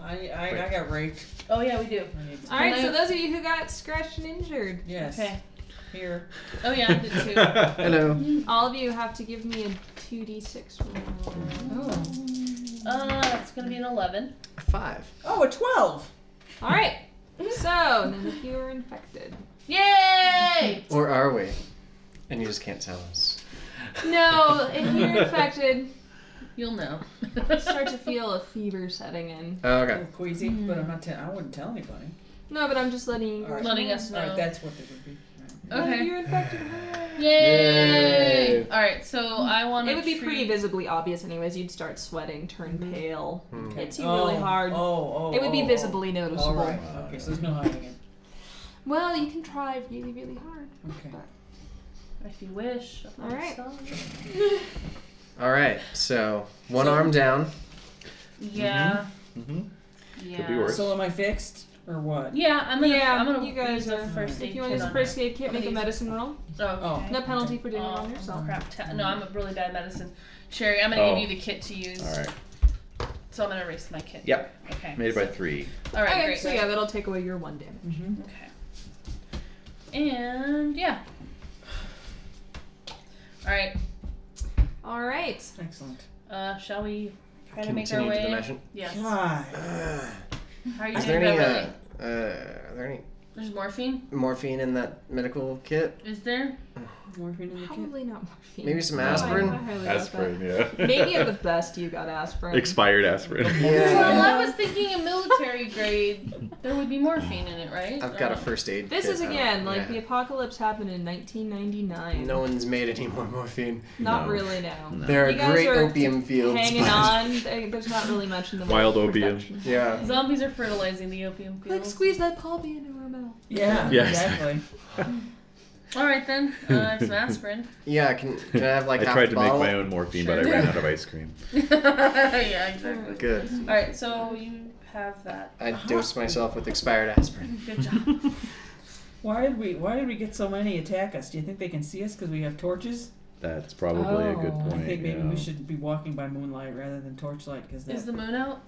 [SPEAKER 5] I, I, I got raped.
[SPEAKER 2] Oh yeah, we do.
[SPEAKER 5] I need to-
[SPEAKER 4] All right.
[SPEAKER 2] Can
[SPEAKER 4] So
[SPEAKER 2] I-
[SPEAKER 4] those of you who got scratched and injured,
[SPEAKER 5] Yes.
[SPEAKER 2] Okay.
[SPEAKER 5] Here.
[SPEAKER 2] Oh yeah, I
[SPEAKER 10] (laughs)
[SPEAKER 2] did too.
[SPEAKER 1] Hello.
[SPEAKER 4] all of you have to give me a two d six roll.
[SPEAKER 5] Oh.
[SPEAKER 2] Uh, it's gonna be an eleven.
[SPEAKER 1] Five.
[SPEAKER 5] Oh, a twelve.
[SPEAKER 4] All right. So none of you are infected.
[SPEAKER 2] Yay!
[SPEAKER 1] Or are we? And you just can't tell us.
[SPEAKER 4] No, if you're infected,
[SPEAKER 2] You'll know. (laughs)
[SPEAKER 4] start to feel a fever setting in.
[SPEAKER 1] Oh,
[SPEAKER 5] A
[SPEAKER 1] okay.
[SPEAKER 5] little queasy, but I'm not. Te- I wouldn't tell anybody.
[SPEAKER 4] No, but I'm just letting you.
[SPEAKER 5] All right.
[SPEAKER 2] Letting us
[SPEAKER 5] All right,
[SPEAKER 2] know.
[SPEAKER 5] that's what it would be. All
[SPEAKER 4] None
[SPEAKER 5] right.
[SPEAKER 4] of
[SPEAKER 2] Okay.
[SPEAKER 4] you are infected.
[SPEAKER 2] Yay!
[SPEAKER 1] Yay.
[SPEAKER 2] All right, so I want to.
[SPEAKER 4] It would be pretty visibly obvious, anyways. You'd start sweating, turn pale,
[SPEAKER 1] Hmm.
[SPEAKER 4] hits you really
[SPEAKER 5] Oh,
[SPEAKER 4] hard.
[SPEAKER 5] Oh, Mm-hmm. oh.
[SPEAKER 4] it would be
[SPEAKER 5] oh,
[SPEAKER 4] visibly
[SPEAKER 5] Oh.
[SPEAKER 4] noticeable.
[SPEAKER 5] All right. Okay, so there's no hiding it.
[SPEAKER 4] Well, you can try really, really
[SPEAKER 2] (laughs)
[SPEAKER 4] hard.
[SPEAKER 5] Okay.
[SPEAKER 2] If you wish.
[SPEAKER 4] All right.
[SPEAKER 10] Mm-hmm.
[SPEAKER 1] All right. So one arm down.
[SPEAKER 2] Yeah.
[SPEAKER 10] Mhm.
[SPEAKER 2] Yeah.
[SPEAKER 10] Could be worse.
[SPEAKER 5] So am I fixed or what?
[SPEAKER 2] Yeah, I'm gonna.
[SPEAKER 4] Yeah,
[SPEAKER 2] I'm gonna
[SPEAKER 4] you
[SPEAKER 2] use
[SPEAKER 4] guys
[SPEAKER 2] the
[SPEAKER 4] are-
[SPEAKER 2] first aid
[SPEAKER 4] If you want to
[SPEAKER 2] kit
[SPEAKER 4] use
[SPEAKER 2] on
[SPEAKER 4] first aid kit,
[SPEAKER 2] I'm gonna
[SPEAKER 4] make a
[SPEAKER 2] use-
[SPEAKER 4] medicine roll.
[SPEAKER 2] her. Oh,
[SPEAKER 5] Oh.
[SPEAKER 2] okay.
[SPEAKER 4] No penalty for doing it
[SPEAKER 2] Oh,
[SPEAKER 4] on yourself.
[SPEAKER 2] crap. Ta- no, I'm a really bad medicine. Sherry, I'm gonna
[SPEAKER 10] Mm-hmm. Oh.
[SPEAKER 2] give you the kit to use.
[SPEAKER 10] All right.
[SPEAKER 2] So I'm gonna erase my kit.
[SPEAKER 10] Yep.
[SPEAKER 2] Okay.
[SPEAKER 10] Made it by three.
[SPEAKER 2] All right.
[SPEAKER 4] Okay,
[SPEAKER 2] great.
[SPEAKER 5] Mm-hmm.
[SPEAKER 4] so yeah, that'll take away your one damage.
[SPEAKER 2] Okay. And yeah. All right.
[SPEAKER 4] All right.
[SPEAKER 5] Excellent.
[SPEAKER 2] Uh, shall we try to make our
[SPEAKER 1] Continue to the
[SPEAKER 2] way?
[SPEAKER 1] mansion?
[SPEAKER 2] yes.
[SPEAKER 5] God.
[SPEAKER 2] How are you
[SPEAKER 1] Is there any
[SPEAKER 2] doing,
[SPEAKER 1] uh,
[SPEAKER 2] Beverly?
[SPEAKER 1] uh, are there any
[SPEAKER 2] There's morphine.
[SPEAKER 1] morphine in that medical kit?
[SPEAKER 2] Is there?
[SPEAKER 5] Morphine in the kid.
[SPEAKER 4] Probably not morphine.
[SPEAKER 1] Maybe some
[SPEAKER 4] No, I-
[SPEAKER 1] aspirin?
[SPEAKER 4] I highly doubt
[SPEAKER 10] Aspirin,
[SPEAKER 4] that.
[SPEAKER 10] yeah. (laughs)
[SPEAKER 4] Maybe
[SPEAKER 3] (laughs)
[SPEAKER 4] at the best you got aspirin.
[SPEAKER 10] Expired aspirin.
[SPEAKER 1] Yeah.
[SPEAKER 2] Well, I was thinking a military grade. There would be morphine in it, right?
[SPEAKER 1] I've got a
[SPEAKER 2] Uh,
[SPEAKER 1] first aid.
[SPEAKER 4] This
[SPEAKER 1] kit
[SPEAKER 4] is
[SPEAKER 1] out.
[SPEAKER 4] again like the
[SPEAKER 1] Yeah.
[SPEAKER 4] apocalypse happened in 1999.
[SPEAKER 1] No one's made any more morphine.
[SPEAKER 4] Not
[SPEAKER 3] No.
[SPEAKER 4] really now.
[SPEAKER 1] There are
[SPEAKER 4] You guys
[SPEAKER 1] great
[SPEAKER 4] are
[SPEAKER 1] opium fields. (laughs)
[SPEAKER 4] Hanging
[SPEAKER 1] but-
[SPEAKER 4] on, there- there's not really much in the way
[SPEAKER 3] Wild
[SPEAKER 4] of
[SPEAKER 3] opium.
[SPEAKER 4] production.
[SPEAKER 1] Yeah.
[SPEAKER 2] Oh. Zombies are fertilizing the opium
[SPEAKER 4] Quick,
[SPEAKER 2] fields.
[SPEAKER 4] squeeze that poppy into her mouth.
[SPEAKER 5] (laughs) Yeah,
[SPEAKER 3] Yeah,
[SPEAKER 5] exactly.
[SPEAKER 2] All right
[SPEAKER 5] (laughs)
[SPEAKER 2] then. Uh, I have some aspirin. (laughs)
[SPEAKER 1] Yeah. Can, can I have like
[SPEAKER 3] (laughs) I
[SPEAKER 1] half
[SPEAKER 3] tried
[SPEAKER 1] the
[SPEAKER 3] to make
[SPEAKER 1] bottle?
[SPEAKER 3] my own morphine, but I
[SPEAKER 2] Sure.
[SPEAKER 3] ran out of ice cream.
[SPEAKER 2] yeah, exactly.
[SPEAKER 1] Good.
[SPEAKER 2] All right, so you have that.
[SPEAKER 1] I dosed myself with expired aspirin.
[SPEAKER 2] Good
[SPEAKER 5] (laughs)
[SPEAKER 2] job.
[SPEAKER 5] Why did we Why did we get so many attack us? Do you think they can see us because we have torches?
[SPEAKER 3] That's probably a good
[SPEAKER 6] Oh. I
[SPEAKER 3] point.
[SPEAKER 5] I think maybe
[SPEAKER 3] yeah.
[SPEAKER 5] we should be walking by moonlight rather than torchlight because
[SPEAKER 2] Is the moon out?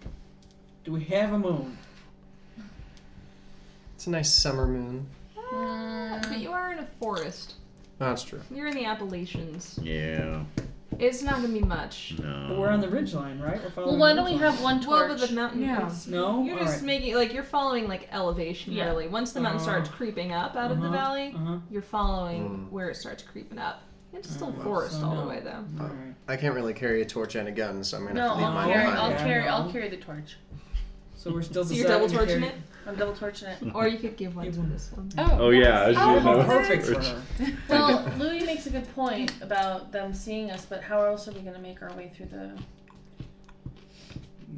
[SPEAKER 5] do we have a moon?
[SPEAKER 1] It's a nice summer moon.
[SPEAKER 5] Mm.
[SPEAKER 4] But you are in a forest.
[SPEAKER 1] That's true.
[SPEAKER 4] You're in the Appalachians.
[SPEAKER 3] Yeah.
[SPEAKER 4] It's not gonna be much.
[SPEAKER 3] No.
[SPEAKER 1] Uh-huh.
[SPEAKER 5] But we're on the ridge line, right? We're following
[SPEAKER 2] Well, why
[SPEAKER 5] the
[SPEAKER 2] don't we
[SPEAKER 5] ridgeline.
[SPEAKER 2] have one
[SPEAKER 4] Well,
[SPEAKER 2] torch?
[SPEAKER 4] but the mountain.
[SPEAKER 6] Yeah.
[SPEAKER 4] it's-
[SPEAKER 5] No.
[SPEAKER 4] You're just making like you're following like elevation
[SPEAKER 2] Yeah.
[SPEAKER 4] really. Once the mountain
[SPEAKER 5] Oh.
[SPEAKER 4] starts creeping up out of the
[SPEAKER 5] Uh-huh,
[SPEAKER 4] valley,
[SPEAKER 5] Uh-huh.
[SPEAKER 4] you're following
[SPEAKER 1] Mm.
[SPEAKER 4] where it starts creeping up. It's still
[SPEAKER 5] Mm,
[SPEAKER 4] forest
[SPEAKER 5] so
[SPEAKER 4] all
[SPEAKER 5] no.
[SPEAKER 4] the way though.
[SPEAKER 1] Uh-huh.
[SPEAKER 5] All right.
[SPEAKER 1] I can't really carry a torch and a gun, so I'm gonna
[SPEAKER 2] no,
[SPEAKER 1] have to leave
[SPEAKER 2] I'll
[SPEAKER 1] mine
[SPEAKER 2] carry.
[SPEAKER 1] behind.
[SPEAKER 2] I'll carry. I'll
[SPEAKER 5] Yeah.
[SPEAKER 2] carry the torch.
[SPEAKER 5] So we're still.
[SPEAKER 4] So you're double
[SPEAKER 5] deciding to
[SPEAKER 4] torching it,
[SPEAKER 5] carry-
[SPEAKER 2] I'm double torching it.
[SPEAKER 5] (laughs)
[SPEAKER 4] or you could give one
[SPEAKER 5] Give
[SPEAKER 4] to
[SPEAKER 5] one.
[SPEAKER 4] this one.
[SPEAKER 10] Oh yeah. as
[SPEAKER 5] Oh,
[SPEAKER 10] you know.
[SPEAKER 5] perfect for her.
[SPEAKER 2] (laughs) Well, Louis makes a good point about them seeing us, but how else are we gonna make our way through the?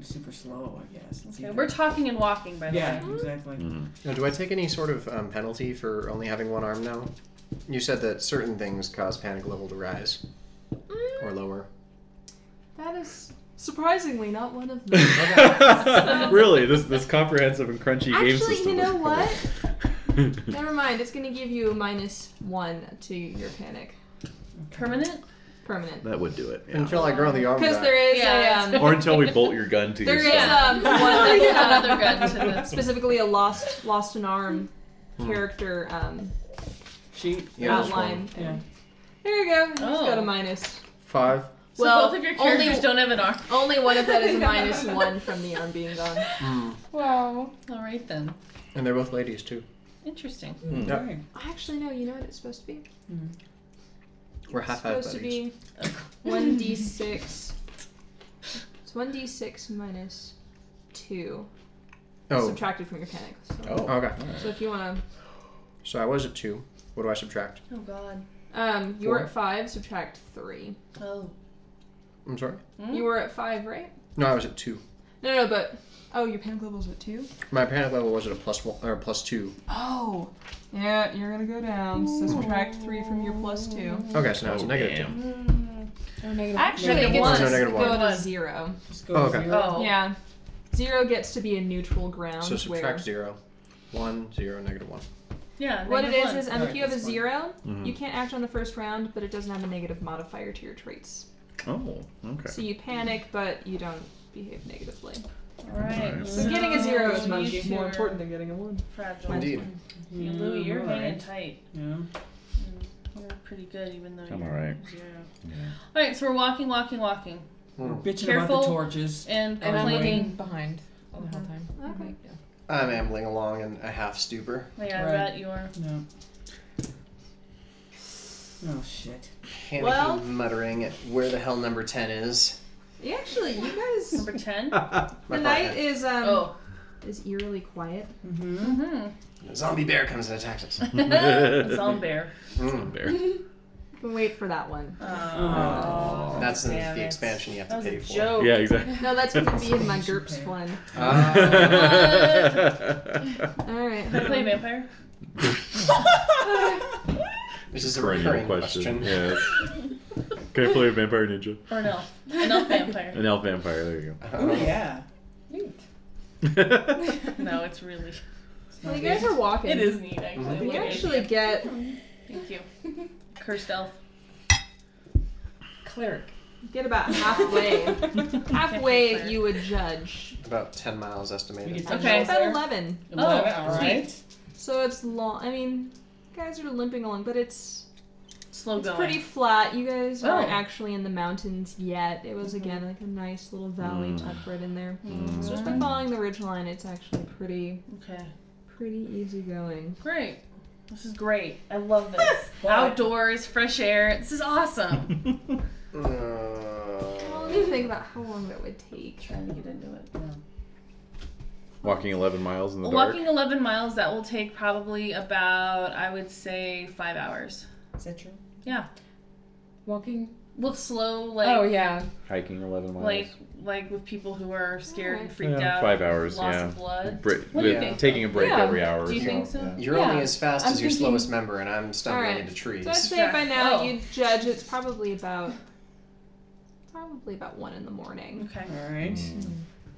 [SPEAKER 5] Super slow, I guess. Let's
[SPEAKER 2] Okay,
[SPEAKER 5] see.
[SPEAKER 2] we're talking and walking, by the
[SPEAKER 5] yeah,
[SPEAKER 2] way.
[SPEAKER 5] exactly.
[SPEAKER 10] Mm-hmm. (laughs)
[SPEAKER 1] Now, do I take any sort of um, penalty for only having one arm now? You said that certain things cause panic level to rise
[SPEAKER 5] Mm.
[SPEAKER 1] or lower.
[SPEAKER 4] That is surprisingly not one of
[SPEAKER 3] (laughs)
[SPEAKER 4] them.
[SPEAKER 10] Mhm. really, this this comprehensive and crunchy game
[SPEAKER 4] Actually,
[SPEAKER 10] system.
[SPEAKER 4] you
[SPEAKER 10] (laughs)
[SPEAKER 4] know
[SPEAKER 10] is
[SPEAKER 4] what?
[SPEAKER 10] coming.
[SPEAKER 4] Never mind. It's gonna give you minus one to your panic,
[SPEAKER 2] Permanent.
[SPEAKER 4] permanent.
[SPEAKER 3] That would do it. Yeah.
[SPEAKER 1] Until I grow the arm
[SPEAKER 4] Because
[SPEAKER 1] back.
[SPEAKER 4] there is
[SPEAKER 2] Yeah.
[SPEAKER 4] a um,
[SPEAKER 10] or until we bolt your gun to
[SPEAKER 4] there
[SPEAKER 10] your
[SPEAKER 4] is
[SPEAKER 10] side.
[SPEAKER 4] um, one (laughs)
[SPEAKER 2] Oh,
[SPEAKER 4] that's,
[SPEAKER 2] yeah.
[SPEAKER 4] um,
[SPEAKER 2] Another gun (laughs) to the-
[SPEAKER 4] specifically a lost lost an arm character um,
[SPEAKER 5] She.
[SPEAKER 1] Hmm.
[SPEAKER 5] oh,
[SPEAKER 1] Yeah, there's
[SPEAKER 4] outline.
[SPEAKER 1] one.
[SPEAKER 5] Yeah.
[SPEAKER 4] There you go. You just
[SPEAKER 2] Oh.
[SPEAKER 4] got a minus.
[SPEAKER 1] Five.
[SPEAKER 2] So
[SPEAKER 4] well,
[SPEAKER 2] both of your
[SPEAKER 4] only
[SPEAKER 2] characters don't have an arm.
[SPEAKER 4] only one of that (laughs) is a minus one from the arm being gone.
[SPEAKER 1] Hmm.
[SPEAKER 6] Wow.
[SPEAKER 2] All right then.
[SPEAKER 1] And they're both ladies, too.
[SPEAKER 2] Interesting.
[SPEAKER 1] Yeah.
[SPEAKER 5] Okay.
[SPEAKER 4] Actually, no. You know what it's supposed to be?
[SPEAKER 1] We're half
[SPEAKER 4] It's
[SPEAKER 1] half
[SPEAKER 4] supposed
[SPEAKER 1] buddies.
[SPEAKER 4] to be one d six. It's one d six minus two
[SPEAKER 1] Oh,
[SPEAKER 4] subtracted from your panic. So,
[SPEAKER 3] Oh.
[SPEAKER 1] okay.
[SPEAKER 4] so if you wanna,
[SPEAKER 1] So I was at two. What do I subtract?
[SPEAKER 2] Oh God.
[SPEAKER 4] um, you were
[SPEAKER 1] Four.
[SPEAKER 4] at five. Subtract three.
[SPEAKER 2] Oh.
[SPEAKER 1] I'm sorry?
[SPEAKER 4] You were at five, right?
[SPEAKER 1] No, I was at two.
[SPEAKER 4] No, no, but oh, your panic level's at two.
[SPEAKER 1] My panic level was at a plus one or plus two.
[SPEAKER 4] Oh, yeah, you're gonna go down. So subtract three from your plus two.
[SPEAKER 1] Okay, so now it's
[SPEAKER 3] Oh,
[SPEAKER 1] a negative
[SPEAKER 3] damn.
[SPEAKER 1] two.
[SPEAKER 4] Mm. Actually, it
[SPEAKER 2] Negative
[SPEAKER 4] gets
[SPEAKER 2] one.
[SPEAKER 4] to
[SPEAKER 1] No, negative
[SPEAKER 4] go
[SPEAKER 1] one.
[SPEAKER 4] to zero.
[SPEAKER 5] Just go
[SPEAKER 1] Oh,
[SPEAKER 5] to
[SPEAKER 1] okay.
[SPEAKER 5] zero.
[SPEAKER 2] Oh.
[SPEAKER 4] Yeah, zero gets to be a neutral ground.
[SPEAKER 1] So
[SPEAKER 4] where-
[SPEAKER 1] subtract zero. One, zero, negative one.
[SPEAKER 2] Yeah.
[SPEAKER 4] What it
[SPEAKER 2] negative
[SPEAKER 4] is
[SPEAKER 2] one.
[SPEAKER 4] is, um, if
[SPEAKER 5] Alright,
[SPEAKER 4] you have a
[SPEAKER 5] that's fine.
[SPEAKER 4] 0
[SPEAKER 1] Mm-hmm.
[SPEAKER 4] you can't act on the first round, but it doesn't have a negative modifier to your traits.
[SPEAKER 3] Oh,
[SPEAKER 1] (laughs)
[SPEAKER 3] okay.
[SPEAKER 4] So you panic, but you don't behave negatively.
[SPEAKER 2] All right.
[SPEAKER 3] Alright.
[SPEAKER 4] So getting a zero is
[SPEAKER 2] you
[SPEAKER 4] much
[SPEAKER 2] two
[SPEAKER 4] more
[SPEAKER 2] are
[SPEAKER 4] important Mm, than getting a one.
[SPEAKER 2] Fragile.
[SPEAKER 1] Indeed.
[SPEAKER 2] Yeah, Louis, you're
[SPEAKER 5] Alright.
[SPEAKER 2] hanging tight.
[SPEAKER 5] Yeah.
[SPEAKER 2] You're pretty good, even though
[SPEAKER 3] I'm
[SPEAKER 2] you're
[SPEAKER 3] alright.
[SPEAKER 2] zero. All right, so we're walking, walking, walking,
[SPEAKER 5] Bitching
[SPEAKER 2] Careful.
[SPEAKER 5] about the torches.
[SPEAKER 2] and
[SPEAKER 6] And I'm
[SPEAKER 2] complaining.
[SPEAKER 6] waiting behind the whole time.
[SPEAKER 4] Okay.
[SPEAKER 1] I'm ambling along in a half stupor.
[SPEAKER 2] Yeah, I
[SPEAKER 5] Right.
[SPEAKER 2] bet you are.
[SPEAKER 5] No. Oh shit.
[SPEAKER 1] Panicking,
[SPEAKER 4] Well-
[SPEAKER 1] muttering at where the hell number 10 is.
[SPEAKER 4] Actually, you guys,
[SPEAKER 2] Number
[SPEAKER 4] (laughs)
[SPEAKER 2] ten.
[SPEAKER 1] My
[SPEAKER 4] Um, the
[SPEAKER 1] partner.
[SPEAKER 4] night is um
[SPEAKER 2] oh.
[SPEAKER 4] is eerily quiet.
[SPEAKER 2] (laughs)
[SPEAKER 1] (laughs)
[SPEAKER 5] Mm-hmm.
[SPEAKER 2] Mm-hmm.
[SPEAKER 1] A zombie bear comes and attacks
[SPEAKER 4] (laughs)
[SPEAKER 1] us.
[SPEAKER 2] Zombear.
[SPEAKER 3] (laughs)
[SPEAKER 1] Mm.
[SPEAKER 4] You can wait for that one.
[SPEAKER 2] Oh.
[SPEAKER 1] That's the,
[SPEAKER 2] Damn
[SPEAKER 1] the
[SPEAKER 2] it.
[SPEAKER 1] expansion you have
[SPEAKER 2] That
[SPEAKER 1] to
[SPEAKER 2] was
[SPEAKER 1] pay for.
[SPEAKER 2] a joke.
[SPEAKER 10] Yeah, exactly.
[SPEAKER 4] No, that's
[SPEAKER 2] (laughs)
[SPEAKER 4] gonna be in my GURPS one.
[SPEAKER 1] Ah. Uh,
[SPEAKER 4] All right.
[SPEAKER 2] Can I play vampire?
[SPEAKER 1] This is a
[SPEAKER 10] Perennial
[SPEAKER 1] recurring
[SPEAKER 10] question.
[SPEAKER 1] question.
[SPEAKER 10] Yes. (laughs) Can I play a vampire ninja?
[SPEAKER 2] (laughs) Or an elf? An elf vampire.
[SPEAKER 10] An elf vampire. There you
[SPEAKER 1] Uh,
[SPEAKER 5] Oh yeah.
[SPEAKER 10] go.
[SPEAKER 2] No, it's really.
[SPEAKER 4] Well, you guys are walking.
[SPEAKER 2] It is neat, actually.
[SPEAKER 4] You
[SPEAKER 2] Look at
[SPEAKER 4] actually
[SPEAKER 2] it.
[SPEAKER 4] get
[SPEAKER 2] Thank you. Cursed elf.
[SPEAKER 1] Cleric.
[SPEAKER 4] get about
[SPEAKER 2] (laughs)
[SPEAKER 4] halfway. (laughs)
[SPEAKER 2] Cleric.
[SPEAKER 4] halfway, you would judge.
[SPEAKER 1] About 10 miles estimated.
[SPEAKER 5] We get
[SPEAKER 2] Okay. Oh,
[SPEAKER 4] About eleven.
[SPEAKER 5] All right.
[SPEAKER 4] So it's long. I mean, guys are limping along, but it's
[SPEAKER 2] Slow
[SPEAKER 4] it's
[SPEAKER 2] going.
[SPEAKER 4] pretty flat. You guys aren't
[SPEAKER 2] Oh.
[SPEAKER 4] actually in the mountains yet. It was again like a nice little valley
[SPEAKER 13] Mm.
[SPEAKER 4] tucked right in there. So
[SPEAKER 10] Mm. (laughs)
[SPEAKER 4] just by following the ridge line, it's actually pretty
[SPEAKER 2] Okay.
[SPEAKER 4] pretty easy going.
[SPEAKER 2] Great. This is great. I (laughs) love this. Outdoors, fresh air. This is awesome.
[SPEAKER 1] Uh,
[SPEAKER 4] I need to think about how long that would take.
[SPEAKER 2] Trying to get into it.
[SPEAKER 3] Walking 11 miles in the dark.
[SPEAKER 2] Walking 11 miles, that will take probably about, I would say, five hours.
[SPEAKER 5] Is that true?
[SPEAKER 2] Yeah.
[SPEAKER 6] Walking.
[SPEAKER 2] With slow, like,
[SPEAKER 6] oh yeah.
[SPEAKER 3] Hiking 11 miles.
[SPEAKER 2] like, like with people who are scared and freaked
[SPEAKER 3] Yeah,
[SPEAKER 2] out.
[SPEAKER 3] five hours,
[SPEAKER 2] Loss
[SPEAKER 3] yeah.
[SPEAKER 2] of blood.
[SPEAKER 3] Bra-
[SPEAKER 2] What do you
[SPEAKER 3] with-
[SPEAKER 2] think?
[SPEAKER 3] Taking a break
[SPEAKER 6] Yeah.
[SPEAKER 3] every hour.
[SPEAKER 2] Do you
[SPEAKER 3] so.
[SPEAKER 2] think so?
[SPEAKER 1] You're
[SPEAKER 6] Yeah.
[SPEAKER 1] only as fast
[SPEAKER 6] I'm
[SPEAKER 1] as your
[SPEAKER 6] thinking-
[SPEAKER 1] slowest member, and I'm stumbling
[SPEAKER 4] Alright.
[SPEAKER 1] into trees.
[SPEAKER 4] So I'd say by now
[SPEAKER 2] Oh.
[SPEAKER 4] you'd judge it's probably about probably about one in the morning.
[SPEAKER 2] Okay.
[SPEAKER 5] All right.
[SPEAKER 3] Mm.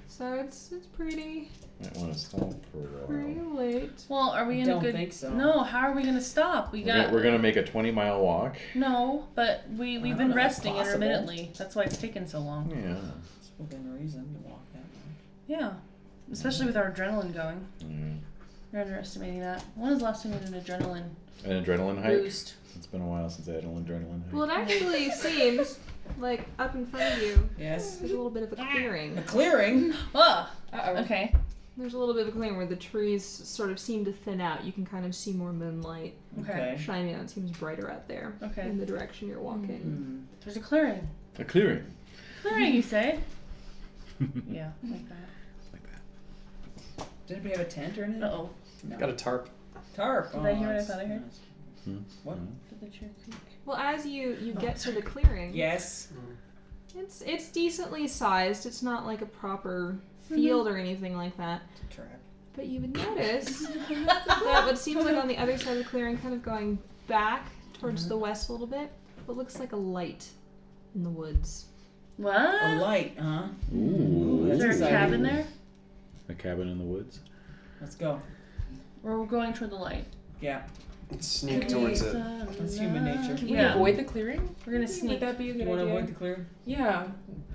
[SPEAKER 4] So it's it's pretty
[SPEAKER 3] Might want to stop for uh, a
[SPEAKER 4] pretty
[SPEAKER 3] while.
[SPEAKER 4] late.
[SPEAKER 2] Well, are we in
[SPEAKER 5] Don't
[SPEAKER 2] a good.
[SPEAKER 5] think so.
[SPEAKER 2] No, how are we going to stop? We
[SPEAKER 3] We're gonna,
[SPEAKER 2] got.
[SPEAKER 3] we're gonna make a 20 mile walk.
[SPEAKER 2] No, but we, we've
[SPEAKER 5] don't
[SPEAKER 2] been
[SPEAKER 5] know if
[SPEAKER 2] resting
[SPEAKER 5] possible.
[SPEAKER 2] intermittently. That's why it's taken so long.
[SPEAKER 3] Yeah.
[SPEAKER 5] It's within reason to walk that way.
[SPEAKER 2] Yeah. Especially with our adrenaline going.
[SPEAKER 3] Mm.
[SPEAKER 2] You're underestimating that. When was the last time you did an adrenaline
[SPEAKER 3] An adrenaline hike.
[SPEAKER 2] boost?
[SPEAKER 3] It's been a while since I had an adrenaline hike.
[SPEAKER 4] Well
[SPEAKER 2] (laughs)
[SPEAKER 4] it actually seems like up in front of you
[SPEAKER 5] Yes.
[SPEAKER 4] there's a little bit of a clearing.
[SPEAKER 5] The clearing.
[SPEAKER 2] Oh,
[SPEAKER 6] Uh oh.
[SPEAKER 2] okay.
[SPEAKER 4] There's a little bit of a clearing where the trees sort of seem to thin out. You can kind of see more moonlight
[SPEAKER 2] Okay.
[SPEAKER 5] Okay.
[SPEAKER 4] shining out. It seems brighter out there
[SPEAKER 2] Okay.
[SPEAKER 4] in the direction you're walking.
[SPEAKER 5] Hmm.
[SPEAKER 2] There's a clearing. (laughs)
[SPEAKER 3] a clearing.
[SPEAKER 2] Clearing, you say? yeah, like that.
[SPEAKER 5] Did anybody have a tent or anything?
[SPEAKER 2] Uh oh.
[SPEAKER 1] Got a tarp.
[SPEAKER 5] Tarp. Oh,
[SPEAKER 2] Did I hear what I
[SPEAKER 5] that's
[SPEAKER 2] thought I heard?
[SPEAKER 5] nice.
[SPEAKER 3] Hmm.
[SPEAKER 5] What?
[SPEAKER 2] Did the (laughs) chair creak?
[SPEAKER 4] Well, as you you
[SPEAKER 2] Oh,
[SPEAKER 4] get to the clearing,
[SPEAKER 5] Yes.
[SPEAKER 4] it's it's decently sized. It's not like a proper
[SPEAKER 2] Mm-hmm.
[SPEAKER 4] field or anything like that.
[SPEAKER 5] Trap.
[SPEAKER 4] But you would notice that what seems like (laughs) on the other side of the clearing, kind of going back towards
[SPEAKER 5] Mm-hmm.
[SPEAKER 4] the west a little bit, what looks like a light in the woods.
[SPEAKER 2] (laughs) (gasps)
[SPEAKER 5] A
[SPEAKER 2] What?
[SPEAKER 5] light, huh?
[SPEAKER 3] Ooh.
[SPEAKER 2] Is there a
[SPEAKER 5] exciting.
[SPEAKER 2] cabin there?
[SPEAKER 3] A cabin in the woods.
[SPEAKER 5] Let's go.
[SPEAKER 2] Or we're going toward the light. uh,
[SPEAKER 5] Yeah.
[SPEAKER 1] Let's sneak towards it.
[SPEAKER 5] That's human
[SPEAKER 2] Can
[SPEAKER 5] nature.
[SPEAKER 6] Can
[SPEAKER 2] Yeah.
[SPEAKER 6] we avoid the clearing?
[SPEAKER 2] We're gonna
[SPEAKER 6] Would
[SPEAKER 2] sneak.
[SPEAKER 6] that be a
[SPEAKER 5] You
[SPEAKER 6] good
[SPEAKER 5] want to
[SPEAKER 6] idea?
[SPEAKER 5] avoid the clearing?
[SPEAKER 6] Yeah.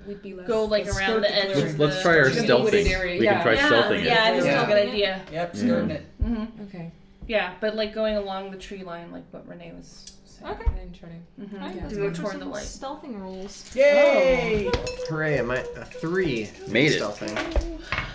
[SPEAKER 6] We'd be less.
[SPEAKER 2] Go like
[SPEAKER 5] Let's
[SPEAKER 2] around the
[SPEAKER 5] skirt the
[SPEAKER 2] edge.
[SPEAKER 5] clearing.
[SPEAKER 2] of
[SPEAKER 3] Let's, let's
[SPEAKER 2] the-
[SPEAKER 3] try our
[SPEAKER 6] It's gonna be
[SPEAKER 3] stealthing.
[SPEAKER 6] wooded area,
[SPEAKER 3] We can
[SPEAKER 6] yeah.
[SPEAKER 3] try
[SPEAKER 2] yeah,
[SPEAKER 3] stealthing
[SPEAKER 2] yeah,
[SPEAKER 5] it.
[SPEAKER 2] that's
[SPEAKER 5] Yeah.
[SPEAKER 2] a good idea.
[SPEAKER 5] Yep,
[SPEAKER 3] Yeah.
[SPEAKER 5] skirting it.
[SPEAKER 2] hmm
[SPEAKER 6] Okay.
[SPEAKER 2] Yeah, but like going along the tree line, like what Renee was saying.
[SPEAKER 4] Okay.
[SPEAKER 6] And then try to.
[SPEAKER 2] Mm-hmm.
[SPEAKER 4] Alright, let's
[SPEAKER 2] To go
[SPEAKER 4] go for
[SPEAKER 2] toward
[SPEAKER 4] some
[SPEAKER 2] the light.
[SPEAKER 4] Stealthing rules.
[SPEAKER 5] Yay!
[SPEAKER 2] Oh,
[SPEAKER 1] Hooray! Am I a three?
[SPEAKER 3] Made it.
[SPEAKER 1] Stealthing.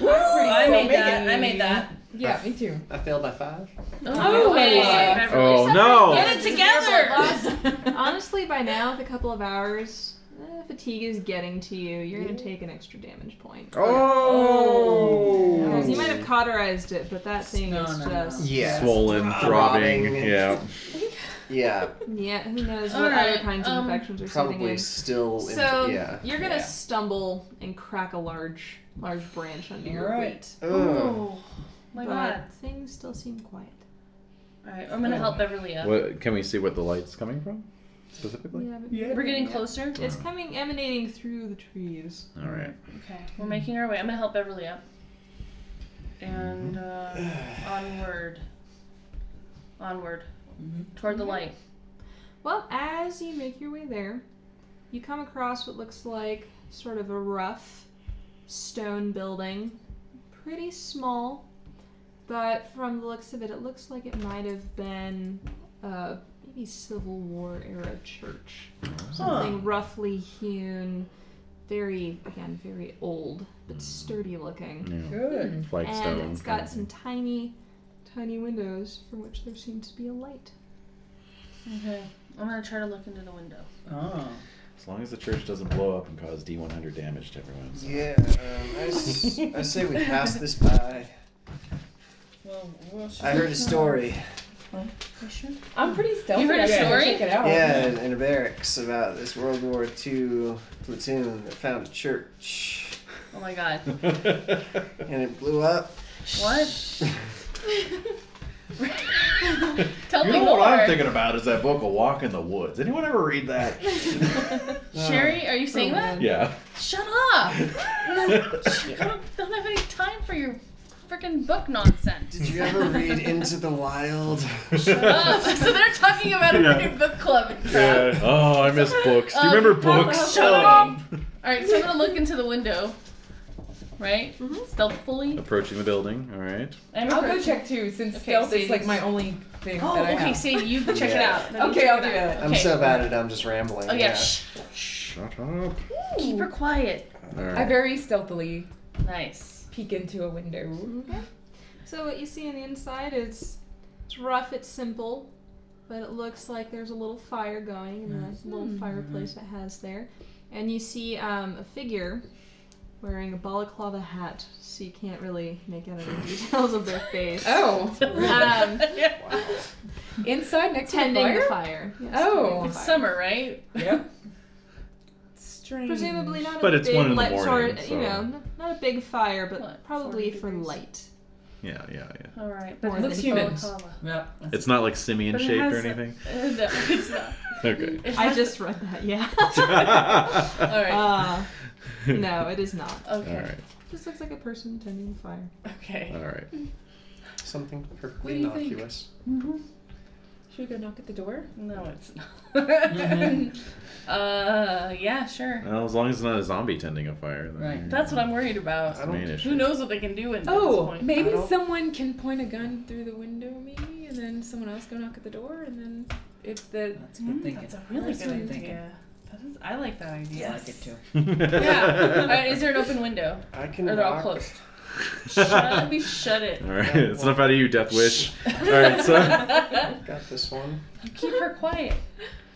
[SPEAKER 5] Woo!
[SPEAKER 2] I
[SPEAKER 5] Go
[SPEAKER 2] made
[SPEAKER 5] make
[SPEAKER 2] that.
[SPEAKER 5] it.
[SPEAKER 2] I made that.
[SPEAKER 6] Yeah, me too.
[SPEAKER 1] I failed by five.
[SPEAKER 2] Oh,
[SPEAKER 6] really?
[SPEAKER 2] I really
[SPEAKER 3] Oh no!
[SPEAKER 2] Get it together!
[SPEAKER 4] (laughs) Honestly, by now, with a couple of hours, eh, fatigue is getting to you. You're gonna take an extra damage point.
[SPEAKER 3] Oh!
[SPEAKER 4] Because Oh! you might have cauterized it, but that thing
[SPEAKER 5] No,
[SPEAKER 4] is
[SPEAKER 5] no, no.
[SPEAKER 4] just
[SPEAKER 1] Yeah.
[SPEAKER 3] Swollen, throbbing.
[SPEAKER 1] Throbbing.
[SPEAKER 3] Yeah.
[SPEAKER 1] Yeah.
[SPEAKER 4] yeah. Who knows
[SPEAKER 2] All
[SPEAKER 4] what other
[SPEAKER 2] right,
[SPEAKER 4] kinds of
[SPEAKER 2] um,
[SPEAKER 4] infections are sitting
[SPEAKER 1] Probably
[SPEAKER 4] in.
[SPEAKER 1] still.
[SPEAKER 4] So
[SPEAKER 1] in, yeah.
[SPEAKER 4] you're gonna
[SPEAKER 5] Yeah.
[SPEAKER 4] stumble and crack a large, large branch under your
[SPEAKER 5] Alright.
[SPEAKER 4] feet.
[SPEAKER 1] Ugh.
[SPEAKER 2] Oh my
[SPEAKER 4] but
[SPEAKER 2] god.
[SPEAKER 4] things still seem quiet.
[SPEAKER 2] Alright, I'm gonna help Beverly up.
[SPEAKER 3] What? Can we see what the light's coming from? Specifically?
[SPEAKER 4] Yeah, but
[SPEAKER 5] Yeah.
[SPEAKER 2] We're getting closer.
[SPEAKER 4] it's coming emanating through the trees.
[SPEAKER 3] All right.
[SPEAKER 2] Okay, we're making our way. I'm gonna help Beverly up. And uh,
[SPEAKER 3] Mm-hmm.
[SPEAKER 2] onward. Onward. Toward
[SPEAKER 3] Mm-hmm.
[SPEAKER 2] the light.
[SPEAKER 4] Well, as you make your way there, you come across what looks like sort of a rough stone building. Pretty small, but from the looks of it, it looks like it might have been a maybe Civil War era church. Something roughly hewn, very, again, very old, but sturdy looking.
[SPEAKER 3] Yeah.
[SPEAKER 6] Hmm.
[SPEAKER 5] Good.
[SPEAKER 3] Flagstone.
[SPEAKER 4] And it's
[SPEAKER 3] kind
[SPEAKER 4] got
[SPEAKER 3] of
[SPEAKER 4] some tiny, tiny windows from which there seems to be a light.
[SPEAKER 2] Okay. I'm gonna try to look into the window.
[SPEAKER 5] Oh.
[SPEAKER 3] As long as the church doesn't blow up and cause D100 damage to everyone. so-
[SPEAKER 1] Yeah. Um, I, s- I say we pass this by.
[SPEAKER 5] Well, well
[SPEAKER 1] I heard a
[SPEAKER 2] (laughs)
[SPEAKER 1] story.
[SPEAKER 6] I'm pretty stealthy.
[SPEAKER 2] You heard a
[SPEAKER 6] I should
[SPEAKER 2] story?
[SPEAKER 6] Check it out.
[SPEAKER 1] Yeah, in, in a barracks about this World War II platoon that found a church
[SPEAKER 2] Oh my (laughs)
[SPEAKER 3] (laughs)
[SPEAKER 2] god.
[SPEAKER 1] and it blew up.
[SPEAKER 2] What?
[SPEAKER 3] (laughs)
[SPEAKER 2] Tell
[SPEAKER 3] You
[SPEAKER 2] me
[SPEAKER 3] know
[SPEAKER 2] more.
[SPEAKER 3] what I'm thinking about is that book, A Walk in the Woods. Anyone ever
[SPEAKER 2] (laughs)
[SPEAKER 3] read that?
[SPEAKER 2] Sherry, are you saying that?
[SPEAKER 3] yeah.
[SPEAKER 2] Shut
[SPEAKER 3] (laughs)
[SPEAKER 2] up! Shut up. Don't have any time for your freaking book nonsense.
[SPEAKER 1] Did you
[SPEAKER 2] (laughs)
[SPEAKER 1] ever read Into the Wild?
[SPEAKER 3] (laughs)
[SPEAKER 2] Shut up. Oh, so they're talking about a
[SPEAKER 3] Yeah.
[SPEAKER 2] freaking book club and crap.
[SPEAKER 3] Yeah. Oh, I miss books. Do you
[SPEAKER 2] Um, (laughs)
[SPEAKER 3] remember books?
[SPEAKER 2] Shut up. All right, so I'm gonna look into the window. right?
[SPEAKER 6] Mm-hmm.
[SPEAKER 2] Stealthfully.
[SPEAKER 3] Approaching the building. All right.
[SPEAKER 2] I'm
[SPEAKER 6] I'll go
[SPEAKER 2] approaching-
[SPEAKER 6] check too, since
[SPEAKER 2] Okay,
[SPEAKER 6] stealth
[SPEAKER 2] so
[SPEAKER 6] is like
[SPEAKER 2] you-
[SPEAKER 6] my only thing
[SPEAKER 2] Oh,
[SPEAKER 6] that I
[SPEAKER 2] okay.
[SPEAKER 6] have.
[SPEAKER 2] See,
[SPEAKER 6] (laughs)
[SPEAKER 2] you check it
[SPEAKER 1] Yeah.
[SPEAKER 2] out. Then you
[SPEAKER 6] Okay,
[SPEAKER 2] check
[SPEAKER 6] I'll
[SPEAKER 2] it
[SPEAKER 6] do
[SPEAKER 2] out.
[SPEAKER 6] that.
[SPEAKER 1] I'm
[SPEAKER 2] Okay.
[SPEAKER 1] so bad at it, I'm just rambling.
[SPEAKER 2] Oh yeah. Shh.
[SPEAKER 3] Shut up.
[SPEAKER 2] Keep her quiet.
[SPEAKER 3] All right.
[SPEAKER 6] I very stealthily (laughs)
[SPEAKER 2] Nice.
[SPEAKER 6] peek into a window.
[SPEAKER 4] So what you see on the inside is it's rough, it's simple, but it looks like there's a little fire going in the little
[SPEAKER 6] Hmm.
[SPEAKER 4] fireplace it has there, and you see um, a figure wearing a balaclava hat, so you can't really make out any (laughs) details of their face.
[SPEAKER 6] Oh, (laughs)
[SPEAKER 4] Um,
[SPEAKER 6] inside next
[SPEAKER 4] tending
[SPEAKER 6] to the
[SPEAKER 4] the fire.
[SPEAKER 6] fire.
[SPEAKER 4] Yes,
[SPEAKER 6] Oh.
[SPEAKER 4] tending the
[SPEAKER 2] It's
[SPEAKER 4] fire.
[SPEAKER 2] summer, right?
[SPEAKER 5] Yep.
[SPEAKER 2] Strange.
[SPEAKER 4] Presumably not
[SPEAKER 3] But
[SPEAKER 4] a
[SPEAKER 3] it's
[SPEAKER 4] big
[SPEAKER 3] one in the
[SPEAKER 4] light,
[SPEAKER 3] morning,
[SPEAKER 4] sort-
[SPEAKER 3] so-
[SPEAKER 4] you know, n- not a big fire, but
[SPEAKER 2] What,
[SPEAKER 4] probably
[SPEAKER 2] 40
[SPEAKER 4] for
[SPEAKER 2] degrees?
[SPEAKER 4] light.
[SPEAKER 3] Yeah, yeah, yeah.
[SPEAKER 2] All right, but
[SPEAKER 4] Or
[SPEAKER 2] it
[SPEAKER 4] the
[SPEAKER 2] looks human.
[SPEAKER 4] humans.
[SPEAKER 5] Yeah.
[SPEAKER 3] It's not like simian
[SPEAKER 2] But it
[SPEAKER 3] shaped or
[SPEAKER 2] has a-
[SPEAKER 3] anything.
[SPEAKER 2] (laughs)
[SPEAKER 6] (laughs)
[SPEAKER 2] no, it's not.
[SPEAKER 3] Okay.
[SPEAKER 2] It
[SPEAKER 4] I
[SPEAKER 2] has-
[SPEAKER 4] just read that, yeah.
[SPEAKER 3] (laughs)
[SPEAKER 4] (laughs)
[SPEAKER 2] All right.
[SPEAKER 4] Uh, no, it is not.
[SPEAKER 2] okay.
[SPEAKER 3] All right.
[SPEAKER 4] Just looks like a person tending the fire.
[SPEAKER 2] Okay.
[SPEAKER 3] All right.
[SPEAKER 1] Something
[SPEAKER 2] What
[SPEAKER 1] perfectly
[SPEAKER 2] do you think?
[SPEAKER 1] innocuous.
[SPEAKER 6] Should we go knock at the door?
[SPEAKER 2] No, it's not.
[SPEAKER 6] Mm-hmm.
[SPEAKER 2] (laughs) uh, yeah, sure.
[SPEAKER 3] Well, as long as it's not a zombie tending a fire. Then
[SPEAKER 5] Right.
[SPEAKER 2] That's what I'm worried about.
[SPEAKER 3] That's the main issue.
[SPEAKER 2] Who
[SPEAKER 3] (laughs)
[SPEAKER 2] knows what they can do in
[SPEAKER 6] Oh,
[SPEAKER 2] this point?
[SPEAKER 6] maybe
[SPEAKER 1] I don't-
[SPEAKER 6] someone can point a gun through the window, maybe, and then someone else go knock at the door, and then if the
[SPEAKER 5] That's good thinking.
[SPEAKER 2] Hmm, That's a really
[SPEAKER 5] That's
[SPEAKER 2] good
[SPEAKER 5] good
[SPEAKER 2] idea.
[SPEAKER 5] thinking.
[SPEAKER 2] That is, I like that idea.
[SPEAKER 5] I like it too.
[SPEAKER 2] Yeah. All right, Uh,
[SPEAKER 3] (laughs)
[SPEAKER 2] is there an open window?
[SPEAKER 1] I can
[SPEAKER 2] Or they're all
[SPEAKER 1] knock.
[SPEAKER 2] closed. Shut, me shut it.
[SPEAKER 3] All right. It's enough out of you, Death Wish. (laughs) All right. So.
[SPEAKER 1] I've got this one.
[SPEAKER 2] Keep her quiet.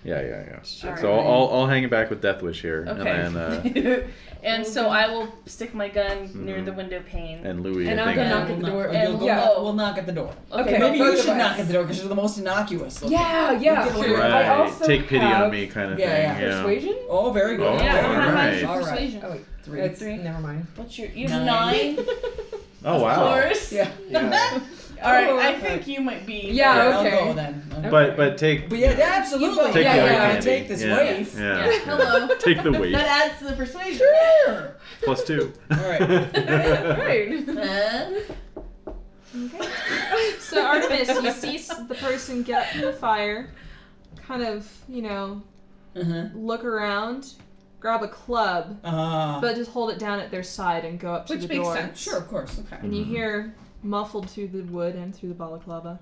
[SPEAKER 3] Yeah, yeah, yeah. So
[SPEAKER 2] All right.
[SPEAKER 3] I'll, I'll hang it back with Death Wish here,
[SPEAKER 2] Okay.
[SPEAKER 3] and then
[SPEAKER 5] (laughs)
[SPEAKER 3] uh,
[SPEAKER 2] (laughs)
[SPEAKER 3] Mm-hmm.
[SPEAKER 2] and so I will stick my gun near the window pane.
[SPEAKER 3] and Louis.
[SPEAKER 6] And
[SPEAKER 3] I think.
[SPEAKER 6] I'll go knock at
[SPEAKER 5] We'll
[SPEAKER 6] the
[SPEAKER 5] knock-
[SPEAKER 6] door.
[SPEAKER 5] or
[SPEAKER 2] and
[SPEAKER 5] you'll go
[SPEAKER 6] yeah.
[SPEAKER 5] knock- We'll knock at the door.
[SPEAKER 2] okay,
[SPEAKER 5] Maybe you
[SPEAKER 6] both
[SPEAKER 5] should
[SPEAKER 6] of
[SPEAKER 5] knock
[SPEAKER 6] us.
[SPEAKER 5] at the door because you're the most innocuous. Looking.
[SPEAKER 2] Oh,
[SPEAKER 6] Yeah, yeah.
[SPEAKER 5] Look at
[SPEAKER 6] true.
[SPEAKER 5] Louis.
[SPEAKER 6] I
[SPEAKER 3] Right.
[SPEAKER 6] also
[SPEAKER 3] Take pity
[SPEAKER 6] have
[SPEAKER 3] on me, kind of
[SPEAKER 5] Yeah,
[SPEAKER 3] thing.
[SPEAKER 5] yeah.
[SPEAKER 3] Yeah.
[SPEAKER 6] Persuasion.
[SPEAKER 5] Oh, very good.
[SPEAKER 3] Oh,
[SPEAKER 2] Yeah,
[SPEAKER 3] all
[SPEAKER 2] I have mine.
[SPEAKER 5] (laughs)
[SPEAKER 3] right.
[SPEAKER 5] All right.
[SPEAKER 2] Persuasion.
[SPEAKER 5] Oh, wait. Three.
[SPEAKER 6] It's,
[SPEAKER 2] Three.
[SPEAKER 6] Never mind.
[SPEAKER 2] What's your? You have
[SPEAKER 5] Nine.
[SPEAKER 2] nine.
[SPEAKER 3] (laughs) Oh
[SPEAKER 2] Of
[SPEAKER 3] wow.
[SPEAKER 2] course.
[SPEAKER 5] Yeah.
[SPEAKER 1] Yeah.
[SPEAKER 2] (laughs) All right.
[SPEAKER 6] Oh,
[SPEAKER 2] I
[SPEAKER 6] okay.
[SPEAKER 2] think you might be.
[SPEAKER 6] Yeah,
[SPEAKER 5] Yeah,
[SPEAKER 6] okay.
[SPEAKER 5] I'll go then. Okay.
[SPEAKER 3] But but take.
[SPEAKER 5] But yeah, absolutely.
[SPEAKER 6] Take
[SPEAKER 5] yeah,
[SPEAKER 6] the eye
[SPEAKER 5] yeah,
[SPEAKER 3] candy.
[SPEAKER 5] Take this
[SPEAKER 3] Yeah.
[SPEAKER 5] waif.
[SPEAKER 3] Yeah. (laughs)
[SPEAKER 2] Yeah, (laughs) hello.
[SPEAKER 3] Take the
[SPEAKER 5] (laughs)
[SPEAKER 3] weight
[SPEAKER 2] That adds to the persuasion.
[SPEAKER 5] Sure.
[SPEAKER 3] plus two.
[SPEAKER 5] All right.
[SPEAKER 3] (laughs)
[SPEAKER 6] Right.
[SPEAKER 2] Huh?
[SPEAKER 4] So
[SPEAKER 6] (laughs)
[SPEAKER 4] Artemis, you
[SPEAKER 2] (laughs)
[SPEAKER 4] see s- the person get up from the fire, kind of, you know,
[SPEAKER 5] Uh-huh.
[SPEAKER 4] look around, grab a club,
[SPEAKER 5] Uh,
[SPEAKER 4] but just hold it down at their side and go up to
[SPEAKER 2] Which
[SPEAKER 4] the
[SPEAKER 2] makes
[SPEAKER 4] door.
[SPEAKER 2] sense.
[SPEAKER 5] sure, of course.
[SPEAKER 2] Okay.
[SPEAKER 4] And you hear muffled through the wood and through the balaclava.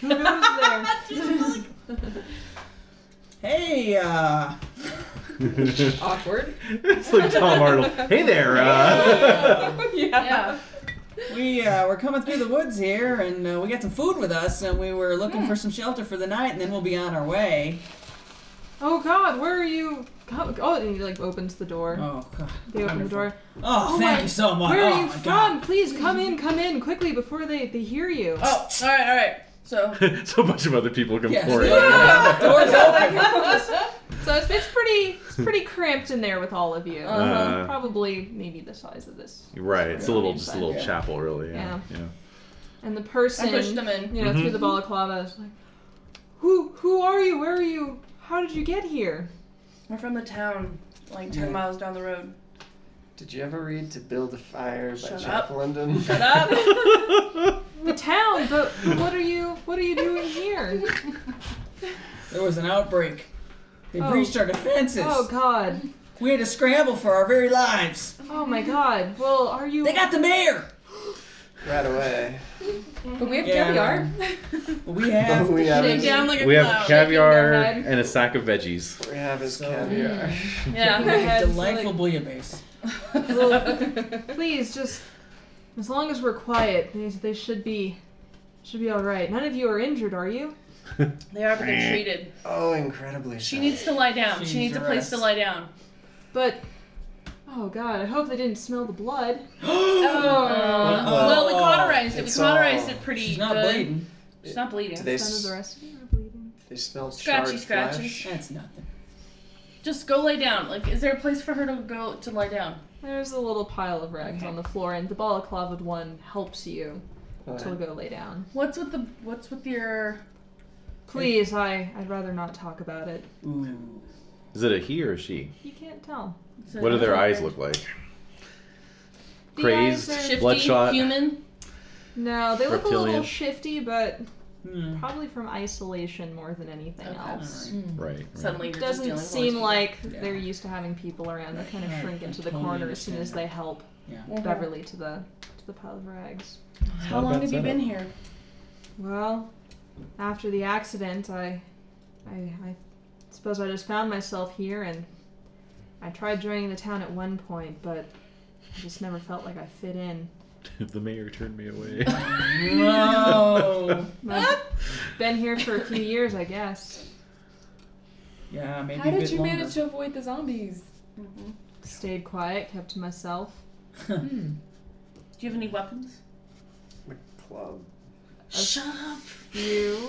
[SPEAKER 4] Who knows there?
[SPEAKER 5] Hey, uh,
[SPEAKER 6] Awkward.
[SPEAKER 3] it's like Tom Arnold. Hey there. Uh.
[SPEAKER 2] (laughs) (laughs)
[SPEAKER 6] (laughs)
[SPEAKER 2] Yeah.
[SPEAKER 5] we uh, we're coming through the woods here, and uh, we got some food with us, and we were looking for some shelter for the night, and then we'll be on our way.
[SPEAKER 4] Oh God, where are you? Go- Oh, and he like opens the door.
[SPEAKER 5] Oh God.
[SPEAKER 4] they open the
[SPEAKER 5] wonderful.
[SPEAKER 4] door.
[SPEAKER 5] Oh,
[SPEAKER 4] Oh,
[SPEAKER 5] thank
[SPEAKER 4] my-
[SPEAKER 5] you so much.
[SPEAKER 4] Where
[SPEAKER 5] oh,
[SPEAKER 4] are you
[SPEAKER 5] my
[SPEAKER 4] from?
[SPEAKER 5] God.
[SPEAKER 4] Please come in, come in quickly before they, they hear you.
[SPEAKER 2] Oh. All right. All right. So.
[SPEAKER 3] (laughs) so a bunch of other people come
[SPEAKER 5] Yes.
[SPEAKER 3] pouring.
[SPEAKER 5] Yeah. Doors open.
[SPEAKER 4] So it's, it's pretty it's pretty cramped in there with all of you.
[SPEAKER 3] Uh-huh.
[SPEAKER 4] Probably maybe the size of this.
[SPEAKER 3] Right. It's a little just a little
[SPEAKER 5] Yeah.
[SPEAKER 3] chapel, really. Yeah. Yeah.
[SPEAKER 4] And the person
[SPEAKER 2] I pushed them in.
[SPEAKER 4] you know through the balaclava is like, who who are you? Where are you? How did you get here?
[SPEAKER 2] We're from the town, like ten
[SPEAKER 5] Yeah.
[SPEAKER 2] miles down the road.
[SPEAKER 1] Did you ever read To Build a Fire by
[SPEAKER 2] Shut
[SPEAKER 1] Jeff
[SPEAKER 2] up.
[SPEAKER 1] London?
[SPEAKER 2] Shut up.
[SPEAKER 4] The town, but but what are you what are you doing here?
[SPEAKER 5] There was an outbreak. They
[SPEAKER 4] Oh.
[SPEAKER 5] breached our defenses.
[SPEAKER 4] Oh God.
[SPEAKER 5] We had to scramble for our very lives.
[SPEAKER 4] Oh my God. Well, are you?
[SPEAKER 5] They got the mayor.
[SPEAKER 1] (laughs) Right away.
[SPEAKER 6] But we have
[SPEAKER 5] Yeah.
[SPEAKER 6] caviar.
[SPEAKER 5] But
[SPEAKER 1] (laughs)
[SPEAKER 5] we have.
[SPEAKER 1] we have
[SPEAKER 2] Shake
[SPEAKER 1] his,
[SPEAKER 2] (laughs) down like a
[SPEAKER 3] We have
[SPEAKER 2] cloud.
[SPEAKER 3] caviar
[SPEAKER 4] head.
[SPEAKER 3] and a sack of veggies.
[SPEAKER 1] we have his
[SPEAKER 5] So-
[SPEAKER 1] caviar.
[SPEAKER 10] (laughs)
[SPEAKER 2] Mm. Yeah.
[SPEAKER 4] had
[SPEAKER 5] Delightful bouillabaisse. (gasps)
[SPEAKER 4] Please, just as long as we're quiet, they, they should be should be all right. None of you are injured, are you?
[SPEAKER 2] (laughs) They are being treated.
[SPEAKER 1] Oh, incredibly.
[SPEAKER 2] She
[SPEAKER 1] so.
[SPEAKER 2] needs to lie down.
[SPEAKER 5] She
[SPEAKER 2] she needs
[SPEAKER 5] needs
[SPEAKER 2] a
[SPEAKER 5] to
[SPEAKER 2] place to
[SPEAKER 5] rest.
[SPEAKER 2] lie down.
[SPEAKER 4] But oh God, I hope they didn't smell the blood.
[SPEAKER 5] Oh.
[SPEAKER 2] Uh,
[SPEAKER 1] Well,
[SPEAKER 2] well, we cauterized it. We
[SPEAKER 1] it's
[SPEAKER 2] cauterized
[SPEAKER 1] all-
[SPEAKER 2] it pretty
[SPEAKER 5] She's not
[SPEAKER 2] good.
[SPEAKER 5] bleeding.
[SPEAKER 2] She's not bleeding.
[SPEAKER 1] Do they,
[SPEAKER 4] None of
[SPEAKER 1] s-
[SPEAKER 4] the rest of you are bleeding.
[SPEAKER 1] they smelled
[SPEAKER 2] Scratchy
[SPEAKER 1] charred
[SPEAKER 2] scratches.
[SPEAKER 1] flesh?
[SPEAKER 5] That's nothing.
[SPEAKER 2] Just go lay down. Like, is there a place for her to go to lie down?
[SPEAKER 4] There's a little pile of rags
[SPEAKER 2] Okay.
[SPEAKER 4] on the floor, and the balaclava one helps you to
[SPEAKER 1] Alright.
[SPEAKER 4] go lay down.
[SPEAKER 2] What's with the What's with your?
[SPEAKER 4] Please, I I'd rather not talk about it.
[SPEAKER 5] Ooh.
[SPEAKER 3] Is it a he or a she?
[SPEAKER 4] You can't tell.
[SPEAKER 3] What do their eyes look like?
[SPEAKER 4] The
[SPEAKER 3] Crazed,
[SPEAKER 4] eyes are-
[SPEAKER 2] Shifty,
[SPEAKER 3] bloodshot.
[SPEAKER 2] human.
[SPEAKER 4] No, they look a
[SPEAKER 3] Reptilian.
[SPEAKER 4] little shifty, but
[SPEAKER 5] Hmm.
[SPEAKER 4] probably from isolation more than anything
[SPEAKER 2] Okay.
[SPEAKER 4] else.
[SPEAKER 3] Right. right.
[SPEAKER 2] Suddenly,
[SPEAKER 4] It
[SPEAKER 2] you're just
[SPEAKER 4] doesn't
[SPEAKER 2] dealing with
[SPEAKER 4] seem
[SPEAKER 2] people.
[SPEAKER 4] like
[SPEAKER 5] Yeah.
[SPEAKER 4] they're used to having people around. They kind of
[SPEAKER 5] Right,
[SPEAKER 4] shrink
[SPEAKER 5] I
[SPEAKER 4] into the
[SPEAKER 5] totally
[SPEAKER 4] corner as soon
[SPEAKER 5] understand
[SPEAKER 4] as
[SPEAKER 5] that.
[SPEAKER 4] they help.
[SPEAKER 5] Yeah.
[SPEAKER 4] Beverly to the to the pile of rags.
[SPEAKER 2] How long have you been here?
[SPEAKER 4] Well, after the accident, I, I, I suppose I just found myself here, and I tried joining the town at one point, but I just never felt like I fit in.
[SPEAKER 10] the mayor turned me away.
[SPEAKER 5] No.
[SPEAKER 4] (laughs) I've been here for a few years, I guess.
[SPEAKER 5] Yeah, maybe
[SPEAKER 6] How
[SPEAKER 5] a
[SPEAKER 6] did
[SPEAKER 5] bit
[SPEAKER 6] you
[SPEAKER 5] longer. (laughs)
[SPEAKER 6] manage to avoid the zombies?
[SPEAKER 4] Stayed quiet, kept to myself.
[SPEAKER 5] Oh,
[SPEAKER 6] Hmm.
[SPEAKER 2] Do you have any weapons?
[SPEAKER 1] Club.
[SPEAKER 2] Shut up.
[SPEAKER 4] You,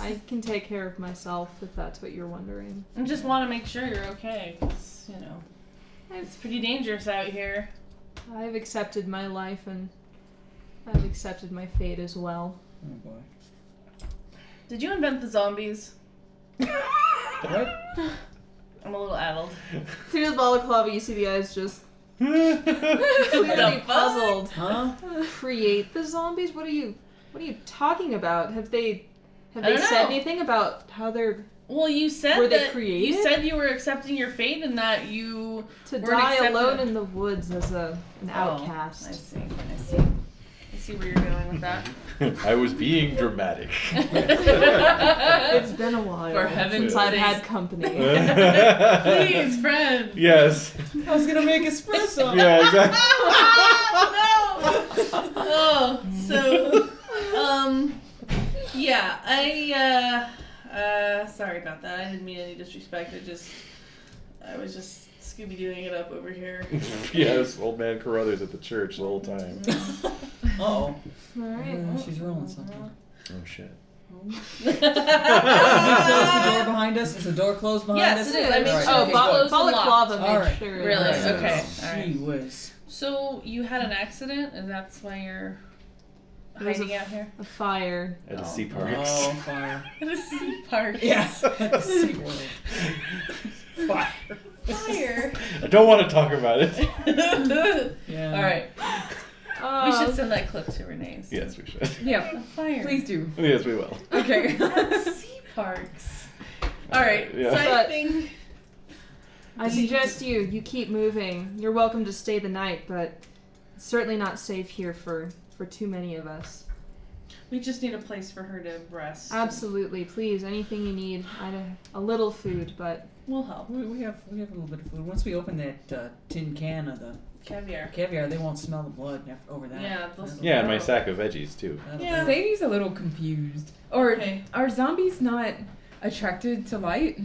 [SPEAKER 4] I can take care of myself if that's what you're wondering.
[SPEAKER 2] I just want to make sure you're okay, 'cause, you know, it's pretty dangerous out here.
[SPEAKER 4] I've accepted my life and I've accepted my fate as well.
[SPEAKER 5] Oh boy.
[SPEAKER 2] Did you invent the zombies?
[SPEAKER 5] What?
[SPEAKER 2] (sighs) I'm a little addled.
[SPEAKER 4] Through the balaclava, you see the
[SPEAKER 2] (laughs)
[SPEAKER 4] eyes just
[SPEAKER 2] The
[SPEAKER 4] clearly
[SPEAKER 2] fuck?
[SPEAKER 4] puzzled.
[SPEAKER 5] Huh?
[SPEAKER 4] Create the zombies? What are you? What are you talking about? Have they? Have
[SPEAKER 2] I
[SPEAKER 4] they
[SPEAKER 2] don't
[SPEAKER 4] said
[SPEAKER 2] know.
[SPEAKER 4] anything about how they're
[SPEAKER 2] Well, you said
[SPEAKER 4] Were they
[SPEAKER 2] that you
[SPEAKER 4] created?
[SPEAKER 2] said you were accepting your fate and that you
[SPEAKER 4] to
[SPEAKER 2] Weren't
[SPEAKER 4] die
[SPEAKER 2] accepted.
[SPEAKER 4] alone in the woods as a an
[SPEAKER 2] Oh, I
[SPEAKER 4] outcast?
[SPEAKER 2] see. I see. I see where you're going with that.
[SPEAKER 10] (laughs) I was being dramatic.
[SPEAKER 4] It's been a while
[SPEAKER 11] For heaven's
[SPEAKER 4] since I've
[SPEAKER 11] sake.
[SPEAKER 4] had company.
[SPEAKER 10] yes.
[SPEAKER 2] Please, friend.
[SPEAKER 5] I was gonna make (laughs) espresso.
[SPEAKER 10] Yeah, exactly. (laughs)
[SPEAKER 2] no. (laughs) Oh, so, um, yeah, I, uh, uh, sorry about that. I didn't mean any disrespect. I just, I was just Scooby Dooing it up over here. (laughs)
[SPEAKER 10] yes, old man Carruthers at the church the whole time.
[SPEAKER 5] Oh,
[SPEAKER 4] All right.
[SPEAKER 2] Mm-hmm.
[SPEAKER 5] she's rolling something.
[SPEAKER 10] Oh shit.
[SPEAKER 2] (laughs)
[SPEAKER 5] Close the door behind us. Is the door closed behind
[SPEAKER 2] Mm-hmm. Yes,
[SPEAKER 5] us?
[SPEAKER 2] it is. I made
[SPEAKER 5] All right,
[SPEAKER 2] sure
[SPEAKER 4] Oh,
[SPEAKER 5] okay,
[SPEAKER 2] it
[SPEAKER 4] ba-
[SPEAKER 2] was
[SPEAKER 5] good.
[SPEAKER 2] closed and locked.
[SPEAKER 4] balaclava. Make
[SPEAKER 5] All right.
[SPEAKER 4] sure.
[SPEAKER 2] Really?
[SPEAKER 5] All right.
[SPEAKER 2] Okay, all right.
[SPEAKER 5] Gee whiz.
[SPEAKER 2] so you had an accident, and that's why you're
[SPEAKER 4] There's a
[SPEAKER 2] hiding out here.
[SPEAKER 4] A fire.
[SPEAKER 10] At the sea parks. (laughs)
[SPEAKER 5] Oh, fire.
[SPEAKER 2] (laughs) This is park.
[SPEAKER 5] (laughs) Yes. Sea World. Fire.
[SPEAKER 2] (laughs) Fire.
[SPEAKER 10] I don't want to talk about it.
[SPEAKER 5] Yeah.
[SPEAKER 2] All right. Um, We
[SPEAKER 4] Oh,
[SPEAKER 2] should send that clip to Renee's.
[SPEAKER 10] Yes, we should.
[SPEAKER 6] Yeah,
[SPEAKER 2] A fire.
[SPEAKER 6] please do.
[SPEAKER 10] (laughs) Yes, we will.
[SPEAKER 6] Okay.
[SPEAKER 2] sea parks. All right.
[SPEAKER 10] Yeah.
[SPEAKER 2] So I
[SPEAKER 4] But-
[SPEAKER 2] think
[SPEAKER 4] I suggest you you keep moving. You're welcome to stay the night, but it's certainly not safe here for for too many of us.
[SPEAKER 2] we just need a place for her to rest.
[SPEAKER 4] Absolutely, please. Anything you need. I don't, a little food, but
[SPEAKER 2] We'll help.
[SPEAKER 5] We, we have we have a little bit of food. Once we open that uh, tin can of the
[SPEAKER 2] Caviar.
[SPEAKER 5] caviar, they won't smell the blood after, over that.
[SPEAKER 2] Yeah. Those
[SPEAKER 10] Yeah, and my sack of veggies too.
[SPEAKER 5] That'll
[SPEAKER 2] Yeah.
[SPEAKER 5] do it.
[SPEAKER 6] Sadie's a little confused. Or
[SPEAKER 2] Okay.
[SPEAKER 6] are zombies not attracted to light?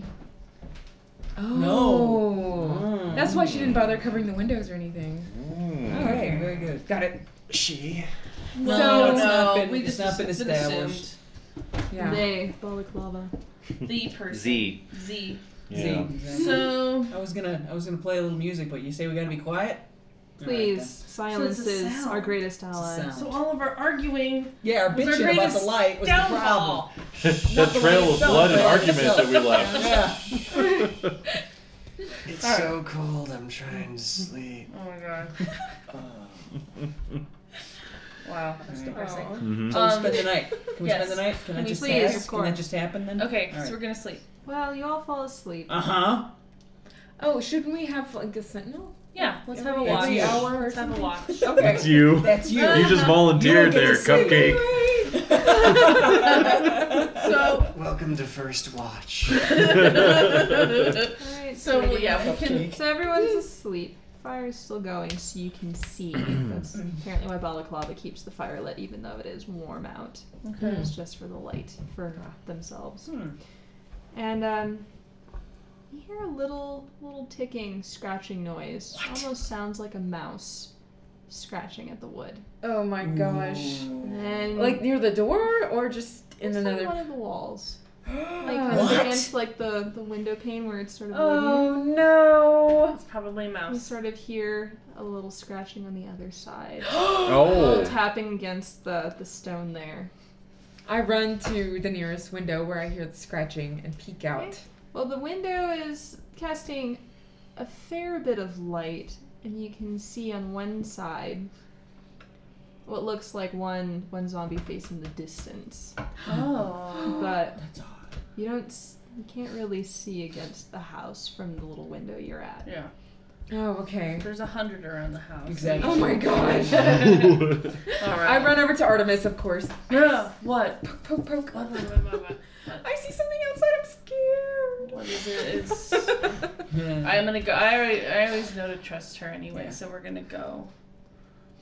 [SPEAKER 6] Oh.
[SPEAKER 2] Oh.
[SPEAKER 5] Mm.
[SPEAKER 6] That's why she didn't bother covering the windows or anything.
[SPEAKER 3] Mm.
[SPEAKER 5] All right. Very good.
[SPEAKER 6] Got it.
[SPEAKER 12] She.
[SPEAKER 2] No,
[SPEAKER 6] So-
[SPEAKER 2] no,
[SPEAKER 6] It's
[SPEAKER 5] not been-
[SPEAKER 2] we
[SPEAKER 5] it's
[SPEAKER 2] just
[SPEAKER 5] not been
[SPEAKER 2] it's
[SPEAKER 5] established.
[SPEAKER 6] Yeah.
[SPEAKER 4] they balaclava.
[SPEAKER 2] assumed. The person.
[SPEAKER 13] Z.
[SPEAKER 2] Z.
[SPEAKER 10] Yeah.
[SPEAKER 5] See, exactly.
[SPEAKER 2] So
[SPEAKER 5] I was gonna I was gonna play a little music, but you say we gotta be quiet. All right,
[SPEAKER 4] Please,
[SPEAKER 5] then.
[SPEAKER 4] silence
[SPEAKER 2] So it's a
[SPEAKER 4] is our
[SPEAKER 2] sound.
[SPEAKER 4] greatest
[SPEAKER 5] a
[SPEAKER 4] ally.
[SPEAKER 5] sound.
[SPEAKER 2] so all of our arguing
[SPEAKER 5] yeah, our
[SPEAKER 2] was our
[SPEAKER 5] bitching about
[SPEAKER 2] greatest
[SPEAKER 5] the light was the problem.
[SPEAKER 2] downfall.
[SPEAKER 10] That
[SPEAKER 5] the way
[SPEAKER 10] trail
[SPEAKER 5] it
[SPEAKER 10] of
[SPEAKER 5] felt,
[SPEAKER 10] blood and
[SPEAKER 5] but-
[SPEAKER 10] argument that we
[SPEAKER 3] (laughs)
[SPEAKER 10] left.
[SPEAKER 5] Yeah.
[SPEAKER 12] It's so cold. I'm trying to sleep.
[SPEAKER 2] Oh my god.
[SPEAKER 5] Uh,
[SPEAKER 2] Wow. That's depressing.
[SPEAKER 10] Mhm.
[SPEAKER 5] So we
[SPEAKER 2] Um,
[SPEAKER 5] spend the night. Can we
[SPEAKER 2] yes.
[SPEAKER 5] spend the night? Can, I
[SPEAKER 4] Can we
[SPEAKER 5] just
[SPEAKER 4] please?
[SPEAKER 5] ask?
[SPEAKER 4] Of
[SPEAKER 5] Can that
[SPEAKER 4] course.
[SPEAKER 5] just happen then?
[SPEAKER 2] Okay,
[SPEAKER 5] All
[SPEAKER 2] so we're
[SPEAKER 5] right.
[SPEAKER 2] gonna sleep.
[SPEAKER 4] Well, you all fall asleep.
[SPEAKER 5] Uh huh.
[SPEAKER 6] Oh, shouldn't we have like a sentinel?
[SPEAKER 2] Yeah, let's have a
[SPEAKER 6] Every-
[SPEAKER 2] watch.
[SPEAKER 5] every hour
[SPEAKER 6] or
[SPEAKER 2] let's have a
[SPEAKER 6] something.
[SPEAKER 2] watch.
[SPEAKER 6] Okay.
[SPEAKER 10] That's you.
[SPEAKER 5] That's you.
[SPEAKER 10] You just volunteered
[SPEAKER 5] You
[SPEAKER 10] there,
[SPEAKER 5] don't get to
[SPEAKER 10] cupcake.
[SPEAKER 5] (laughs)
[SPEAKER 1] (laughs)
[SPEAKER 2] So (laughs)
[SPEAKER 12] Welcome to First Watch.
[SPEAKER 4] All right.
[SPEAKER 2] So well,
[SPEAKER 4] sweetie.
[SPEAKER 2] yeah, (laughs) we can.
[SPEAKER 5] Cupcake.
[SPEAKER 4] So everyone's asleep. Fire is still going, so you can see. That's apparently why balaclava keeps the fire lit, even though it is warm out. It was just for the light for themselves.
[SPEAKER 5] Hmm.
[SPEAKER 4] And um, you hear a little, little ticking, scratching noise. Almost sounds like a mouse scratching at the wood.
[SPEAKER 6] Oh my gosh.
[SPEAKER 4] And then
[SPEAKER 6] Like near the door or just in
[SPEAKER 4] it's like
[SPEAKER 6] another
[SPEAKER 4] one of the
[SPEAKER 6] (gasps)
[SPEAKER 4] walls, like
[SPEAKER 5] What?
[SPEAKER 4] against like the the window pane where it's sort of wooden.
[SPEAKER 6] Oh
[SPEAKER 2] (gasps)
[SPEAKER 6] no. (gasps)
[SPEAKER 2] It's probably a
[SPEAKER 4] You
[SPEAKER 2] mouse.
[SPEAKER 4] sort of hear a little scratching on the other side,
[SPEAKER 10] Oh.
[SPEAKER 4] tapping against the the stone there.
[SPEAKER 6] I run to the nearest window where I hear the scratching and peek out.
[SPEAKER 4] Well, the window is casting a fair bit of light, and you can see on one side what looks like one one zombie face in the (gasps) distance,
[SPEAKER 2] Oh.
[SPEAKER 4] but
[SPEAKER 5] That's odd.
[SPEAKER 4] you don't s- you can't really see against the house from the little window you're at.
[SPEAKER 2] Yeah.
[SPEAKER 6] Oh, okay.
[SPEAKER 2] There's a hundred around the house.
[SPEAKER 5] Exactly.
[SPEAKER 6] Oh my
[SPEAKER 2] (laughs)
[SPEAKER 6] gosh.
[SPEAKER 2] All right.
[SPEAKER 6] I run over to Artemis, of course.
[SPEAKER 2] Yeah, what? Poke, poke, poke. What, what, what, what, what?
[SPEAKER 6] Oh, I see something outside. I'm scared.
[SPEAKER 2] What is it? It's. I'm gonna go. I already, I always know to trust her anyway,
[SPEAKER 5] Yeah.
[SPEAKER 2] so we're gonna go.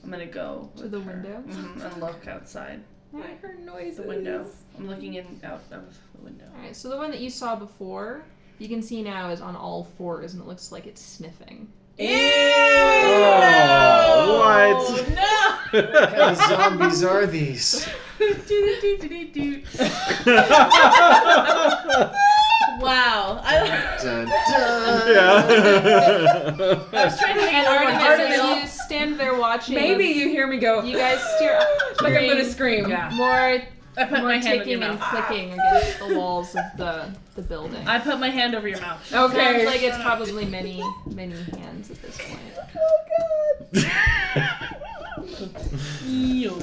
[SPEAKER 2] I'm gonna go
[SPEAKER 4] To
[SPEAKER 2] with
[SPEAKER 4] the
[SPEAKER 2] her.
[SPEAKER 4] window?
[SPEAKER 2] Mhm, and look outside
[SPEAKER 4] I heard noises.
[SPEAKER 2] the window. I'm looking in out of the window.
[SPEAKER 4] Alright, so the one that you saw before, you can see now is on all fours and it looks like it's sniffing.
[SPEAKER 3] Oh, what?
[SPEAKER 1] What kind of zombies are
[SPEAKER 2] (laughs)
[SPEAKER 1] these?
[SPEAKER 2] Wow. (laughs) I,
[SPEAKER 1] Dun, dun.
[SPEAKER 2] I was trying to think
[SPEAKER 4] And
[SPEAKER 2] of
[SPEAKER 4] Artemis,
[SPEAKER 2] what
[SPEAKER 4] as
[SPEAKER 2] to
[SPEAKER 4] you stand there watching.
[SPEAKER 6] Maybe you hear me go.
[SPEAKER 4] you guys steer up,
[SPEAKER 6] like I'm gonna scream.
[SPEAKER 2] Yeah.
[SPEAKER 4] more,
[SPEAKER 2] I put my
[SPEAKER 4] more
[SPEAKER 2] hand in your
[SPEAKER 4] ticking and
[SPEAKER 2] mouth.
[SPEAKER 4] clicking against the walls of the, the building.
[SPEAKER 2] I put my hand over your mouth.
[SPEAKER 4] Sounds
[SPEAKER 6] Okay.
[SPEAKER 4] like it's probably many, many hands at this point.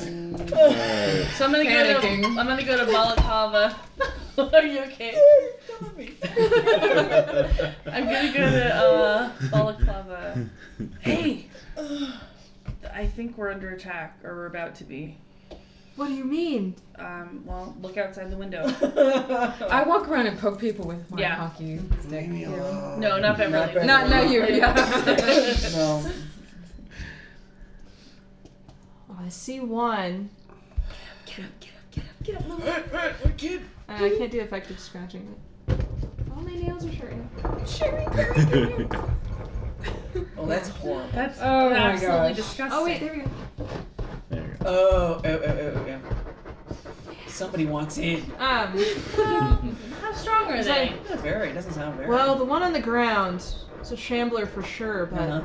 [SPEAKER 2] So I'm gonna go
[SPEAKER 6] Panicking.
[SPEAKER 2] to I'm gonna go to Balakava. (laughs) Are you okay? I'm gonna go to uh, Balaclava. (laughs) Hey, I think we're under attack, or we're about to be.
[SPEAKER 4] What do you mean?
[SPEAKER 2] Um, well, look outside the
[SPEAKER 5] (laughs)
[SPEAKER 2] window.
[SPEAKER 6] I walk around and poke people with my
[SPEAKER 2] Yeah.
[SPEAKER 6] hockey.
[SPEAKER 5] Leave me alone.
[SPEAKER 2] No, not Beverly.
[SPEAKER 5] Beverly.
[SPEAKER 6] Not now you.
[SPEAKER 2] Later.
[SPEAKER 6] Yeah.
[SPEAKER 5] No.
[SPEAKER 4] Oh, I see one. Get up, get up, get up, get up, get up. Uh, I can't do effective scratching. but- All my nails are short.
[SPEAKER 5] Oh, that's horrible.
[SPEAKER 2] That's
[SPEAKER 6] Oh my
[SPEAKER 2] absolutely
[SPEAKER 6] gosh.
[SPEAKER 2] disgusting.
[SPEAKER 4] Oh wait, there we go.
[SPEAKER 5] Oh, oh, oh, oh, oh, oh. Somebody wants in.
[SPEAKER 4] Um,
[SPEAKER 2] (laughs) How strong are they?
[SPEAKER 5] Not very. Doesn't sound very.
[SPEAKER 4] well, the one on the ground is a shambler for sure, but
[SPEAKER 5] Uh-huh.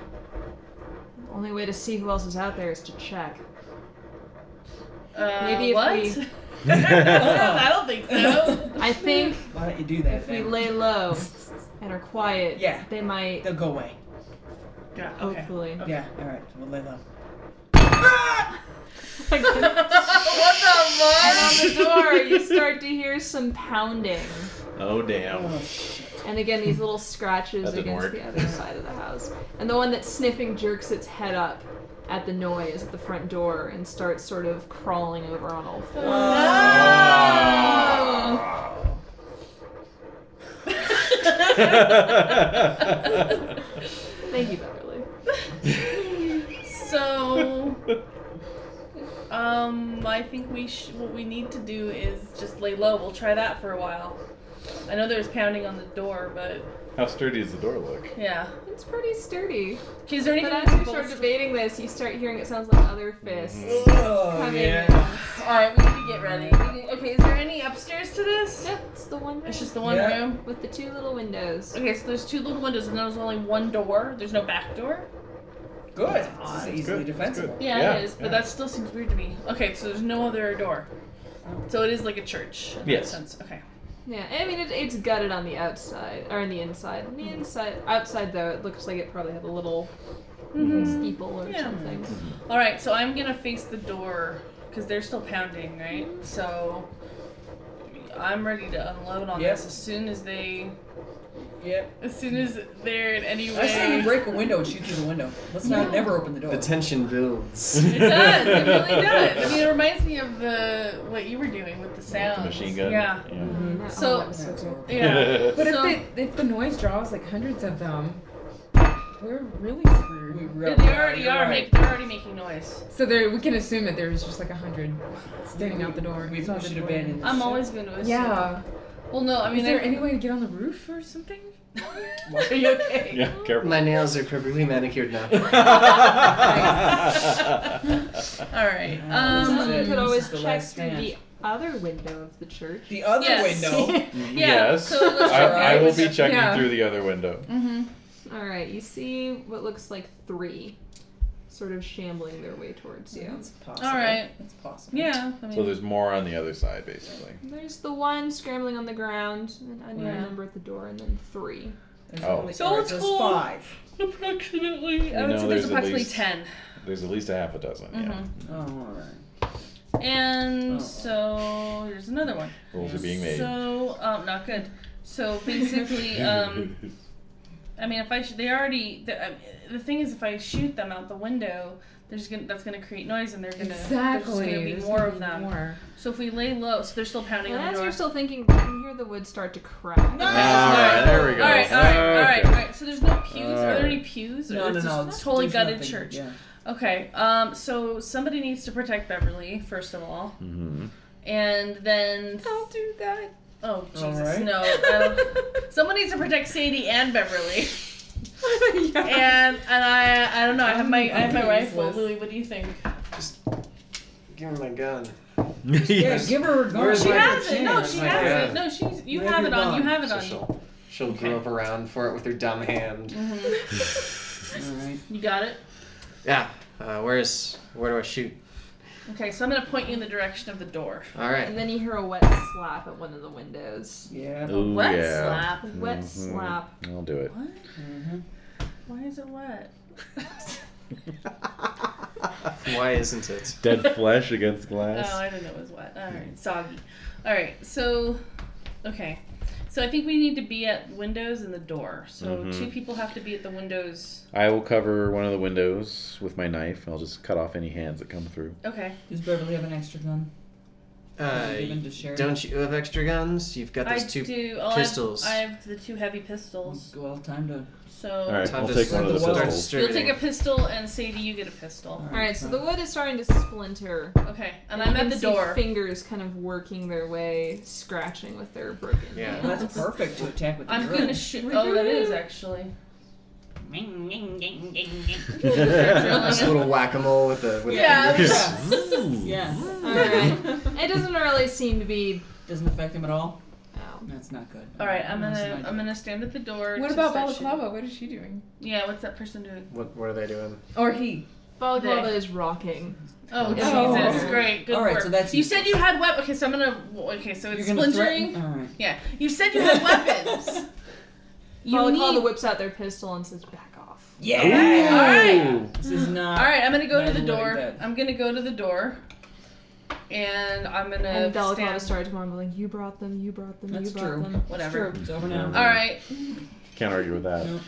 [SPEAKER 4] the only way to see who else is out there is to check.
[SPEAKER 2] Uh,
[SPEAKER 4] Maybe if
[SPEAKER 2] what?
[SPEAKER 4] we-
[SPEAKER 2] no, (laughs)
[SPEAKER 3] (laughs)
[SPEAKER 2] I don't think so. (laughs)
[SPEAKER 4] I think
[SPEAKER 5] Why don't you do that?
[SPEAKER 4] if we
[SPEAKER 5] then?
[SPEAKER 4] lay (laughs) low and are quiet,
[SPEAKER 5] Yeah.
[SPEAKER 4] they might
[SPEAKER 5] They'll go away.
[SPEAKER 2] Yeah. Okay.
[SPEAKER 4] (laughs) hopefully.
[SPEAKER 5] Yeah. All right. We'll lay low.
[SPEAKER 4] And on the door, you
[SPEAKER 2] (laughs)
[SPEAKER 4] start to hear some pounding.
[SPEAKER 10] Oh damn.
[SPEAKER 2] (laughs)
[SPEAKER 5] Oh, shit.
[SPEAKER 4] And again, these little scratches
[SPEAKER 10] That didn't
[SPEAKER 4] against
[SPEAKER 10] work.
[SPEAKER 4] the other side of the house. And the one that's sniffing jerks its head up at the noise at the front door and starts sort of crawling over on all fours.
[SPEAKER 2] Oh.
[SPEAKER 3] Oh.
[SPEAKER 4] Thank you, Beverly.
[SPEAKER 2] So, um, I think we sh- what we need to do is just lay low. We'll try that for a while. I know there's pounding on the door, but
[SPEAKER 10] How sturdy does the door look?
[SPEAKER 2] yeah.
[SPEAKER 4] It's pretty sturdy.
[SPEAKER 2] Okay, is there
[SPEAKER 4] But
[SPEAKER 2] anything
[SPEAKER 4] as you
[SPEAKER 2] we
[SPEAKER 4] start
[SPEAKER 2] can
[SPEAKER 4] debating this, you start hearing it sounds like other fists
[SPEAKER 10] Mm-hmm.
[SPEAKER 5] Oh,
[SPEAKER 4] coming.
[SPEAKER 5] yeah.
[SPEAKER 2] All right, we need to get ready. We need- okay, is there any upstairs to this?
[SPEAKER 4] Yep, it's the one
[SPEAKER 2] It's
[SPEAKER 4] room
[SPEAKER 2] just the one
[SPEAKER 5] Yeah.
[SPEAKER 2] room.
[SPEAKER 4] with the two little windows.
[SPEAKER 2] Okay, so there's two little windows, and there's only one door. There's no back door.
[SPEAKER 5] Good.
[SPEAKER 2] odd.
[SPEAKER 5] It's easily
[SPEAKER 10] good, that's
[SPEAKER 5] defensible.
[SPEAKER 2] Yeah,
[SPEAKER 10] Yeah,
[SPEAKER 2] it is, but
[SPEAKER 10] yeah.
[SPEAKER 2] that still seems weird to me. Okay, so there's no other door. So it is like a church. In
[SPEAKER 10] Yes.
[SPEAKER 2] That sense. Okay.
[SPEAKER 4] Yeah, I mean it, it's gutted on the outside or on the inside. On the inside, outside though, it looks like it probably had a little
[SPEAKER 6] Mm-hmm.
[SPEAKER 10] Mm-hmm.
[SPEAKER 4] steeple or
[SPEAKER 2] Yeah.
[SPEAKER 4] something.
[SPEAKER 2] All right, so I'm gonna face the door because they're still pounding, right? So I'm ready to unload on
[SPEAKER 5] Yep.
[SPEAKER 2] this as soon as they,
[SPEAKER 5] Yep.
[SPEAKER 2] as soon as they're in any
[SPEAKER 5] I say we
[SPEAKER 2] way.
[SPEAKER 5] break a window and shoot through the window. Let's not never open the door.
[SPEAKER 1] The tension
[SPEAKER 2] (laughs)
[SPEAKER 1] builds.
[SPEAKER 2] It does. It
[SPEAKER 5] (laughs)
[SPEAKER 2] really does. I mean, it reminds me of the what you were doing with the sound.
[SPEAKER 10] Machine gun.
[SPEAKER 2] Yeah.
[SPEAKER 4] Not all
[SPEAKER 2] So-
[SPEAKER 4] Oh, that was
[SPEAKER 5] Yeah, it's horrible.
[SPEAKER 2] Yeah.
[SPEAKER 10] (laughs)
[SPEAKER 6] But
[SPEAKER 2] So-
[SPEAKER 6] if, they, if the noise draws like hundreds of them, we're really
[SPEAKER 5] We
[SPEAKER 6] screwed.
[SPEAKER 5] re-
[SPEAKER 2] Yeah, they already
[SPEAKER 5] you're
[SPEAKER 2] are.
[SPEAKER 5] right.
[SPEAKER 2] Make, they're already making noise.
[SPEAKER 6] So there, we can assume that there's just like a hundred standing out the door.
[SPEAKER 5] We
[SPEAKER 6] It's not
[SPEAKER 5] should
[SPEAKER 6] the
[SPEAKER 5] have
[SPEAKER 6] door.
[SPEAKER 5] abandoned this.
[SPEAKER 2] I'm always going to assume.
[SPEAKER 6] Yeah.
[SPEAKER 2] Well, no, I mean,
[SPEAKER 6] Is there
[SPEAKER 2] I-
[SPEAKER 6] any way to get on the roof or something?
[SPEAKER 2] Are you okay?
[SPEAKER 10] Yeah, careful. (laughs)
[SPEAKER 1] My nails are perfectly manicured now.
[SPEAKER 2] (laughs) All right.
[SPEAKER 5] this
[SPEAKER 2] Um,
[SPEAKER 5] is it.
[SPEAKER 4] You could
[SPEAKER 5] This
[SPEAKER 4] always
[SPEAKER 5] is the
[SPEAKER 4] check
[SPEAKER 5] last
[SPEAKER 4] through the
[SPEAKER 5] stand.
[SPEAKER 4] other window of the church.
[SPEAKER 5] The other
[SPEAKER 2] Yes. (laughs)
[SPEAKER 5] window.
[SPEAKER 2] Yeah,
[SPEAKER 10] yes.
[SPEAKER 2] so let's
[SPEAKER 10] I,
[SPEAKER 5] try
[SPEAKER 10] I
[SPEAKER 5] it.
[SPEAKER 10] will be checking
[SPEAKER 6] Yeah.
[SPEAKER 10] through the other window.
[SPEAKER 2] um, mm-hmm,
[SPEAKER 4] All right, you see what looks like three, sort of shambling their way towards you.
[SPEAKER 5] It's possible.
[SPEAKER 2] All right.
[SPEAKER 5] It's possible.
[SPEAKER 2] yeah. I
[SPEAKER 10] So
[SPEAKER 2] mean,
[SPEAKER 10] there's more on the other side, basically.
[SPEAKER 4] There's the one scrambling on the ground, and then I
[SPEAKER 2] Yeah.
[SPEAKER 4] number at the door, and then three.
[SPEAKER 5] There's
[SPEAKER 10] Oh.
[SPEAKER 5] only
[SPEAKER 2] So
[SPEAKER 5] all right,
[SPEAKER 2] it's
[SPEAKER 5] there's
[SPEAKER 2] cool.
[SPEAKER 5] five.
[SPEAKER 2] approximately. I
[SPEAKER 10] You
[SPEAKER 2] would
[SPEAKER 10] know
[SPEAKER 2] say there's
[SPEAKER 10] there's at
[SPEAKER 2] approximately
[SPEAKER 10] least-
[SPEAKER 2] ten.
[SPEAKER 10] There's at least a half a dozen. Yeah.
[SPEAKER 2] Mm-hmm.
[SPEAKER 5] Oh, all right.
[SPEAKER 2] And
[SPEAKER 5] Oh.
[SPEAKER 2] so here's another one. um,
[SPEAKER 10] (laughs)
[SPEAKER 2] oh,
[SPEAKER 10] Rules are being made.
[SPEAKER 2] So um, not good. So basically, um, I mean, if I should, they already. The, uh, the thing is, if I shoot them out the window, there's gonna that's gonna create noise, and they're gonna
[SPEAKER 6] Exactly.
[SPEAKER 2] There's gonna be
[SPEAKER 6] There's
[SPEAKER 2] more
[SPEAKER 6] gonna
[SPEAKER 2] of
[SPEAKER 6] be
[SPEAKER 2] them. (laughs)
[SPEAKER 6] more.
[SPEAKER 2] So if we lay low, so they're still pounding
[SPEAKER 4] And
[SPEAKER 2] on
[SPEAKER 4] as
[SPEAKER 2] the door.
[SPEAKER 4] you're still thinking, you can hear the wood start to crack.
[SPEAKER 2] No, no,
[SPEAKER 3] All
[SPEAKER 2] no, no,
[SPEAKER 3] right,
[SPEAKER 2] no.
[SPEAKER 3] there we go.
[SPEAKER 2] All right, all right, all right,
[SPEAKER 3] Okay.
[SPEAKER 2] all right. So there's no pews.
[SPEAKER 3] All
[SPEAKER 2] Are there any
[SPEAKER 3] right.
[SPEAKER 2] pews? Or
[SPEAKER 5] No, no,
[SPEAKER 2] it's
[SPEAKER 5] no.
[SPEAKER 2] just
[SPEAKER 5] It's
[SPEAKER 2] totally
[SPEAKER 5] there's
[SPEAKER 2] gutted
[SPEAKER 5] nothing,
[SPEAKER 2] church.
[SPEAKER 5] Yeah.
[SPEAKER 2] Okay. Um. So somebody needs to protect Beverly first of all,
[SPEAKER 3] Mm-hmm.
[SPEAKER 2] and then
[SPEAKER 4] Don't do that. (laughs)
[SPEAKER 2] oh
[SPEAKER 4] Oh,
[SPEAKER 2] Jesus,
[SPEAKER 5] right.
[SPEAKER 2] no. I don't- Someone needs to protect Sadie and Beverly.
[SPEAKER 4] (laughs) yeah.
[SPEAKER 2] And and I I don't know. I have my I have my
[SPEAKER 5] I'm
[SPEAKER 2] rifle.
[SPEAKER 5] useless.
[SPEAKER 2] Louis, what do you think?
[SPEAKER 1] Give her my gun.
[SPEAKER 5] Yeah, give her a guard.
[SPEAKER 1] Where's
[SPEAKER 5] She
[SPEAKER 1] my-
[SPEAKER 5] has it.
[SPEAKER 2] it. No,
[SPEAKER 1] Where's
[SPEAKER 2] she
[SPEAKER 1] my
[SPEAKER 2] has
[SPEAKER 1] gun?
[SPEAKER 2] it. No, she's you
[SPEAKER 5] Where's
[SPEAKER 2] have
[SPEAKER 5] your
[SPEAKER 2] it on. You Mm.
[SPEAKER 5] gun?
[SPEAKER 2] have it
[SPEAKER 1] So
[SPEAKER 2] on.
[SPEAKER 1] she'll she'll grope around for it with her dumb hand.
[SPEAKER 5] All right.
[SPEAKER 2] You got it.
[SPEAKER 1] Yeah. Uh, where's where do I shoot?
[SPEAKER 2] Okay, so I'm gonna point you in the direction of the door.
[SPEAKER 1] All right.
[SPEAKER 4] And then you hear a wet slap at one of the windows.
[SPEAKER 5] Yeah.
[SPEAKER 3] Ooh,
[SPEAKER 2] Wet
[SPEAKER 3] yeah.
[SPEAKER 2] slap.
[SPEAKER 4] Wet
[SPEAKER 3] Mhm.
[SPEAKER 4] slap.
[SPEAKER 3] I'll do it.
[SPEAKER 2] What? Why is it wet?
[SPEAKER 1] Why isn't it?
[SPEAKER 3] Dead flesh against
[SPEAKER 2] Oh,
[SPEAKER 3] glass.
[SPEAKER 2] I didn't know it was wet. All
[SPEAKER 1] Mm.
[SPEAKER 2] right, soggy. All right, so okay, so I think we need to be at windows and the door. So
[SPEAKER 1] Mm-hmm.
[SPEAKER 3] Mhm.
[SPEAKER 2] two people have to be at the windows.
[SPEAKER 3] I will cover one of the windows with my knife. I'll just cut off any hands that come through.
[SPEAKER 2] Okay.
[SPEAKER 5] Does Beverly have an extra gun?
[SPEAKER 1] Uh,
[SPEAKER 5] Given to Sherry?
[SPEAKER 1] don't you have extra guns? You've got
[SPEAKER 2] I
[SPEAKER 1] those two.
[SPEAKER 2] do. I'll
[SPEAKER 1] pistols. Mm.
[SPEAKER 2] Have, I have the two heavy pistols.
[SPEAKER 5] Well, time to.
[SPEAKER 2] So
[SPEAKER 3] All right,
[SPEAKER 1] Time
[SPEAKER 3] I'll
[SPEAKER 1] to
[SPEAKER 3] take one of the
[SPEAKER 5] start the
[SPEAKER 3] pistols.
[SPEAKER 2] you'll take a
[SPEAKER 1] distributing.
[SPEAKER 2] pistol, and Sadie, you get a pistol.
[SPEAKER 4] Alright, so the wood is starting to splinter.
[SPEAKER 2] Okay, and,
[SPEAKER 4] you
[SPEAKER 2] I'm
[SPEAKER 4] can
[SPEAKER 2] at the
[SPEAKER 4] see
[SPEAKER 2] door.
[SPEAKER 4] Fingers kind of working their way, scratching with their broken.
[SPEAKER 1] Yeah.
[SPEAKER 5] Well, that's perfect to attack with the
[SPEAKER 2] I'm
[SPEAKER 5] gun.
[SPEAKER 2] gonna shoot. Oh, that is actually.
[SPEAKER 1] Just (laughs)
[SPEAKER 2] (laughs)
[SPEAKER 1] a little whack-a-mole with the with
[SPEAKER 2] Yeah,
[SPEAKER 1] the fingers.
[SPEAKER 5] yeah. Yeah.
[SPEAKER 4] All right. It doesn't really seem to be.
[SPEAKER 5] Doesn't affect him at all.
[SPEAKER 4] Oh.
[SPEAKER 5] That's not good.
[SPEAKER 2] All right, I'm
[SPEAKER 5] That's
[SPEAKER 2] gonna
[SPEAKER 5] not
[SPEAKER 2] I'm
[SPEAKER 5] good.
[SPEAKER 2] gonna stand at the door.
[SPEAKER 6] What
[SPEAKER 2] to
[SPEAKER 6] about
[SPEAKER 2] start shooting.
[SPEAKER 6] Balaclava? What is she doing?
[SPEAKER 2] Yeah, what's that person doing?
[SPEAKER 1] What what are they doing?
[SPEAKER 5] Or he.
[SPEAKER 4] Balaclava is rocking.
[SPEAKER 2] Oh,
[SPEAKER 5] Okay.
[SPEAKER 2] Jesus!
[SPEAKER 5] Oh.
[SPEAKER 2] Great, good
[SPEAKER 5] All right,
[SPEAKER 2] work.
[SPEAKER 5] so that's
[SPEAKER 2] you said you
[SPEAKER 5] useless.
[SPEAKER 2] had weapons. Okay, so I'm gonna. Okay, so it's
[SPEAKER 5] You're gonna
[SPEAKER 2] splintering.
[SPEAKER 5] threaten. All right.
[SPEAKER 2] Yeah, you said you had
[SPEAKER 5] (laughs)
[SPEAKER 2] weapons. you need.
[SPEAKER 4] Balaclava
[SPEAKER 2] All
[SPEAKER 4] whips out their pistol and says, "Back off."
[SPEAKER 5] Yeah.
[SPEAKER 2] right,
[SPEAKER 5] This is not.
[SPEAKER 2] all right. I'm gonna go to
[SPEAKER 5] Imagine
[SPEAKER 2] the door.
[SPEAKER 5] doing that.
[SPEAKER 2] I'm gonna go to the door, and I'm gonna
[SPEAKER 4] And Balaclava
[SPEAKER 2] stand.
[SPEAKER 4] starts mumbling, "You brought them. You brought them.
[SPEAKER 5] That's
[SPEAKER 4] you brought
[SPEAKER 5] true.
[SPEAKER 4] them."
[SPEAKER 2] Whatever.
[SPEAKER 5] It's over now.
[SPEAKER 2] All right.
[SPEAKER 3] Can't argue with that.
[SPEAKER 5] No.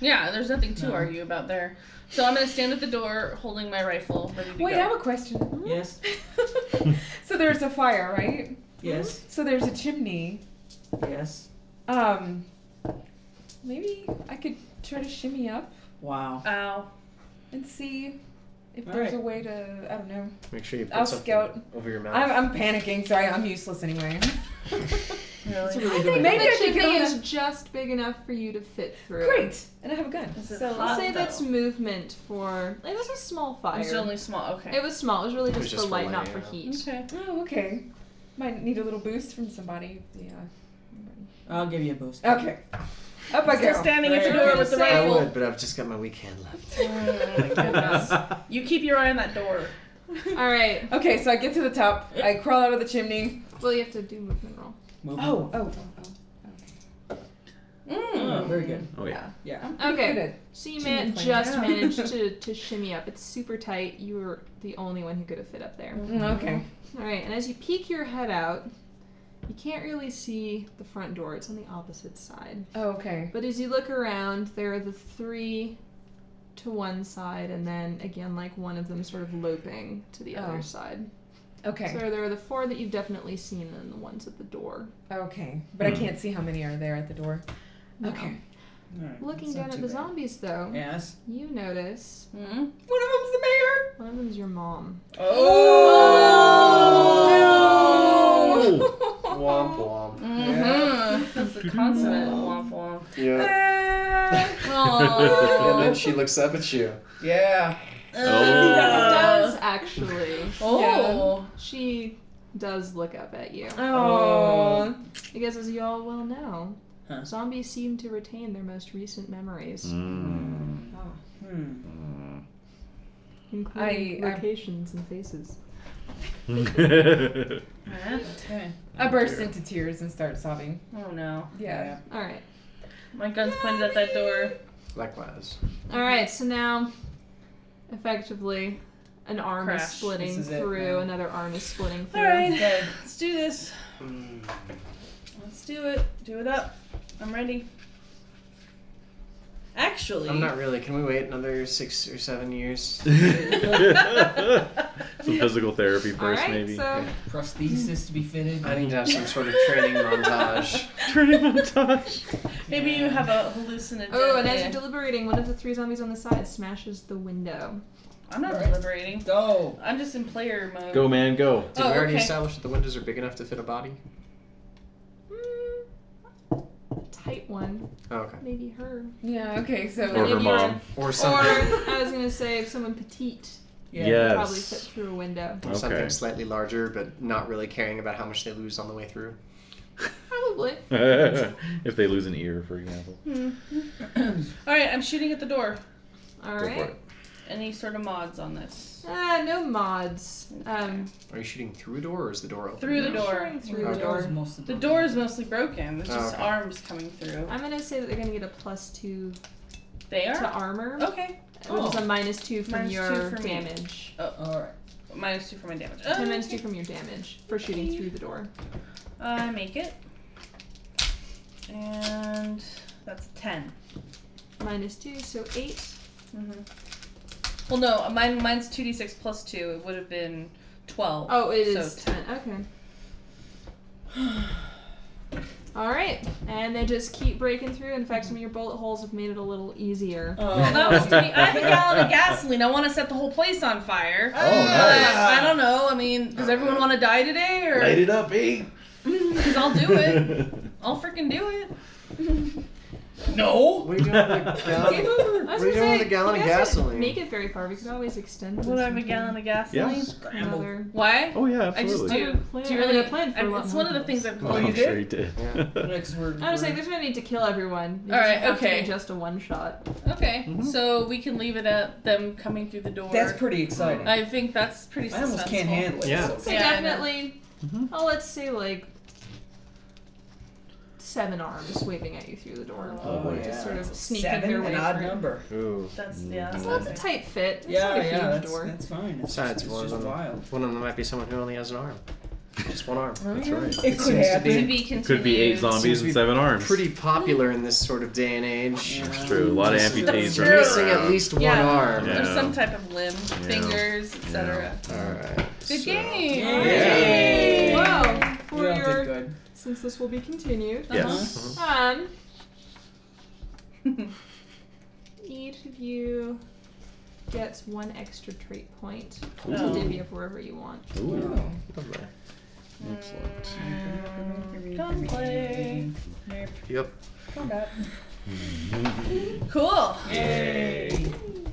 [SPEAKER 2] Yeah, there's nothing to
[SPEAKER 5] No.
[SPEAKER 2] argue about there. So I'm gonna stand at the door, holding my rifle, ready to
[SPEAKER 6] Wait,
[SPEAKER 2] go.
[SPEAKER 6] I have a question.
[SPEAKER 5] Yes.
[SPEAKER 6] (laughs) so there's a fire, right?
[SPEAKER 5] Yes.
[SPEAKER 6] So there's a chimney.
[SPEAKER 5] Yes.
[SPEAKER 6] Um, maybe I could try to shimmy up
[SPEAKER 5] Wow.
[SPEAKER 2] Ow.
[SPEAKER 6] and see if
[SPEAKER 5] All
[SPEAKER 6] there's
[SPEAKER 5] right.
[SPEAKER 6] a way to. I don't know.
[SPEAKER 1] Make sure you put
[SPEAKER 6] I'll
[SPEAKER 1] something
[SPEAKER 6] scout.
[SPEAKER 1] over your mouth.
[SPEAKER 6] I'm, I'm panicking. Sorry, I'm useless anyway.
[SPEAKER 5] That's
[SPEAKER 2] Really?
[SPEAKER 5] a really
[SPEAKER 6] I
[SPEAKER 5] good
[SPEAKER 6] think
[SPEAKER 5] idea.
[SPEAKER 6] maybe I
[SPEAKER 4] The
[SPEAKER 6] could
[SPEAKER 4] chimney
[SPEAKER 6] get
[SPEAKER 4] is
[SPEAKER 6] on
[SPEAKER 4] just big enough for you to fit
[SPEAKER 6] a...
[SPEAKER 4] through.
[SPEAKER 6] (laughs) Great, and I have a gun.
[SPEAKER 2] Is it
[SPEAKER 6] So
[SPEAKER 2] hot?
[SPEAKER 4] I'll say
[SPEAKER 2] though.
[SPEAKER 4] that's movement for. It was a small fire.
[SPEAKER 2] It's only small.
[SPEAKER 4] It
[SPEAKER 2] Okay.
[SPEAKER 4] was small. It was really
[SPEAKER 1] It
[SPEAKER 4] just,
[SPEAKER 1] was just
[SPEAKER 4] for
[SPEAKER 1] for
[SPEAKER 4] light, not
[SPEAKER 1] light,
[SPEAKER 4] for
[SPEAKER 1] yeah.
[SPEAKER 4] heat.
[SPEAKER 2] Okay.
[SPEAKER 6] Oh, okay. Might need a little boost from somebody. Yeah.
[SPEAKER 5] I'll give you a boost.
[SPEAKER 6] Okay. Up I
[SPEAKER 2] Still
[SPEAKER 6] go.
[SPEAKER 2] standing at the
[SPEAKER 5] Right.
[SPEAKER 2] door with the
[SPEAKER 1] I
[SPEAKER 2] rifle.
[SPEAKER 1] would, but I've just got my weak hand left.
[SPEAKER 2] Oh my
[SPEAKER 6] (laughs)
[SPEAKER 2] goodness. You keep your eye on that door.
[SPEAKER 4] All right.
[SPEAKER 6] Okay, so I get to the top. I crawl out of the chimney.
[SPEAKER 4] Well, you have to do movement roll.
[SPEAKER 5] Move on.
[SPEAKER 6] Oh, oh, oh,
[SPEAKER 5] Oh,
[SPEAKER 2] Mm.
[SPEAKER 5] very good.
[SPEAKER 3] Oh yeah.
[SPEAKER 5] Yeah.
[SPEAKER 6] oh.
[SPEAKER 4] Okay.
[SPEAKER 6] Good.
[SPEAKER 4] So you
[SPEAKER 6] Didn't
[SPEAKER 4] man-
[SPEAKER 6] plan
[SPEAKER 4] just
[SPEAKER 6] it out.
[SPEAKER 4] managed to,
[SPEAKER 6] (laughs)
[SPEAKER 4] to shimmy up. It's super tight. You were the only one who could have fit up there.
[SPEAKER 6] Mm, Okay.
[SPEAKER 4] All right, and as you peek your head out, you can't really see the front door. It's on the opposite side.
[SPEAKER 6] Oh, okay.
[SPEAKER 4] But as you look around, there are the three to one side, and then again, like one of them sort of loping to the
[SPEAKER 6] Oh.
[SPEAKER 4] other side.
[SPEAKER 6] Okay.
[SPEAKER 4] So there are the four that you've definitely seen, and the ones at the door.
[SPEAKER 6] Okay. But I can't see how many are there at the door.
[SPEAKER 4] No.
[SPEAKER 6] (laughs) Okay.
[SPEAKER 5] All right.
[SPEAKER 4] Looking
[SPEAKER 5] That's
[SPEAKER 4] down
[SPEAKER 5] not
[SPEAKER 4] at the
[SPEAKER 5] too bad.
[SPEAKER 4] zombies, though,
[SPEAKER 5] Yes.
[SPEAKER 4] you notice
[SPEAKER 2] Mm.
[SPEAKER 6] One of them's the mayor.
[SPEAKER 4] one of them's your mom.
[SPEAKER 2] Oh!
[SPEAKER 5] Oh.
[SPEAKER 2] (laughs)
[SPEAKER 1] Womp womp.
[SPEAKER 2] Mhm. That's the consummate womp womp.
[SPEAKER 1] Yeah. And
[SPEAKER 4] Oh,
[SPEAKER 1] then she looks up at you.
[SPEAKER 5] Yeah. Uh.
[SPEAKER 2] Oh.
[SPEAKER 4] does actually.
[SPEAKER 2] Oh.
[SPEAKER 4] She does look up at you.
[SPEAKER 6] Oh.
[SPEAKER 4] Because as you all well know,
[SPEAKER 5] Huh.
[SPEAKER 4] zombies seem to retain their most recent
[SPEAKER 2] (laughs)
[SPEAKER 4] memories,
[SPEAKER 3] Mm.
[SPEAKER 5] Hmm.
[SPEAKER 4] including
[SPEAKER 6] I- I-
[SPEAKER 4] locations and faces.
[SPEAKER 2] Eh?
[SPEAKER 5] Okay.
[SPEAKER 6] I burst into tears and start sobbing.
[SPEAKER 2] Oh no.
[SPEAKER 6] Yeah.
[SPEAKER 4] All right.
[SPEAKER 2] My gun's pointed at that door.
[SPEAKER 1] Likewise.
[SPEAKER 4] All right. So now, effectively, an arm is
[SPEAKER 2] Crash.
[SPEAKER 4] splitting
[SPEAKER 5] This is it,
[SPEAKER 4] through.
[SPEAKER 5] man.
[SPEAKER 4] another arm is splitting through.
[SPEAKER 2] All right.
[SPEAKER 5] Good.
[SPEAKER 2] Let's do this. Let's do it. Do it up. I'm ready.
[SPEAKER 14] Actually,
[SPEAKER 2] (laughs)
[SPEAKER 1] I'm not really. Can we wait another six or seven years?
[SPEAKER 3] Some physical therapy first, maybe. (laughs)
[SPEAKER 5] Prosthesis to be fitted.
[SPEAKER 1] I need to have some sort of training
[SPEAKER 2] (laughs)
[SPEAKER 1] montage.
[SPEAKER 3] Training montage.
[SPEAKER 2] Maybe you have a hallucinogen.
[SPEAKER 4] Oh, and as you're deliberating, one of the three zombies on the side smashes the window.
[SPEAKER 2] I'm not deliberating.
[SPEAKER 5] Go.
[SPEAKER 2] I'm just in player mode.
[SPEAKER 3] Go, man, go.
[SPEAKER 1] Did
[SPEAKER 2] Oh,
[SPEAKER 1] we already
[SPEAKER 2] okay.
[SPEAKER 1] establish that the windows are big enough to fit a body?
[SPEAKER 4] Hmm. Tight one.
[SPEAKER 1] Oh, okay.
[SPEAKER 4] Maybe her.
[SPEAKER 6] Yeah, okay, so.
[SPEAKER 3] Or her
[SPEAKER 4] Maybe you're-
[SPEAKER 3] mom.
[SPEAKER 1] Or something.
[SPEAKER 4] Or I was gonna say if someone petite.
[SPEAKER 5] Yeah.
[SPEAKER 4] would
[SPEAKER 3] Yes.
[SPEAKER 4] Probably fit through a window.
[SPEAKER 1] Or
[SPEAKER 3] Okay.
[SPEAKER 1] something slightly larger, but not really caring about how much they lose on the way through.
[SPEAKER 4] Probably.
[SPEAKER 3] (laughs) if they lose an ear, for example.
[SPEAKER 2] All right, I'm shooting at the door.
[SPEAKER 4] All
[SPEAKER 1] Go for
[SPEAKER 4] right.
[SPEAKER 1] it.
[SPEAKER 2] Any sort of mods on this?
[SPEAKER 4] Ah, no mods. Um,
[SPEAKER 1] Are you shooting through a door or is the door open?
[SPEAKER 2] Through the door.
[SPEAKER 4] shooting through the
[SPEAKER 1] Okay.
[SPEAKER 4] door.
[SPEAKER 2] The door is mostly broken. There's
[SPEAKER 1] Oh,
[SPEAKER 2] just
[SPEAKER 1] okay.
[SPEAKER 2] arms coming through.
[SPEAKER 4] I'm gonna say that they're gonna get a plus two
[SPEAKER 2] They
[SPEAKER 4] to
[SPEAKER 2] are
[SPEAKER 4] armor,
[SPEAKER 2] okay.
[SPEAKER 4] which is a minus two from
[SPEAKER 2] Oh, Minus two
[SPEAKER 4] your
[SPEAKER 2] for me.
[SPEAKER 4] damage.
[SPEAKER 5] All right.
[SPEAKER 2] Minus two for my damage.
[SPEAKER 4] Ten
[SPEAKER 2] Oh,
[SPEAKER 4] minus
[SPEAKER 2] okay.
[SPEAKER 4] two from your damage for shooting through the door.
[SPEAKER 2] I make it, and that's ten.
[SPEAKER 4] Minus two, so eight.
[SPEAKER 2] Mm-hmm. Well, no, uh, mine mine's two d six plus two. It would have been twelve.
[SPEAKER 4] Oh, it
[SPEAKER 2] so
[SPEAKER 4] is ten. Okay. (sighs) All right, and they just keep breaking through. In fact, some of your bullet holes have made it a little easier.
[SPEAKER 5] Oh.
[SPEAKER 2] That was me. I haven't got all the gasoline. I want to set the whole place on fire. Uh,
[SPEAKER 5] Oh,
[SPEAKER 3] nice.
[SPEAKER 2] I don't know. I mean, does everyone want to die today, or? (laughs)
[SPEAKER 3] it up, eh?
[SPEAKER 2] Because I'll do
[SPEAKER 3] (laughs)
[SPEAKER 2] it. I'll freaking do it.
[SPEAKER 5] No. (laughs)
[SPEAKER 1] What are you doing with a
[SPEAKER 4] Game
[SPEAKER 1] gallon?
[SPEAKER 4] over.
[SPEAKER 1] What are you doing with a gallon of gasoline?
[SPEAKER 4] Make it very far. We could always extend.
[SPEAKER 2] Would I have a
[SPEAKER 4] something.
[SPEAKER 2] gallon of gasoline?
[SPEAKER 3] yes.
[SPEAKER 5] Scrambled.
[SPEAKER 4] Another-
[SPEAKER 2] Why?
[SPEAKER 3] Oh yeah,
[SPEAKER 2] I just
[SPEAKER 3] absolutely.
[SPEAKER 4] I
[SPEAKER 2] do.
[SPEAKER 4] didn't plan-
[SPEAKER 2] do you
[SPEAKER 4] I
[SPEAKER 2] really
[SPEAKER 4] didn't plan for a
[SPEAKER 2] I-
[SPEAKER 4] lot
[SPEAKER 2] It's
[SPEAKER 4] more
[SPEAKER 2] one of the
[SPEAKER 4] than
[SPEAKER 2] things
[SPEAKER 4] this.
[SPEAKER 2] I've.
[SPEAKER 5] Oh,
[SPEAKER 3] I'm
[SPEAKER 5] you
[SPEAKER 3] sure
[SPEAKER 5] did?
[SPEAKER 3] he did. (laughs)
[SPEAKER 1] Yeah.
[SPEAKER 5] Next word.
[SPEAKER 4] I was like, there's no need to kill everyone. You
[SPEAKER 2] All
[SPEAKER 4] just
[SPEAKER 2] right,
[SPEAKER 4] have to
[SPEAKER 2] okay.
[SPEAKER 4] do Just a one shot.
[SPEAKER 2] Okay, so we can leave it at them coming through the door.
[SPEAKER 5] That's pretty exciting. I,
[SPEAKER 2] I think that's pretty. Suspenseful.
[SPEAKER 5] almost can't handle it.
[SPEAKER 1] Yeah.
[SPEAKER 4] So
[SPEAKER 2] Yeah, I know.
[SPEAKER 4] definitely.
[SPEAKER 1] Mm-hmm.
[SPEAKER 4] Oh, let's say like seven arms waving at you through the door.
[SPEAKER 5] Oh,
[SPEAKER 3] yeah.
[SPEAKER 4] Just sort of sneaking
[SPEAKER 5] Seven,
[SPEAKER 4] their
[SPEAKER 5] an
[SPEAKER 4] way
[SPEAKER 5] odd
[SPEAKER 4] through.
[SPEAKER 5] number.
[SPEAKER 1] Ooh.
[SPEAKER 2] That's yeah. That's
[SPEAKER 4] It's not a
[SPEAKER 2] not
[SPEAKER 4] tight fit. It's
[SPEAKER 5] yeah,
[SPEAKER 4] not a huge
[SPEAKER 5] yeah, that's,
[SPEAKER 4] door.
[SPEAKER 5] that's fine. It's
[SPEAKER 1] Besides,
[SPEAKER 5] just,
[SPEAKER 1] one
[SPEAKER 5] it's
[SPEAKER 1] of
[SPEAKER 5] just
[SPEAKER 1] them.
[SPEAKER 5] wild.
[SPEAKER 1] One of them might be someone who only has an arm. Just one arm.
[SPEAKER 3] That's right.
[SPEAKER 5] Oh, It could
[SPEAKER 1] seems to
[SPEAKER 5] happen.
[SPEAKER 2] to be continued.
[SPEAKER 3] Could be eight zombies
[SPEAKER 1] Seems
[SPEAKER 3] and
[SPEAKER 1] to be
[SPEAKER 3] seven arms.
[SPEAKER 1] Pretty popular in this sort of day and age.
[SPEAKER 3] That's true. A lot of amputees
[SPEAKER 2] That's
[SPEAKER 3] running
[SPEAKER 1] Missing
[SPEAKER 3] around.
[SPEAKER 1] at least one
[SPEAKER 2] Yeah.
[SPEAKER 1] arm.
[SPEAKER 2] Or
[SPEAKER 3] Yeah.
[SPEAKER 2] some type of limb,
[SPEAKER 3] Yeah.
[SPEAKER 2] fingers, etc.
[SPEAKER 1] Alright.
[SPEAKER 2] Good
[SPEAKER 1] so-
[SPEAKER 2] game.
[SPEAKER 5] Yay.
[SPEAKER 4] Wow. For
[SPEAKER 5] We all
[SPEAKER 4] your,
[SPEAKER 5] did good.
[SPEAKER 4] since this will be continued.
[SPEAKER 3] Yes.
[SPEAKER 4] Um. (laughs) each of you gets one extra trait point to
[SPEAKER 3] Oh.
[SPEAKER 2] Ooh.
[SPEAKER 4] divvy up wherever you want.
[SPEAKER 3] Ooh.
[SPEAKER 5] Wow.
[SPEAKER 1] Lovely. Excellent.
[SPEAKER 2] Come play.
[SPEAKER 1] Yep.
[SPEAKER 5] Come back.
[SPEAKER 2] Cool.
[SPEAKER 5] Yay.